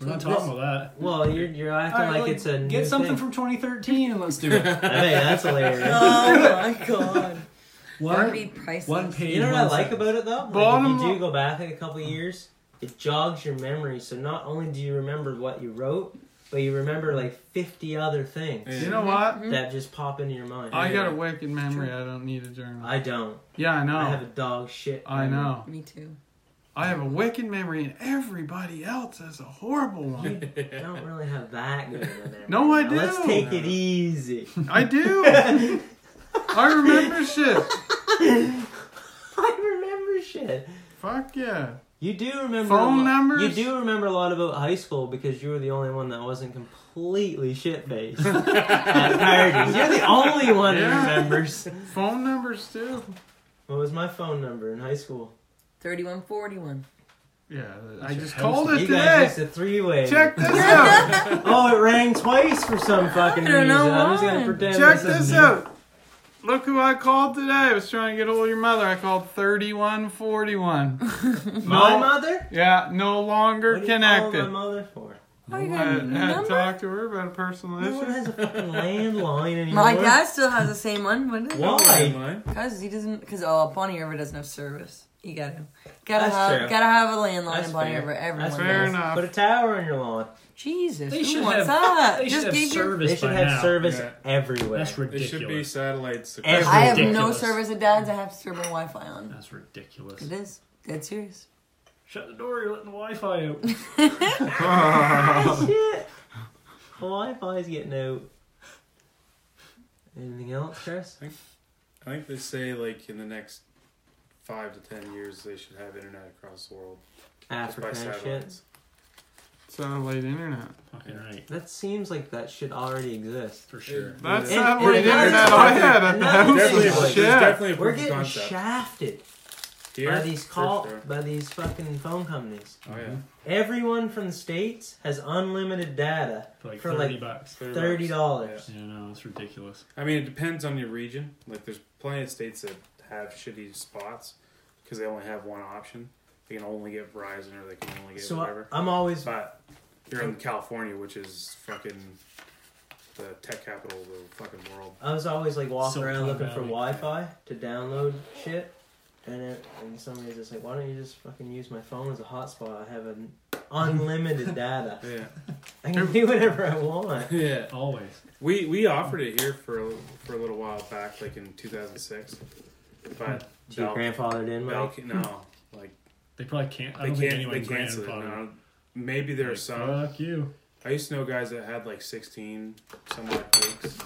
Speaker 4: we're not talking about that.
Speaker 2: Well, you're you're acting
Speaker 4: All right,
Speaker 2: like
Speaker 4: well,
Speaker 2: it's a
Speaker 4: get
Speaker 2: new
Speaker 4: something
Speaker 2: thing.
Speaker 4: from 2013 and let's do it.
Speaker 2: Hey, that's hilarious.
Speaker 3: Oh my god. Barbie
Speaker 4: One,
Speaker 3: priceless.
Speaker 4: one page.
Speaker 2: You know what I
Speaker 4: one
Speaker 2: like
Speaker 4: sentence.
Speaker 2: about it though? Like,
Speaker 1: Bottom
Speaker 2: if you
Speaker 1: li-
Speaker 2: do go back like a couple years, it jogs your memory. So not only do you remember what you wrote, but you remember like 50 other things
Speaker 5: Yeah.
Speaker 1: You
Speaker 3: Mm-hmm.
Speaker 1: know what?
Speaker 2: that just pop into your mind.
Speaker 1: I got a wicked memory. I don't need a journal.
Speaker 2: I don't.
Speaker 1: Yeah, I
Speaker 2: I have a
Speaker 1: know.
Speaker 2: dog shit.
Speaker 1: I
Speaker 2: memory.
Speaker 1: know.
Speaker 3: Me too.
Speaker 1: I have a wicked memory, and everybody else has a horrible one.
Speaker 2: I don't really have that good of a memory.
Speaker 1: No, I
Speaker 2: Now, Let's
Speaker 1: do.
Speaker 2: take it easy.
Speaker 1: I do. I remember shit.
Speaker 2: I remember shit.
Speaker 1: Fuck yeah.
Speaker 2: You do remember
Speaker 1: Phone
Speaker 2: a lot-
Speaker 1: numbers?
Speaker 2: You do remember a lot about high school because you were the only one that wasn't completely shit faced at parties. You're the only one
Speaker 1: Yeah.
Speaker 2: who remembers.
Speaker 1: Phone numbers too.
Speaker 2: What was my phone number in high school?
Speaker 3: 3141.
Speaker 1: Yeah, I
Speaker 4: Your
Speaker 1: just
Speaker 4: house-
Speaker 1: called it
Speaker 2: you guys
Speaker 1: today.
Speaker 2: used a three way.
Speaker 1: Check this out.
Speaker 2: Oh, it rang twice for some fucking
Speaker 3: I don't
Speaker 2: reason.
Speaker 3: know
Speaker 2: I'm just
Speaker 3: why.
Speaker 2: gonna pretend.
Speaker 1: Check
Speaker 2: this is
Speaker 1: this
Speaker 2: new.
Speaker 1: out. Look who I called today. I was trying to get hold of your mother. I called 3141.
Speaker 2: My
Speaker 1: No.
Speaker 2: mother.
Speaker 1: Yeah, no longer
Speaker 2: What do you call
Speaker 1: connected.
Speaker 2: My mother for.
Speaker 3: Why you
Speaker 1: I
Speaker 3: got a
Speaker 1: had- had
Speaker 3: number?
Speaker 1: talked to her about a personal
Speaker 2: No one
Speaker 1: issue.
Speaker 2: has a fucking landline anymore.
Speaker 3: My dad still has the same one. What is it?
Speaker 2: Why?
Speaker 5: Mine.
Speaker 3: Because he doesn't. Because oh, Bonnie River doesn't have service. You gotta, gotta
Speaker 2: That's
Speaker 3: have,
Speaker 2: true.
Speaker 3: gotta have a landline
Speaker 2: That's
Speaker 3: in Bonnie
Speaker 2: fair.
Speaker 3: River. Everyone
Speaker 2: That's
Speaker 1: fair
Speaker 3: does.
Speaker 1: enough.
Speaker 2: Put a tower on your lawn.
Speaker 3: Jesus,
Speaker 4: They
Speaker 3: who
Speaker 4: should
Speaker 3: wants
Speaker 4: have.
Speaker 3: that?
Speaker 4: They should
Speaker 3: Just
Speaker 4: have
Speaker 3: give your.
Speaker 4: service
Speaker 2: They should
Speaker 4: by
Speaker 2: have
Speaker 4: now.
Speaker 2: service
Speaker 5: Yeah.
Speaker 2: everywhere.
Speaker 4: That's
Speaker 5: It
Speaker 4: ridiculous.
Speaker 5: should be satellites.
Speaker 2: Every-
Speaker 3: I have no
Speaker 4: ridiculous.
Speaker 3: service at dad's. I have to turn my Wi-Fi on.
Speaker 4: That's
Speaker 3: It
Speaker 4: ridiculous.
Speaker 3: is dead serious.
Speaker 4: Shut the door. You're letting the Wi-Fi out.
Speaker 2: Ah, shit. Wi-Fi's getting out. Anything else, Chris?
Speaker 5: I think they say like in the next five to ten years they should have internet across the world just
Speaker 2: Africa
Speaker 5: by
Speaker 2: and shit.
Speaker 5: satellites.
Speaker 1: Satellite internet.
Speaker 4: Fucking right.
Speaker 2: That seems like that should already exist.
Speaker 4: For sure.
Speaker 1: That's
Speaker 2: And-
Speaker 1: not satellite
Speaker 2: and another
Speaker 1: internet I
Speaker 2: thing-
Speaker 1: had at the
Speaker 2: another
Speaker 1: house.
Speaker 5: Definitely,
Speaker 2: thing
Speaker 1: was
Speaker 2: is, like,
Speaker 5: there's
Speaker 1: shit.
Speaker 5: definitely a
Speaker 2: We're
Speaker 5: proof of
Speaker 2: getting
Speaker 5: concept.
Speaker 2: shafted
Speaker 5: Here,
Speaker 2: by these
Speaker 5: for
Speaker 2: call
Speaker 5: sure.
Speaker 2: by these fucking phone companies.
Speaker 5: Oh yeah.
Speaker 2: Everyone from the states has unlimited data
Speaker 4: For like
Speaker 2: For,
Speaker 4: thirty
Speaker 2: like,
Speaker 4: bucks.
Speaker 2: thirty dollars.
Speaker 4: Yeah, no, it's ridiculous.
Speaker 5: I mean, it depends on your region. Like, there's plenty of states that have shitty spots because they only have one option. They can only get Verizon or they can only get
Speaker 4: uh,
Speaker 2: So
Speaker 5: whatever.
Speaker 2: I, I'm always
Speaker 5: But you're in California, which is fucking the tech capital of the fucking world.
Speaker 2: I was always like walking
Speaker 4: Silicon
Speaker 2: around looking for
Speaker 4: Valley.
Speaker 2: Wi-Fi to download shit, and it, and somebody's just like, "Why don't you just fucking use my phone as a hotspot? I have an unlimited data.
Speaker 5: Yeah,
Speaker 2: I can do whatever I want."
Speaker 5: yeah.
Speaker 4: Always.
Speaker 5: We we offered it here for a, for a little while back, like in 2006,
Speaker 4: Hmm.
Speaker 5: but
Speaker 2: So your
Speaker 5: Bell-
Speaker 2: grandfathered in,
Speaker 5: Bell,
Speaker 2: Mike.
Speaker 5: no, like
Speaker 4: They probably can't. I
Speaker 5: they
Speaker 4: don't think
Speaker 5: can't
Speaker 4: anyone
Speaker 5: they canceled it.
Speaker 4: grandfathered.
Speaker 5: No. Maybe there are some.
Speaker 4: Fuck you.
Speaker 5: I used to know guys that had like 16 some odd gigs.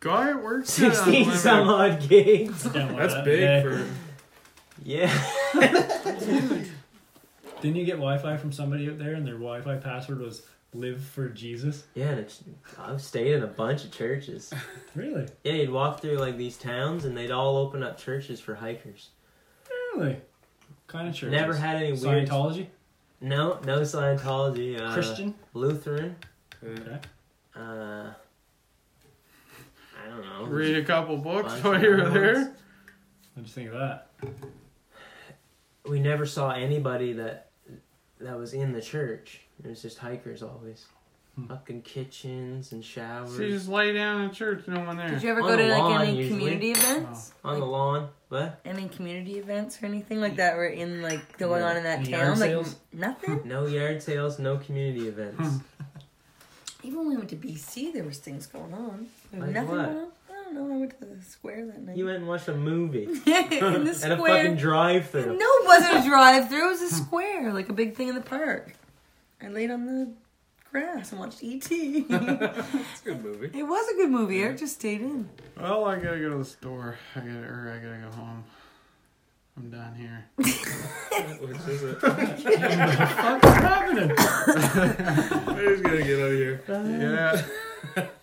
Speaker 1: Guy at work said
Speaker 2: Sixteen
Speaker 1: unlimited.
Speaker 2: some odd gigs.
Speaker 4: Download
Speaker 5: That's
Speaker 4: that.
Speaker 5: big
Speaker 4: Yeah.
Speaker 5: for
Speaker 2: Yeah.
Speaker 4: Didn't you get Wi-Fi from somebody out there, and their Wi-Fi password was "Live for Jesus"?
Speaker 2: Yeah, and it's, I've stayed in a bunch of churches.
Speaker 4: Really?
Speaker 2: Yeah, you'd walk through like these towns, and they'd all open up churches for hikers.
Speaker 4: Really? Kind of church.
Speaker 2: Never had any weird.
Speaker 4: Scientology,
Speaker 2: No, no Scientology. Uh,
Speaker 4: Christian.
Speaker 2: Lutheran.
Speaker 5: uh,
Speaker 2: Uh, I don't know.
Speaker 1: Read a couple books
Speaker 2: Bunch
Speaker 1: while
Speaker 2: of
Speaker 1: you were
Speaker 2: other
Speaker 1: there.
Speaker 2: ones.
Speaker 4: What'd you think of that?
Speaker 2: We never saw anybody that that was in the church. It was just hikers always,
Speaker 4: Hmm.
Speaker 2: fucking kitchens and showers
Speaker 1: So you just lay down in church, no one there.
Speaker 3: Did you ever
Speaker 2: On
Speaker 3: go to
Speaker 2: the lawn,
Speaker 3: like any
Speaker 2: usually.
Speaker 3: community events?
Speaker 2: on the lawn. What?
Speaker 3: Any community events or anything like that were in like going on in that
Speaker 4: Any yard
Speaker 3: town? Like
Speaker 4: sales?
Speaker 3: n- nothing.
Speaker 2: No yard sales, no community events.
Speaker 3: Even when we went to BC, there was things going on. There was
Speaker 2: Like
Speaker 3: nothing
Speaker 2: what?
Speaker 3: going on. I don't know. I went to the square that night.
Speaker 2: you went and watched a movie
Speaker 3: in the
Speaker 2: at a
Speaker 3: square.
Speaker 2: fucking
Speaker 3: No,
Speaker 2: drive-through.
Speaker 3: it wasn't a drive through. It was a square, like a big thing in the park. I laid on the grass and watched ET. it
Speaker 5: It's a good movie.
Speaker 3: was a good movie. Eric just stayed in.
Speaker 1: Well, I gotta go to the store. I gotta, or I gotta go home. I'm done here.
Speaker 5: Which is it?
Speaker 4: What's happening?
Speaker 5: I'm just gonna get out of here.
Speaker 1: Yeah.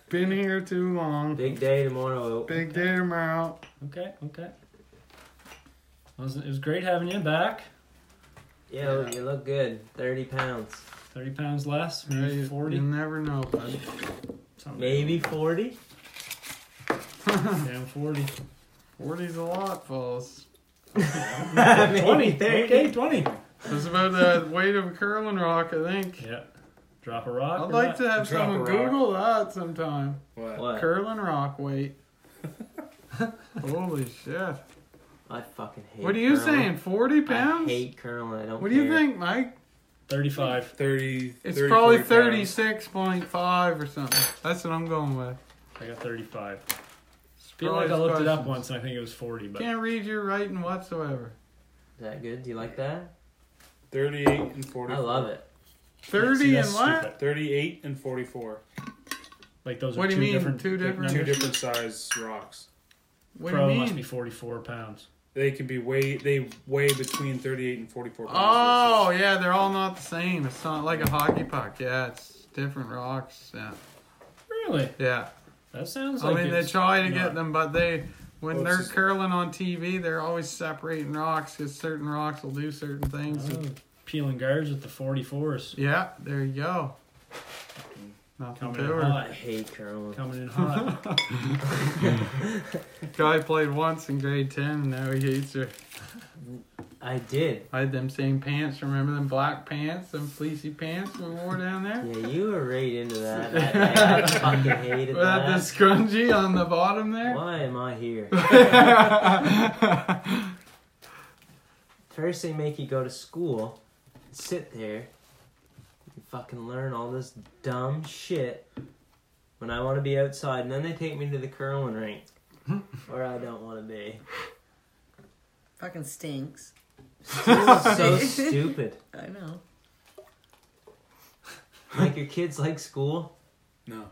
Speaker 1: Been here too long.
Speaker 2: Big day tomorrow.
Speaker 1: Big day tomorrow.
Speaker 4: Okay, okay. It was, it was great having you back.
Speaker 2: Yo, you look good. 30 pounds.
Speaker 4: 30 pounds less,
Speaker 1: Yeah,
Speaker 4: maybe
Speaker 1: you,
Speaker 4: 40.
Speaker 1: you never know, bud.
Speaker 4: something.
Speaker 2: Maybe 40?
Speaker 4: Damn, 40.
Speaker 1: 40's a lot, fellas.
Speaker 2: Maybe
Speaker 4: 20.
Speaker 2: 30.
Speaker 4: Okay, 20.
Speaker 1: That's about the weight of a curling rock, I think.
Speaker 4: Yeah. Drop a rock.
Speaker 1: I'd like to have
Speaker 5: Drop a
Speaker 1: someone
Speaker 5: rock.
Speaker 1: Google that sometime.
Speaker 5: What?
Speaker 2: What?
Speaker 1: Curling rock weight. Holy shit.
Speaker 2: I fucking hate
Speaker 1: What are you
Speaker 2: curling.
Speaker 1: saying? 40 pounds?
Speaker 2: I hate curling. I don't
Speaker 1: What do you
Speaker 2: care.
Speaker 1: think, Mike?
Speaker 4: 35.
Speaker 5: 30.
Speaker 1: It's
Speaker 5: 30,
Speaker 1: probably
Speaker 5: 40 pounds.
Speaker 1: 36.5 or something. That's what I'm going with.
Speaker 4: I got 35. feel like I looked it up once and I think it was 40, but
Speaker 1: Can't read your writing whatsoever.
Speaker 2: Is that good? Do you like that?
Speaker 5: 38 and 40.
Speaker 2: I love it.
Speaker 1: 30
Speaker 4: See,
Speaker 1: and
Speaker 4: that's
Speaker 1: what?
Speaker 4: stupid.
Speaker 5: 38 and 44.
Speaker 4: Like those are
Speaker 1: What do
Speaker 4: two
Speaker 1: you mean,
Speaker 4: different
Speaker 1: two
Speaker 4: big
Speaker 1: different?
Speaker 4: numbers.
Speaker 5: Two different size rocks.
Speaker 1: What
Speaker 4: Pro
Speaker 1: do you
Speaker 4: must be
Speaker 1: mean?
Speaker 4: 44 pounds.
Speaker 5: They can be way they weigh between 38 and 44 pounds.
Speaker 1: Oh, yeah, they're all not the same. It's not like a hockey puck. Yeah, it's different rocks. Yeah.
Speaker 4: Really?
Speaker 1: Yeah.
Speaker 4: That sounds
Speaker 1: I
Speaker 4: like
Speaker 1: mean, they
Speaker 4: it's-
Speaker 1: try to
Speaker 4: not-
Speaker 1: get them, but they, when
Speaker 5: Well, it's
Speaker 1: they're
Speaker 5: just-
Speaker 1: curling on TV, they're always separating rocks because certain rocks will do certain things.
Speaker 4: Oh, peeling guards with the 44s.
Speaker 1: Yeah, there you go. Nothing
Speaker 4: Coming in
Speaker 1: to her.
Speaker 2: I
Speaker 4: hot.
Speaker 2: hate curling.
Speaker 4: Coming in hot.
Speaker 1: Guy played once in grade 10, and now he hates her.
Speaker 2: I did.
Speaker 1: I had them same pants. Remember them black pants, them fleecy pants we wore down there?
Speaker 2: Yeah, you were right into that. I, I, I fucking hated
Speaker 1: With the
Speaker 2: that.
Speaker 1: scrunchie on the bottom there.
Speaker 2: Why am I here? First, they make you go to school, sit there, and fucking learn all this dumb shit when I want to be outside, and then they take me to the curling rink
Speaker 1: Hmm.
Speaker 2: where I don't want to be.
Speaker 3: Fucking stinks.
Speaker 2: This is so stupid.
Speaker 3: I know.
Speaker 2: Like, your kids like school,
Speaker 5: No.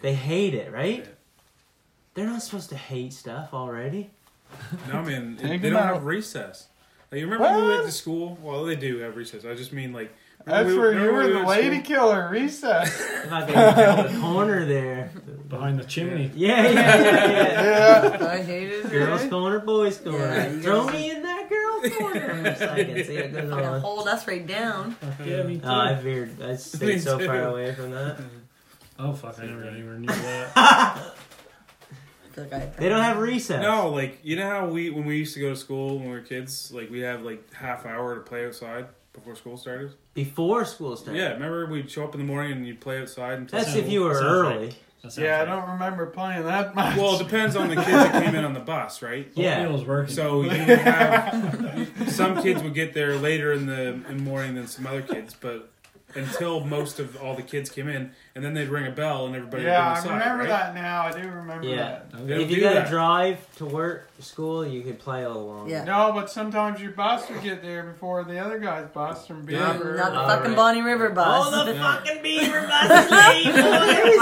Speaker 2: they hate it, right? They're not supposed to hate stuff already.
Speaker 5: No, I mean,
Speaker 1: Think
Speaker 5: they don't
Speaker 1: about-
Speaker 5: have recess. Like, you remember when we went to school? Well, they do have recess. I just mean, like,
Speaker 1: That's
Speaker 5: we-
Speaker 1: where you
Speaker 5: remember
Speaker 1: were
Speaker 5: we
Speaker 1: the
Speaker 5: went to
Speaker 1: lady
Speaker 5: school?
Speaker 1: killer recess.
Speaker 2: If I can the corner there.
Speaker 4: Behind the chimney.
Speaker 2: Yeah, yeah, yeah. yeah.
Speaker 3: I hated
Speaker 2: Girls
Speaker 3: it.
Speaker 2: corner, boys corner.
Speaker 3: Yeah, you
Speaker 2: Throw
Speaker 3: guys-
Speaker 2: me in that girl corner so I can see it goes
Speaker 3: Gonna
Speaker 2: on.
Speaker 3: hold us right down.
Speaker 4: Yeah, me too.
Speaker 2: Oh, I veered. I stayed so
Speaker 5: too.
Speaker 2: far away from that.
Speaker 4: oh, fuck. I never got anywhere near that.
Speaker 3: I feel like I-
Speaker 2: They don't have recess.
Speaker 5: No, like, you know how we, when we used to go to school when we were kids, like, we have, like, half hour to play outside before school started?
Speaker 2: Before school starts.
Speaker 5: Yeah, remember we'd show up in the morning and you'd play outside until.
Speaker 2: That's if you were
Speaker 4: Sounds
Speaker 2: early.
Speaker 4: right. That sounds
Speaker 1: yeah, I
Speaker 4: like-
Speaker 1: don't remember playing that much.
Speaker 5: Well, it depends on the kids that came in on the bus, right?
Speaker 2: Yeah.
Speaker 4: Oatmeal's working.
Speaker 5: So you would have some kids would get there later in the in the morning than some other kids, but until most of all the kids came in, and then they'd ring a bell and everybody.
Speaker 1: yeah,
Speaker 5: would
Speaker 1: I
Speaker 5: go inside,
Speaker 1: remember
Speaker 5: right?
Speaker 1: that now. I do remember
Speaker 2: Yeah.
Speaker 5: They don't
Speaker 2: If you
Speaker 5: do
Speaker 2: got to
Speaker 5: that.
Speaker 2: drive to work, school, you could play a little longer.
Speaker 1: that.
Speaker 3: Yeah.
Speaker 1: No, but sometimes your bus would get there before the other guy's bus from being
Speaker 5: Yeah. Uh,
Speaker 3: Not
Speaker 1: early.
Speaker 3: the
Speaker 2: All
Speaker 3: fucking
Speaker 2: right.
Speaker 3: Bonnie River bus.
Speaker 2: Oh, the fucking beaver bus late, boys.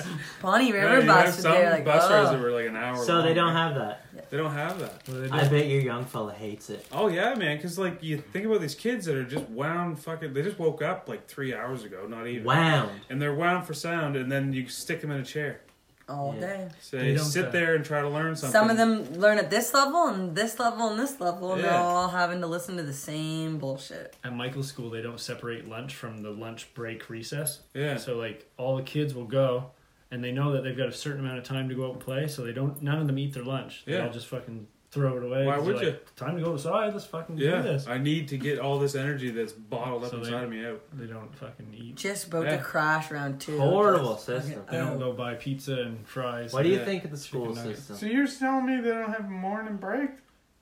Speaker 3: Fuck. Bonnie
Speaker 5: Yeah,
Speaker 3: River
Speaker 5: you have
Speaker 3: bus.
Speaker 5: some
Speaker 3: They're like,
Speaker 5: bus rides
Speaker 3: oh.
Speaker 5: that were like an hour.
Speaker 2: So they
Speaker 5: long,
Speaker 2: don't
Speaker 5: right?
Speaker 2: have that.
Speaker 5: They don't have that.
Speaker 4: What do they do?
Speaker 2: I bet your young fella hates it.
Speaker 5: Oh yeah, man. Because like you think about these kids that are just wound fucking. They just woke up like three hours ago, not even.
Speaker 2: Wound.
Speaker 5: And they're wound for sound, and then you stick them in a chair.
Speaker 3: all
Speaker 2: Yeah.
Speaker 3: day.
Speaker 5: So
Speaker 4: They
Speaker 5: you
Speaker 4: don't,
Speaker 5: sit
Speaker 4: uh,
Speaker 5: there and try to learn something.
Speaker 3: Some of them learn at this level and this level and this level, and they're
Speaker 5: Yeah.
Speaker 3: all having to listen to the same bullshit.
Speaker 4: At Michael's school, they don't separate lunch from the lunch break recess.
Speaker 5: Yeah.
Speaker 4: So like all the kids will go, and they know that they've got a certain amount of time to go out and play. So they don't. None of them eat their lunch. They
Speaker 5: Yeah.
Speaker 4: all just fucking throw it away.
Speaker 5: Why
Speaker 4: 'cause they're
Speaker 5: would
Speaker 4: like, Time to go outside. Let's fucking do
Speaker 5: Yeah.
Speaker 4: this.
Speaker 5: I need to get all this energy that's bottled up
Speaker 4: So they-
Speaker 5: inside of me out.
Speaker 4: They don't fucking eat.
Speaker 3: Just about
Speaker 5: Yeah.
Speaker 3: to crash round two.
Speaker 2: Horrible
Speaker 3: Just-
Speaker 2: system.
Speaker 4: They don't
Speaker 3: Oh.
Speaker 4: go buy pizza and fries.
Speaker 2: What do you
Speaker 5: Yeah.
Speaker 2: think of the school
Speaker 4: Chicken nuggets.
Speaker 2: system?
Speaker 1: So you're telling me they don't have a morning break?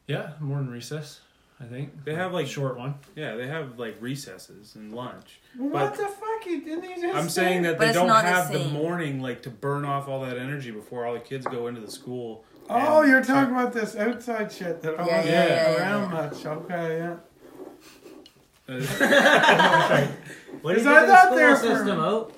Speaker 4: Yeah, morning recess. I think
Speaker 5: They have, like-
Speaker 4: short one.
Speaker 5: Yeah, they have like recesses and lunch.
Speaker 1: What
Speaker 5: But-
Speaker 1: the fuck? You didn't you just
Speaker 5: I'm
Speaker 1: say-
Speaker 5: saying that
Speaker 3: But
Speaker 5: they
Speaker 3: it's
Speaker 5: don't
Speaker 3: not the
Speaker 5: have the,
Speaker 3: same.
Speaker 5: morning like to burn off all that energy before all the kids go into the school.
Speaker 1: Oh,
Speaker 5: and-
Speaker 1: you're talking about this outside shit that I
Speaker 3: Yeah,
Speaker 1: wasn't
Speaker 5: yeah,
Speaker 3: yeah,
Speaker 1: around
Speaker 3: yeah.
Speaker 1: much. Okay, yeah.
Speaker 5: Uh,
Speaker 2: What
Speaker 1: Is
Speaker 2: do you
Speaker 1: that
Speaker 2: think of the
Speaker 1: out
Speaker 2: school
Speaker 1: there for-
Speaker 2: system, Oat?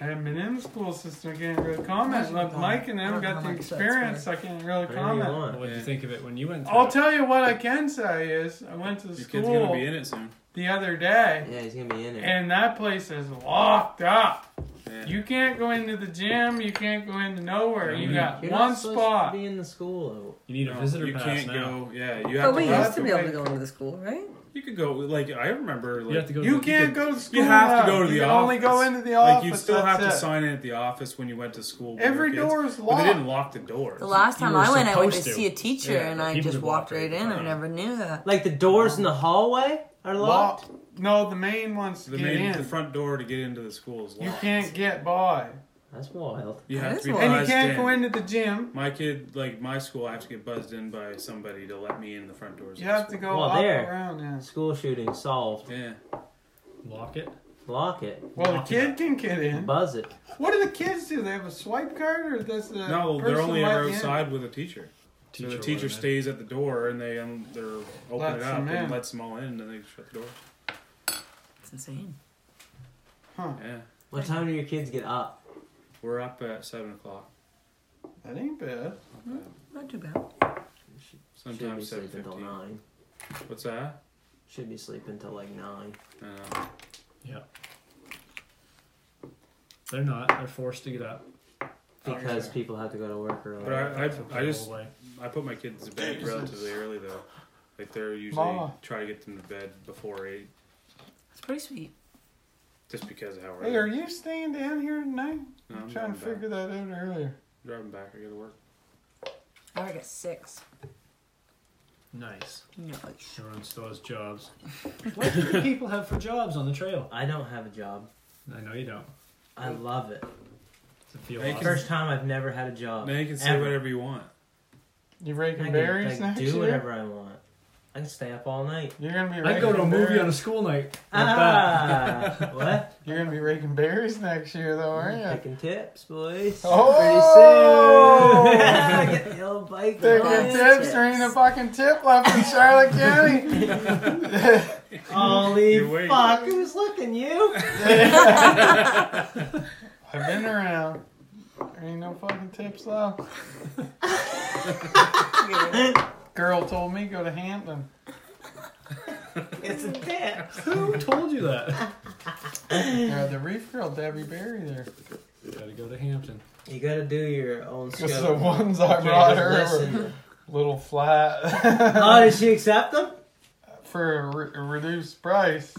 Speaker 1: I haven't been in the school system. I can't really comment. Look, Mike and them got the experience. I can't really
Speaker 2: Whatever you
Speaker 1: comment.
Speaker 2: want.
Speaker 4: What do you
Speaker 5: Yeah.
Speaker 4: think of it when you went? Through
Speaker 1: I'll
Speaker 4: it?
Speaker 1: tell you what I can say is I went to the
Speaker 5: Your kid's gonna be
Speaker 1: school
Speaker 5: in it soon.
Speaker 1: the other day,
Speaker 2: Yeah, he's gonna be in it.
Speaker 1: and that place is locked up.
Speaker 5: Yeah.
Speaker 1: You can't go into the gym. You can't go into nowhere. You
Speaker 4: Mhm.
Speaker 1: got
Speaker 2: You're
Speaker 1: one
Speaker 2: not supposed
Speaker 1: spot.
Speaker 2: To be in the school.
Speaker 4: You need a
Speaker 5: No,
Speaker 4: visitor
Speaker 5: you
Speaker 4: pass
Speaker 5: can't
Speaker 4: now.
Speaker 5: go. Yeah, you have
Speaker 3: But we
Speaker 5: to.
Speaker 1: have
Speaker 3: used to
Speaker 1: to
Speaker 3: be able to
Speaker 1: make-
Speaker 3: go into the school, right?
Speaker 5: You could go. Like I remember. Like,
Speaker 4: You have to go.
Speaker 1: You
Speaker 4: to
Speaker 1: can't go to school.
Speaker 5: have to
Speaker 1: now.
Speaker 5: go to
Speaker 1: You
Speaker 5: the
Speaker 1: can Only go
Speaker 5: office.
Speaker 1: into the office.
Speaker 5: Like you still
Speaker 1: that's
Speaker 5: have to
Speaker 1: it.
Speaker 5: sign in at the office when you went to school. when you were
Speaker 1: Every
Speaker 5: kids.
Speaker 1: door is
Speaker 5: But they didn't
Speaker 1: locked.
Speaker 5: lock the doors.
Speaker 3: The last
Speaker 4: You
Speaker 3: time
Speaker 4: were
Speaker 3: I went, I went to
Speaker 4: supposed to.
Speaker 3: see a teacher,
Speaker 5: Yeah,
Speaker 3: and
Speaker 4: but
Speaker 3: I
Speaker 4: people
Speaker 3: just
Speaker 4: just
Speaker 3: walked
Speaker 4: walked
Speaker 3: right
Speaker 4: right
Speaker 3: in. I
Speaker 5: in.
Speaker 3: never knew that.
Speaker 2: Like the doors in the hallway are locked.
Speaker 1: Locked. No, the main ones to
Speaker 5: The
Speaker 1: get
Speaker 5: main,
Speaker 1: in.
Speaker 5: the front door to get into the school is
Speaker 1: you
Speaker 5: locked.
Speaker 1: can't get by,
Speaker 2: That's wild.
Speaker 5: You
Speaker 3: That
Speaker 5: have
Speaker 3: is
Speaker 5: to be
Speaker 3: wild.
Speaker 1: and you
Speaker 5: buzzed
Speaker 1: can't
Speaker 5: in.
Speaker 1: go into the gym.
Speaker 5: My kid, like my school, I have to get buzzed in by somebody to let me in the front doors.
Speaker 1: You
Speaker 5: of the
Speaker 1: have to
Speaker 5: school.
Speaker 1: go
Speaker 2: Well,
Speaker 1: up
Speaker 2: there.
Speaker 1: around. Yeah.
Speaker 2: School shooting solved.
Speaker 5: Yeah.
Speaker 4: lock it.
Speaker 2: Lock it.
Speaker 1: Well, the
Speaker 4: Lock it
Speaker 1: kid
Speaker 4: up.
Speaker 1: can get in.
Speaker 2: Buzz it.
Speaker 1: What do the kids do? They have a swipe card, or that's the
Speaker 5: No,
Speaker 1: person
Speaker 5: they're only
Speaker 1: let
Speaker 5: ever
Speaker 1: in?
Speaker 5: outside with a teacher. so the teacher
Speaker 4: would've been-
Speaker 5: stays at the door and they um, they're open
Speaker 1: Lets
Speaker 5: it up
Speaker 1: them in.
Speaker 5: and lets them all in and then they shut the door.
Speaker 3: It's insane.
Speaker 5: Yeah.
Speaker 2: What time do your kids get up?
Speaker 5: We're up at seven o'clock.
Speaker 1: That ain't bad.
Speaker 3: Not too bad.
Speaker 2: Should be
Speaker 5: Sometimes seven
Speaker 2: sleeping till
Speaker 5: fifteen.
Speaker 2: nine.
Speaker 5: What's that? Uh,
Speaker 2: Should be sleeping till like nine.
Speaker 5: I don't know.
Speaker 4: Yeah. They're not. They're forced to get up.
Speaker 1: Oh,
Speaker 2: Because people have to go to work
Speaker 5: But
Speaker 2: early.
Speaker 5: I, I,
Speaker 4: Took the
Speaker 5: I
Speaker 4: whole
Speaker 5: just
Speaker 4: way.
Speaker 5: I put my kids to bed relatively early though. Like they're usually
Speaker 1: Mama.
Speaker 5: try to get them to bed before eight,
Speaker 3: It's pretty sweet.
Speaker 5: just because of how early.
Speaker 1: Hey, are you staying down here tonight?
Speaker 5: No,
Speaker 1: I'm trying
Speaker 5: I'm
Speaker 1: to
Speaker 5: driving back.
Speaker 1: figure that out earlier.
Speaker 5: Driving back, I gotta work.
Speaker 3: I work at six.
Speaker 4: Nice.
Speaker 3: No,
Speaker 4: Everyone still has jobs. What do the people have for jobs on the trail?
Speaker 2: I don't have a job.
Speaker 4: I know you don't.
Speaker 2: I love it.
Speaker 4: It's a feel
Speaker 5: Hey,
Speaker 4: awesome.
Speaker 2: First time I've never had a job.
Speaker 5: Now you can say
Speaker 2: Ever.
Speaker 5: whatever you want.
Speaker 1: You
Speaker 2: I
Speaker 1: raking
Speaker 2: can
Speaker 1: berries
Speaker 2: like,
Speaker 1: next
Speaker 2: do
Speaker 1: year?
Speaker 2: whatever I want. I can stay up all night.
Speaker 1: You're gonna be.
Speaker 4: I'd
Speaker 1: Raking
Speaker 4: go to a movie
Speaker 1: berries.
Speaker 4: on a school night.
Speaker 2: Ah, what?
Speaker 1: You're gonna be raking berries next year, though, aren't you?
Speaker 2: Taking tips, boys.
Speaker 1: Oh!
Speaker 2: Pretty soon. Get the old bike.
Speaker 1: Taking
Speaker 3: Lots
Speaker 2: going.
Speaker 3: of
Speaker 1: tips,
Speaker 3: tips.
Speaker 1: there ain't a fucking tip left in Charlotte County.
Speaker 5: You're
Speaker 2: Holy
Speaker 5: waiting.
Speaker 2: fuck, who's looking? You?
Speaker 1: I've been around. There ain't no fucking tips left. Girl told me go to Hampton.
Speaker 2: It's a tip.
Speaker 4: Who told you that?
Speaker 1: Yeah, the reef girl, Debbie Berry there.
Speaker 4: Gotta go to Hampton.
Speaker 2: You gotta do your own scope.
Speaker 1: Because the ones
Speaker 2: You
Speaker 1: I
Speaker 2: can't
Speaker 1: brought
Speaker 2: just
Speaker 1: her were
Speaker 2: listen.
Speaker 1: little
Speaker 2: Oh,
Speaker 1: flat
Speaker 2: did she accept them?
Speaker 1: for a, re- a reduced price.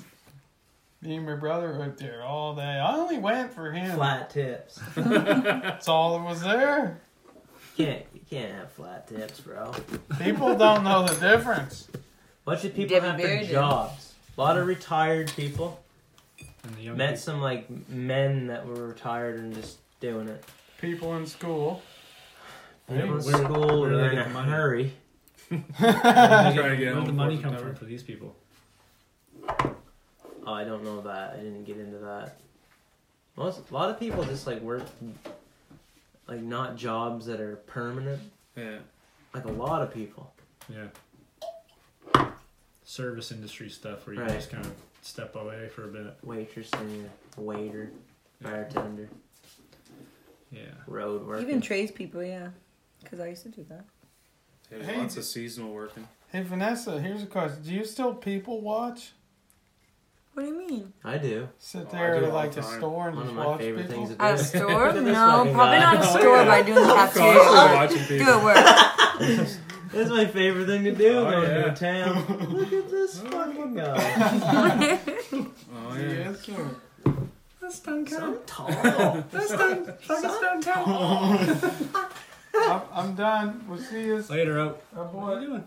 Speaker 1: Me and my brother went there all day. I only went for him.
Speaker 2: Flat tips.
Speaker 1: That's all that was there.
Speaker 2: You can't, you can't have flat tips, bro.
Speaker 1: People don't know the difference.
Speaker 2: Bunch of people
Speaker 3: Debbie
Speaker 2: have
Speaker 3: Bear
Speaker 2: their
Speaker 3: did.
Speaker 2: jobs. A lot of retired people.
Speaker 4: And the young
Speaker 2: Met some like men that were retired and just doing it.
Speaker 1: People in school.
Speaker 2: They
Speaker 4: Hey,
Speaker 2: were in
Speaker 4: where-
Speaker 2: school,
Speaker 4: where do
Speaker 2: they're in
Speaker 4: they get
Speaker 2: a
Speaker 4: the money?
Speaker 2: hurry.
Speaker 5: Try
Speaker 4: people.
Speaker 5: to get
Speaker 4: Where'd the
Speaker 5: home
Speaker 4: money
Speaker 5: before
Speaker 4: come from
Speaker 5: September.
Speaker 4: for these people?
Speaker 2: Oh, I don't know that. I didn't get into that. Most a lot of people just like work like not jobs that are permanent.
Speaker 5: Yeah.
Speaker 2: Like a lot of people.
Speaker 4: Yeah. Service industry stuff where you
Speaker 2: Right.
Speaker 4: just kind of step away for a minute.
Speaker 2: Waitress and waiter, bartender,
Speaker 4: Yeah.
Speaker 2: road worker.
Speaker 3: Even tradespeople, yeah. Because I used to do that.
Speaker 5: There's
Speaker 1: Hey,
Speaker 5: lots
Speaker 1: d-
Speaker 5: of seasonal working.
Speaker 1: Hey Vanessa, here's a question. Do you still people watch?
Speaker 3: What do you mean?
Speaker 2: I do.
Speaker 1: Sit
Speaker 5: Oh, I
Speaker 1: there
Speaker 5: do
Speaker 1: at
Speaker 5: all
Speaker 1: like
Speaker 5: the
Speaker 1: the
Speaker 5: time.
Speaker 1: store and
Speaker 2: One of
Speaker 1: just
Speaker 2: my
Speaker 1: watch
Speaker 2: favorite
Speaker 1: people?
Speaker 2: things to do.
Speaker 3: At a store?
Speaker 2: This
Speaker 3: no,
Speaker 2: fucking
Speaker 3: probably
Speaker 2: guy.
Speaker 3: not at a store, but I do in the
Speaker 5: Constantly
Speaker 3: cafeteria.
Speaker 5: watching
Speaker 3: Do
Speaker 5: people.
Speaker 3: it work.
Speaker 2: That's my favorite thing to do.
Speaker 5: Oh,
Speaker 2: going to
Speaker 5: yeah.
Speaker 2: a town. Look at this fucking guy.
Speaker 5: Oh yeah.
Speaker 1: Yes, sir. That's done,
Speaker 2: So tall.
Speaker 1: That's done. Fucking done, I'm, I'm done. We'll see you.
Speaker 4: Later out.
Speaker 1: Oh,
Speaker 4: What are
Speaker 1: boy.
Speaker 4: you doing?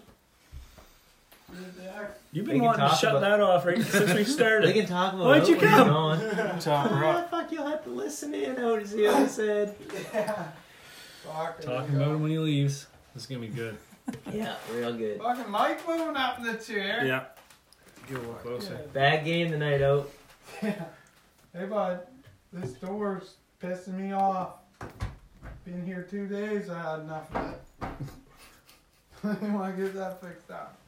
Speaker 4: You've
Speaker 2: We
Speaker 4: been
Speaker 2: can
Speaker 4: wanting to
Speaker 2: talk
Speaker 4: shut
Speaker 2: about-
Speaker 4: that off right since we
Speaker 2: They
Speaker 4: started.
Speaker 2: can talk about
Speaker 4: Why'd you
Speaker 2: what went
Speaker 4: come?
Speaker 2: on.
Speaker 1: Top
Speaker 2: Ah, fuck, you'll have to listen in. I would see what I said.
Speaker 1: Fucking,
Speaker 4: Talking about him when he leaves. This is gonna be good.
Speaker 2: Yeah, real good.
Speaker 1: Fucking Mike moving up in the chair.
Speaker 5: Yeah.
Speaker 4: Get a little closer.
Speaker 2: Bad game tonight, out.
Speaker 1: Hey, bud. This door's pissing me off. Been here two days. I had enough of it. I want to get that fixed up.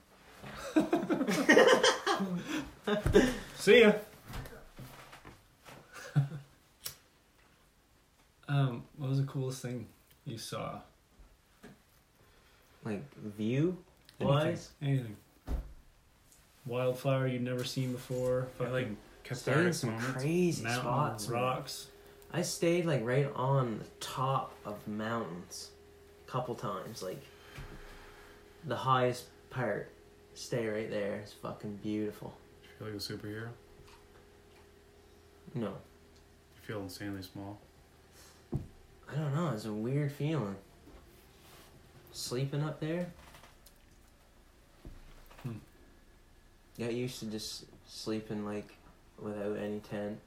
Speaker 4: See ya. um, what was the coolest thing you saw?
Speaker 2: Like view wise,
Speaker 4: Anything? Wildflower you'd never seen before.
Speaker 5: I like
Speaker 2: stayed in
Speaker 4: Fucking
Speaker 5: cathartic
Speaker 2: some
Speaker 5: moments.
Speaker 2: crazy
Speaker 4: mountains,
Speaker 2: spots. man.
Speaker 4: rocks.
Speaker 2: I stayed like right on the top of mountains, a couple times. Like the highest part, stay right there. It's fucking beautiful.
Speaker 5: feel like a superhero.
Speaker 2: No,
Speaker 5: You feel insanely small.
Speaker 2: I don't know. It's a weird feeling. Sleeping up there.
Speaker 4: Hmm.
Speaker 2: Got used to just sleeping like without any tent.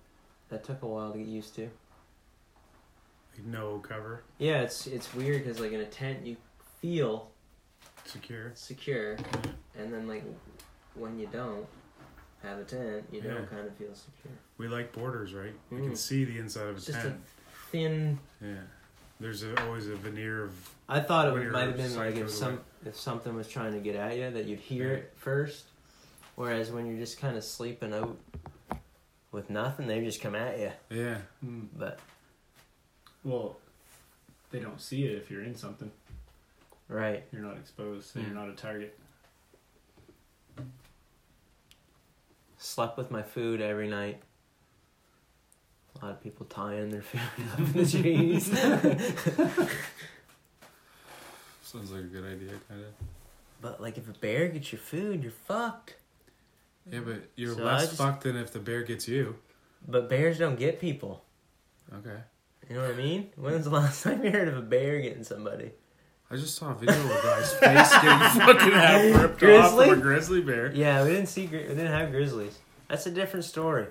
Speaker 2: That took a while to get used to.
Speaker 5: Like no cover,
Speaker 2: Yeah, it's it's weird because like in a tent you feel
Speaker 5: secure.
Speaker 2: secure, and then like when you don't have a tent, you don't
Speaker 5: Yeah.
Speaker 2: kind of feel secure.
Speaker 5: We like borders, right? We can
Speaker 2: Mm.
Speaker 5: see the inside of a
Speaker 2: It's just a
Speaker 5: tent.
Speaker 2: thin.
Speaker 5: Yeah. There's a, always a veneer of
Speaker 2: I thought it
Speaker 5: Weird
Speaker 2: might have been like
Speaker 5: psycho
Speaker 2: if some if something was trying to get at you that you'd hear it first, whereas when you're just kind of sleeping out with nothing, they just come at you.
Speaker 5: yeah.
Speaker 4: Hmm.
Speaker 2: But
Speaker 4: Well, they don't see it if you're in something.
Speaker 2: right,
Speaker 4: You're not exposed, so you're
Speaker 2: Hmm.
Speaker 4: not a target.
Speaker 2: slept with my food every night. A lot of people tying their food up in the trees.
Speaker 5: Sounds like a good idea, kind of.
Speaker 2: But like, if a bear gets your food, you're fucked.
Speaker 5: Yeah, but you're
Speaker 2: So I
Speaker 5: less
Speaker 2: just-
Speaker 5: fucked than if the bear gets you.
Speaker 2: But bears don't get people.
Speaker 5: Okay.
Speaker 2: You know what I mean? When was the last time you heard of a bear getting somebody?
Speaker 5: I just saw a video of a guy's face getting fucking half ripped off
Speaker 2: Grizzly?
Speaker 5: from a grizzly bear.
Speaker 2: Yeah, we didn't see. gri- We didn't have grizzlies. That's a different story.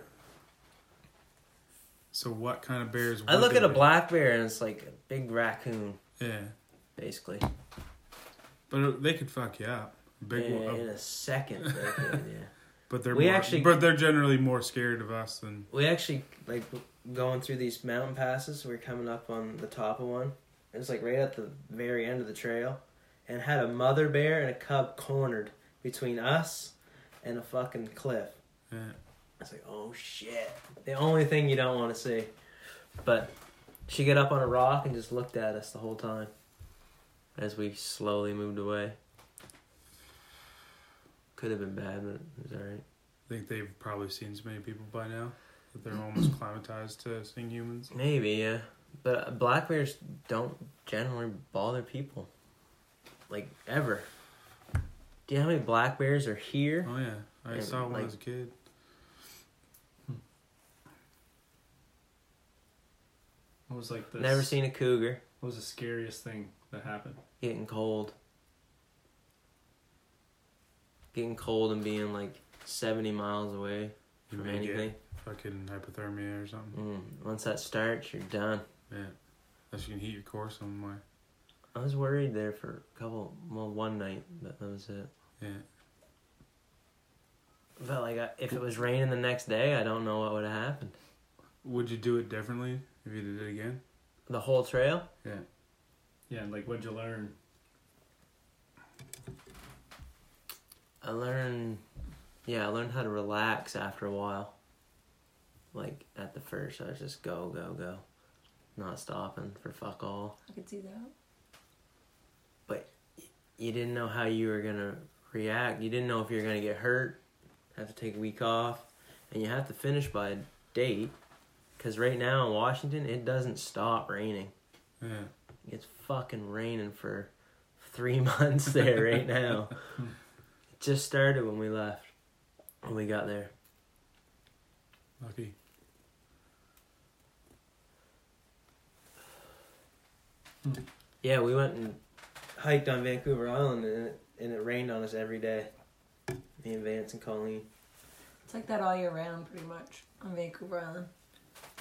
Speaker 5: So what kind of bears?
Speaker 2: I
Speaker 5: would
Speaker 2: look
Speaker 5: they
Speaker 2: at a
Speaker 5: be?
Speaker 2: black bear and it's like a big raccoon,
Speaker 5: Yeah,
Speaker 2: basically.
Speaker 5: but it- they could fuck you up. Big,
Speaker 2: in,
Speaker 5: one, uh, oh.
Speaker 2: in a second. Raccoon, yeah.
Speaker 5: but they're
Speaker 2: We
Speaker 5: more,
Speaker 2: actually-
Speaker 5: but they're generally more scared of us than
Speaker 2: we actually like going through these mountain passes. We were coming up on the top of one. It was like right at the very end of the trail, and had a mother bear and a cub cornered between us and a fucking cliff.
Speaker 5: Yeah.
Speaker 2: I was like, oh shit! The only thing you don't want to see, but she got up on a rock and just looked at us the whole time as we slowly moved away. Could have been bad, but it was alright.
Speaker 5: I think they've probably seen so many people by now that they're almost climatized to seeing humans.
Speaker 2: Maybe, yeah. But black bears don't generally bother people. Like, ever. Do you know how many black bears are here?
Speaker 5: Oh yeah, I
Speaker 2: And,
Speaker 5: saw one
Speaker 2: like-
Speaker 5: as a kid.
Speaker 4: What was like the
Speaker 2: Never seen a cougar
Speaker 4: What was the scariest thing that happened?
Speaker 2: getting cold. Getting cold and being like 70 miles away
Speaker 5: You
Speaker 2: from
Speaker 5: may get
Speaker 2: anything.
Speaker 5: fucking hypothermia or something.
Speaker 2: Mm, once that starts, you're done.
Speaker 5: Yeah, unless you can heat your core somewhere.
Speaker 2: I was worried there for a couple, well, one night, but that was it.
Speaker 5: Yeah,
Speaker 2: But like, I, if it was raining the next day, I don't know what would have happened.
Speaker 5: would you do it differently if you did it again?
Speaker 2: The whole trail?
Speaker 5: Yeah,
Speaker 4: Yeah, and like what'd you learn?
Speaker 2: I learned, yeah, I learned how to relax after a while. Like at the first, I was just go, go, go, not stopping for fuck all.
Speaker 3: I could see that.
Speaker 2: You didn't know how you were gonna react. You didn't know if you were gonna get hurt, have to take a week off, and you have to finish by a date. Cause right now in Washington, it doesn't stop raining.
Speaker 5: yeah.
Speaker 2: It's fucking raining for three months there right now. it just started when we left, when we got there.
Speaker 5: Lucky.
Speaker 2: Yeah, we went and hiked on Vancouver Island, and it, and it rained on us every day. Me and Vance and Colleen.
Speaker 3: It's like that all year round, pretty much, on Vancouver Island.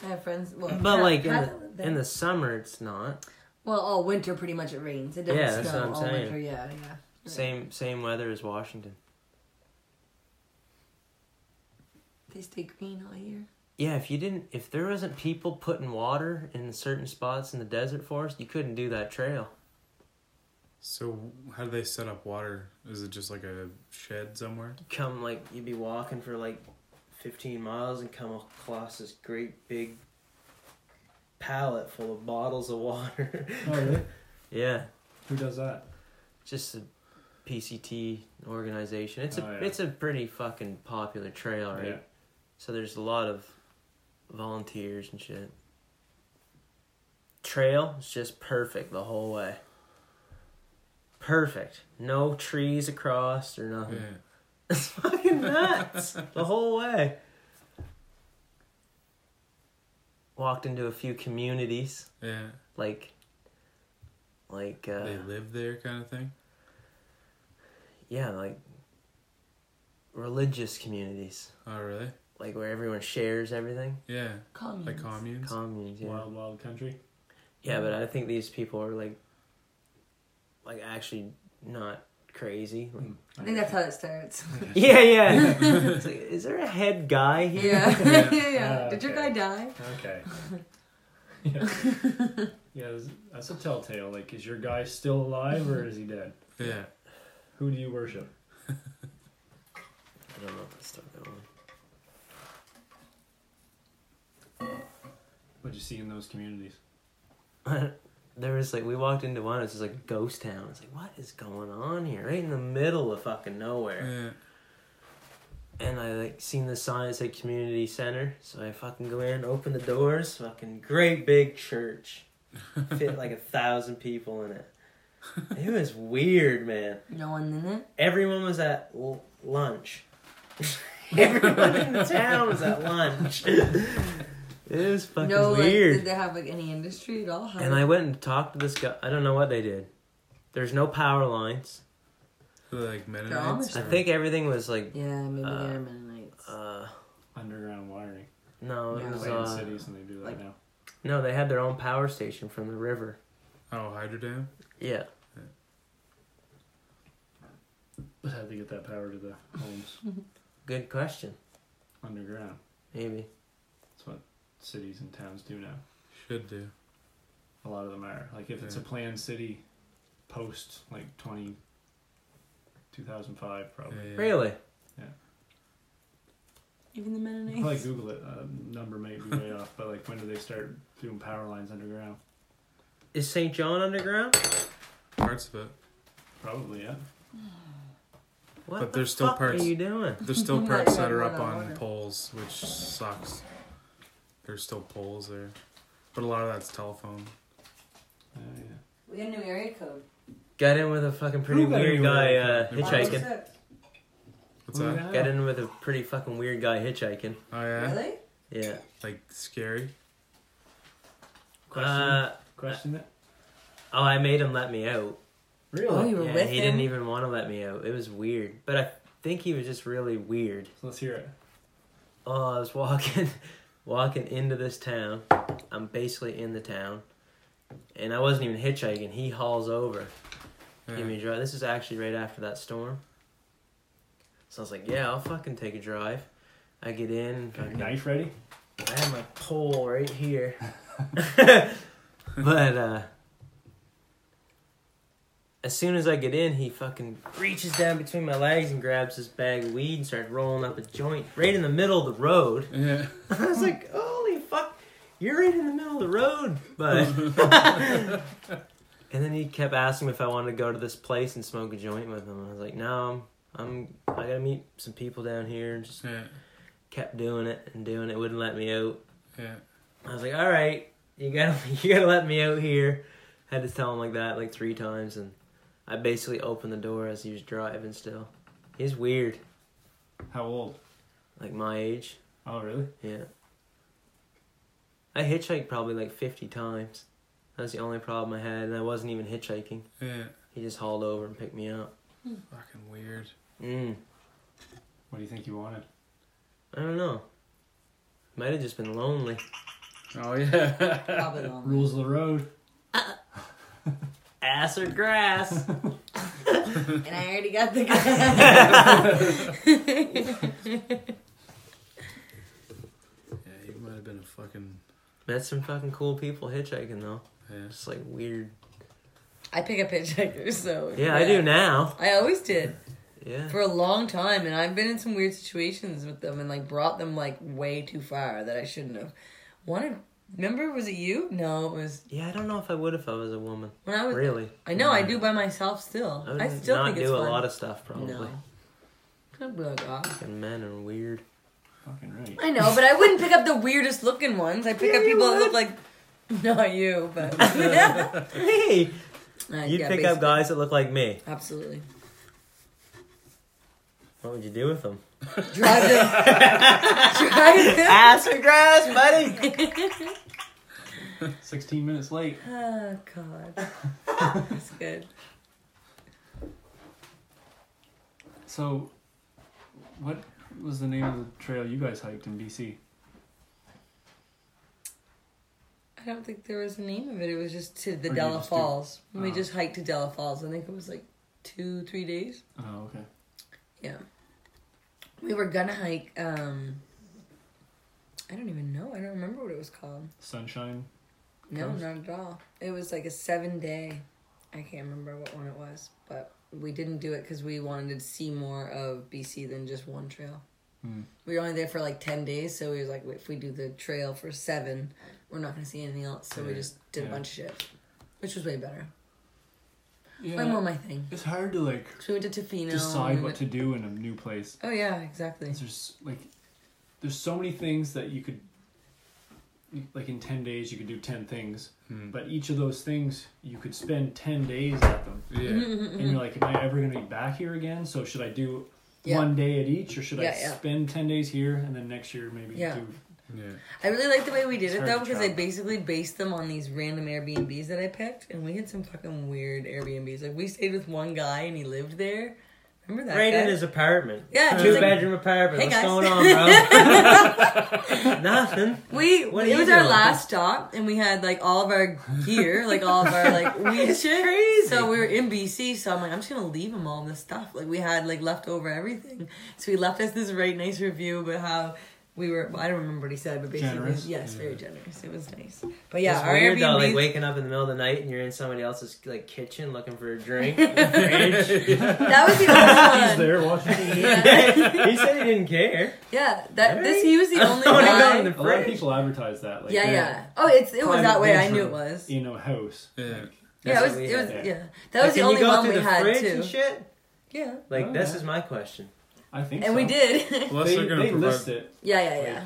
Speaker 3: I have friends. Well,
Speaker 2: But
Speaker 3: ha-
Speaker 2: like in
Speaker 3: half
Speaker 2: the,
Speaker 3: of them-
Speaker 2: in the summer, it's not
Speaker 3: well, all winter pretty much it rains. It doesn't
Speaker 2: Yeah, that's
Speaker 3: snow
Speaker 2: what I'm
Speaker 3: all
Speaker 2: saying.
Speaker 3: winter. Yeah, yeah.
Speaker 2: same same weather as Washington.
Speaker 3: They stay green all year.
Speaker 2: Yeah, if you didn't, if there wasn't people putting water in certain spots in the desert forest, you couldn't do that trail.
Speaker 5: So how do they set up water? Is it just like a shed somewhere?
Speaker 2: come like you'd be walking for like 15 miles and come across this great big pallet full of bottles of water
Speaker 4: Oh, really?
Speaker 2: yeah
Speaker 4: Who does that?
Speaker 2: just a pct organization it's a
Speaker 4: Oh, yeah.
Speaker 2: it's a pretty fucking popular trail right
Speaker 4: Yeah.
Speaker 2: so there's a lot of volunteers and shit trail is just perfect the whole way perfect no trees across or
Speaker 5: Uh-huh.
Speaker 2: nothing It's fucking nuts. the whole way. Walked into a few communities,
Speaker 5: yeah.
Speaker 2: like, like, uh,
Speaker 5: they live there, kind of thing.
Speaker 2: yeah, like religious communities,
Speaker 5: Oh, really?
Speaker 2: like where everyone shares everything.
Speaker 5: Yeah,
Speaker 3: Communes.
Speaker 5: like communes.
Speaker 2: Communes, yeah.
Speaker 4: Wild, wild country.
Speaker 2: Yeah, but I think these people are like, like actually not crazy. Like,
Speaker 4: Hmm.
Speaker 3: I think that's how it starts.
Speaker 2: yeah, yeah. It's like, is there a head guy here?
Speaker 3: Yeah. yeah. yeah.
Speaker 4: Uh,
Speaker 3: Did your
Speaker 4: okay.
Speaker 3: guy die?
Speaker 4: Okay. yeah. yeah, that's- that's a telltale. Like, is your guy still alive or is he dead?
Speaker 5: yeah.
Speaker 4: Who do you worship?
Speaker 2: I don't know if that's still going.
Speaker 4: What'd you see in those communities?
Speaker 2: there was like we walked into one. It's just like a ghost town. It's like what is going on here? Right in the middle of fucking nowhere.
Speaker 5: Yeah.
Speaker 2: And I like seen the sign. It's like community center. So I fucking go in, open the doors. Fucking great big church. Fit like a thousand people in it. It was weird, man.
Speaker 3: No one in it.
Speaker 2: Everyone was at l- lunch. Everyone in the town was at lunch. it was fucking
Speaker 3: no, like,
Speaker 2: weird.
Speaker 3: did they have like any industry at all? How
Speaker 2: And I went and talked to this guy. I don't know what they did. There's no power lines.
Speaker 5: Were they, Like
Speaker 3: Amish.
Speaker 5: Mennonites.
Speaker 2: I
Speaker 5: or-
Speaker 2: think everything was like,
Speaker 3: yeah, maybe
Speaker 2: Uh,
Speaker 3: they're Mennonites.
Speaker 2: uh,
Speaker 4: Underground wiring.
Speaker 2: no, it
Speaker 3: Yeah.
Speaker 2: was,
Speaker 4: Play in
Speaker 2: uh,
Speaker 4: cities and they do that
Speaker 3: like-
Speaker 4: now.
Speaker 2: no, they had their own power station from the river.
Speaker 5: Oh, hydrodam.
Speaker 2: Yeah.
Speaker 4: But how'd they get that power to the homes
Speaker 2: Good question.
Speaker 4: underground?
Speaker 2: Maybe.
Speaker 4: That's what cities and towns do now.
Speaker 5: Should do.
Speaker 4: A lot of them are. Like, if it's a
Speaker 5: Yeah.
Speaker 4: planned city post, like, 20, 2005, probably.
Speaker 5: Yeah.
Speaker 2: Really?
Speaker 3: Even the
Speaker 4: You probably
Speaker 3: Mennonites.
Speaker 4: Google it. Uh, number may be way off, but like, when do they start doing power lines underground?
Speaker 2: Is St. John underground?
Speaker 5: Parts of it.
Speaker 4: Probably, yeah.
Speaker 2: What
Speaker 5: But
Speaker 2: the
Speaker 5: there's still
Speaker 2: fuck
Speaker 5: parts-
Speaker 2: are you doing?
Speaker 5: There's still
Speaker 3: Not
Speaker 5: parts that
Speaker 3: even
Speaker 5: are
Speaker 3: one
Speaker 5: up
Speaker 3: on
Speaker 5: on
Speaker 3: water.
Speaker 5: poles, which sucks. There's still poles there, but a lot of that's telephone.
Speaker 4: Oh, yeah.
Speaker 3: We got a new area code.
Speaker 2: Got in with a fucking pretty
Speaker 4: Who got
Speaker 2: weird
Speaker 4: you
Speaker 2: guy uh,
Speaker 5: with a-
Speaker 2: hitchhiking.
Speaker 5: What's
Speaker 4: Oh,
Speaker 5: that?
Speaker 4: yeah.
Speaker 2: Got in with a pretty fucking weird guy hitchhiking.
Speaker 5: Oh yeah,
Speaker 3: Really?
Speaker 2: Yeah.
Speaker 5: like scary.
Speaker 4: Question,
Speaker 2: Uh,
Speaker 4: question it?
Speaker 2: oh, I made him let me out.
Speaker 4: Really?
Speaker 3: Oh, you were
Speaker 2: yeah,
Speaker 3: with
Speaker 2: he
Speaker 3: him.
Speaker 2: didn't even want to let me out. It was weird. But I think he was just really weird.
Speaker 4: Let's hear it.
Speaker 2: Oh, I was walking, walking into this town. I'm basically in the town, and I wasn't even hitchhiking. He hauls over,
Speaker 5: Yeah.
Speaker 2: give me a drive. This is actually right after that storm. So I was like, yeah, I'll fucking take a drive. I get in.
Speaker 4: Got your
Speaker 2: fucking-
Speaker 4: knife ready?
Speaker 2: I have my pole right here. but uh as soon as I get in, he fucking reaches down between my legs and grabs this bag of weed and starts rolling up a joint right in the middle of the road.
Speaker 5: Yeah.
Speaker 2: I was like, holy fuck, you're right in the middle of the road, but. and then he kept asking me if I wanted to go to this place and smoke a joint with him. I was like, no, I'm, I'm I gotta meet some people down here. And just
Speaker 5: Yeah.
Speaker 2: kept doing it and doing it, wouldn't let me out.
Speaker 5: Yeah.
Speaker 2: I was like, all right, you gotta you gotta let me out here. had to tell him like that like three times, and I basically opened the door as he was driving. Still, he's weird,
Speaker 4: How old?
Speaker 2: like my age.
Speaker 4: Oh, really?
Speaker 2: Yeah, I hitchhiked probably like fifty times. That was the only problem I had, and I wasn't even hitchhiking.
Speaker 5: Yeah.
Speaker 2: He just hauled over and picked me up.
Speaker 5: Fucking weird.
Speaker 2: Mm,
Speaker 4: What do you think you wanted?
Speaker 2: I don't know. Might have just been lonely.
Speaker 5: Oh yeah.
Speaker 3: Probably long.
Speaker 4: Rules of the road.
Speaker 2: Ass or grass.
Speaker 3: and I already got the guy.
Speaker 5: yeah, he might have been a fucking.
Speaker 2: Met some fucking cool people hitchhiking though.
Speaker 5: Yeah.
Speaker 2: Just like weird
Speaker 3: I pick up hitchhikers, so
Speaker 2: Yeah, I do now.
Speaker 3: I always did
Speaker 2: Yeah.
Speaker 3: for a long time, and I've been in some weird situations with them, and like brought them like way too far that I shouldn't have. One, of- remember, was it you? No, it was
Speaker 2: Yeah, I don't know if I would if I was a woman.
Speaker 3: when I was.
Speaker 2: Really.
Speaker 3: I know I do by myself still.
Speaker 2: I would
Speaker 3: I, still
Speaker 2: not
Speaker 3: think
Speaker 2: do
Speaker 3: it's
Speaker 2: a
Speaker 3: fun.
Speaker 2: lot of stuff probably.
Speaker 3: no. Don't bug off.
Speaker 2: And men are weird.
Speaker 4: Fucking right.
Speaker 3: I know, but I wouldn't pick up the weirdest looking ones. I pick up people that look like not you, but
Speaker 2: Hey,
Speaker 3: Uh,
Speaker 2: you'd
Speaker 3: yeah,
Speaker 2: pick
Speaker 3: basically.
Speaker 2: up guys that look like me.
Speaker 3: Absolutely.
Speaker 2: What would you do with them?
Speaker 3: Drive them. Drive them.
Speaker 2: Ass or grass, buddy.
Speaker 4: 16 minutes late.
Speaker 3: Oh God, that's good.
Speaker 4: So, what was the name of the trail you guys hiked in BC?
Speaker 3: I don't think there was a name of it. It was just to the
Speaker 4: Or you
Speaker 3: Della
Speaker 4: just do-
Speaker 3: Falls. We
Speaker 4: Oh.
Speaker 3: just hiked to Della Falls. I think it was like two, three days.
Speaker 4: Oh, okay.
Speaker 3: Yeah. We were gonna hike. um I don't even know. I don't remember what it was called.
Speaker 4: Sunshine.
Speaker 3: No,
Speaker 4: Coast?
Speaker 3: not at all. It was like a seven day. I can't remember what one it was, but we didn't do it because we wanted to see more of BC than just one trail.
Speaker 4: Hmm.
Speaker 3: We were only there for like ten days, so we was like, if we do the trail for seven, we're not gonna see anything else. So we
Speaker 4: Yeah,
Speaker 3: just did
Speaker 4: yeah.
Speaker 3: a bunch of shit, which was way better.
Speaker 4: Yeah.
Speaker 3: Way more my thing.
Speaker 4: it's hard to like
Speaker 3: So we went to Tofino. we
Speaker 4: decide what
Speaker 3: went-
Speaker 4: to do in a new place.
Speaker 3: Oh yeah, exactly.
Speaker 4: 'Cause There's like, there's so many things that you could, like in 10 days you could do 10 things,
Speaker 5: Hmm.
Speaker 4: but each of those things you could spend 10 days at them.
Speaker 5: Yeah.
Speaker 4: and you're like, am I ever gonna be back here again? So should I do
Speaker 3: Yeah.
Speaker 4: one day at each, or should I
Speaker 3: Yeah, yeah.
Speaker 4: spend ten days here and then next year maybe
Speaker 3: Yeah.
Speaker 4: do?
Speaker 5: Yeah.
Speaker 3: I really like the way we did
Speaker 4: It's
Speaker 3: it
Speaker 4: hard
Speaker 3: though
Speaker 4: to
Speaker 3: because I
Speaker 4: track.
Speaker 3: basically based them on these random Airbnbs that I picked, and we had some fucking weird Airbnbs. Like we stayed with one guy and he lived there. Remember that?
Speaker 2: Right
Speaker 3: guy?
Speaker 2: in his apartment.
Speaker 3: yeah,
Speaker 2: Two
Speaker 3: he's like,
Speaker 2: bedroom apartment.
Speaker 3: Hey,
Speaker 2: What's
Speaker 3: guys.
Speaker 2: going on, bro? Nothing.
Speaker 3: we.
Speaker 2: What are
Speaker 3: it
Speaker 2: you
Speaker 3: was our
Speaker 2: doing?
Speaker 3: last stop, and we had like all of our gear, like all of our like weed shit. So we were in BC, so I'm like, I'm just gonna leave him all this stuff. Like we had like leftover everything. So he left us this right nice review about how. We were. I don't remember what he said, but basically,
Speaker 4: Generous.
Speaker 3: yes, very generous. It was nice, but yeah,
Speaker 2: it's
Speaker 3: our
Speaker 2: weird though,
Speaker 3: Airbnbs-
Speaker 2: like waking up in the middle of the night and you're in somebody else's like kitchen looking for a drink. in the fridge.
Speaker 3: That was the
Speaker 4: He's
Speaker 3: only one.
Speaker 4: there watching. TV.
Speaker 3: Yeah,
Speaker 2: he said he didn't care.
Speaker 3: yeah. That this he was the only
Speaker 2: I wanna go
Speaker 3: guy.
Speaker 2: in the
Speaker 4: A lot of
Speaker 2: fridge.
Speaker 4: people advertise that. Like,
Speaker 3: yeah,
Speaker 4: they're
Speaker 3: yeah. Oh, it's it was
Speaker 4: Private
Speaker 3: that way. I
Speaker 4: bedroom.
Speaker 3: knew it was.
Speaker 4: In a house.
Speaker 5: Yeah.
Speaker 3: Yeah, it
Speaker 2: That's
Speaker 3: was.
Speaker 2: what
Speaker 3: It
Speaker 2: we
Speaker 3: was.
Speaker 2: had.
Speaker 3: Yeah, that was
Speaker 2: Like, can
Speaker 3: the
Speaker 2: you
Speaker 3: only
Speaker 2: go
Speaker 3: one
Speaker 2: through
Speaker 3: we
Speaker 2: the
Speaker 3: had
Speaker 2: fridge and
Speaker 3: too.
Speaker 2: shit?
Speaker 3: Yeah,
Speaker 2: Like
Speaker 4: Oh,
Speaker 2: this
Speaker 4: yeah.
Speaker 2: is my question.
Speaker 4: I think.
Speaker 3: and
Speaker 4: so.
Speaker 3: we did.
Speaker 5: Unless
Speaker 4: They,
Speaker 5: they're gonna
Speaker 4: they
Speaker 5: provide.
Speaker 4: list it.
Speaker 3: yeah, yeah, yeah.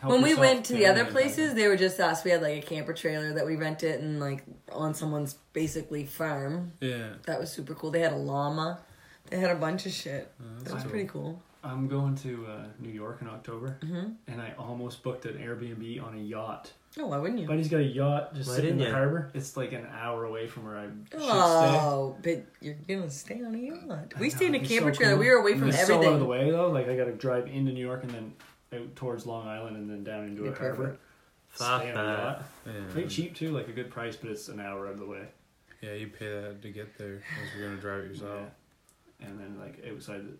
Speaker 4: Help
Speaker 3: When we
Speaker 4: yourself
Speaker 3: went to the
Speaker 4: dinner
Speaker 3: other
Speaker 4: and-
Speaker 3: places, they were just us. We had like a camper trailer that we rented and like on someone's basically farm.
Speaker 5: Yeah.
Speaker 3: That was super cool. They had a llama. They had a bunch of shit.
Speaker 2: Oh,
Speaker 3: That was
Speaker 4: cool.
Speaker 3: pretty cool.
Speaker 4: I'm going to uh, New York in October,
Speaker 3: Mhm.
Speaker 4: and I almost booked an Airbnb on a yacht.
Speaker 3: Oh, why wouldn't you?
Speaker 4: Buddy's got a yacht just
Speaker 2: Why
Speaker 4: sitting in the
Speaker 2: didn't ya?
Speaker 4: harbor. It's like an hour away from where I should stay.
Speaker 3: Oh, but you're gonna stay on a yacht. We stayed in a camper trailer. We were away from
Speaker 4: it's
Speaker 3: everything.
Speaker 4: So out of the way though, like I got to drive into New York and then out towards Long Island and then down into
Speaker 3: Be
Speaker 4: a harbor.
Speaker 3: perfect.
Speaker 2: Fuck
Speaker 4: Stay on a
Speaker 2: that.
Speaker 4: yacht.
Speaker 5: Yeah.
Speaker 4: Pretty cheap too, like a good price, but it's an hour out of the way.
Speaker 5: Yeah, you pay that to get there. Unless you're gonna drive it yourself.
Speaker 4: Yeah. And then like outside, the,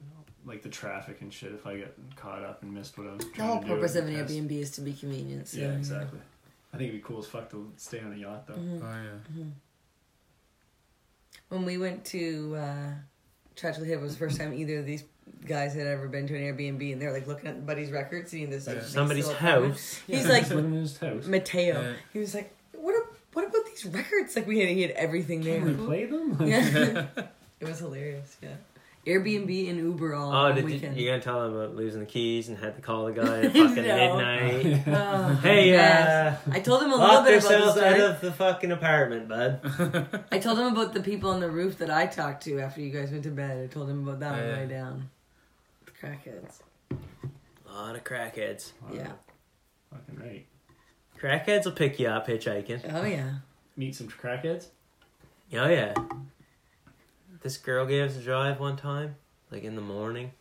Speaker 4: like the traffic and shit. If I get caught up and missed what I was
Speaker 3: The
Speaker 4: trying
Speaker 3: whole
Speaker 4: to do,
Speaker 3: Oh, purpose of
Speaker 4: it'd
Speaker 3: an
Speaker 4: be pissed.
Speaker 3: Airbnb is to be convenient. So.
Speaker 4: Yeah, exactly. I think it'd be cool as fuck to stay on a yacht though.
Speaker 3: Mhm.
Speaker 5: Oh yeah.
Speaker 3: When we went to uh, Churchill Hill, it was the first time either of these guys had ever been to an Airbnb, and they're like looking at Buddy's records, seeing this like
Speaker 5: Yeah.
Speaker 3: nice
Speaker 2: Somebody's
Speaker 3: little apartment.
Speaker 2: house.
Speaker 3: He's
Speaker 4: Yeah,
Speaker 3: like
Speaker 4: living in his house.
Speaker 3: Mateo.
Speaker 5: Yeah.
Speaker 3: He was like, "What? A, what about these records? Like we had, he had everything
Speaker 4: Can we
Speaker 3: there.
Speaker 4: play them?
Speaker 3: Yeah, it was hilarious. Yeah, Airbnb and Uber all
Speaker 2: Oh,
Speaker 3: on the
Speaker 2: did you,
Speaker 3: weekend.
Speaker 2: you gonna tell him about losing the keys and had to call the guy at fucking
Speaker 3: No.
Speaker 2: midnight?
Speaker 3: Oh,
Speaker 2: Hey,
Speaker 3: yes.
Speaker 2: uh,
Speaker 3: I told him a little
Speaker 2: lock
Speaker 3: bit about the
Speaker 2: yourself
Speaker 3: story.
Speaker 2: out of the fucking apartment, bud.
Speaker 3: I told him about the people on the roof that I talked to after you guys went to bed. I told him about that on the
Speaker 5: Yeah.
Speaker 3: way down. The crackheads.
Speaker 2: A lot of crackheads.
Speaker 4: Wow,
Speaker 3: Yeah.
Speaker 4: Fucking right.
Speaker 2: Crackheads will pick you up hitchhiking.
Speaker 3: Oh yeah.
Speaker 4: Meet some crackheads.
Speaker 2: Oh yeah. This girl gave us a drive one time, like in the morning,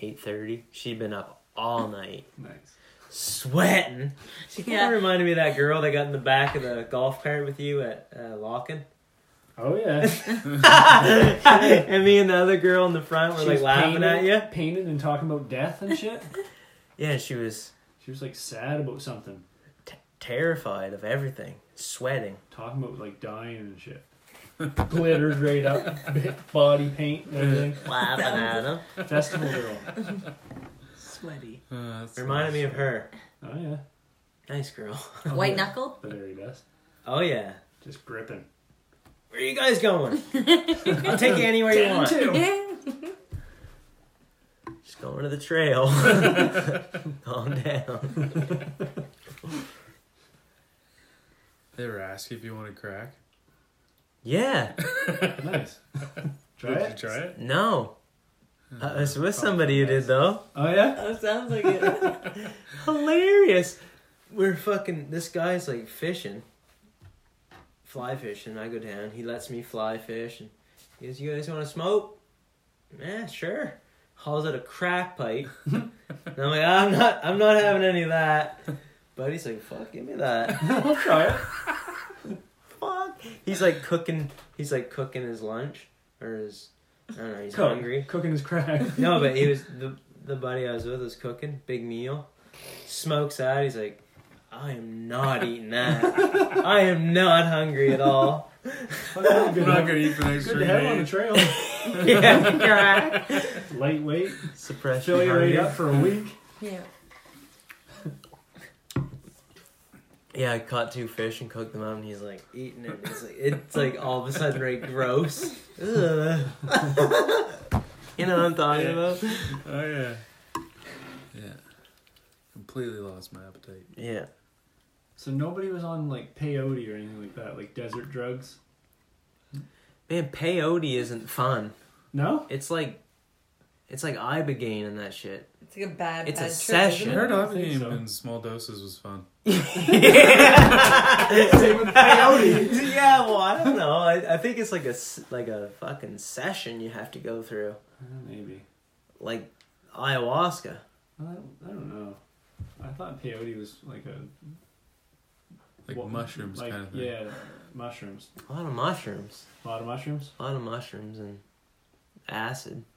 Speaker 2: eight thirty. She'd been up all night,
Speaker 4: Nice.
Speaker 2: sweating. She kind
Speaker 3: Yeah.
Speaker 2: of reminded me of that girl that got in the back of the golf cart with you at uh, Lockin.
Speaker 4: Oh yeah.
Speaker 2: and me and the other girl in the front were
Speaker 4: She
Speaker 2: like
Speaker 4: was
Speaker 2: laughing at
Speaker 4: painted-
Speaker 2: you.
Speaker 4: painted and talking about death and shit.
Speaker 2: Yeah, she was
Speaker 4: she was like sad about something,
Speaker 2: t- terrified of everything, sweating.
Speaker 4: talking about like dying and shit. glitters right up, body paint and everything.
Speaker 2: Laughing at him.
Speaker 4: Festival girl.
Speaker 2: Sweaty.
Speaker 5: Uh, that's
Speaker 2: Reminded me of her.
Speaker 4: Oh yeah,
Speaker 2: Nice girl.
Speaker 3: White knuckle?
Speaker 4: the very best.
Speaker 2: Oh yeah.
Speaker 4: Just gripping.
Speaker 2: Where are you guys going? I'll take you anywhere you want. Just going to the trail. Calm down.
Speaker 5: They were asking if you wanted crack.
Speaker 2: Yeah.
Speaker 4: Nice. Try
Speaker 5: Did you
Speaker 4: it.
Speaker 5: try it?
Speaker 2: No. I was with somebody who did though.
Speaker 4: Oh yeah.
Speaker 3: that sounds like it.
Speaker 2: Hilarious. We're fucking. This guy's like fishing, fly fishing. I go down. He lets me fly fish, and he goes, "You guys want to smoke?" Yeah, sure. Hauls out a crack pipe, and I'm like, "I'm not. I'm not having any of that." But he's like, "Fuck, give me that."
Speaker 4: I'll try it.
Speaker 2: Fuck. He's like cooking. He's like cooking his lunch or his. I don't know. He's
Speaker 4: Cook.
Speaker 2: hungry.
Speaker 4: Cooking his crack.
Speaker 2: No, but he was the the buddy I was with was cooking big meal, smokes out. He's like, I am not eating that. I am not hungry at all.
Speaker 4: Fucking
Speaker 5: We're
Speaker 4: Good,
Speaker 5: not
Speaker 4: to-
Speaker 5: gonna eat for the next
Speaker 4: good
Speaker 5: three
Speaker 4: to have on the
Speaker 5: days.
Speaker 4: trail.
Speaker 2: yeah, crack.
Speaker 4: Lightweight.
Speaker 2: Suppress
Speaker 4: Fill you
Speaker 2: your
Speaker 4: right
Speaker 2: hunger.
Speaker 4: up for a week.
Speaker 3: Yeah.
Speaker 2: Yeah, I caught two fish and cooked them up, and he's like eating it. It's like it's like all of a sudden right gross. Ugh. you know what I'm talking about?
Speaker 5: Oh yeah. Yeah. Completely lost my appetite.
Speaker 2: Yeah.
Speaker 4: So nobody was on like peyote or anything like that, like desert drugs.
Speaker 2: Man, peyote isn't fun.
Speaker 4: No.
Speaker 2: It's like, it's like ibogaine and that shit.
Speaker 3: It's like a bad,
Speaker 2: It's a
Speaker 3: bad trip, isn't
Speaker 2: session.
Speaker 5: I
Speaker 3: it?
Speaker 5: heard
Speaker 4: I think
Speaker 5: Ibogaine
Speaker 4: so.
Speaker 5: in small doses was fun.
Speaker 4: Same with peyote.
Speaker 2: yeah, well, I don't know. I, I think it's like a s- like a fucking session you have to go through,
Speaker 4: Uh, Maybe.
Speaker 2: like ayahuasca.
Speaker 4: I don't, I don't know. I thought peyote was like a
Speaker 5: Like
Speaker 4: what-
Speaker 5: mushrooms
Speaker 4: like,
Speaker 5: kind of thing.
Speaker 4: Yeah, mushrooms.
Speaker 2: A lot of mushrooms,
Speaker 4: A lot of mushrooms.
Speaker 2: a lot of mushrooms and acid.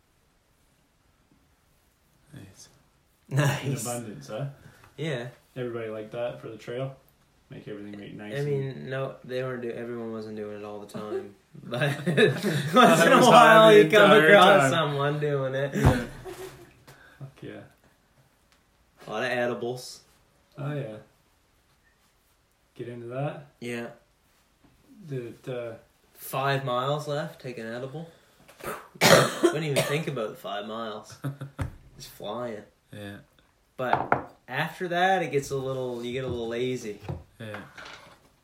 Speaker 5: Nice.
Speaker 4: In
Speaker 2: Nice.
Speaker 4: abundance, huh?
Speaker 2: Yeah,
Speaker 4: Everybody like that for the trail. Make everything right nice.
Speaker 2: I
Speaker 4: and-
Speaker 2: mean, no, they weren't. Do- everyone wasn't doing it all the time, but once in
Speaker 5: Everyone
Speaker 2: a
Speaker 5: was
Speaker 2: while
Speaker 5: high the
Speaker 2: you come
Speaker 5: entire
Speaker 2: across
Speaker 5: time.
Speaker 2: someone doing it.
Speaker 4: fuck yeah.
Speaker 2: A lot of edibles.
Speaker 4: Oh yeah. Get into that.
Speaker 2: Yeah,
Speaker 4: Did it, uh,
Speaker 2: five miles left. Take an edible. Wouldn't even think about the five miles. It's flying.
Speaker 5: Yeah.
Speaker 2: But after that, it gets a little. You get a little lazy.
Speaker 5: Yeah.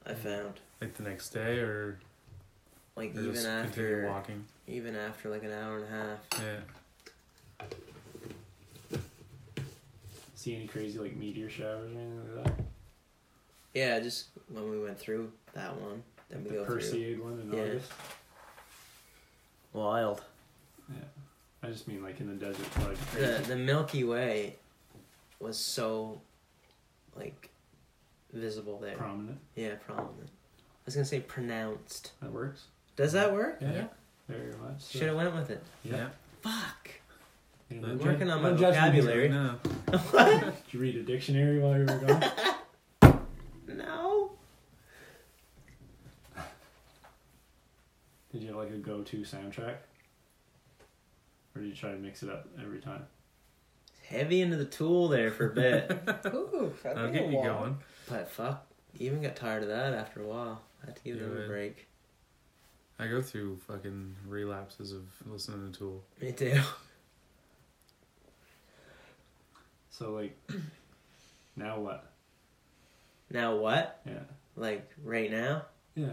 Speaker 2: I found
Speaker 5: Like the next day or,
Speaker 2: like
Speaker 5: or
Speaker 2: even
Speaker 5: just continue
Speaker 2: after
Speaker 5: walking.
Speaker 2: even after like an hour and a half.
Speaker 5: Yeah.
Speaker 4: see any crazy like meteor showers or anything like that?
Speaker 2: Yeah, just when we went through that one, then we
Speaker 4: the
Speaker 2: go through
Speaker 4: Perseid one in
Speaker 2: Yeah.
Speaker 4: August.
Speaker 2: wild.
Speaker 4: I just mean like in the desert, like crazy.
Speaker 2: The the Milky Way was so like visible there.
Speaker 4: prominent.
Speaker 2: yeah, prominent. I was gonna say pronounced.
Speaker 4: That works.
Speaker 2: Does that work?
Speaker 4: Yeah.
Speaker 5: Yeah.
Speaker 4: Very much. So.
Speaker 2: Should have went with it.
Speaker 5: Yeah.
Speaker 2: Fuck.
Speaker 4: You
Speaker 5: I'm
Speaker 4: no
Speaker 2: working
Speaker 4: judge-
Speaker 2: on my
Speaker 4: no judgment
Speaker 2: vocabulary.
Speaker 4: here.
Speaker 5: No.
Speaker 4: Did you read a dictionary while you were gone?
Speaker 2: No.
Speaker 4: Did you have like a go-to soundtrack, or did you try to mix it up every time?
Speaker 2: Heavy into the tool there for a bit,
Speaker 3: Ooh, that'd
Speaker 5: I'll
Speaker 3: be a
Speaker 5: get you
Speaker 3: lot.
Speaker 5: going.
Speaker 2: but fuck, even got tired of that after a while. I had to give
Speaker 5: You
Speaker 2: them a
Speaker 5: would.
Speaker 2: break.
Speaker 5: I go through fucking relapses of listening to Tool.
Speaker 2: Me too.
Speaker 4: So like, now what?
Speaker 2: Now what?
Speaker 4: Yeah.
Speaker 2: Like right now?
Speaker 4: Yeah.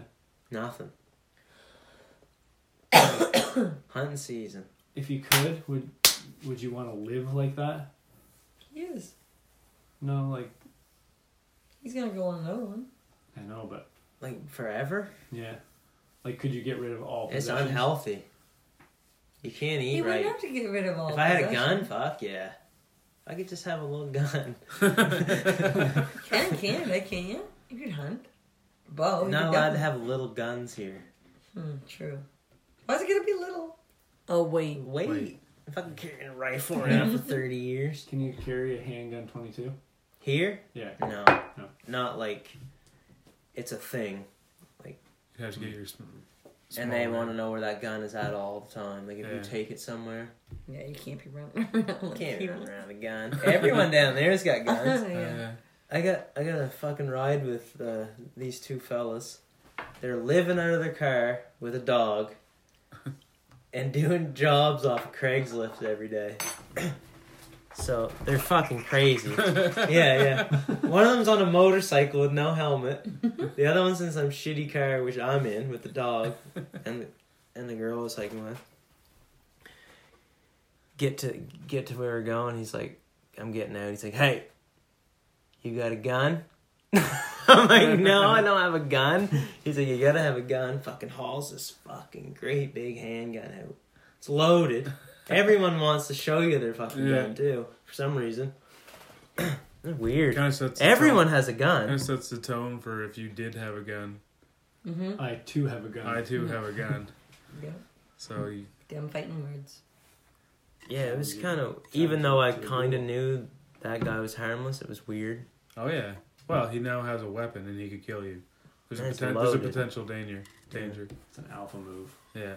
Speaker 2: Nothing. Hunting season.
Speaker 4: If you could, would would you want to live like that?
Speaker 3: Yes.
Speaker 4: No, like
Speaker 3: He's gonna go on another one.
Speaker 4: I know, but
Speaker 2: Like forever?
Speaker 4: yeah, like could you get rid of all?
Speaker 2: It's
Speaker 4: possessions?
Speaker 2: unhealthy. You can't eat
Speaker 3: He
Speaker 2: right.
Speaker 3: wouldn't have to get rid of all.
Speaker 2: If I had a gun,
Speaker 3: possessions.
Speaker 2: fuck yeah. If I could just have a little gun.
Speaker 3: can can they can you? You could hunt. Bow. Oh, you
Speaker 2: Not allowed
Speaker 3: could
Speaker 2: to
Speaker 3: definitely-
Speaker 2: have little guns here.
Speaker 3: Hmm, true. Why's it gonna be little? Oh wait.
Speaker 2: Wait.
Speaker 5: Wait.
Speaker 2: If I could carry a rifle around for 30 years.
Speaker 4: Can you carry a handgun twenty two?
Speaker 2: Here?
Speaker 4: Yeah.
Speaker 2: No.
Speaker 4: No.
Speaker 2: Not like it's a thing.
Speaker 5: You have to get your sm-
Speaker 2: Mm. and they want to know where that gun is at all the time. Like if
Speaker 4: Yeah.
Speaker 2: you take it somewhere,
Speaker 3: Yeah, you can't be running around.
Speaker 2: you
Speaker 3: Like
Speaker 2: can't
Speaker 3: you.
Speaker 2: run around a gun. Everyone down there's got guns.
Speaker 3: yeah.
Speaker 5: Uh,
Speaker 2: I got I got a fucking ride with uh, these two fellas. They're living out of their car with a dog, and doing jobs off of Craigslist every day. So they're fucking crazy. yeah, yeah. One of them's on a motorcycle with no helmet. The other one's in some shitty car, which I'm in with the dog, and and the girl I was hiking with. Get to get to where we're going. He's like, I'm getting out. He's like, Hey, you got a gun? I'm like, no, I don't have a gun. He's like, you gotta have a gun. Fucking hauls this fucking great big handgun out. It's loaded. Everyone wants to show you their fucking
Speaker 5: Yeah.
Speaker 2: gun too, for some reason. Weird.
Speaker 5: Kind of sets the
Speaker 2: Everyone has a
Speaker 5: Tone. Kind
Speaker 2: gun.
Speaker 5: of sets the tone for if you did have a gun.
Speaker 3: Mm-hmm.
Speaker 4: I too have a
Speaker 5: I
Speaker 4: gun.
Speaker 5: too have a gun.
Speaker 3: Yeah.
Speaker 5: So you,
Speaker 3: Damn fighting words.
Speaker 2: Yeah, it was kind of. Even though I kind of knew that guy was harmless, it was weird.
Speaker 5: oh yeah. Well, he now has a weapon and he could kill you. There's a,
Speaker 2: And it's
Speaker 5: poten- there's a
Speaker 2: loaded.
Speaker 5: potential danger. Danger.
Speaker 4: It's an alpha move.
Speaker 5: Yeah.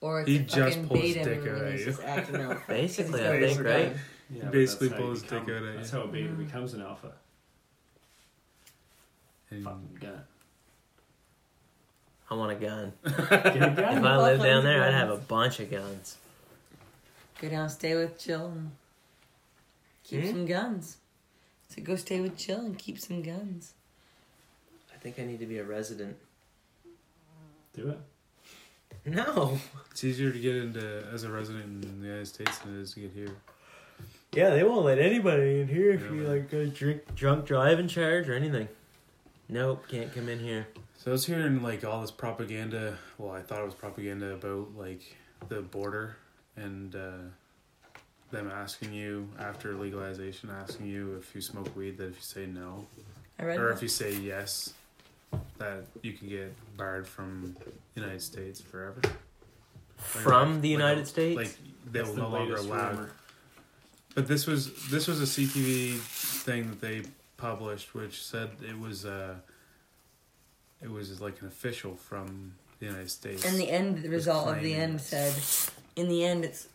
Speaker 3: Or it's
Speaker 5: He
Speaker 3: a
Speaker 5: just
Speaker 3: fucking
Speaker 5: pulled his
Speaker 3: beta
Speaker 5: dick
Speaker 3: move
Speaker 5: out
Speaker 3: and
Speaker 5: at
Speaker 3: he's
Speaker 5: you.
Speaker 3: just acting out. 'Cause
Speaker 2: Basically,
Speaker 3: he's
Speaker 2: I
Speaker 3: got a
Speaker 2: think,
Speaker 3: gun.
Speaker 2: right?
Speaker 4: Yeah, but
Speaker 5: Basically
Speaker 4: that's how you
Speaker 5: pulls dick
Speaker 4: become-
Speaker 5: out at
Speaker 4: That's
Speaker 5: you.
Speaker 4: how a beta
Speaker 2: Mm.
Speaker 4: becomes an alpha.
Speaker 5: And
Speaker 4: Fucking gun.
Speaker 2: I want a gun.
Speaker 4: Get a gun.
Speaker 2: If I lived down there, I'd have a bunch of guns.
Speaker 3: Go down, stay with Jill, and keep
Speaker 2: Hmm?
Speaker 3: some guns. So go stay with Jill and keep some guns.
Speaker 2: I think I need to be a resident.
Speaker 4: Do it.
Speaker 2: No.
Speaker 5: it's easier to get into as a resident in the United States than it is to get here.
Speaker 2: Yeah, they won't let anybody in here if
Speaker 5: Yeah,
Speaker 2: you
Speaker 5: man.
Speaker 2: like got a drink, drunk driving charge or anything. Nope, can't come in here.
Speaker 5: So I was hearing like all this propaganda. Well, I thought it was propaganda about like the border and uh, them asking you after legalization, asking you if you smoke weed that if you say no
Speaker 3: I read
Speaker 5: or
Speaker 3: that.
Speaker 5: if you say yes, that you can get barred from the United States forever.
Speaker 2: From the
Speaker 5: Like,
Speaker 2: United
Speaker 5: like,
Speaker 2: States?
Speaker 5: Like they
Speaker 4: That's
Speaker 5: will
Speaker 4: the
Speaker 5: no longer
Speaker 4: latest
Speaker 5: allow.
Speaker 4: rumor.
Speaker 5: But this was this was a CTV thing that they published, which said it was uh, it was like an official from the United States.
Speaker 3: And the end, the result of the
Speaker 5: claiming
Speaker 3: end
Speaker 5: that.
Speaker 3: said, in the end, it's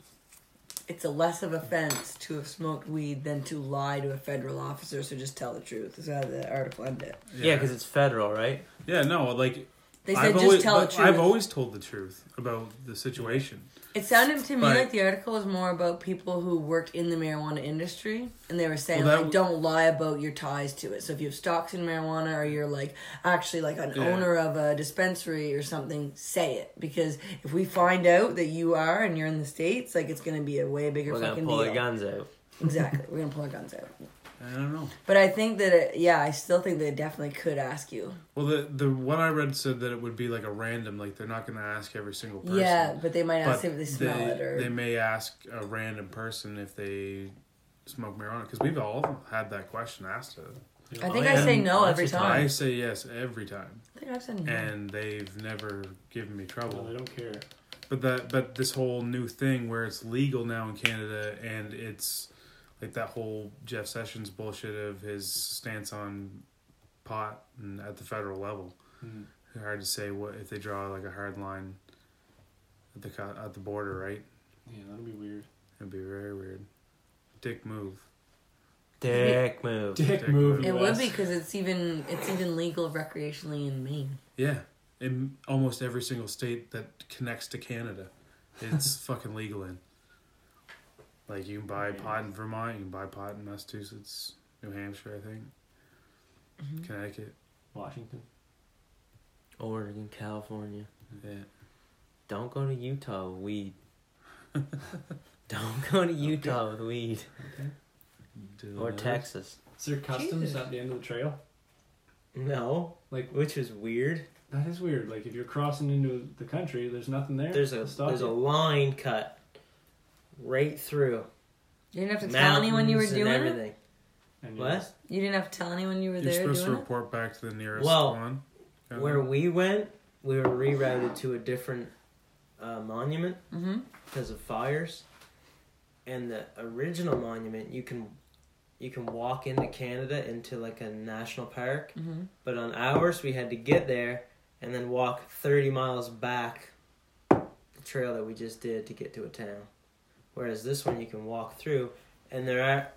Speaker 3: it's a less of offense to have smoked weed than to lie to a federal officer. So just tell the truth. Is how the article ended.
Speaker 2: Yeah, because it's federal, right?
Speaker 5: yeah, no, like
Speaker 3: They said
Speaker 5: I've
Speaker 3: just
Speaker 5: always,
Speaker 3: tell the
Speaker 5: but
Speaker 3: truth.
Speaker 5: I've always told the truth about the situation.
Speaker 3: it sounded to me
Speaker 5: But-
Speaker 3: like the article was more about people who work in the marijuana industry, and they were saying
Speaker 5: Well, that
Speaker 3: like,
Speaker 5: w-
Speaker 3: don't lie about your ties to it. So if you have stocks in marijuana, or you're like actually like an
Speaker 5: Yeah.
Speaker 3: owner of a dispensary or something, say it because if we find out that you are and you're in the states, like it's gonna be a way bigger
Speaker 2: We're gonna
Speaker 3: fucking
Speaker 2: pull
Speaker 3: deal.
Speaker 2: their guns out.
Speaker 3: Exactly. We're gonna pull our guns out.
Speaker 5: I don't know.
Speaker 3: But I think that it, yeah, I still think they definitely could ask you.
Speaker 5: Well, the the one I read said that it would be like a random, like they're not going to ask every single person.
Speaker 3: Yeah, but they might
Speaker 5: but
Speaker 3: ask if they smell it or
Speaker 5: they may ask a random person if they smoke marijuana because we've all had that question asked of us.
Speaker 3: I think I say no
Speaker 4: Lots
Speaker 3: every
Speaker 4: of
Speaker 3: time. Mm-hmm.
Speaker 5: I say yes every time,
Speaker 3: I think I've said no.
Speaker 5: and they've never given me
Speaker 4: Well, they
Speaker 5: trouble.
Speaker 4: don't care.
Speaker 5: But that but this whole new thing where it's legal now in Canada, and it's like that whole Jeff Sessions bullshit of his stance on pot and at the federal level.
Speaker 4: Mm.
Speaker 5: Hard to say what if they draw like a hard line at the co- at the border, right?
Speaker 4: Yeah, that'll be weird.
Speaker 5: It'd be very weird. Dick move.
Speaker 2: Dick move.
Speaker 4: Dick,
Speaker 5: Dick
Speaker 4: move.
Speaker 5: move.
Speaker 3: it would
Speaker 4: Wes.
Speaker 3: be because it's even it's even legal recreationally in Maine.
Speaker 5: Yeah, in almost every single state that connects to Canada, it's fucking legal in. Like you can buy pot in Vermont, you can buy pot in Massachusetts, New Hampshire, I think, Mm-hmm. Connecticut.
Speaker 4: Washington.
Speaker 2: Oregon, California.
Speaker 5: Yeah,
Speaker 2: Don't go to Utah with weed. don't go to Utah with weed.
Speaker 5: Do
Speaker 2: Or
Speaker 5: that.
Speaker 2: Texas.
Speaker 4: Is there customs
Speaker 3: Jesus.
Speaker 4: at the end of the trail?
Speaker 2: No.
Speaker 4: Like
Speaker 2: Which is weird.
Speaker 4: that is weird. Like if you're crossing into the country, there's nothing there.
Speaker 2: There's a
Speaker 4: to stop
Speaker 2: there's a
Speaker 4: you.
Speaker 2: line cut right through.
Speaker 3: You didn't have to tell anyone you were
Speaker 2: Mountains and
Speaker 3: doing it.
Speaker 2: everything.
Speaker 4: And you're
Speaker 2: What?
Speaker 4: just-
Speaker 3: You didn't have to tell anyone you were
Speaker 5: You're
Speaker 3: there doing
Speaker 5: supposed to
Speaker 3: it.
Speaker 5: report back to the nearest
Speaker 2: Well,
Speaker 3: Oh.
Speaker 5: one. Yeah.
Speaker 2: Where we went, we were rerouted to a different uh, monument
Speaker 3: Mm-hmm.
Speaker 2: because of fires. And the original monument, you can you can walk into Canada into like a national park.
Speaker 3: Mm-hmm.
Speaker 2: But on ours, we had to get there and then walk 30 miles back the trail that we just did to get to a town. Whereas this one you can walk through, and there are,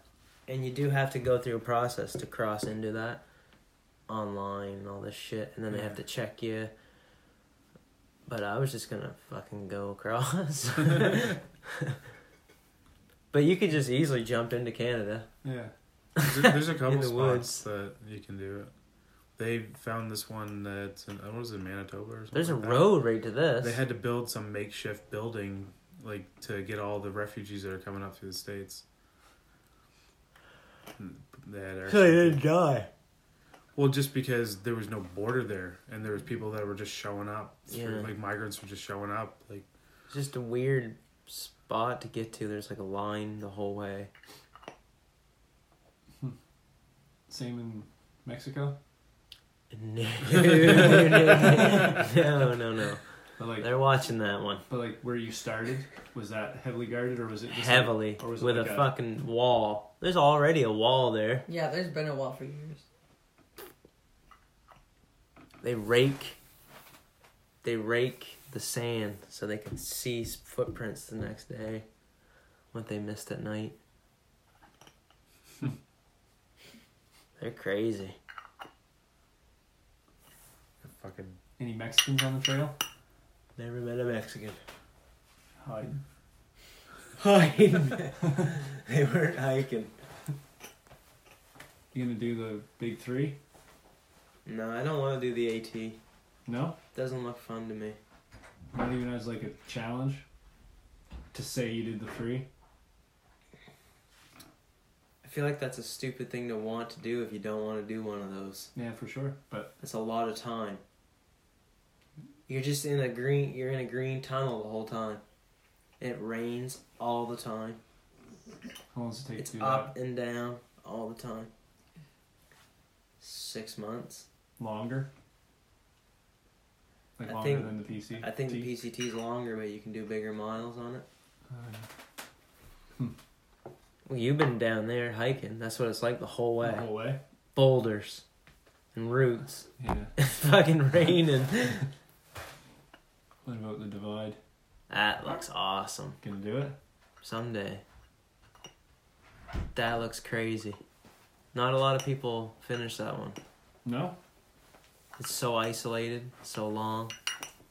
Speaker 2: and you do have to go through a process to cross into that online and all this shit, and then they have to check you. But I was just gonna fucking go across. but you could just easily jump into Canada.
Speaker 5: Yeah. There's a, there's a couple
Speaker 2: the
Speaker 5: spots
Speaker 2: woods.
Speaker 5: that you can do it. They found this one that's in uh, what was it Manitoba or something.
Speaker 2: There's a
Speaker 5: like that.
Speaker 2: road right to this.
Speaker 5: They had to build some makeshift building, like to get all the refugees that are coming up through the states. Mm, They had actually-
Speaker 2: die.
Speaker 5: well, just because there was no border there, and there was people that were just showing up. through-
Speaker 2: Yeah.
Speaker 5: Like migrants were just showing up. Like
Speaker 2: It's just a weird spot to get to. There's like a line the whole way.
Speaker 4: Same in Mexico.
Speaker 2: No, no, no, no.
Speaker 4: But like,
Speaker 2: They're watching that one
Speaker 4: but like where you started, was that heavily guarded or was it just like-
Speaker 2: heavily
Speaker 4: or was it
Speaker 2: with
Speaker 4: like
Speaker 2: a fucking wall. There's already a wall there.
Speaker 3: Yeah, there's been a wall for years.
Speaker 2: They rake. They rake the sand so they can see s- footprints the next day, what they missed at night. They're crazy.
Speaker 5: fucking
Speaker 4: Any Mexicans on the trail?
Speaker 2: Never met a Mexican.
Speaker 4: Hide.
Speaker 2: Hiking. they weren't hiking.
Speaker 4: You gonna do the big three?
Speaker 2: No, I don't want to do the AT.
Speaker 4: No?
Speaker 2: Doesn't look fun to me.
Speaker 4: Not even as like a challenge? To say you did the three?
Speaker 2: I feel like that's a stupid thing to want to do if you don't want to do one of those.
Speaker 4: Yeah, for sure. But
Speaker 2: That's a lot of time. You're just in a green. You're in a green tunnel the whole time. It rains all the time.
Speaker 4: how long does it take
Speaker 2: It's
Speaker 4: to do
Speaker 2: up and down all the time. Six months.
Speaker 4: that? Longer? Like
Speaker 2: I
Speaker 4: longer
Speaker 2: think-
Speaker 4: than the PC?
Speaker 2: I think
Speaker 4: T?
Speaker 2: the PCT is longer, but you can do bigger miles on it.
Speaker 4: Uh,
Speaker 2: Well, you've been down there hiking. That's what it's like the whole
Speaker 4: The
Speaker 2: way.
Speaker 4: whole way?
Speaker 2: Boulders and roots.
Speaker 4: Yeah.
Speaker 2: It's fucking raining.
Speaker 4: What about the divide?
Speaker 2: That looks awesome.
Speaker 4: Gonna do it?
Speaker 2: Someday. That looks crazy. Not a lot of people finish that one.
Speaker 4: No?
Speaker 2: It's so isolated, so long,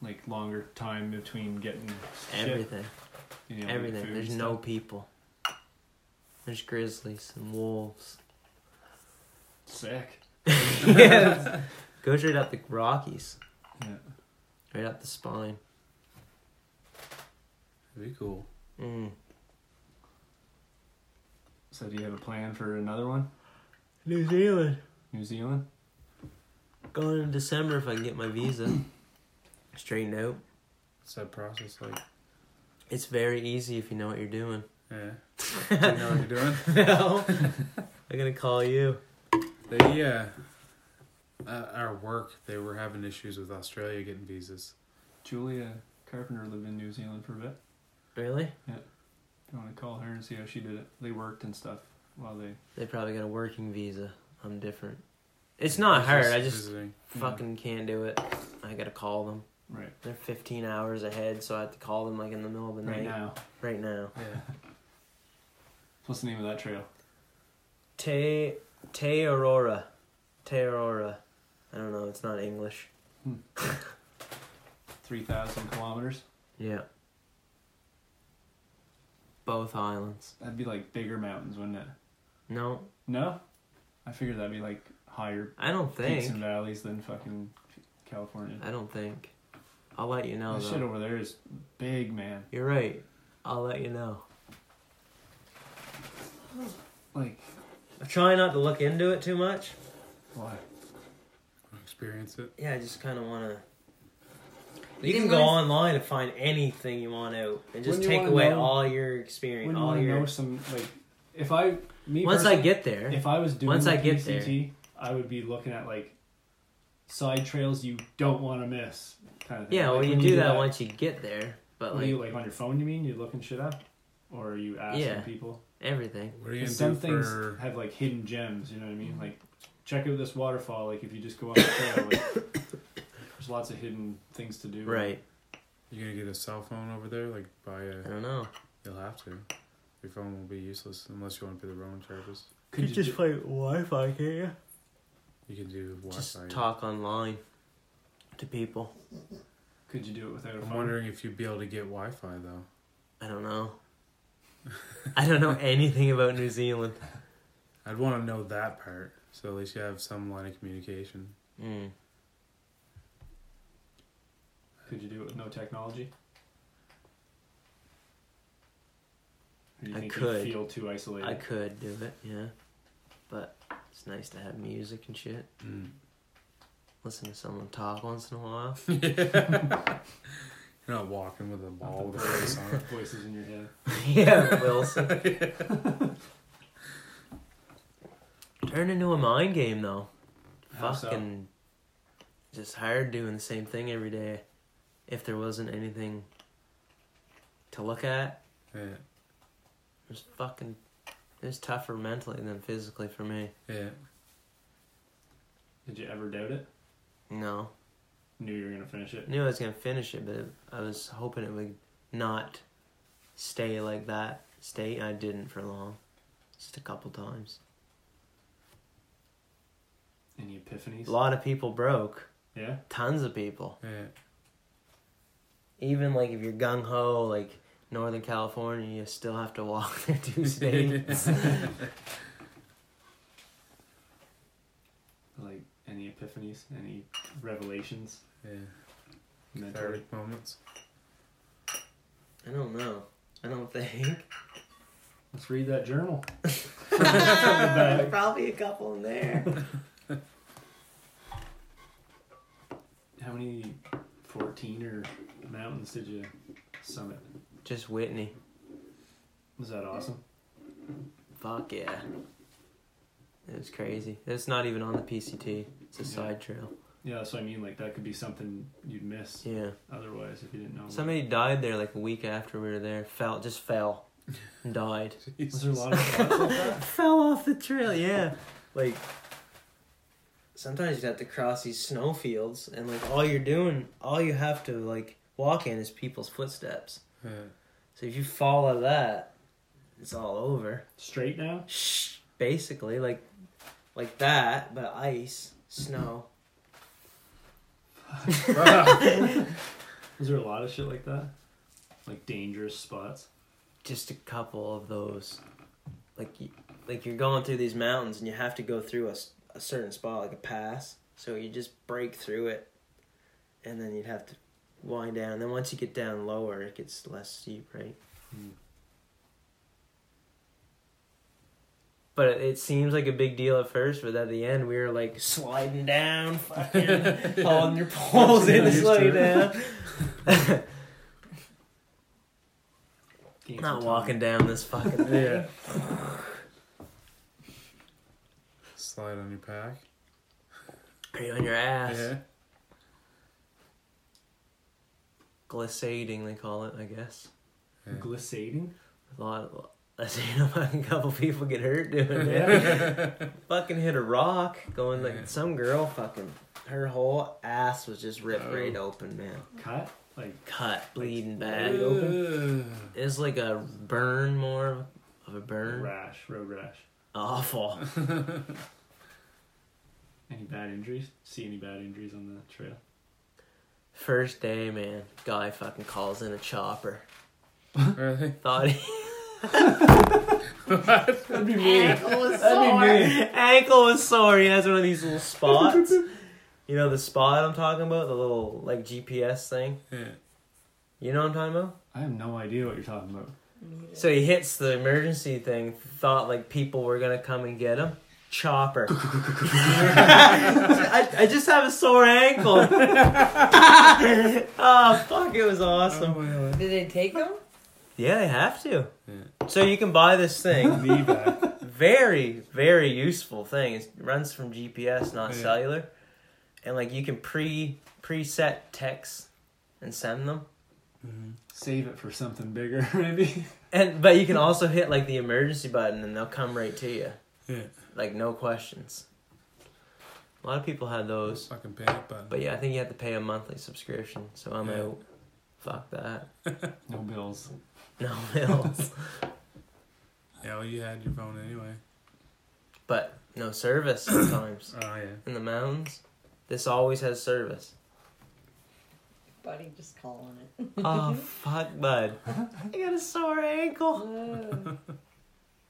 Speaker 4: Like longer time between getting shit,
Speaker 2: everything,
Speaker 4: you know, like
Speaker 2: everything.
Speaker 4: food
Speaker 2: There's
Speaker 4: and
Speaker 2: no
Speaker 4: stuff.
Speaker 2: people. There's grizzlies and wolves.
Speaker 4: Sick.
Speaker 2: yes. Goes right up the Rockies,
Speaker 4: Yeah.
Speaker 2: right up the spine.
Speaker 5: it'd be cool.
Speaker 2: Mm.
Speaker 4: So do you have a plan for another one?
Speaker 2: New Zealand.
Speaker 4: New Zealand?
Speaker 2: Going in December if I can get my visa straightened out.
Speaker 5: What's that process like?
Speaker 2: It's very easy if you know what you're doing.
Speaker 5: Yeah. do you know what you're doing?
Speaker 2: No. I'm gonna call you.
Speaker 5: They uh, at our work they were having issues with Australia getting visas.
Speaker 4: Julia Carpenter lived in New Zealand for a bit.
Speaker 2: Really?
Speaker 4: I want to call her and see how she did it. They worked and stuff while they.
Speaker 2: They probably got a working visa. I'm different. It's not hard. I just
Speaker 5: visiting.
Speaker 2: fucking can't do it. I gotta call them.
Speaker 4: Right.
Speaker 2: They're 15 hours ahead, so I have to call them like in the middle of the
Speaker 4: Right
Speaker 2: night.
Speaker 4: now.
Speaker 2: Right now.
Speaker 5: Yeah.
Speaker 4: What's the name of that trail?
Speaker 2: Te Te Aurora. Te Aurora. I don't know. It's not English.
Speaker 4: 3,000 kilometers?
Speaker 2: Yeah. Both islands.
Speaker 4: That'd be like bigger mountains, wouldn't it?
Speaker 2: No,
Speaker 4: No? I figured that'd be like higher
Speaker 2: I don't
Speaker 4: peaks and
Speaker 2: think.
Speaker 4: valleys than fucking California.
Speaker 2: I don't think. I'll let you know
Speaker 4: that shit
Speaker 2: though.
Speaker 4: over there is big, man.
Speaker 2: You're right. I'll let you know.
Speaker 4: Like,
Speaker 2: I try not to look into it too much.
Speaker 4: why?
Speaker 5: Experience it.
Speaker 2: Yeah, I just kind of want to.
Speaker 3: You
Speaker 2: You can
Speaker 3: didn't
Speaker 2: go
Speaker 3: wanna-
Speaker 2: online and find anything you want out, and just
Speaker 4: Wouldn't
Speaker 2: take
Speaker 4: you wanna
Speaker 2: away
Speaker 4: know-
Speaker 2: all your
Speaker 4: Wouldn't
Speaker 2: experience,
Speaker 4: you
Speaker 2: all
Speaker 4: want to
Speaker 2: your.
Speaker 4: know some, like, if I. Me
Speaker 2: Once I
Speaker 4: personally-
Speaker 2: get there,
Speaker 4: If I was doing
Speaker 2: Once
Speaker 4: the
Speaker 2: I get
Speaker 4: PCT, I would be looking at like side trails you don't want to miss. Kind of thing.
Speaker 2: yeah, well,
Speaker 4: Like,
Speaker 2: you
Speaker 4: when
Speaker 2: do that once you get there, but
Speaker 4: What
Speaker 2: like
Speaker 4: do you like on your phone? You mean you're looking shit up, or are you asking
Speaker 2: Yeah.
Speaker 4: people?
Speaker 2: everything.
Speaker 5: What are you
Speaker 4: 'Cause
Speaker 5: gonna
Speaker 4: Some
Speaker 5: do
Speaker 4: things
Speaker 5: for? Mm-hmm.
Speaker 4: have like hidden gems. You know what I mean? Like check out this waterfall. Like if you just go off the trail, like, there's there's lots of hidden things to do.
Speaker 2: Right.
Speaker 5: You're gonna get a cell phone over there, like buy a.
Speaker 2: I don't know.
Speaker 5: You'll have to. Your phone will be useless unless you want to pay the roaming charges.
Speaker 4: Could you just
Speaker 2: play Wi-Fi, can't you?
Speaker 5: You can do Wi-Fi.
Speaker 2: Just talk online to people.
Speaker 4: Could you do it without a
Speaker 5: I'm
Speaker 4: phone?
Speaker 5: wondering if you'd be able to get Wi-Fi though.
Speaker 2: I don't know. I don't know anything about New Zealand.
Speaker 5: I'd want to know that part, so at least you have some line of communication.
Speaker 2: Mm.
Speaker 4: Could you do it with no technology? Or do
Speaker 2: I
Speaker 4: you think
Speaker 2: could.
Speaker 4: You feel too isolated.
Speaker 2: I could do it, yeah. But it's nice to have music and shit.
Speaker 5: Mm.
Speaker 2: Listen to someone talk once in a while.
Speaker 5: You're not walking with a
Speaker 4: Not
Speaker 5: ball
Speaker 4: the
Speaker 5: with a face on it.
Speaker 4: voices in your head.
Speaker 2: yeah, Wilson. Turn into a mind game though.
Speaker 4: How so?
Speaker 2: Fucking just hired doing the same thing every day. If there wasn't anything to look at,
Speaker 5: Yeah,
Speaker 2: it was fucking it was tougher mentally than physically for me.
Speaker 5: yeah.
Speaker 4: Did you ever doubt it?
Speaker 2: No.
Speaker 4: Knew you were gonna finish it.
Speaker 2: knew I was gonna finish it, but I was hoping it would not stay like that state. I didn't for long, just a couple times.
Speaker 4: Any epiphanies?
Speaker 2: A lot of people broke,
Speaker 4: Yeah.
Speaker 2: tons of people.
Speaker 5: Yeah.
Speaker 2: Even like if you're gung ho, like Northern California, you still have to walk their two states.
Speaker 4: Like any epiphanies? Any revelations?
Speaker 5: Yeah.
Speaker 4: Mentally?
Speaker 5: Cathartic moments.
Speaker 2: I don't know. I don't think.
Speaker 4: Let's read that journal.
Speaker 2: There's probably a couple in there.
Speaker 4: How many fourteen or mountains did you summit?
Speaker 2: Just Whitney.
Speaker 4: Was that awesome?
Speaker 2: Fuck yeah. It was crazy. It's not even on the PCT. It's a
Speaker 4: Yeah.
Speaker 2: side trail.
Speaker 4: Yeah, that's what I mean. Like that could be something you'd miss
Speaker 2: Yeah.
Speaker 4: otherwise if you didn't know. about it.
Speaker 2: Somebody died there like a week after we were there. Fell, just fell, and died.
Speaker 4: Was there a lot of spots like that?
Speaker 2: fell off the trail. Yeah, like sometimes you have to cross these snowfields, and like all you're doing, all you have to like walk in is people's footsteps.
Speaker 5: Yeah.
Speaker 2: So if you fall out of that, it's all over.
Speaker 4: Straight now?
Speaker 2: Shh. Basically, like like that, but ice, snow.
Speaker 5: Ah,
Speaker 4: Was there a lot of shit like that? Like dangerous spots?
Speaker 2: just a couple of those like y- like you're going through these mountains and you have to go through a, s- a certain spot like a pass so you just break through it and then you'd have to wind down and then once you get down lower it gets less steep right
Speaker 4: Mm.
Speaker 2: but it, it seems like a big deal at first but at the end we were like sliding down fucking holding your poles in to
Speaker 4: Used
Speaker 2: slow you
Speaker 4: to
Speaker 2: down
Speaker 4: Gain some
Speaker 2: not
Speaker 4: time.
Speaker 2: walking down this fucking thing
Speaker 5: Yeah. Slide on your pack.
Speaker 2: are you on your ass
Speaker 5: Yeah.
Speaker 2: glissading they call it i guess
Speaker 4: Glissading?
Speaker 2: a lot I've seen a fucking couple people get hurt doing that. fucking hit a rock going like some girl fucking her whole ass was just ripped right open, man.
Speaker 4: Cut? Like
Speaker 2: Cut, bleeding
Speaker 4: Wide
Speaker 2: bad.
Speaker 4: open?
Speaker 2: It was like a burn more of a burn.
Speaker 4: Rash, road rash.
Speaker 2: Awful.
Speaker 4: Any bad injuries? See any bad injuries on the trail?
Speaker 2: First day, man, guy fucking calls in a chopper.
Speaker 5: Really?
Speaker 2: Thought he,
Speaker 3: Ankle is sore.
Speaker 2: ankle was sore. He has one of these little spots. You know the spot I'm talking about? The little like GPS thing?
Speaker 5: Yeah.
Speaker 2: You know what I'm talking about?
Speaker 4: I have no idea what you're talking about.
Speaker 3: Mm-hmm.
Speaker 2: So he hits the emergency thing, thought like people were gonna come and get him. Chopper. I, I just have a sore ankle. oh fuck! It was awesome.
Speaker 3: Did they take them?
Speaker 2: Yeah, they have to. So you can buy this thing.
Speaker 5: Knee back.
Speaker 2: Very, very useful thing. It runs from GPS, not
Speaker 5: Yeah.
Speaker 2: cellular, and like you can pre preset texts and send them.
Speaker 5: Mm-hmm.
Speaker 4: Save it for something bigger, maybe.
Speaker 2: And but you can also hit like the emergency button, and they'll come right to you.
Speaker 5: Yeah.
Speaker 2: Like no questions. A lot of people had those.
Speaker 5: Fucking panic button.
Speaker 2: But yeah, I think you had to pay a monthly subscription. So I'm
Speaker 5: Yeah.
Speaker 2: out. Fuck that.
Speaker 4: No bills.
Speaker 2: No bills.
Speaker 5: yeah, well, you had your phone anyway.
Speaker 2: but no service sometimes.
Speaker 5: Oh yeah.
Speaker 2: In the mountains, this always has service.
Speaker 3: Buddy, just calling it.
Speaker 2: Oh, fuck, bud. I got a sore ankle.
Speaker 3: Oh.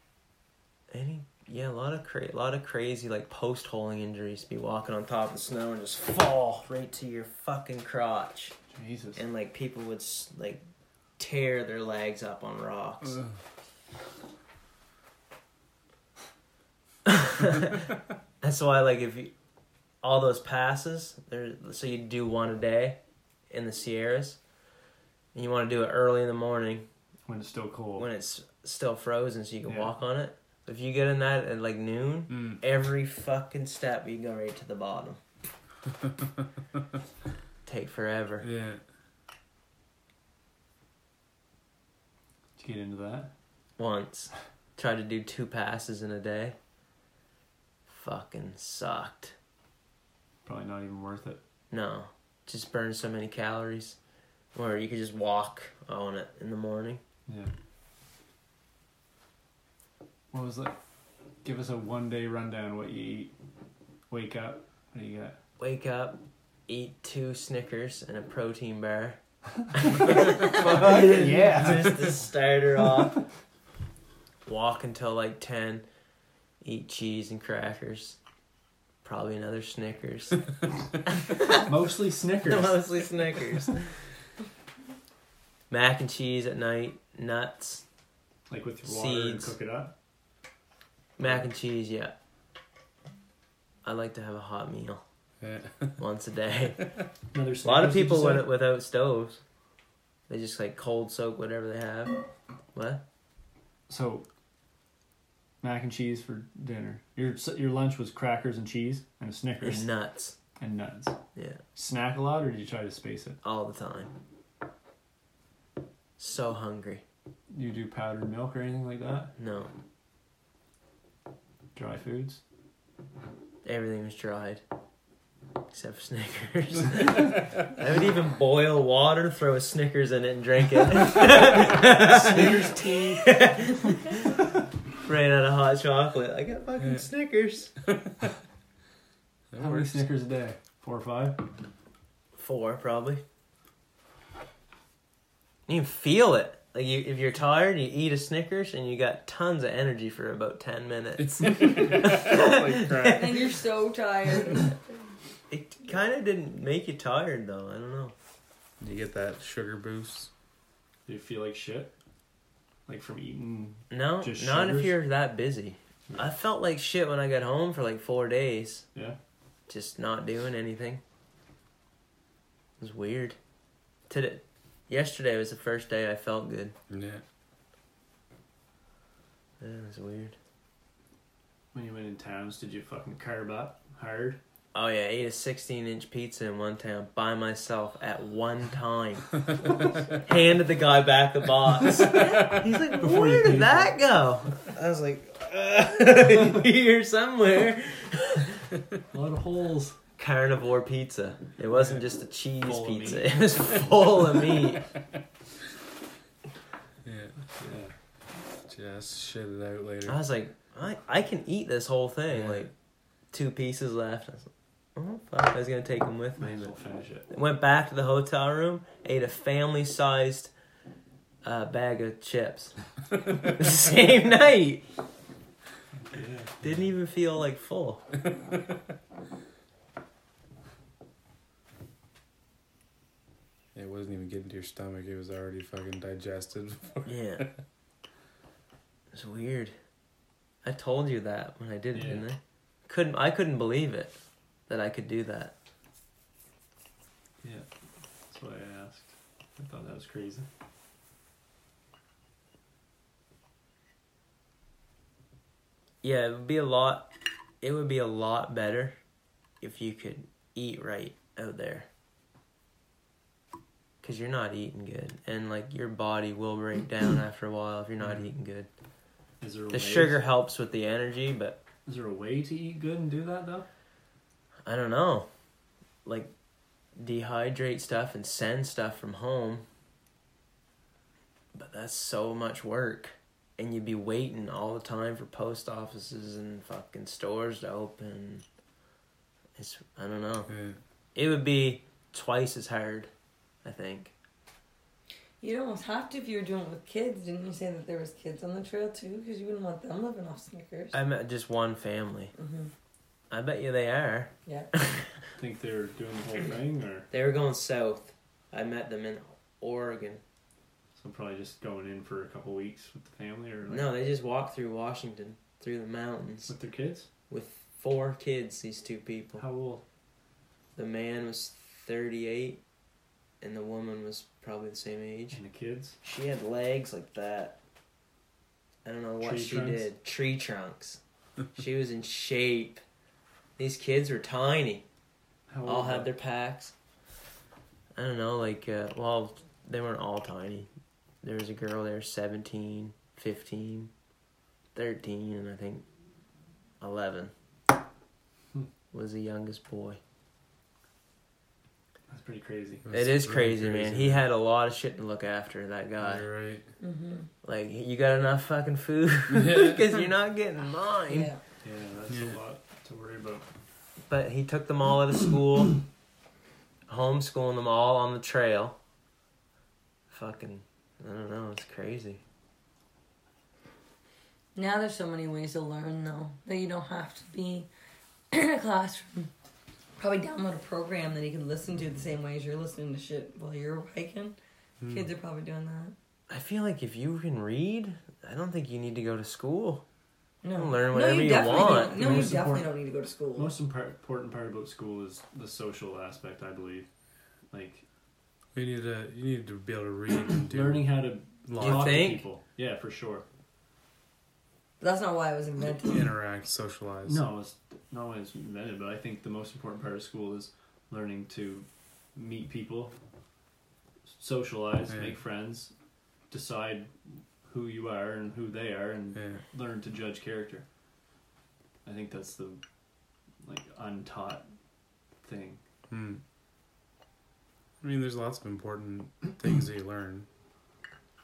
Speaker 2: Any yeah, a lot of cra- a lot of crazy like post holing injuries. Be walking on top of snow and just fall right to your fucking crotch,
Speaker 4: Jesus.
Speaker 2: and like people would s- like tear their legs up on rocks.
Speaker 5: Ugh.
Speaker 2: That's why like if you all those passes there, so you do one a day in the Sierras, and you want to do it early in the morning
Speaker 4: When it's still cold.
Speaker 2: when it's still frozen, so you can
Speaker 4: Yeah.
Speaker 2: walk on it. If you get in that at like noon,
Speaker 5: Mm.
Speaker 2: every fucking step you go right to the bottom. Take forever.
Speaker 5: Yeah.
Speaker 4: Did you get into that?
Speaker 2: Once. Tried to do two passes in a day. Fucking sucked.
Speaker 4: Probably not even worth it.
Speaker 2: No. Just burned so many calories. Or you could just walk on it in the morning.
Speaker 4: Yeah. What was that? Give us a one day rundown what you eat. Wake up. What do you got?
Speaker 2: Wake up, eat two Snickers and a protein bar.
Speaker 4: yeah.
Speaker 2: just to start her off. Walk until like 10. Eat cheese and crackers. Probably another Snickers.
Speaker 4: Mostly Snickers.
Speaker 2: Mostly Snickers. Mac and cheese at night. Nuts.
Speaker 4: like with your water and
Speaker 2: Seeds.
Speaker 4: cook it up.
Speaker 2: Mac and cheese, yeah. I like to have a hot meal
Speaker 5: Yeah.
Speaker 2: once a day. a lot
Speaker 4: Another
Speaker 2: of
Speaker 4: Snickers, did
Speaker 2: people
Speaker 4: you say?
Speaker 2: went without stoves. They just like cold soak whatever they have. What?
Speaker 4: So, mac and cheese for dinner. Your your lunch was crackers and cheese and Snickers
Speaker 2: And nuts.
Speaker 4: and nuts.
Speaker 2: Yeah,
Speaker 4: Snack a lot, or did you try to space it?
Speaker 2: all the time. So hungry.
Speaker 4: You do powdered milk or anything like that?
Speaker 2: No,
Speaker 4: Dry foods.
Speaker 2: everything was dried. Except for Snickers. I would even boil water, throw a Snickers in it, and drink it.
Speaker 4: Snickers tea.
Speaker 2: Ran out of hot chocolate. I got fucking Snickers.
Speaker 5: That
Speaker 4: How many
Speaker 5: works.
Speaker 4: Snickers a day? Four or five.
Speaker 2: Four, probably. You can feel it. Like you, if you're tired, you eat a Snickers and you got tons of energy for about ten minutes.
Speaker 5: Holy crap.
Speaker 3: And you're so tired.
Speaker 2: It kind of didn't make you tired though. I don't know.
Speaker 5: You get that sugar boost.
Speaker 4: Do you feel like shit? Like from eating?
Speaker 2: No,
Speaker 4: Just
Speaker 2: not if
Speaker 4: sugars?
Speaker 2: you're that busy. I felt like shit when I got home for like four days,
Speaker 4: Yeah.
Speaker 2: just not doing anything. It was weird. Today, yesterday was the first day I felt good.
Speaker 5: Yeah.
Speaker 2: Yeah, it was weird.
Speaker 4: When you went in towns, did you fucking carb up hard?
Speaker 2: Oh yeah, I ate a sixteen inch pizza in one town by myself at one time. Handed the guy back the box. He's like,
Speaker 4: Before you
Speaker 2: "Where
Speaker 4: paid
Speaker 2: did that go?" I was like, uh, "Here somewhere."
Speaker 4: A lot of holes.
Speaker 2: Carnivore pizza. It wasn't just a cheese
Speaker 4: Full of
Speaker 2: pizza.
Speaker 4: meat.
Speaker 2: It was full of meat.
Speaker 5: Yeah.
Speaker 4: Yeah.
Speaker 5: Just shit it out
Speaker 2: I
Speaker 5: later.
Speaker 2: was like, "I I can eat this whole thing."
Speaker 5: Yeah.
Speaker 2: Like, two pieces left. I was like, "Oh fuck!" I was gonna take them with me.
Speaker 4: Might as well finish it.
Speaker 2: Went back to the hotel room, ate a family sized uh, bag of chips. Same night. Didn't even feel like full.
Speaker 5: It wasn't even getting to your stomach. It was already fucking digested.
Speaker 2: Yeah. It's weird. I told you that when I did it,
Speaker 4: Yeah.
Speaker 2: didn't I? Couldn't I couldn't believe it that I could do that.
Speaker 4: That's why I asked. I thought that was crazy.
Speaker 2: Yeah, it would be a lot it would be a lot better if you could eat right out there. Cause you're not eating good, and like your body will break down after a while if you're not eating good.
Speaker 4: Is there a
Speaker 2: The
Speaker 4: way,
Speaker 2: sugar helps with the energy, but
Speaker 4: Is there a way to eat good and do that though?
Speaker 2: I don't know, like dehydrate stuff and send stuff from home. But that's so much work. And you'd be waiting all the time for post offices and fucking stores to open. It's, I don't know. It would be twice as hard, I think.
Speaker 3: You'd almost have to if you were doing it with kids. Didn't you say that there was kids on the trail too? Because you wouldn't want them living off Snickers.
Speaker 2: I met just one family.
Speaker 3: mm-hmm.
Speaker 2: I bet you they are.
Speaker 3: Yeah.
Speaker 4: Think they're doing the whole thing, or
Speaker 2: They were going south. I met them in Oregon.
Speaker 4: so probably just going in for a couple weeks with the family, or like
Speaker 2: No, they just walked through Washington, through the mountains,
Speaker 4: with their kids.
Speaker 2: with four kids, these two people.
Speaker 4: How old?
Speaker 2: The man was 38, and the woman was probably the same age.
Speaker 4: And the kids?
Speaker 2: She had legs like that. I don't know what
Speaker 4: Tree
Speaker 2: she
Speaker 4: trunks?
Speaker 2: did. Tree trunks. she was in shape. These kids were tiny.
Speaker 4: How old?
Speaker 2: all had their packs. I don't know, like, uh, well, they weren't all tiny. There was a girl there, 17, 15, 13, and I think 11
Speaker 4: Hmm.
Speaker 2: was the youngest boy.
Speaker 4: That's pretty crazy.
Speaker 2: it is crazy, man. He had a lot of shit to look after, that guy.
Speaker 6: You're right.
Speaker 3: Mm-hmm.
Speaker 2: Like, you got enough fucking food because you're not getting mine.
Speaker 3: Yeah.
Speaker 4: Yeah, that's
Speaker 6: Yeah.
Speaker 4: a lot to worry about.
Speaker 2: But he took them all out of school, homeschooling them all on the trail. Fucking, I don't know, it's crazy.
Speaker 3: Now there's so many ways to learn though that you don't have to be in a classroom. Probably download a program that you can listen to the same way as you're listening to shit while you're hiking.
Speaker 5: Hmm.
Speaker 3: Kids are probably doing that.
Speaker 2: I feel like if you can read, I don't think you need to go to school.
Speaker 3: No,
Speaker 2: Learn
Speaker 3: no,
Speaker 2: whatever
Speaker 3: you,
Speaker 2: you
Speaker 3: definitely
Speaker 2: want.
Speaker 3: Don't, no, you
Speaker 4: Most
Speaker 3: definitely
Speaker 4: important-
Speaker 3: don't need to go to school.
Speaker 4: Most impar- important part about school is the social aspect, I believe. Like
Speaker 6: You need to you need to be able to read and do
Speaker 4: learning how to
Speaker 6: long
Speaker 2: You
Speaker 4: talk to
Speaker 2: think?
Speaker 4: people. Yeah, for sure.
Speaker 3: That's not why it was invented.
Speaker 6: interact, socialize.
Speaker 4: No, it's not only it's invented, but I think the most important part of school is learning to meet people, socialize,
Speaker 6: Yeah.
Speaker 4: make friends, decide who you are and who they are, and
Speaker 6: Yeah.
Speaker 4: learn to judge character. I think that's the like untaught thing.
Speaker 6: Hmm. I mean, there's lots of important things that you learn,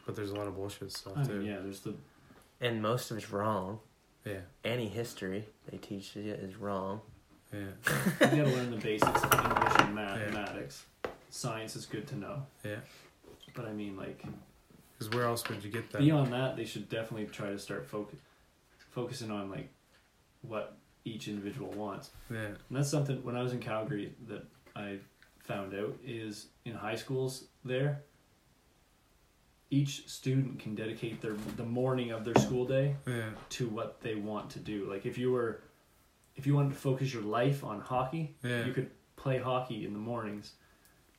Speaker 6: but there's a lot of bullshit stuff
Speaker 4: I
Speaker 6: too.
Speaker 4: mean, Oh, yeah, there's the
Speaker 2: And most of it's wrong.
Speaker 6: yeah,
Speaker 2: Any history they teach you is wrong.
Speaker 6: yeah,
Speaker 4: you gotta learn the basics of English and mathematics. Science is good to know,
Speaker 6: yeah.
Speaker 4: but I mean, like
Speaker 6: Because where else would you get that?
Speaker 4: beyond that, they should definitely try to start focus focusing on like what each individual wants.
Speaker 6: Yeah,
Speaker 4: And that's something when I was in Calgary that I found out is in high schools there. Each student can dedicate their the morning of their school day
Speaker 6: yeah,
Speaker 4: to what they want to do. Like if you were, if you wanted to focus your life on hockey,
Speaker 6: Yeah.
Speaker 4: you could play hockey in the mornings,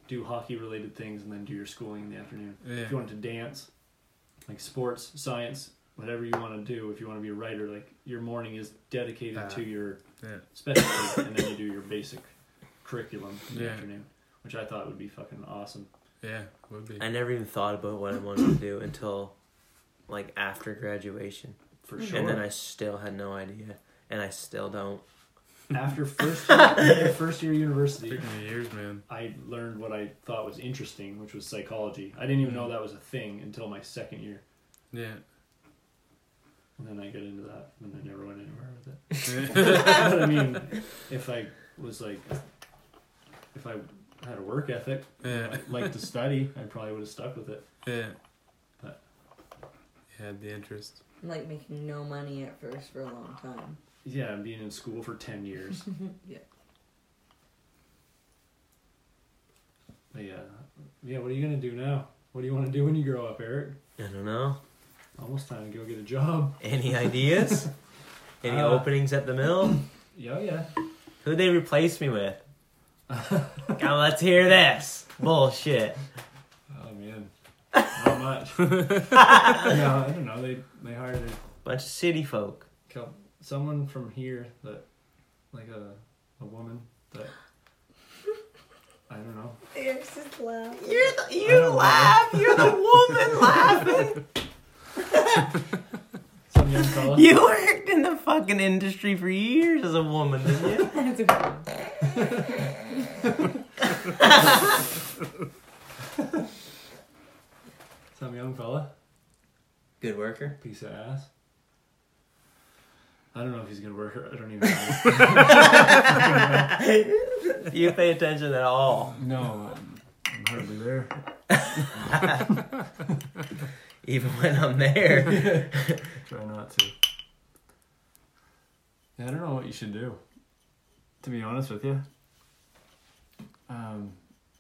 Speaker 4: do hockey related things, and then do your schooling in the afternoon.
Speaker 6: yeah,
Speaker 4: If you wanted to dance, like sports, science, whatever you want to do. If you want to be a writer, like your morning is dedicated
Speaker 6: Ah.
Speaker 4: to your
Speaker 6: yeah.
Speaker 4: specialty, and then you do your basic curriculum in the
Speaker 6: Yeah.
Speaker 4: afternoon, which I thought would be fucking awesome.
Speaker 6: Yeah, would be.
Speaker 2: I never even thought about what I wanted to do until like after graduation.
Speaker 4: For sure.
Speaker 2: And then I still had no idea. And I still don't.
Speaker 4: after first year, after first year university,
Speaker 6: Speaking of years, man.
Speaker 4: I learned what I thought was interesting, which was psychology. I didn't even know that was a thing until my second year.
Speaker 6: Yeah.
Speaker 4: And then I got into that, and I never went anywhere with it.
Speaker 6: yeah.
Speaker 4: but I mean, if I was like, if I had a work ethic,
Speaker 6: Yeah.
Speaker 4: like to study, I probably would have stuck with it.
Speaker 6: Yeah.
Speaker 4: But-
Speaker 6: Had the interest.
Speaker 3: Like making no money at first for a long time.
Speaker 4: Yeah, and being in school for 10 years.
Speaker 3: Yeah.
Speaker 4: But yeah. Yeah, what are you going to do now? What do you want to do when you grow up, Eric?
Speaker 2: I don't know.
Speaker 4: Almost time to go get a job.
Speaker 2: Any ideas? Any
Speaker 4: Uh,
Speaker 2: openings at the mill?
Speaker 4: Yeah, yeah.
Speaker 2: Who they replace me with? now let's hear this. Bullshit.
Speaker 4: Oh, man. Not much. no, I don't know. They, they hired a
Speaker 2: Bunch of city folk.
Speaker 4: Cal- someone from here that like a a woman that I don't know.
Speaker 3: There's just laugh.
Speaker 2: You're the,
Speaker 4: I don't know.
Speaker 2: You're the woman laughing.
Speaker 4: Some name called?
Speaker 2: You worked in the fucking industry for years as a woman, didn't you?
Speaker 4: Some young fella.
Speaker 2: Good worker.
Speaker 4: Piece of ass. I don't know if he's gonna work. Or, I don't even know.
Speaker 2: You pay attention at all.
Speaker 4: no, I'm, I'm hardly there.
Speaker 2: Even when I'm there.
Speaker 4: Try not to. Yeah, I don't know what you should do. To be honest with you. Um,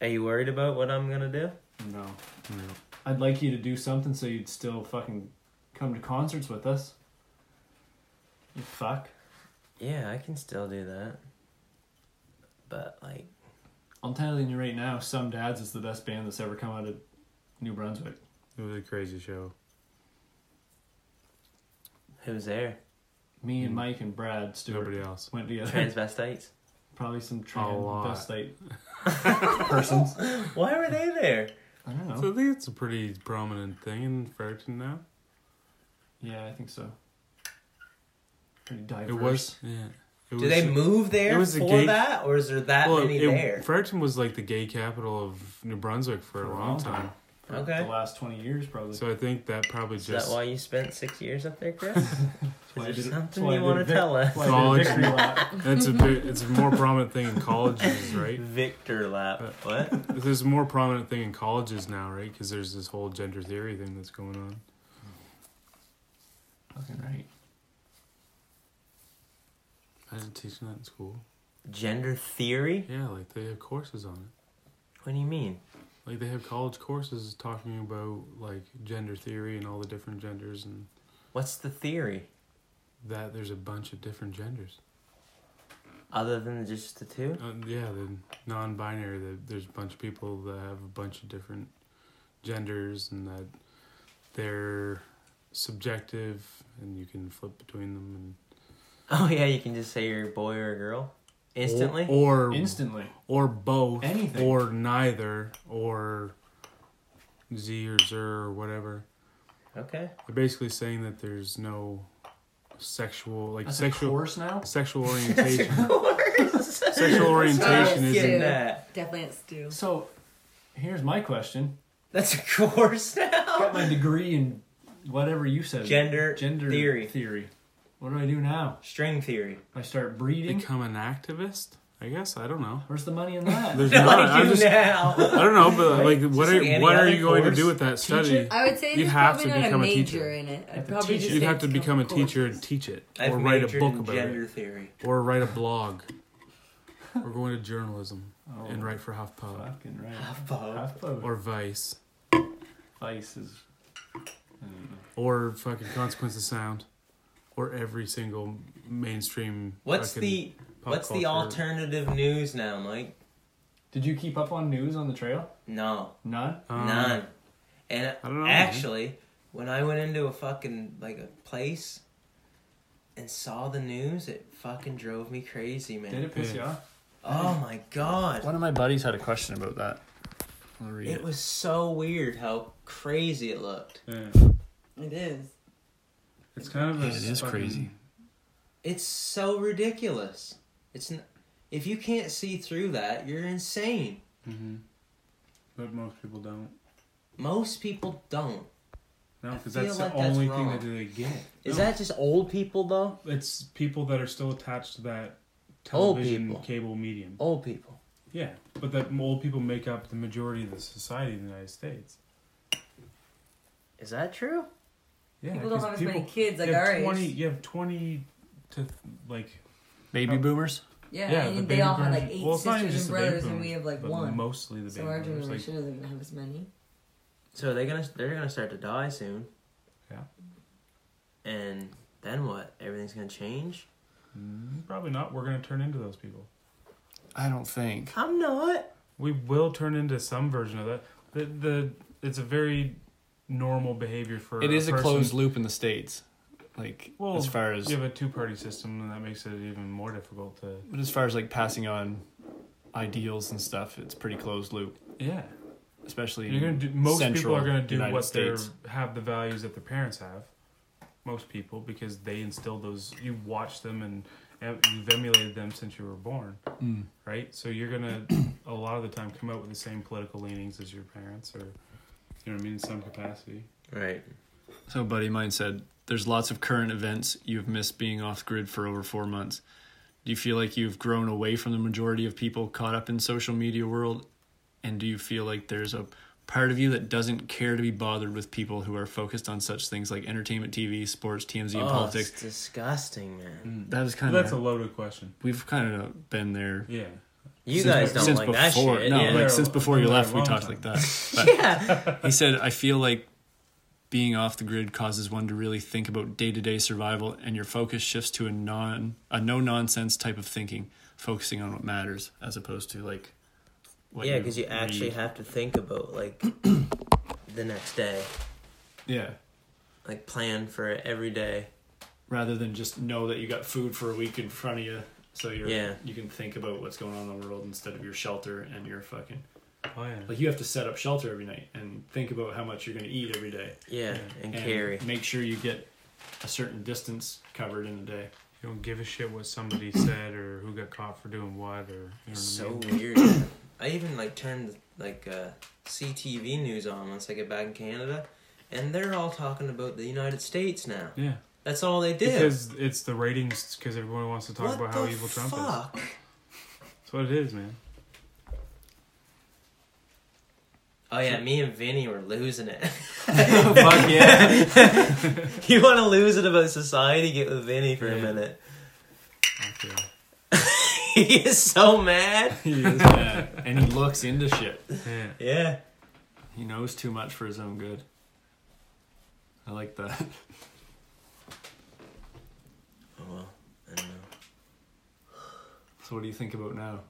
Speaker 2: Are you worried about what I'm gonna do?
Speaker 4: no. No. I'd like you to do something so you'd still fucking come to concerts with us. You fuck.
Speaker 2: Yeah, I can still do that. But like
Speaker 4: I'm telling you right now, Some Dads is the best band that's ever come out of New Brunswick.
Speaker 5: It was a crazy show.
Speaker 2: who's there?
Speaker 4: Me and Mike and Brad Stewart
Speaker 5: Mm. Nobody else.
Speaker 4: went together.
Speaker 2: Transvestites.
Speaker 4: Probably some
Speaker 5: lot.
Speaker 4: transvestite persons.
Speaker 2: Why were they there?
Speaker 4: I don't
Speaker 5: So
Speaker 4: know.
Speaker 5: I think it's a pretty prominent thing in Fredericton now.
Speaker 4: Yeah, I think so. Pretty diverse.
Speaker 5: It was. Yeah. It
Speaker 2: Do they move there
Speaker 5: it was a
Speaker 2: for
Speaker 5: gay-
Speaker 2: that, or is there that
Speaker 5: Well,
Speaker 2: many
Speaker 5: it-
Speaker 2: there?
Speaker 5: Fredericton was like the gay capital of New Brunswick for, a long time.
Speaker 4: for
Speaker 2: Okay.
Speaker 4: The last twenty years, probably.
Speaker 5: So I think that probably
Speaker 2: Is
Speaker 5: just
Speaker 2: that why you spent six years up there, Chris? is
Speaker 4: Why
Speaker 2: there
Speaker 4: did it-
Speaker 2: something
Speaker 4: why
Speaker 2: you
Speaker 4: did
Speaker 2: want to
Speaker 4: Vic-
Speaker 2: tell us?
Speaker 4: Why did
Speaker 5: College-
Speaker 4: Victory Lap-
Speaker 5: it's a big, it's a more prominent thing in colleges, right?
Speaker 2: Victor lap.
Speaker 5: Uh,
Speaker 2: What?
Speaker 5: There's a more prominent thing in colleges now, right? Because there's this whole gender theory thing that's going on.
Speaker 4: Fucking right.
Speaker 5: I didn't teach that in school.
Speaker 2: Gender theory?
Speaker 5: Yeah, like they have courses on it.
Speaker 2: What do you mean?
Speaker 5: Like they have college courses talking about like gender theory and all the different genders and
Speaker 2: What's the theory?
Speaker 5: that there's a bunch of different genders.
Speaker 2: Other than just the two?
Speaker 5: Uh, yeah, the non-binary. The, there's a bunch of people that have a bunch of different genders and that they're subjective and you can flip between them and
Speaker 2: Oh yeah, you can just say you're a boy or a girl instantly.
Speaker 5: or or,
Speaker 4: Instantly.
Speaker 5: or both
Speaker 4: Anything.
Speaker 5: or neither or z or zer or whatever.
Speaker 2: Okay.
Speaker 5: They're basically saying that there's no sexual like
Speaker 4: That's a
Speaker 5: sexual
Speaker 4: course now.
Speaker 5: sexual orientation. sexual orientation
Speaker 3: Oh,
Speaker 5: is
Speaker 3: yeah.
Speaker 2: that.
Speaker 3: Definitely it's stew.
Speaker 4: So, here's my question.
Speaker 2: That's a course now.
Speaker 4: Got my degree in whatever you said.
Speaker 2: Gender theory.
Speaker 4: Theory. What do I do now?
Speaker 2: String theory.
Speaker 4: I start breeding.
Speaker 5: become an activist. I guess I don't know.
Speaker 4: Where's the money in that?
Speaker 5: There's
Speaker 2: Not
Speaker 5: not. I'm
Speaker 2: you
Speaker 5: just,
Speaker 2: now.
Speaker 5: I don't know, but like, what
Speaker 2: Just
Speaker 5: are
Speaker 2: like any
Speaker 5: what are
Speaker 2: other
Speaker 5: you going to
Speaker 2: course,
Speaker 5: do with that study?
Speaker 3: I would say
Speaker 5: You'd
Speaker 3: there's
Speaker 5: have
Speaker 3: probably
Speaker 5: to
Speaker 3: not a
Speaker 5: become a
Speaker 3: major
Speaker 5: teacher.
Speaker 3: in it. I'd
Speaker 4: Have to
Speaker 3: probably
Speaker 4: teach
Speaker 3: just
Speaker 4: it.
Speaker 5: You'd
Speaker 3: say
Speaker 5: have to
Speaker 3: it's
Speaker 5: become a
Speaker 3: cool.
Speaker 5: teacher and teach it,
Speaker 2: I've
Speaker 5: or write a
Speaker 2: majored
Speaker 5: book
Speaker 2: in
Speaker 5: about
Speaker 2: gender
Speaker 5: it,
Speaker 2: theory.
Speaker 5: or write a blog, or go into journalism and write for HuffPo
Speaker 4: Oh, Fucking right.
Speaker 2: Huffpo.
Speaker 4: Huffpo.
Speaker 5: or Vice
Speaker 4: Vice is. I don't know.
Speaker 5: or fucking Consequence of Sound or every single mainstream.
Speaker 2: What's
Speaker 5: fucking
Speaker 2: the
Speaker 5: pop
Speaker 2: what's the
Speaker 5: culture.
Speaker 2: alternative news now, Mike?
Speaker 4: Did you keep up on news on the trail?
Speaker 2: No,
Speaker 4: None.
Speaker 5: Um,
Speaker 2: none. And
Speaker 5: I don't know, man.
Speaker 2: actually, when I went into a fucking like a place and saw the news, it fucking drove me crazy, man.
Speaker 4: Did it piss
Speaker 5: Yeah.
Speaker 4: you off?
Speaker 2: Oh my god.
Speaker 4: One of my buddies had a question about that. I'll read
Speaker 2: It was so weird how crazy it looked.
Speaker 5: Yeah.
Speaker 3: It is.
Speaker 5: It's kind of a
Speaker 4: Yeah, it is
Speaker 5: fucking-
Speaker 4: crazy.
Speaker 2: It's so ridiculous. It's n- if you can't see through that, you're insane.
Speaker 5: mm-hmm. But most people don't.
Speaker 2: Most people don't.
Speaker 5: No, because
Speaker 2: I feel
Speaker 5: that's the
Speaker 2: like that's
Speaker 5: only thing
Speaker 2: wrong.
Speaker 5: that they get.
Speaker 2: Is
Speaker 5: No.
Speaker 2: that just old people though?
Speaker 5: It's people that are still attached to that
Speaker 2: Old
Speaker 5: television
Speaker 2: people.
Speaker 5: cable medium.
Speaker 2: Old people.
Speaker 5: Yeah, but that old people make up the majority of the society in the United States.
Speaker 2: Is that true?
Speaker 5: Yeah,
Speaker 3: People don't
Speaker 5: 'cause
Speaker 3: have as many kids like
Speaker 5: you have
Speaker 3: our age.
Speaker 5: 20, You have twenty to th- like
Speaker 4: Baby boomers.
Speaker 3: Yeah,
Speaker 5: yeah.
Speaker 3: and
Speaker 5: the
Speaker 3: they
Speaker 5: baby
Speaker 3: all had
Speaker 5: boomers-
Speaker 3: like eight
Speaker 5: well, it's not
Speaker 3: sisters
Speaker 5: even
Speaker 3: and
Speaker 5: just the baby
Speaker 3: brothers, and
Speaker 5: boomers,
Speaker 3: we have like
Speaker 5: but
Speaker 3: one.
Speaker 5: Mostly the baby
Speaker 3: So our
Speaker 5: boomers. Like,
Speaker 3: generation doesn't have as many.
Speaker 2: So they're gonna they're gonna start to die soon.
Speaker 5: Yeah.
Speaker 2: And then what? Everything's gonna change.
Speaker 5: mm, probably not. We're gonna turn into those people.
Speaker 4: I don't think.
Speaker 2: I'm not.
Speaker 5: We will turn into some version of that. The the it's a very normal behavior for
Speaker 4: It is a
Speaker 5: person-
Speaker 4: closed loop in the states, like
Speaker 5: Well,
Speaker 4: as far as
Speaker 5: You have a two party system, and that makes it even more difficult to.
Speaker 4: but as far as like passing on ideals and stuff, it's pretty closed loop,
Speaker 5: Yeah,
Speaker 4: especially
Speaker 5: you're gonna do. Most
Speaker 4: Central
Speaker 5: people are gonna do
Speaker 4: United
Speaker 5: what they
Speaker 4: States.
Speaker 5: have the values that their parents have.
Speaker 6: most people because they instilled those. You watched them and em- you've emulated them since you were born,
Speaker 4: Hmm.
Speaker 6: right? So you're gonna a lot of the time come out with the same political leanings as your parents, or you know what I mean, in some capacity.
Speaker 2: Right.
Speaker 4: So, a buddy of mine said, There's lots of current events you've missed being off grid for over four months. Do you feel like you've grown away from the majority of people caught up in social media world? And do you feel like there's a part of you that doesn't care to be bothered with people who are focused on such things like entertainment, TV, sports, TMZ, and
Speaker 2: Oh,
Speaker 4: politics?
Speaker 2: it's disgusting, man.
Speaker 4: That was kind
Speaker 6: That's a
Speaker 4: of
Speaker 6: loaded question.
Speaker 4: we've kind of been there.
Speaker 6: Yeah.
Speaker 2: You guys don't like that
Speaker 4: before,
Speaker 2: shit.
Speaker 4: No,
Speaker 2: yeah.
Speaker 4: like since
Speaker 6: Yeah.
Speaker 4: before you
Speaker 6: Yeah,
Speaker 4: left, we
Speaker 6: long
Speaker 4: talked
Speaker 6: time.
Speaker 4: like that. But
Speaker 2: yeah.
Speaker 4: he said, I feel like being off the grid causes one to really think about day to day survival, and your focus shifts to a non a no nonsense type of thinking, focusing on what matters as opposed to like. What
Speaker 2: Yeah, because you actually
Speaker 4: read.
Speaker 2: have to think about like the next day,
Speaker 4: yeah.
Speaker 2: like plan for it every day.
Speaker 4: Rather than just know that you got food for a week in front of you, so you're
Speaker 2: Yeah.
Speaker 4: you can think about what's going on in the world instead of your shelter and your fucking
Speaker 6: Oh yeah.
Speaker 4: like you have to set up shelter every night and think about how much you're gonna eat every day
Speaker 2: Yeah, and,
Speaker 4: and
Speaker 2: carry.
Speaker 4: make sure you get a certain distance covered in a day.
Speaker 6: You don't give a shit what somebody said or who got caught for doing what or. You know
Speaker 2: It's
Speaker 6: what I
Speaker 2: so
Speaker 6: mean?
Speaker 2: weird. man. I even like turned like uh, CTV news on once I get back in Canada, and they're all talking about the United States now.
Speaker 6: Yeah.
Speaker 2: That's all they did.
Speaker 6: Because it's the ratings. Because everyone wants to talk
Speaker 2: what
Speaker 6: about how
Speaker 2: the
Speaker 6: evil Trump is.
Speaker 2: fuck?
Speaker 6: That's what it is, man.
Speaker 2: Oh yeah, me and Vinny were losing it.
Speaker 6: Fuck yeah.
Speaker 2: you want to lose it about society? Get with Vinny for a
Speaker 6: Yeah.
Speaker 2: minute. he is so mad.
Speaker 4: Yeah, and he looks into shit.
Speaker 6: yeah.
Speaker 2: Yeah.
Speaker 4: He knows too much for his own good. I like that.
Speaker 2: Oh well, I don't know.
Speaker 4: So, what do you think about now?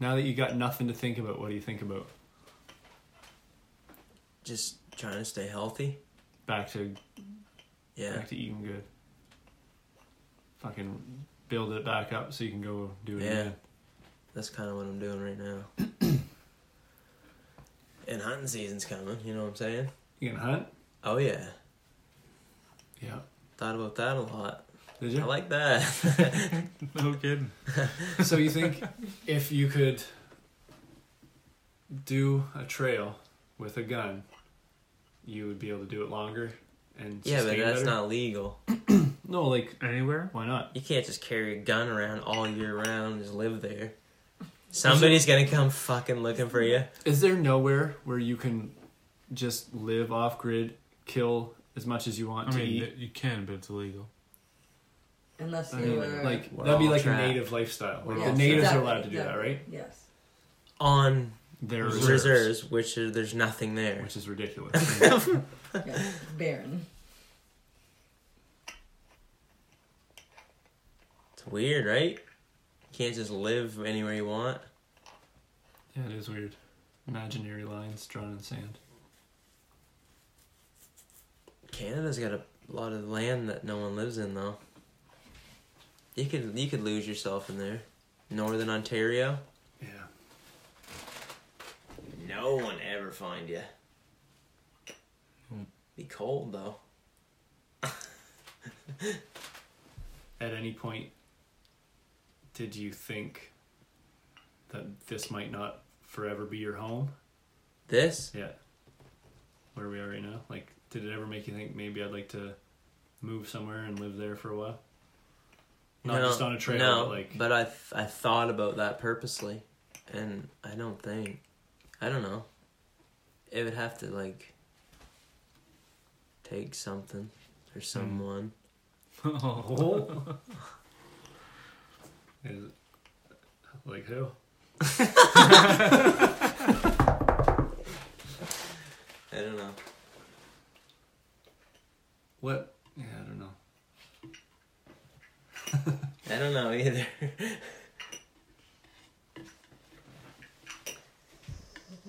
Speaker 4: Now that you got nothing to think about, what do you think about?
Speaker 2: Just trying to stay healthy.
Speaker 4: Back to
Speaker 2: Yeah.
Speaker 4: back to eating good. Fucking build it back up so you can go do it
Speaker 2: Yeah.
Speaker 4: again.
Speaker 2: That's kind of what I'm doing right now. and hunting season's coming, you know what I'm saying?
Speaker 4: You can hunt.
Speaker 2: Oh, yeah.
Speaker 4: Yeah.
Speaker 2: Thought about that a lot.
Speaker 4: Did
Speaker 2: I
Speaker 4: you?
Speaker 2: like that.
Speaker 6: No kidding.
Speaker 4: so you think if you could do a trail with a gun, you would be able to do it longer and
Speaker 2: yeah, but
Speaker 4: sustain
Speaker 2: that's
Speaker 4: better?
Speaker 2: not legal.
Speaker 4: no like
Speaker 6: Anywhere?
Speaker 4: why not?
Speaker 2: You can't just carry a gun around all year round and just live there. Somebody's gonna come fucking looking for you.
Speaker 4: Is there nowhere where you can just live off grid, kill as much as you want
Speaker 6: I
Speaker 4: to
Speaker 6: mean,
Speaker 4: eat?
Speaker 6: th- you can, but it's illegal.
Speaker 3: Unless
Speaker 4: I
Speaker 3: you
Speaker 4: mean,
Speaker 3: were
Speaker 4: like
Speaker 2: We're
Speaker 4: that'd be
Speaker 2: all
Speaker 4: like
Speaker 2: trapped.
Speaker 4: a native lifestyle. Like
Speaker 3: Yeah,
Speaker 4: the natives
Speaker 3: exactly,
Speaker 4: are allowed to do that,
Speaker 3: exactly.
Speaker 4: right?
Speaker 3: Yes.
Speaker 2: On
Speaker 4: They're
Speaker 2: reserves,
Speaker 4: reserves,
Speaker 2: which are, there's nothing there.
Speaker 4: which is ridiculous.
Speaker 3: Yeah. Barren.
Speaker 2: It's weird, right? You can't just live anywhere you want.
Speaker 4: yeah, it is weird. Imaginary lines drawn in sand.
Speaker 2: Canada's got a lot of land that no one lives in though. You could you could lose yourself in there. Northern Ontario.
Speaker 4: Yeah.
Speaker 2: No one ever find you. Be cold though.
Speaker 4: At any point, did you think that this might not forever be your home?
Speaker 2: This?
Speaker 4: Yeah. Where we are right now? Like, did it ever make you think maybe I'd like to move somewhere and live there for a while? Not
Speaker 2: No,
Speaker 4: just on a trail,
Speaker 2: No,
Speaker 4: but like.
Speaker 2: but I th- I thought about that purposely, and I don't think, I don't know. It would have to like take something
Speaker 4: Hmm.
Speaker 2: or someone.
Speaker 4: Oh. Is it- like who?
Speaker 2: I don't know.
Speaker 4: What? Yeah, I don't know.
Speaker 2: I don't know either.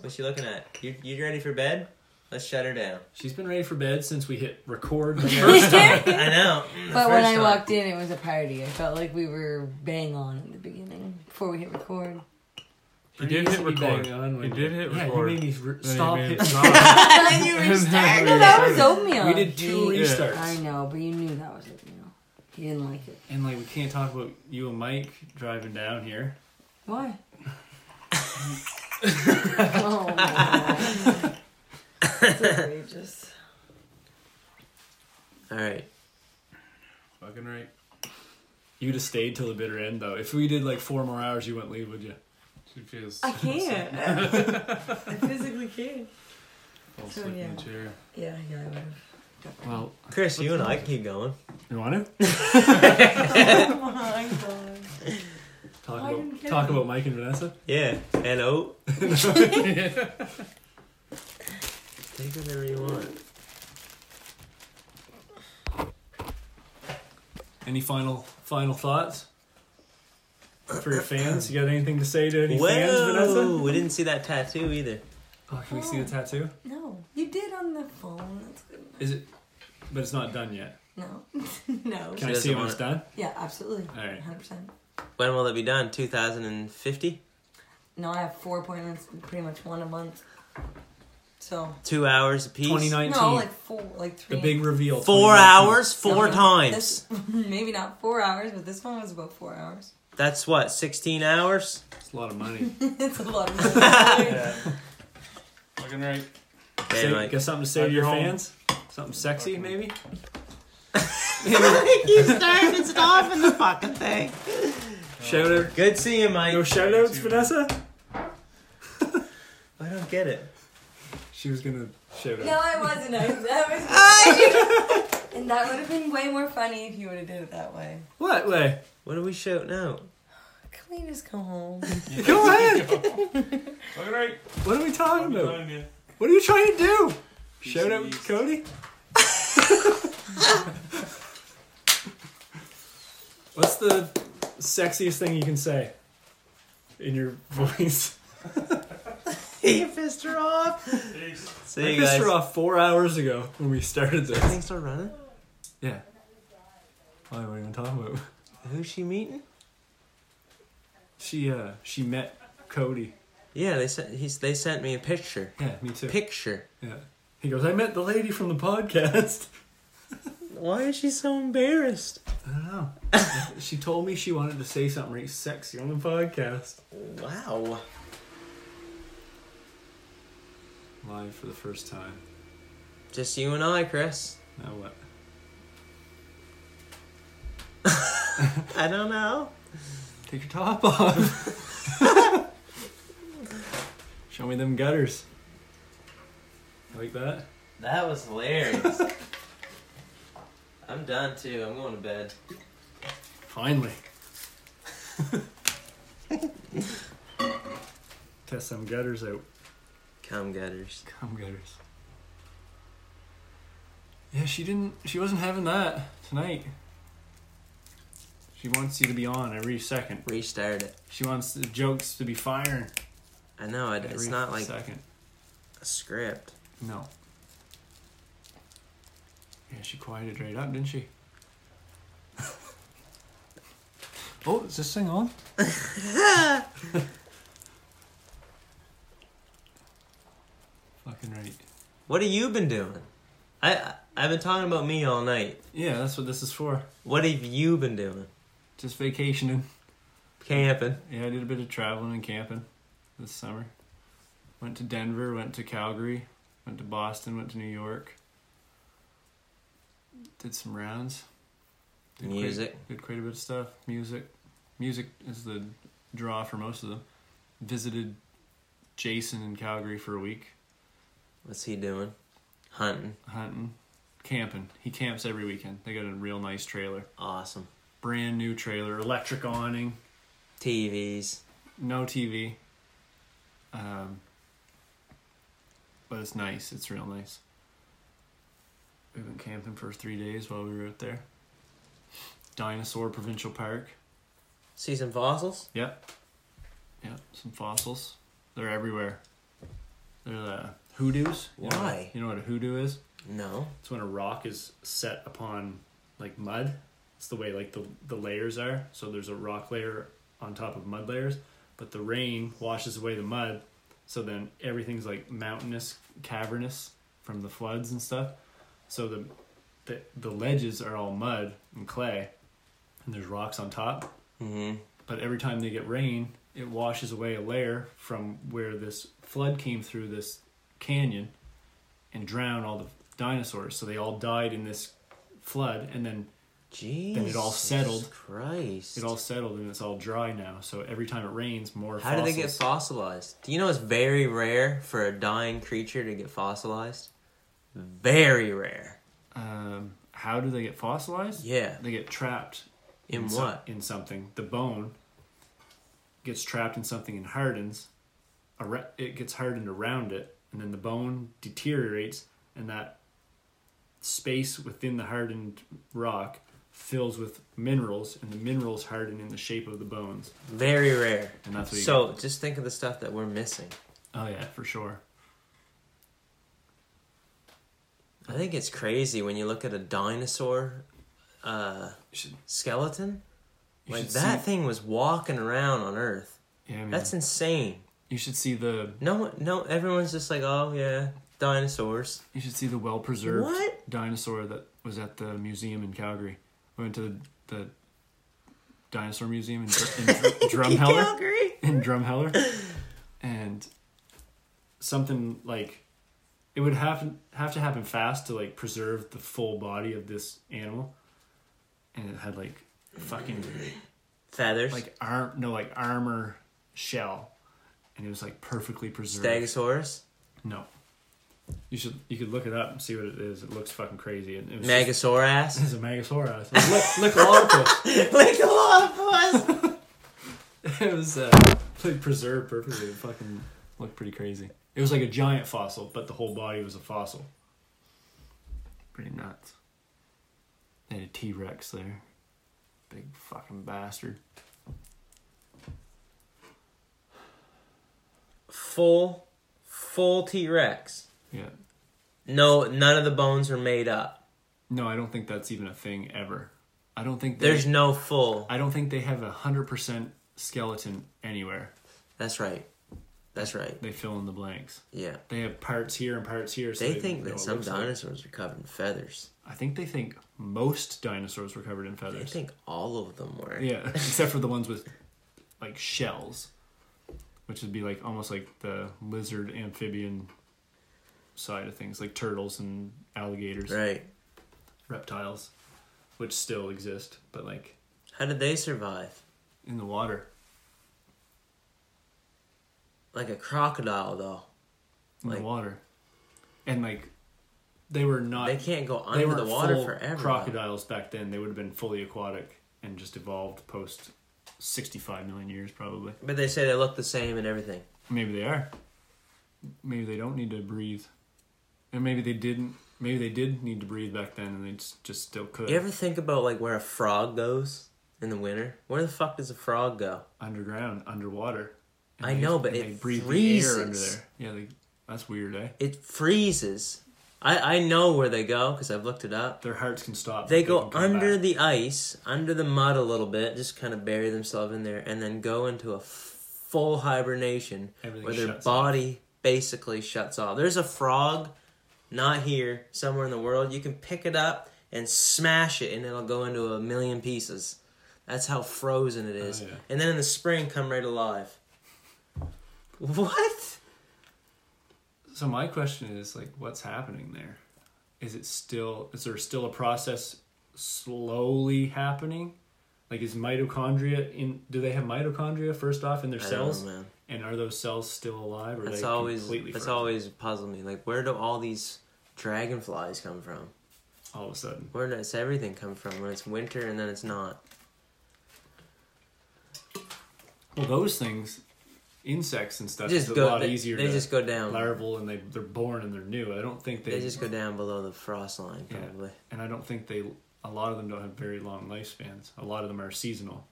Speaker 2: What's she looking at? You you ready for bed? Let's shut her down.
Speaker 4: She's been ready for bed since we hit record. the first-
Speaker 3: but
Speaker 2: I know. mm, the
Speaker 3: when
Speaker 2: first
Speaker 3: I
Speaker 2: time.
Speaker 3: walked in, it was a party. I felt like we were bang on in the beginning before we hit record.
Speaker 6: He did hit
Speaker 4: Pretty easy
Speaker 6: record.
Speaker 4: bang on
Speaker 6: He
Speaker 4: when-
Speaker 6: did hit
Speaker 4: Yeah,
Speaker 6: record.
Speaker 4: you made me re-
Speaker 6: Then he
Speaker 4: stop
Speaker 6: made
Speaker 4: hitting.
Speaker 6: it stop.
Speaker 3: and then you restart. No, that was oatmeal.
Speaker 4: We did two
Speaker 3: He-
Speaker 4: restarts.
Speaker 3: I know, but you knew that was oatmeal. He didn't like it.
Speaker 4: And like we can't talk about you and Mike driving down here.
Speaker 3: Why? oh no. That's outrageous.
Speaker 2: All right.
Speaker 5: Fucking right.
Speaker 4: You'd have stayed till the bitter end though. If we did like four more hours, you wouldn't leave, would you?
Speaker 6: She feels
Speaker 3: I
Speaker 6: falls
Speaker 3: can't. I physically can't.
Speaker 6: asleep in
Speaker 3: yeah.
Speaker 6: the chair.
Speaker 3: Yeah, yeah, I would have.
Speaker 4: Well,
Speaker 2: Chris, you and I can keep going.
Speaker 4: you want to
Speaker 3: Oh my god.
Speaker 4: talk
Speaker 3: I didn't
Speaker 4: about
Speaker 3: care.
Speaker 4: talk about Mike and Vanessa?
Speaker 2: Yeah. And oat. Take whatever you want.
Speaker 4: Any final final thoughts for your fans? You got anything to say to any fans,
Speaker 2: Whoa!
Speaker 4: Vanessa?
Speaker 2: We didn't see that tattoo either.
Speaker 4: Oh, can we see the tattoo?
Speaker 3: No, you did on the phone. That's good.
Speaker 4: Is it? But it's not done yet.
Speaker 3: No, no.
Speaker 4: Can
Speaker 2: She
Speaker 4: I see
Speaker 2: doesn't
Speaker 4: when
Speaker 2: want
Speaker 4: it's
Speaker 2: it.
Speaker 4: done?
Speaker 3: Yeah, absolutely.
Speaker 4: All right.
Speaker 3: Hundred percent.
Speaker 2: When will it be done? 2050?
Speaker 3: No, I have four appointments, pretty much one a month. So
Speaker 2: Two hours apiece?
Speaker 4: Twenty nineteen.
Speaker 3: no, like four, like three.
Speaker 4: the big reveal.
Speaker 2: Four
Speaker 4: 2019.
Speaker 2: hours? Four
Speaker 3: No,
Speaker 2: times.
Speaker 3: this- maybe not four hours, but this one was about four hours.
Speaker 2: That's what, 16 hours?
Speaker 4: It's a lot of money.
Speaker 3: it's a lot. Of money.
Speaker 6: Fucking right.
Speaker 2: Damn,
Speaker 4: Say-
Speaker 2: like,
Speaker 4: got something to say
Speaker 6: Have
Speaker 4: to your
Speaker 6: your own.
Speaker 4: fans? Something sexy, maybe?
Speaker 2: you started and stopping the fucking thing.
Speaker 4: Shout out.
Speaker 2: Good seeing you, Mike.
Speaker 4: No shout outs, Vanessa?
Speaker 2: I don't get it.
Speaker 4: She was gonna shout out.
Speaker 3: No, I wasn't. I, that was. and that would have been way more funny if you would have did it that way.
Speaker 4: What way?
Speaker 2: What are we shouting out?
Speaker 3: Can we just go home?
Speaker 4: Go ahead.
Speaker 6: Fucking right.
Speaker 4: What are we talking about?
Speaker 6: Fucking yeah.
Speaker 4: What are you trying to do?
Speaker 6: Piece
Speaker 4: Shout
Speaker 6: of
Speaker 4: out
Speaker 6: yeast.
Speaker 4: Cody? What's the sexiest thing you can say in your voice?
Speaker 2: He pissed her off.
Speaker 6: Peace.
Speaker 2: See
Speaker 4: I
Speaker 2: you
Speaker 4: pissed
Speaker 2: guys.
Speaker 4: her off four hours ago when we started this.
Speaker 2: Things are running.
Speaker 4: Yeah. Why, what are you gonna talk about?
Speaker 2: Who's she meeting?
Speaker 4: She uh she met Cody.
Speaker 2: Yeah, they sent. He's, they sent me a picture.
Speaker 4: Yeah, me too.
Speaker 2: Picture.
Speaker 4: Yeah. He goes, I met the lady from the podcast.
Speaker 2: Why is she so embarrassed?
Speaker 4: I don't know. she told me she wanted to say something really sexy on the podcast.
Speaker 2: Wow.
Speaker 4: Live for the first time.
Speaker 2: Just you and I, Chris.
Speaker 4: Now what?
Speaker 2: I don't know.
Speaker 4: Take your top off. Show me them gutters. You like that?
Speaker 2: That was hilarious. I'm done too. I'm going to bed.
Speaker 4: Finally. Test some gutters out.
Speaker 2: Come getters.
Speaker 4: Cum gutters. Yeah, she didn't. She wasn't having that tonight. She wants you to be on every second.
Speaker 2: Restart it.
Speaker 4: She wants the jokes to be firing.
Speaker 2: I know it, it's
Speaker 4: every
Speaker 2: not like
Speaker 4: second.
Speaker 2: a script.
Speaker 4: No. Yeah, she quieted right up, didn't she? oh, is this thing on? Fucking right.
Speaker 2: What have you been doing? I I- I've been talking about me all night.
Speaker 4: Yeah, that's what this is for.
Speaker 2: What have you been doing?
Speaker 4: Just vacationing.
Speaker 2: Camping.
Speaker 4: Yeah, I did a bit of traveling and camping this summer. Went to Denver, went to Calgary, went to Boston, went to New York. Did some rounds. Did quite-
Speaker 2: Music.
Speaker 4: did quite a bit of stuff. Music. Music is the draw for most of them. Visited Jason in Calgary for a week,
Speaker 2: What's he doing? Hunting.
Speaker 4: hunting, camping. He camps every weekend. They got a real nice trailer.
Speaker 2: Awesome.
Speaker 4: Brand new trailer, electric awning.
Speaker 2: TVs.
Speaker 4: no TV. Um, but it's nice. It's real nice. We went camping for three days while we were out there. Dinosaur Provincial Park.
Speaker 2: See some fossils.
Speaker 4: Yep. Yep. Some fossils. They're everywhere. They're the hoodoos. You know-
Speaker 2: Why?
Speaker 4: you know what a hoodoo is?
Speaker 2: No.
Speaker 4: It's when a rock is set upon like mud. It's the way like the the layers are. So there's a rock layer on top of mud layers. but the rain washes away the mud. So then everything's like mountainous, cavernous from the floods and stuff. So the the, the ledges are all mud and clay, and there's rocks on top.
Speaker 2: Mm-hmm.
Speaker 4: But every time they get rain, it washes away a layer from where this flood came through this canyon and drown all the dinosaurs. So they all died in this flood, and then
Speaker 2: Jeez.
Speaker 4: it all settled.
Speaker 2: Christ.
Speaker 4: it all settled and it's all dry now. So every time it rains, more.
Speaker 2: How do they get
Speaker 4: fossils.
Speaker 2: fossilized? Do you know it's very rare for a dying creature to get fossilized? Very rare.
Speaker 4: Um, how do they get fossilized?
Speaker 2: Yeah.
Speaker 4: They get trapped
Speaker 2: In
Speaker 4: so-
Speaker 2: what?
Speaker 4: in something. The bone gets trapped in something and hardens. Ar- It gets hardened around it, and then the bone deteriorates, and that space within the hardened rock fills with minerals, and the minerals harden in the shape of the bones.
Speaker 2: Very rare.
Speaker 4: And that's what you
Speaker 2: So just think of the stuff that we're missing.
Speaker 4: Oh yeah, for sure.
Speaker 2: I think it's crazy when you look at a dinosaur uh,
Speaker 4: should-
Speaker 2: skeleton.
Speaker 4: you
Speaker 2: Like
Speaker 4: should
Speaker 2: that
Speaker 4: see-
Speaker 2: thing was walking around on Earth.
Speaker 4: Yeah, man.
Speaker 2: That's insane.
Speaker 4: you should see the
Speaker 2: No, one- no, everyone's just like, oh yeah, dinosaurs.
Speaker 4: You should see the well preserved
Speaker 2: What?
Speaker 4: dinosaur that was at the museum in Calgary. We went to the, the dinosaur museum in, Dr- in Dr- Drumheller.
Speaker 2: Calgary.
Speaker 4: In Drumheller, and something like it would happen have to happen fast to like preserve the full body of this animal, and it had like fucking
Speaker 2: Feathers.
Speaker 4: like arm no like armor shell, and it was like perfectly preserved.
Speaker 2: Stegosaurus.
Speaker 4: No. You should you could look it up and see what it is. It looks fucking crazy. And it was just-
Speaker 2: Megasaurus.
Speaker 4: It's a Megasaurus. It look, look
Speaker 2: like a lot of us.
Speaker 4: It was uh, like preserved perfectly. It fucking looked pretty crazy. It was like a giant fossil, but the whole body was a fossil. Pretty nuts. They had a T Rex there. Big fucking bastard.
Speaker 2: Full, full T Rex.
Speaker 4: Yeah.
Speaker 2: No, none of the bones are made up.
Speaker 4: No, I don't think that's even a thing ever. I don't think they,
Speaker 2: There's no full.
Speaker 4: I don't think they have a hundred percent skeleton anywhere.
Speaker 2: That's right. That's right.
Speaker 4: They fill in the blanks.
Speaker 2: Yeah.
Speaker 4: They have parts here and parts here. so
Speaker 2: They
Speaker 4: know
Speaker 2: think
Speaker 4: what
Speaker 2: that
Speaker 4: it
Speaker 2: some
Speaker 4: looks like.
Speaker 2: dinosaurs are covered in feathers.
Speaker 4: I think they think most dinosaurs were covered in
Speaker 2: They
Speaker 4: feathers.
Speaker 2: think all of them were.
Speaker 4: Yeah, except for the ones with like shells, which would be like almost like the lizard amphibian side of things, like turtles and alligators,
Speaker 2: Right.
Speaker 4: reptiles, which still exist, but like
Speaker 2: How did they survive?
Speaker 4: in the water.
Speaker 2: Like a crocodile, though.
Speaker 4: In
Speaker 2: Like-
Speaker 4: the water. And like they were not
Speaker 2: They can't go
Speaker 4: Uh, they
Speaker 2: under the
Speaker 4: weren't
Speaker 2: water
Speaker 4: full
Speaker 2: forever. though.
Speaker 4: Crocodiles back then, they would have been fully aquatic and just evolved post 65 million years probably.
Speaker 2: But they say they look the same and everything.
Speaker 4: Maybe they are. Maybe they don't need to breathe, and maybe they didn't. Maybe they did need to breathe back then, and they just, just still could.
Speaker 2: You ever think about like where a frog goes in the winter? Where the fuck does a frog go?
Speaker 4: underground, underwater. And
Speaker 2: I
Speaker 4: they-
Speaker 2: know, but
Speaker 4: and
Speaker 2: it
Speaker 4: they breathe the air under
Speaker 2: freezes.
Speaker 4: there. Yeah, they, that's weird, eh?
Speaker 2: It freezes. I I know where they go because I've looked it up.
Speaker 4: Their hearts can stop.
Speaker 2: They
Speaker 4: but
Speaker 2: go
Speaker 4: can come
Speaker 2: under
Speaker 4: back.
Speaker 2: the ice, under the mud a little bit, just kind of bury themselves in there, and then go into a f- full hibernation
Speaker 4: Everything
Speaker 2: where their
Speaker 4: shuts
Speaker 2: body basically shuts off. There's a frog, not here, somewhere in the world. You can pick it up and smash it, and it'll go into a million pieces. That's how frozen it is.
Speaker 4: Oh, yeah.
Speaker 2: And then in the spring, come right alive. What?
Speaker 4: So my question is, like, what's happening there? Is it still? Is there still a process slowly happening? Like, is mitochondria in? Do they have mitochondria first off in their
Speaker 2: I don't know,
Speaker 4: cells?
Speaker 2: man.
Speaker 4: And are those cells still alive? Or are
Speaker 2: That's
Speaker 4: they
Speaker 2: always
Speaker 4: completely
Speaker 2: that's
Speaker 4: frozen
Speaker 2: always puzzled me. Like, where do all these dragonflies come from?
Speaker 4: all of a sudden.
Speaker 2: Where does everything come from when it's winter and then it's not?
Speaker 4: Well, those things, insects and stuff,
Speaker 2: just
Speaker 4: is a
Speaker 2: go.
Speaker 4: lot
Speaker 2: They,
Speaker 4: easier.
Speaker 2: they
Speaker 4: to
Speaker 2: just go down.
Speaker 4: larval, and they they're born and they're new. I don't think they,
Speaker 2: they, just go down below the frost line,
Speaker 4: Yeah.
Speaker 2: probably.
Speaker 4: and I don't think they. A lot of them don't have very long lifespans. A lot of them are seasonal.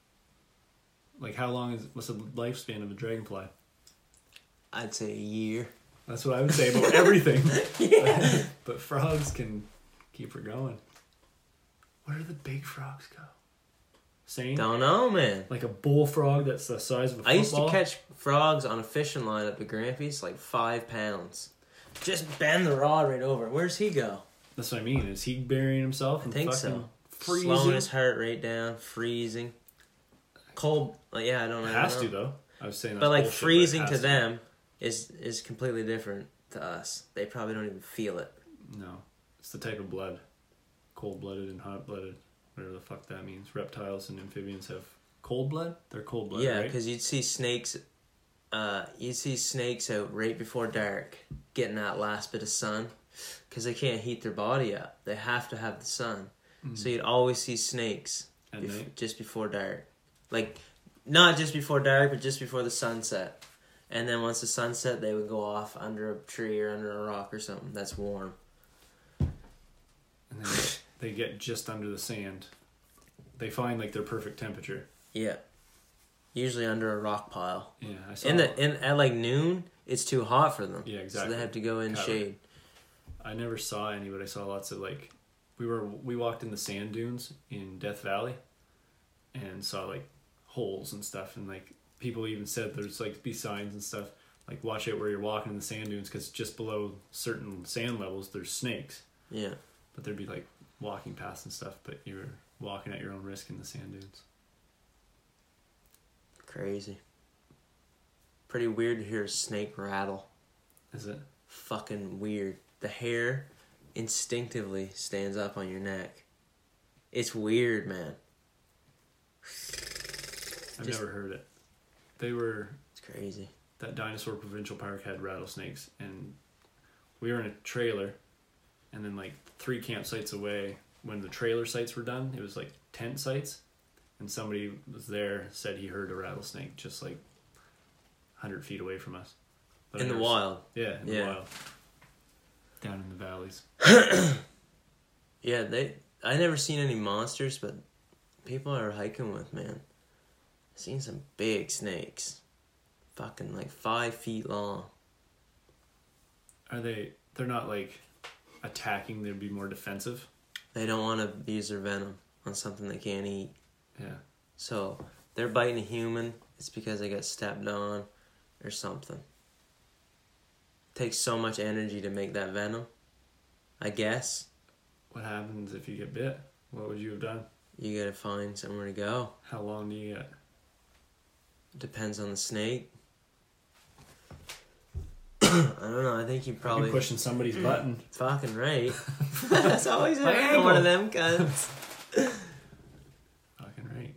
Speaker 4: Like how long is what's the lifespan of a dragonfly?
Speaker 2: I'd say a year.
Speaker 4: That's what I would say about everything. yeah. but frogs can keep her going. Where do the big frogs go? saying?
Speaker 2: Don't know, man.
Speaker 4: Like a bullfrog that's the size of a football.
Speaker 2: I used to catch frogs on a fishing line up at Grampy's, like five pounds. Just bend the rod right over. it. Where's he go?
Speaker 4: That's what I mean. Is he burying himself?
Speaker 2: I
Speaker 4: in
Speaker 2: think
Speaker 4: fucking
Speaker 2: so.
Speaker 4: Freezing.
Speaker 2: Slowing his heart rate down, freezing. Cold, like, yeah, I don't know. I don't
Speaker 4: has
Speaker 2: know.
Speaker 4: to though. I was saying,
Speaker 2: But
Speaker 4: that's
Speaker 2: like
Speaker 4: bullshit, it
Speaker 2: freezing
Speaker 4: has
Speaker 2: to them is is completely different to us. They probably don't even feel it.
Speaker 4: No, it's the type of blood, cold blooded and hot blooded, whatever the fuck that means. Reptiles and amphibians have cold blood. They're cold blooded,
Speaker 2: yeah,
Speaker 4: right?
Speaker 2: because you'd see snakes. Uh, you'd see snakes out right before dark, getting that last bit of sun, because they can't heat their body up. They have to have the sun. So you'd always see snakes
Speaker 4: Mm-hmm. At
Speaker 2: bef-
Speaker 4: night?
Speaker 2: just before dark, like not just before dark, but just before the sunset. And then once the sunset, they would go off under a tree or under a rock or something that's warm.
Speaker 4: And then they get just under the sand. They find like their perfect temperature.
Speaker 2: Yeah, usually under a rock pile.
Speaker 4: Yeah, I saw.
Speaker 2: in the in at like noon, it's too hot for them.
Speaker 4: Yeah,
Speaker 2: So
Speaker 4: exactly.
Speaker 2: they have to go in
Speaker 4: Covered.
Speaker 2: shade.
Speaker 4: I never saw any, but I saw lots of like, we were we walked in the sand dunes in Death Valley, and saw like holes and stuff, and like people even said there's like be signs and stuff like watch out where you're walking in the sand dunes because just below certain sand levels there's snakes,
Speaker 2: Yeah,
Speaker 4: but there'd be like walking past and stuff, but you were walking at your own risk in the sand dunes.
Speaker 2: crazy. Pretty weird to hear a snake rattle.
Speaker 4: Is it?
Speaker 2: Fucking weird. The hair instinctively stands up on your neck. It's weird, man.
Speaker 4: I've
Speaker 2: Just-
Speaker 4: never heard it. They were
Speaker 2: It's crazy.
Speaker 4: that dinosaur provincial park had rattlesnakes and we were in a trailer and then like three campsites away when the trailer sites were done it was like tent sites and somebody was there said he heard a rattlesnake just like 100 feet away from us But I
Speaker 2: in the
Speaker 4: never s-
Speaker 2: wild.
Speaker 4: yeah in
Speaker 2: Yeah.
Speaker 4: the wild down in the valleys
Speaker 2: Yeah, they. I never seen any monsters, but people I were hiking with, man, seen some big snakes, fucking like five feet long.
Speaker 4: are they they're not like attacking they'd be more defensive
Speaker 2: They don't want to use their venom on something they can't eat.
Speaker 4: yeah
Speaker 2: So they're biting a human. It's because they got stepped on or something. Takes so much energy to make that venom. I guess
Speaker 4: what happens if you get bit what would you have done
Speaker 2: you gotta find somewhere to go.
Speaker 4: how long do you get
Speaker 2: Depends on the snake. I don't know. I think you
Speaker 4: you're
Speaker 2: probably
Speaker 4: pushing somebody's button
Speaker 2: fucking right. That's always
Speaker 4: My
Speaker 2: an one of them guns.
Speaker 4: fucking right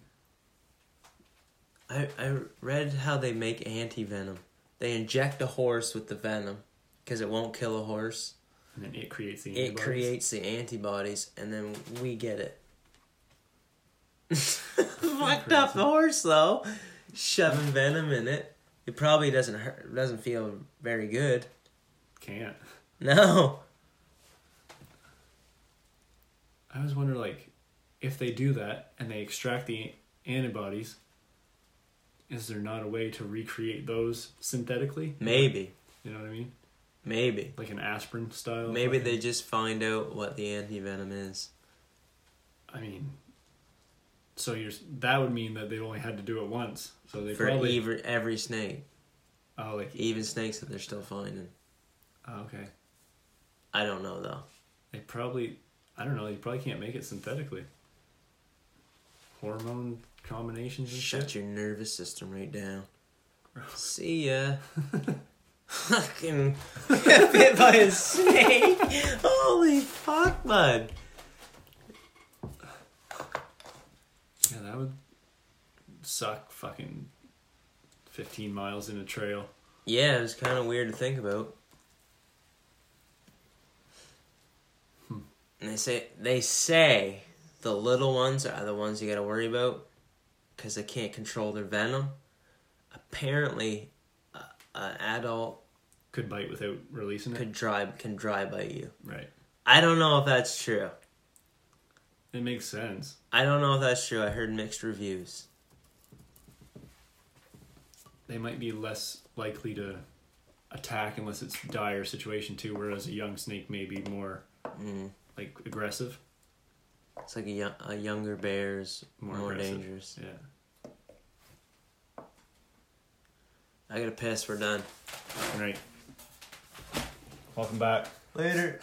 Speaker 2: I, I read how they make anti venom. They inject a horse with the venom because it won't kill a horse.
Speaker 4: and then it creates the
Speaker 2: It
Speaker 4: antibodies.
Speaker 2: creates the antibodies, and then we get it. Fucked up the horse though, shoving venom in it. It probably doesn't hurt. Doesn't feel very good.
Speaker 4: can't.
Speaker 2: No,
Speaker 4: I always wonder like if they do that and they extract the antibodies, is there not a way to recreate those synthetically?
Speaker 2: maybe,
Speaker 4: You know what I mean?
Speaker 2: maybe,
Speaker 4: Like an aspirin style.
Speaker 2: maybe
Speaker 4: fucking-
Speaker 2: they just find out what the anti venom is.
Speaker 4: I mean. So you're s- that would mean that they only had to do it once. So they
Speaker 2: for
Speaker 4: probably
Speaker 2: ever, every snake,
Speaker 4: oh like
Speaker 2: even snakes that they're still finding.
Speaker 4: oh, okay
Speaker 2: I don't know though.
Speaker 4: they probably I don't know they probably can't make it synthetically. Hormone combinations and shit.
Speaker 2: Shut your nervous system right down. See ya. Fucking got bit by a snake. Holy fuck, bud.
Speaker 4: Yeah, that would suck. Fucking fifteen miles in a trail.
Speaker 2: Yeah, it was kind of weird to think about. And they say they say the little ones are the ones you got to worry about because they can't control their venom. Apparently, uh, an adult
Speaker 4: Could bite without releasing it.
Speaker 2: could dry can dry bite you.
Speaker 4: Right.
Speaker 2: I don't know if that's true.
Speaker 4: It makes sense.
Speaker 2: I don't know if that's true. I heard mixed reviews.
Speaker 4: They might be less likely to attack unless it's dire situation too. Whereas a young snake may be more
Speaker 2: Mm.
Speaker 4: like aggressive.
Speaker 2: It's like a, yo- a younger bear's more,
Speaker 4: More aggressive.
Speaker 2: dangerous.
Speaker 4: Yeah.
Speaker 2: I gotta piss. We're done.
Speaker 4: All right. Welcome back.
Speaker 2: Later.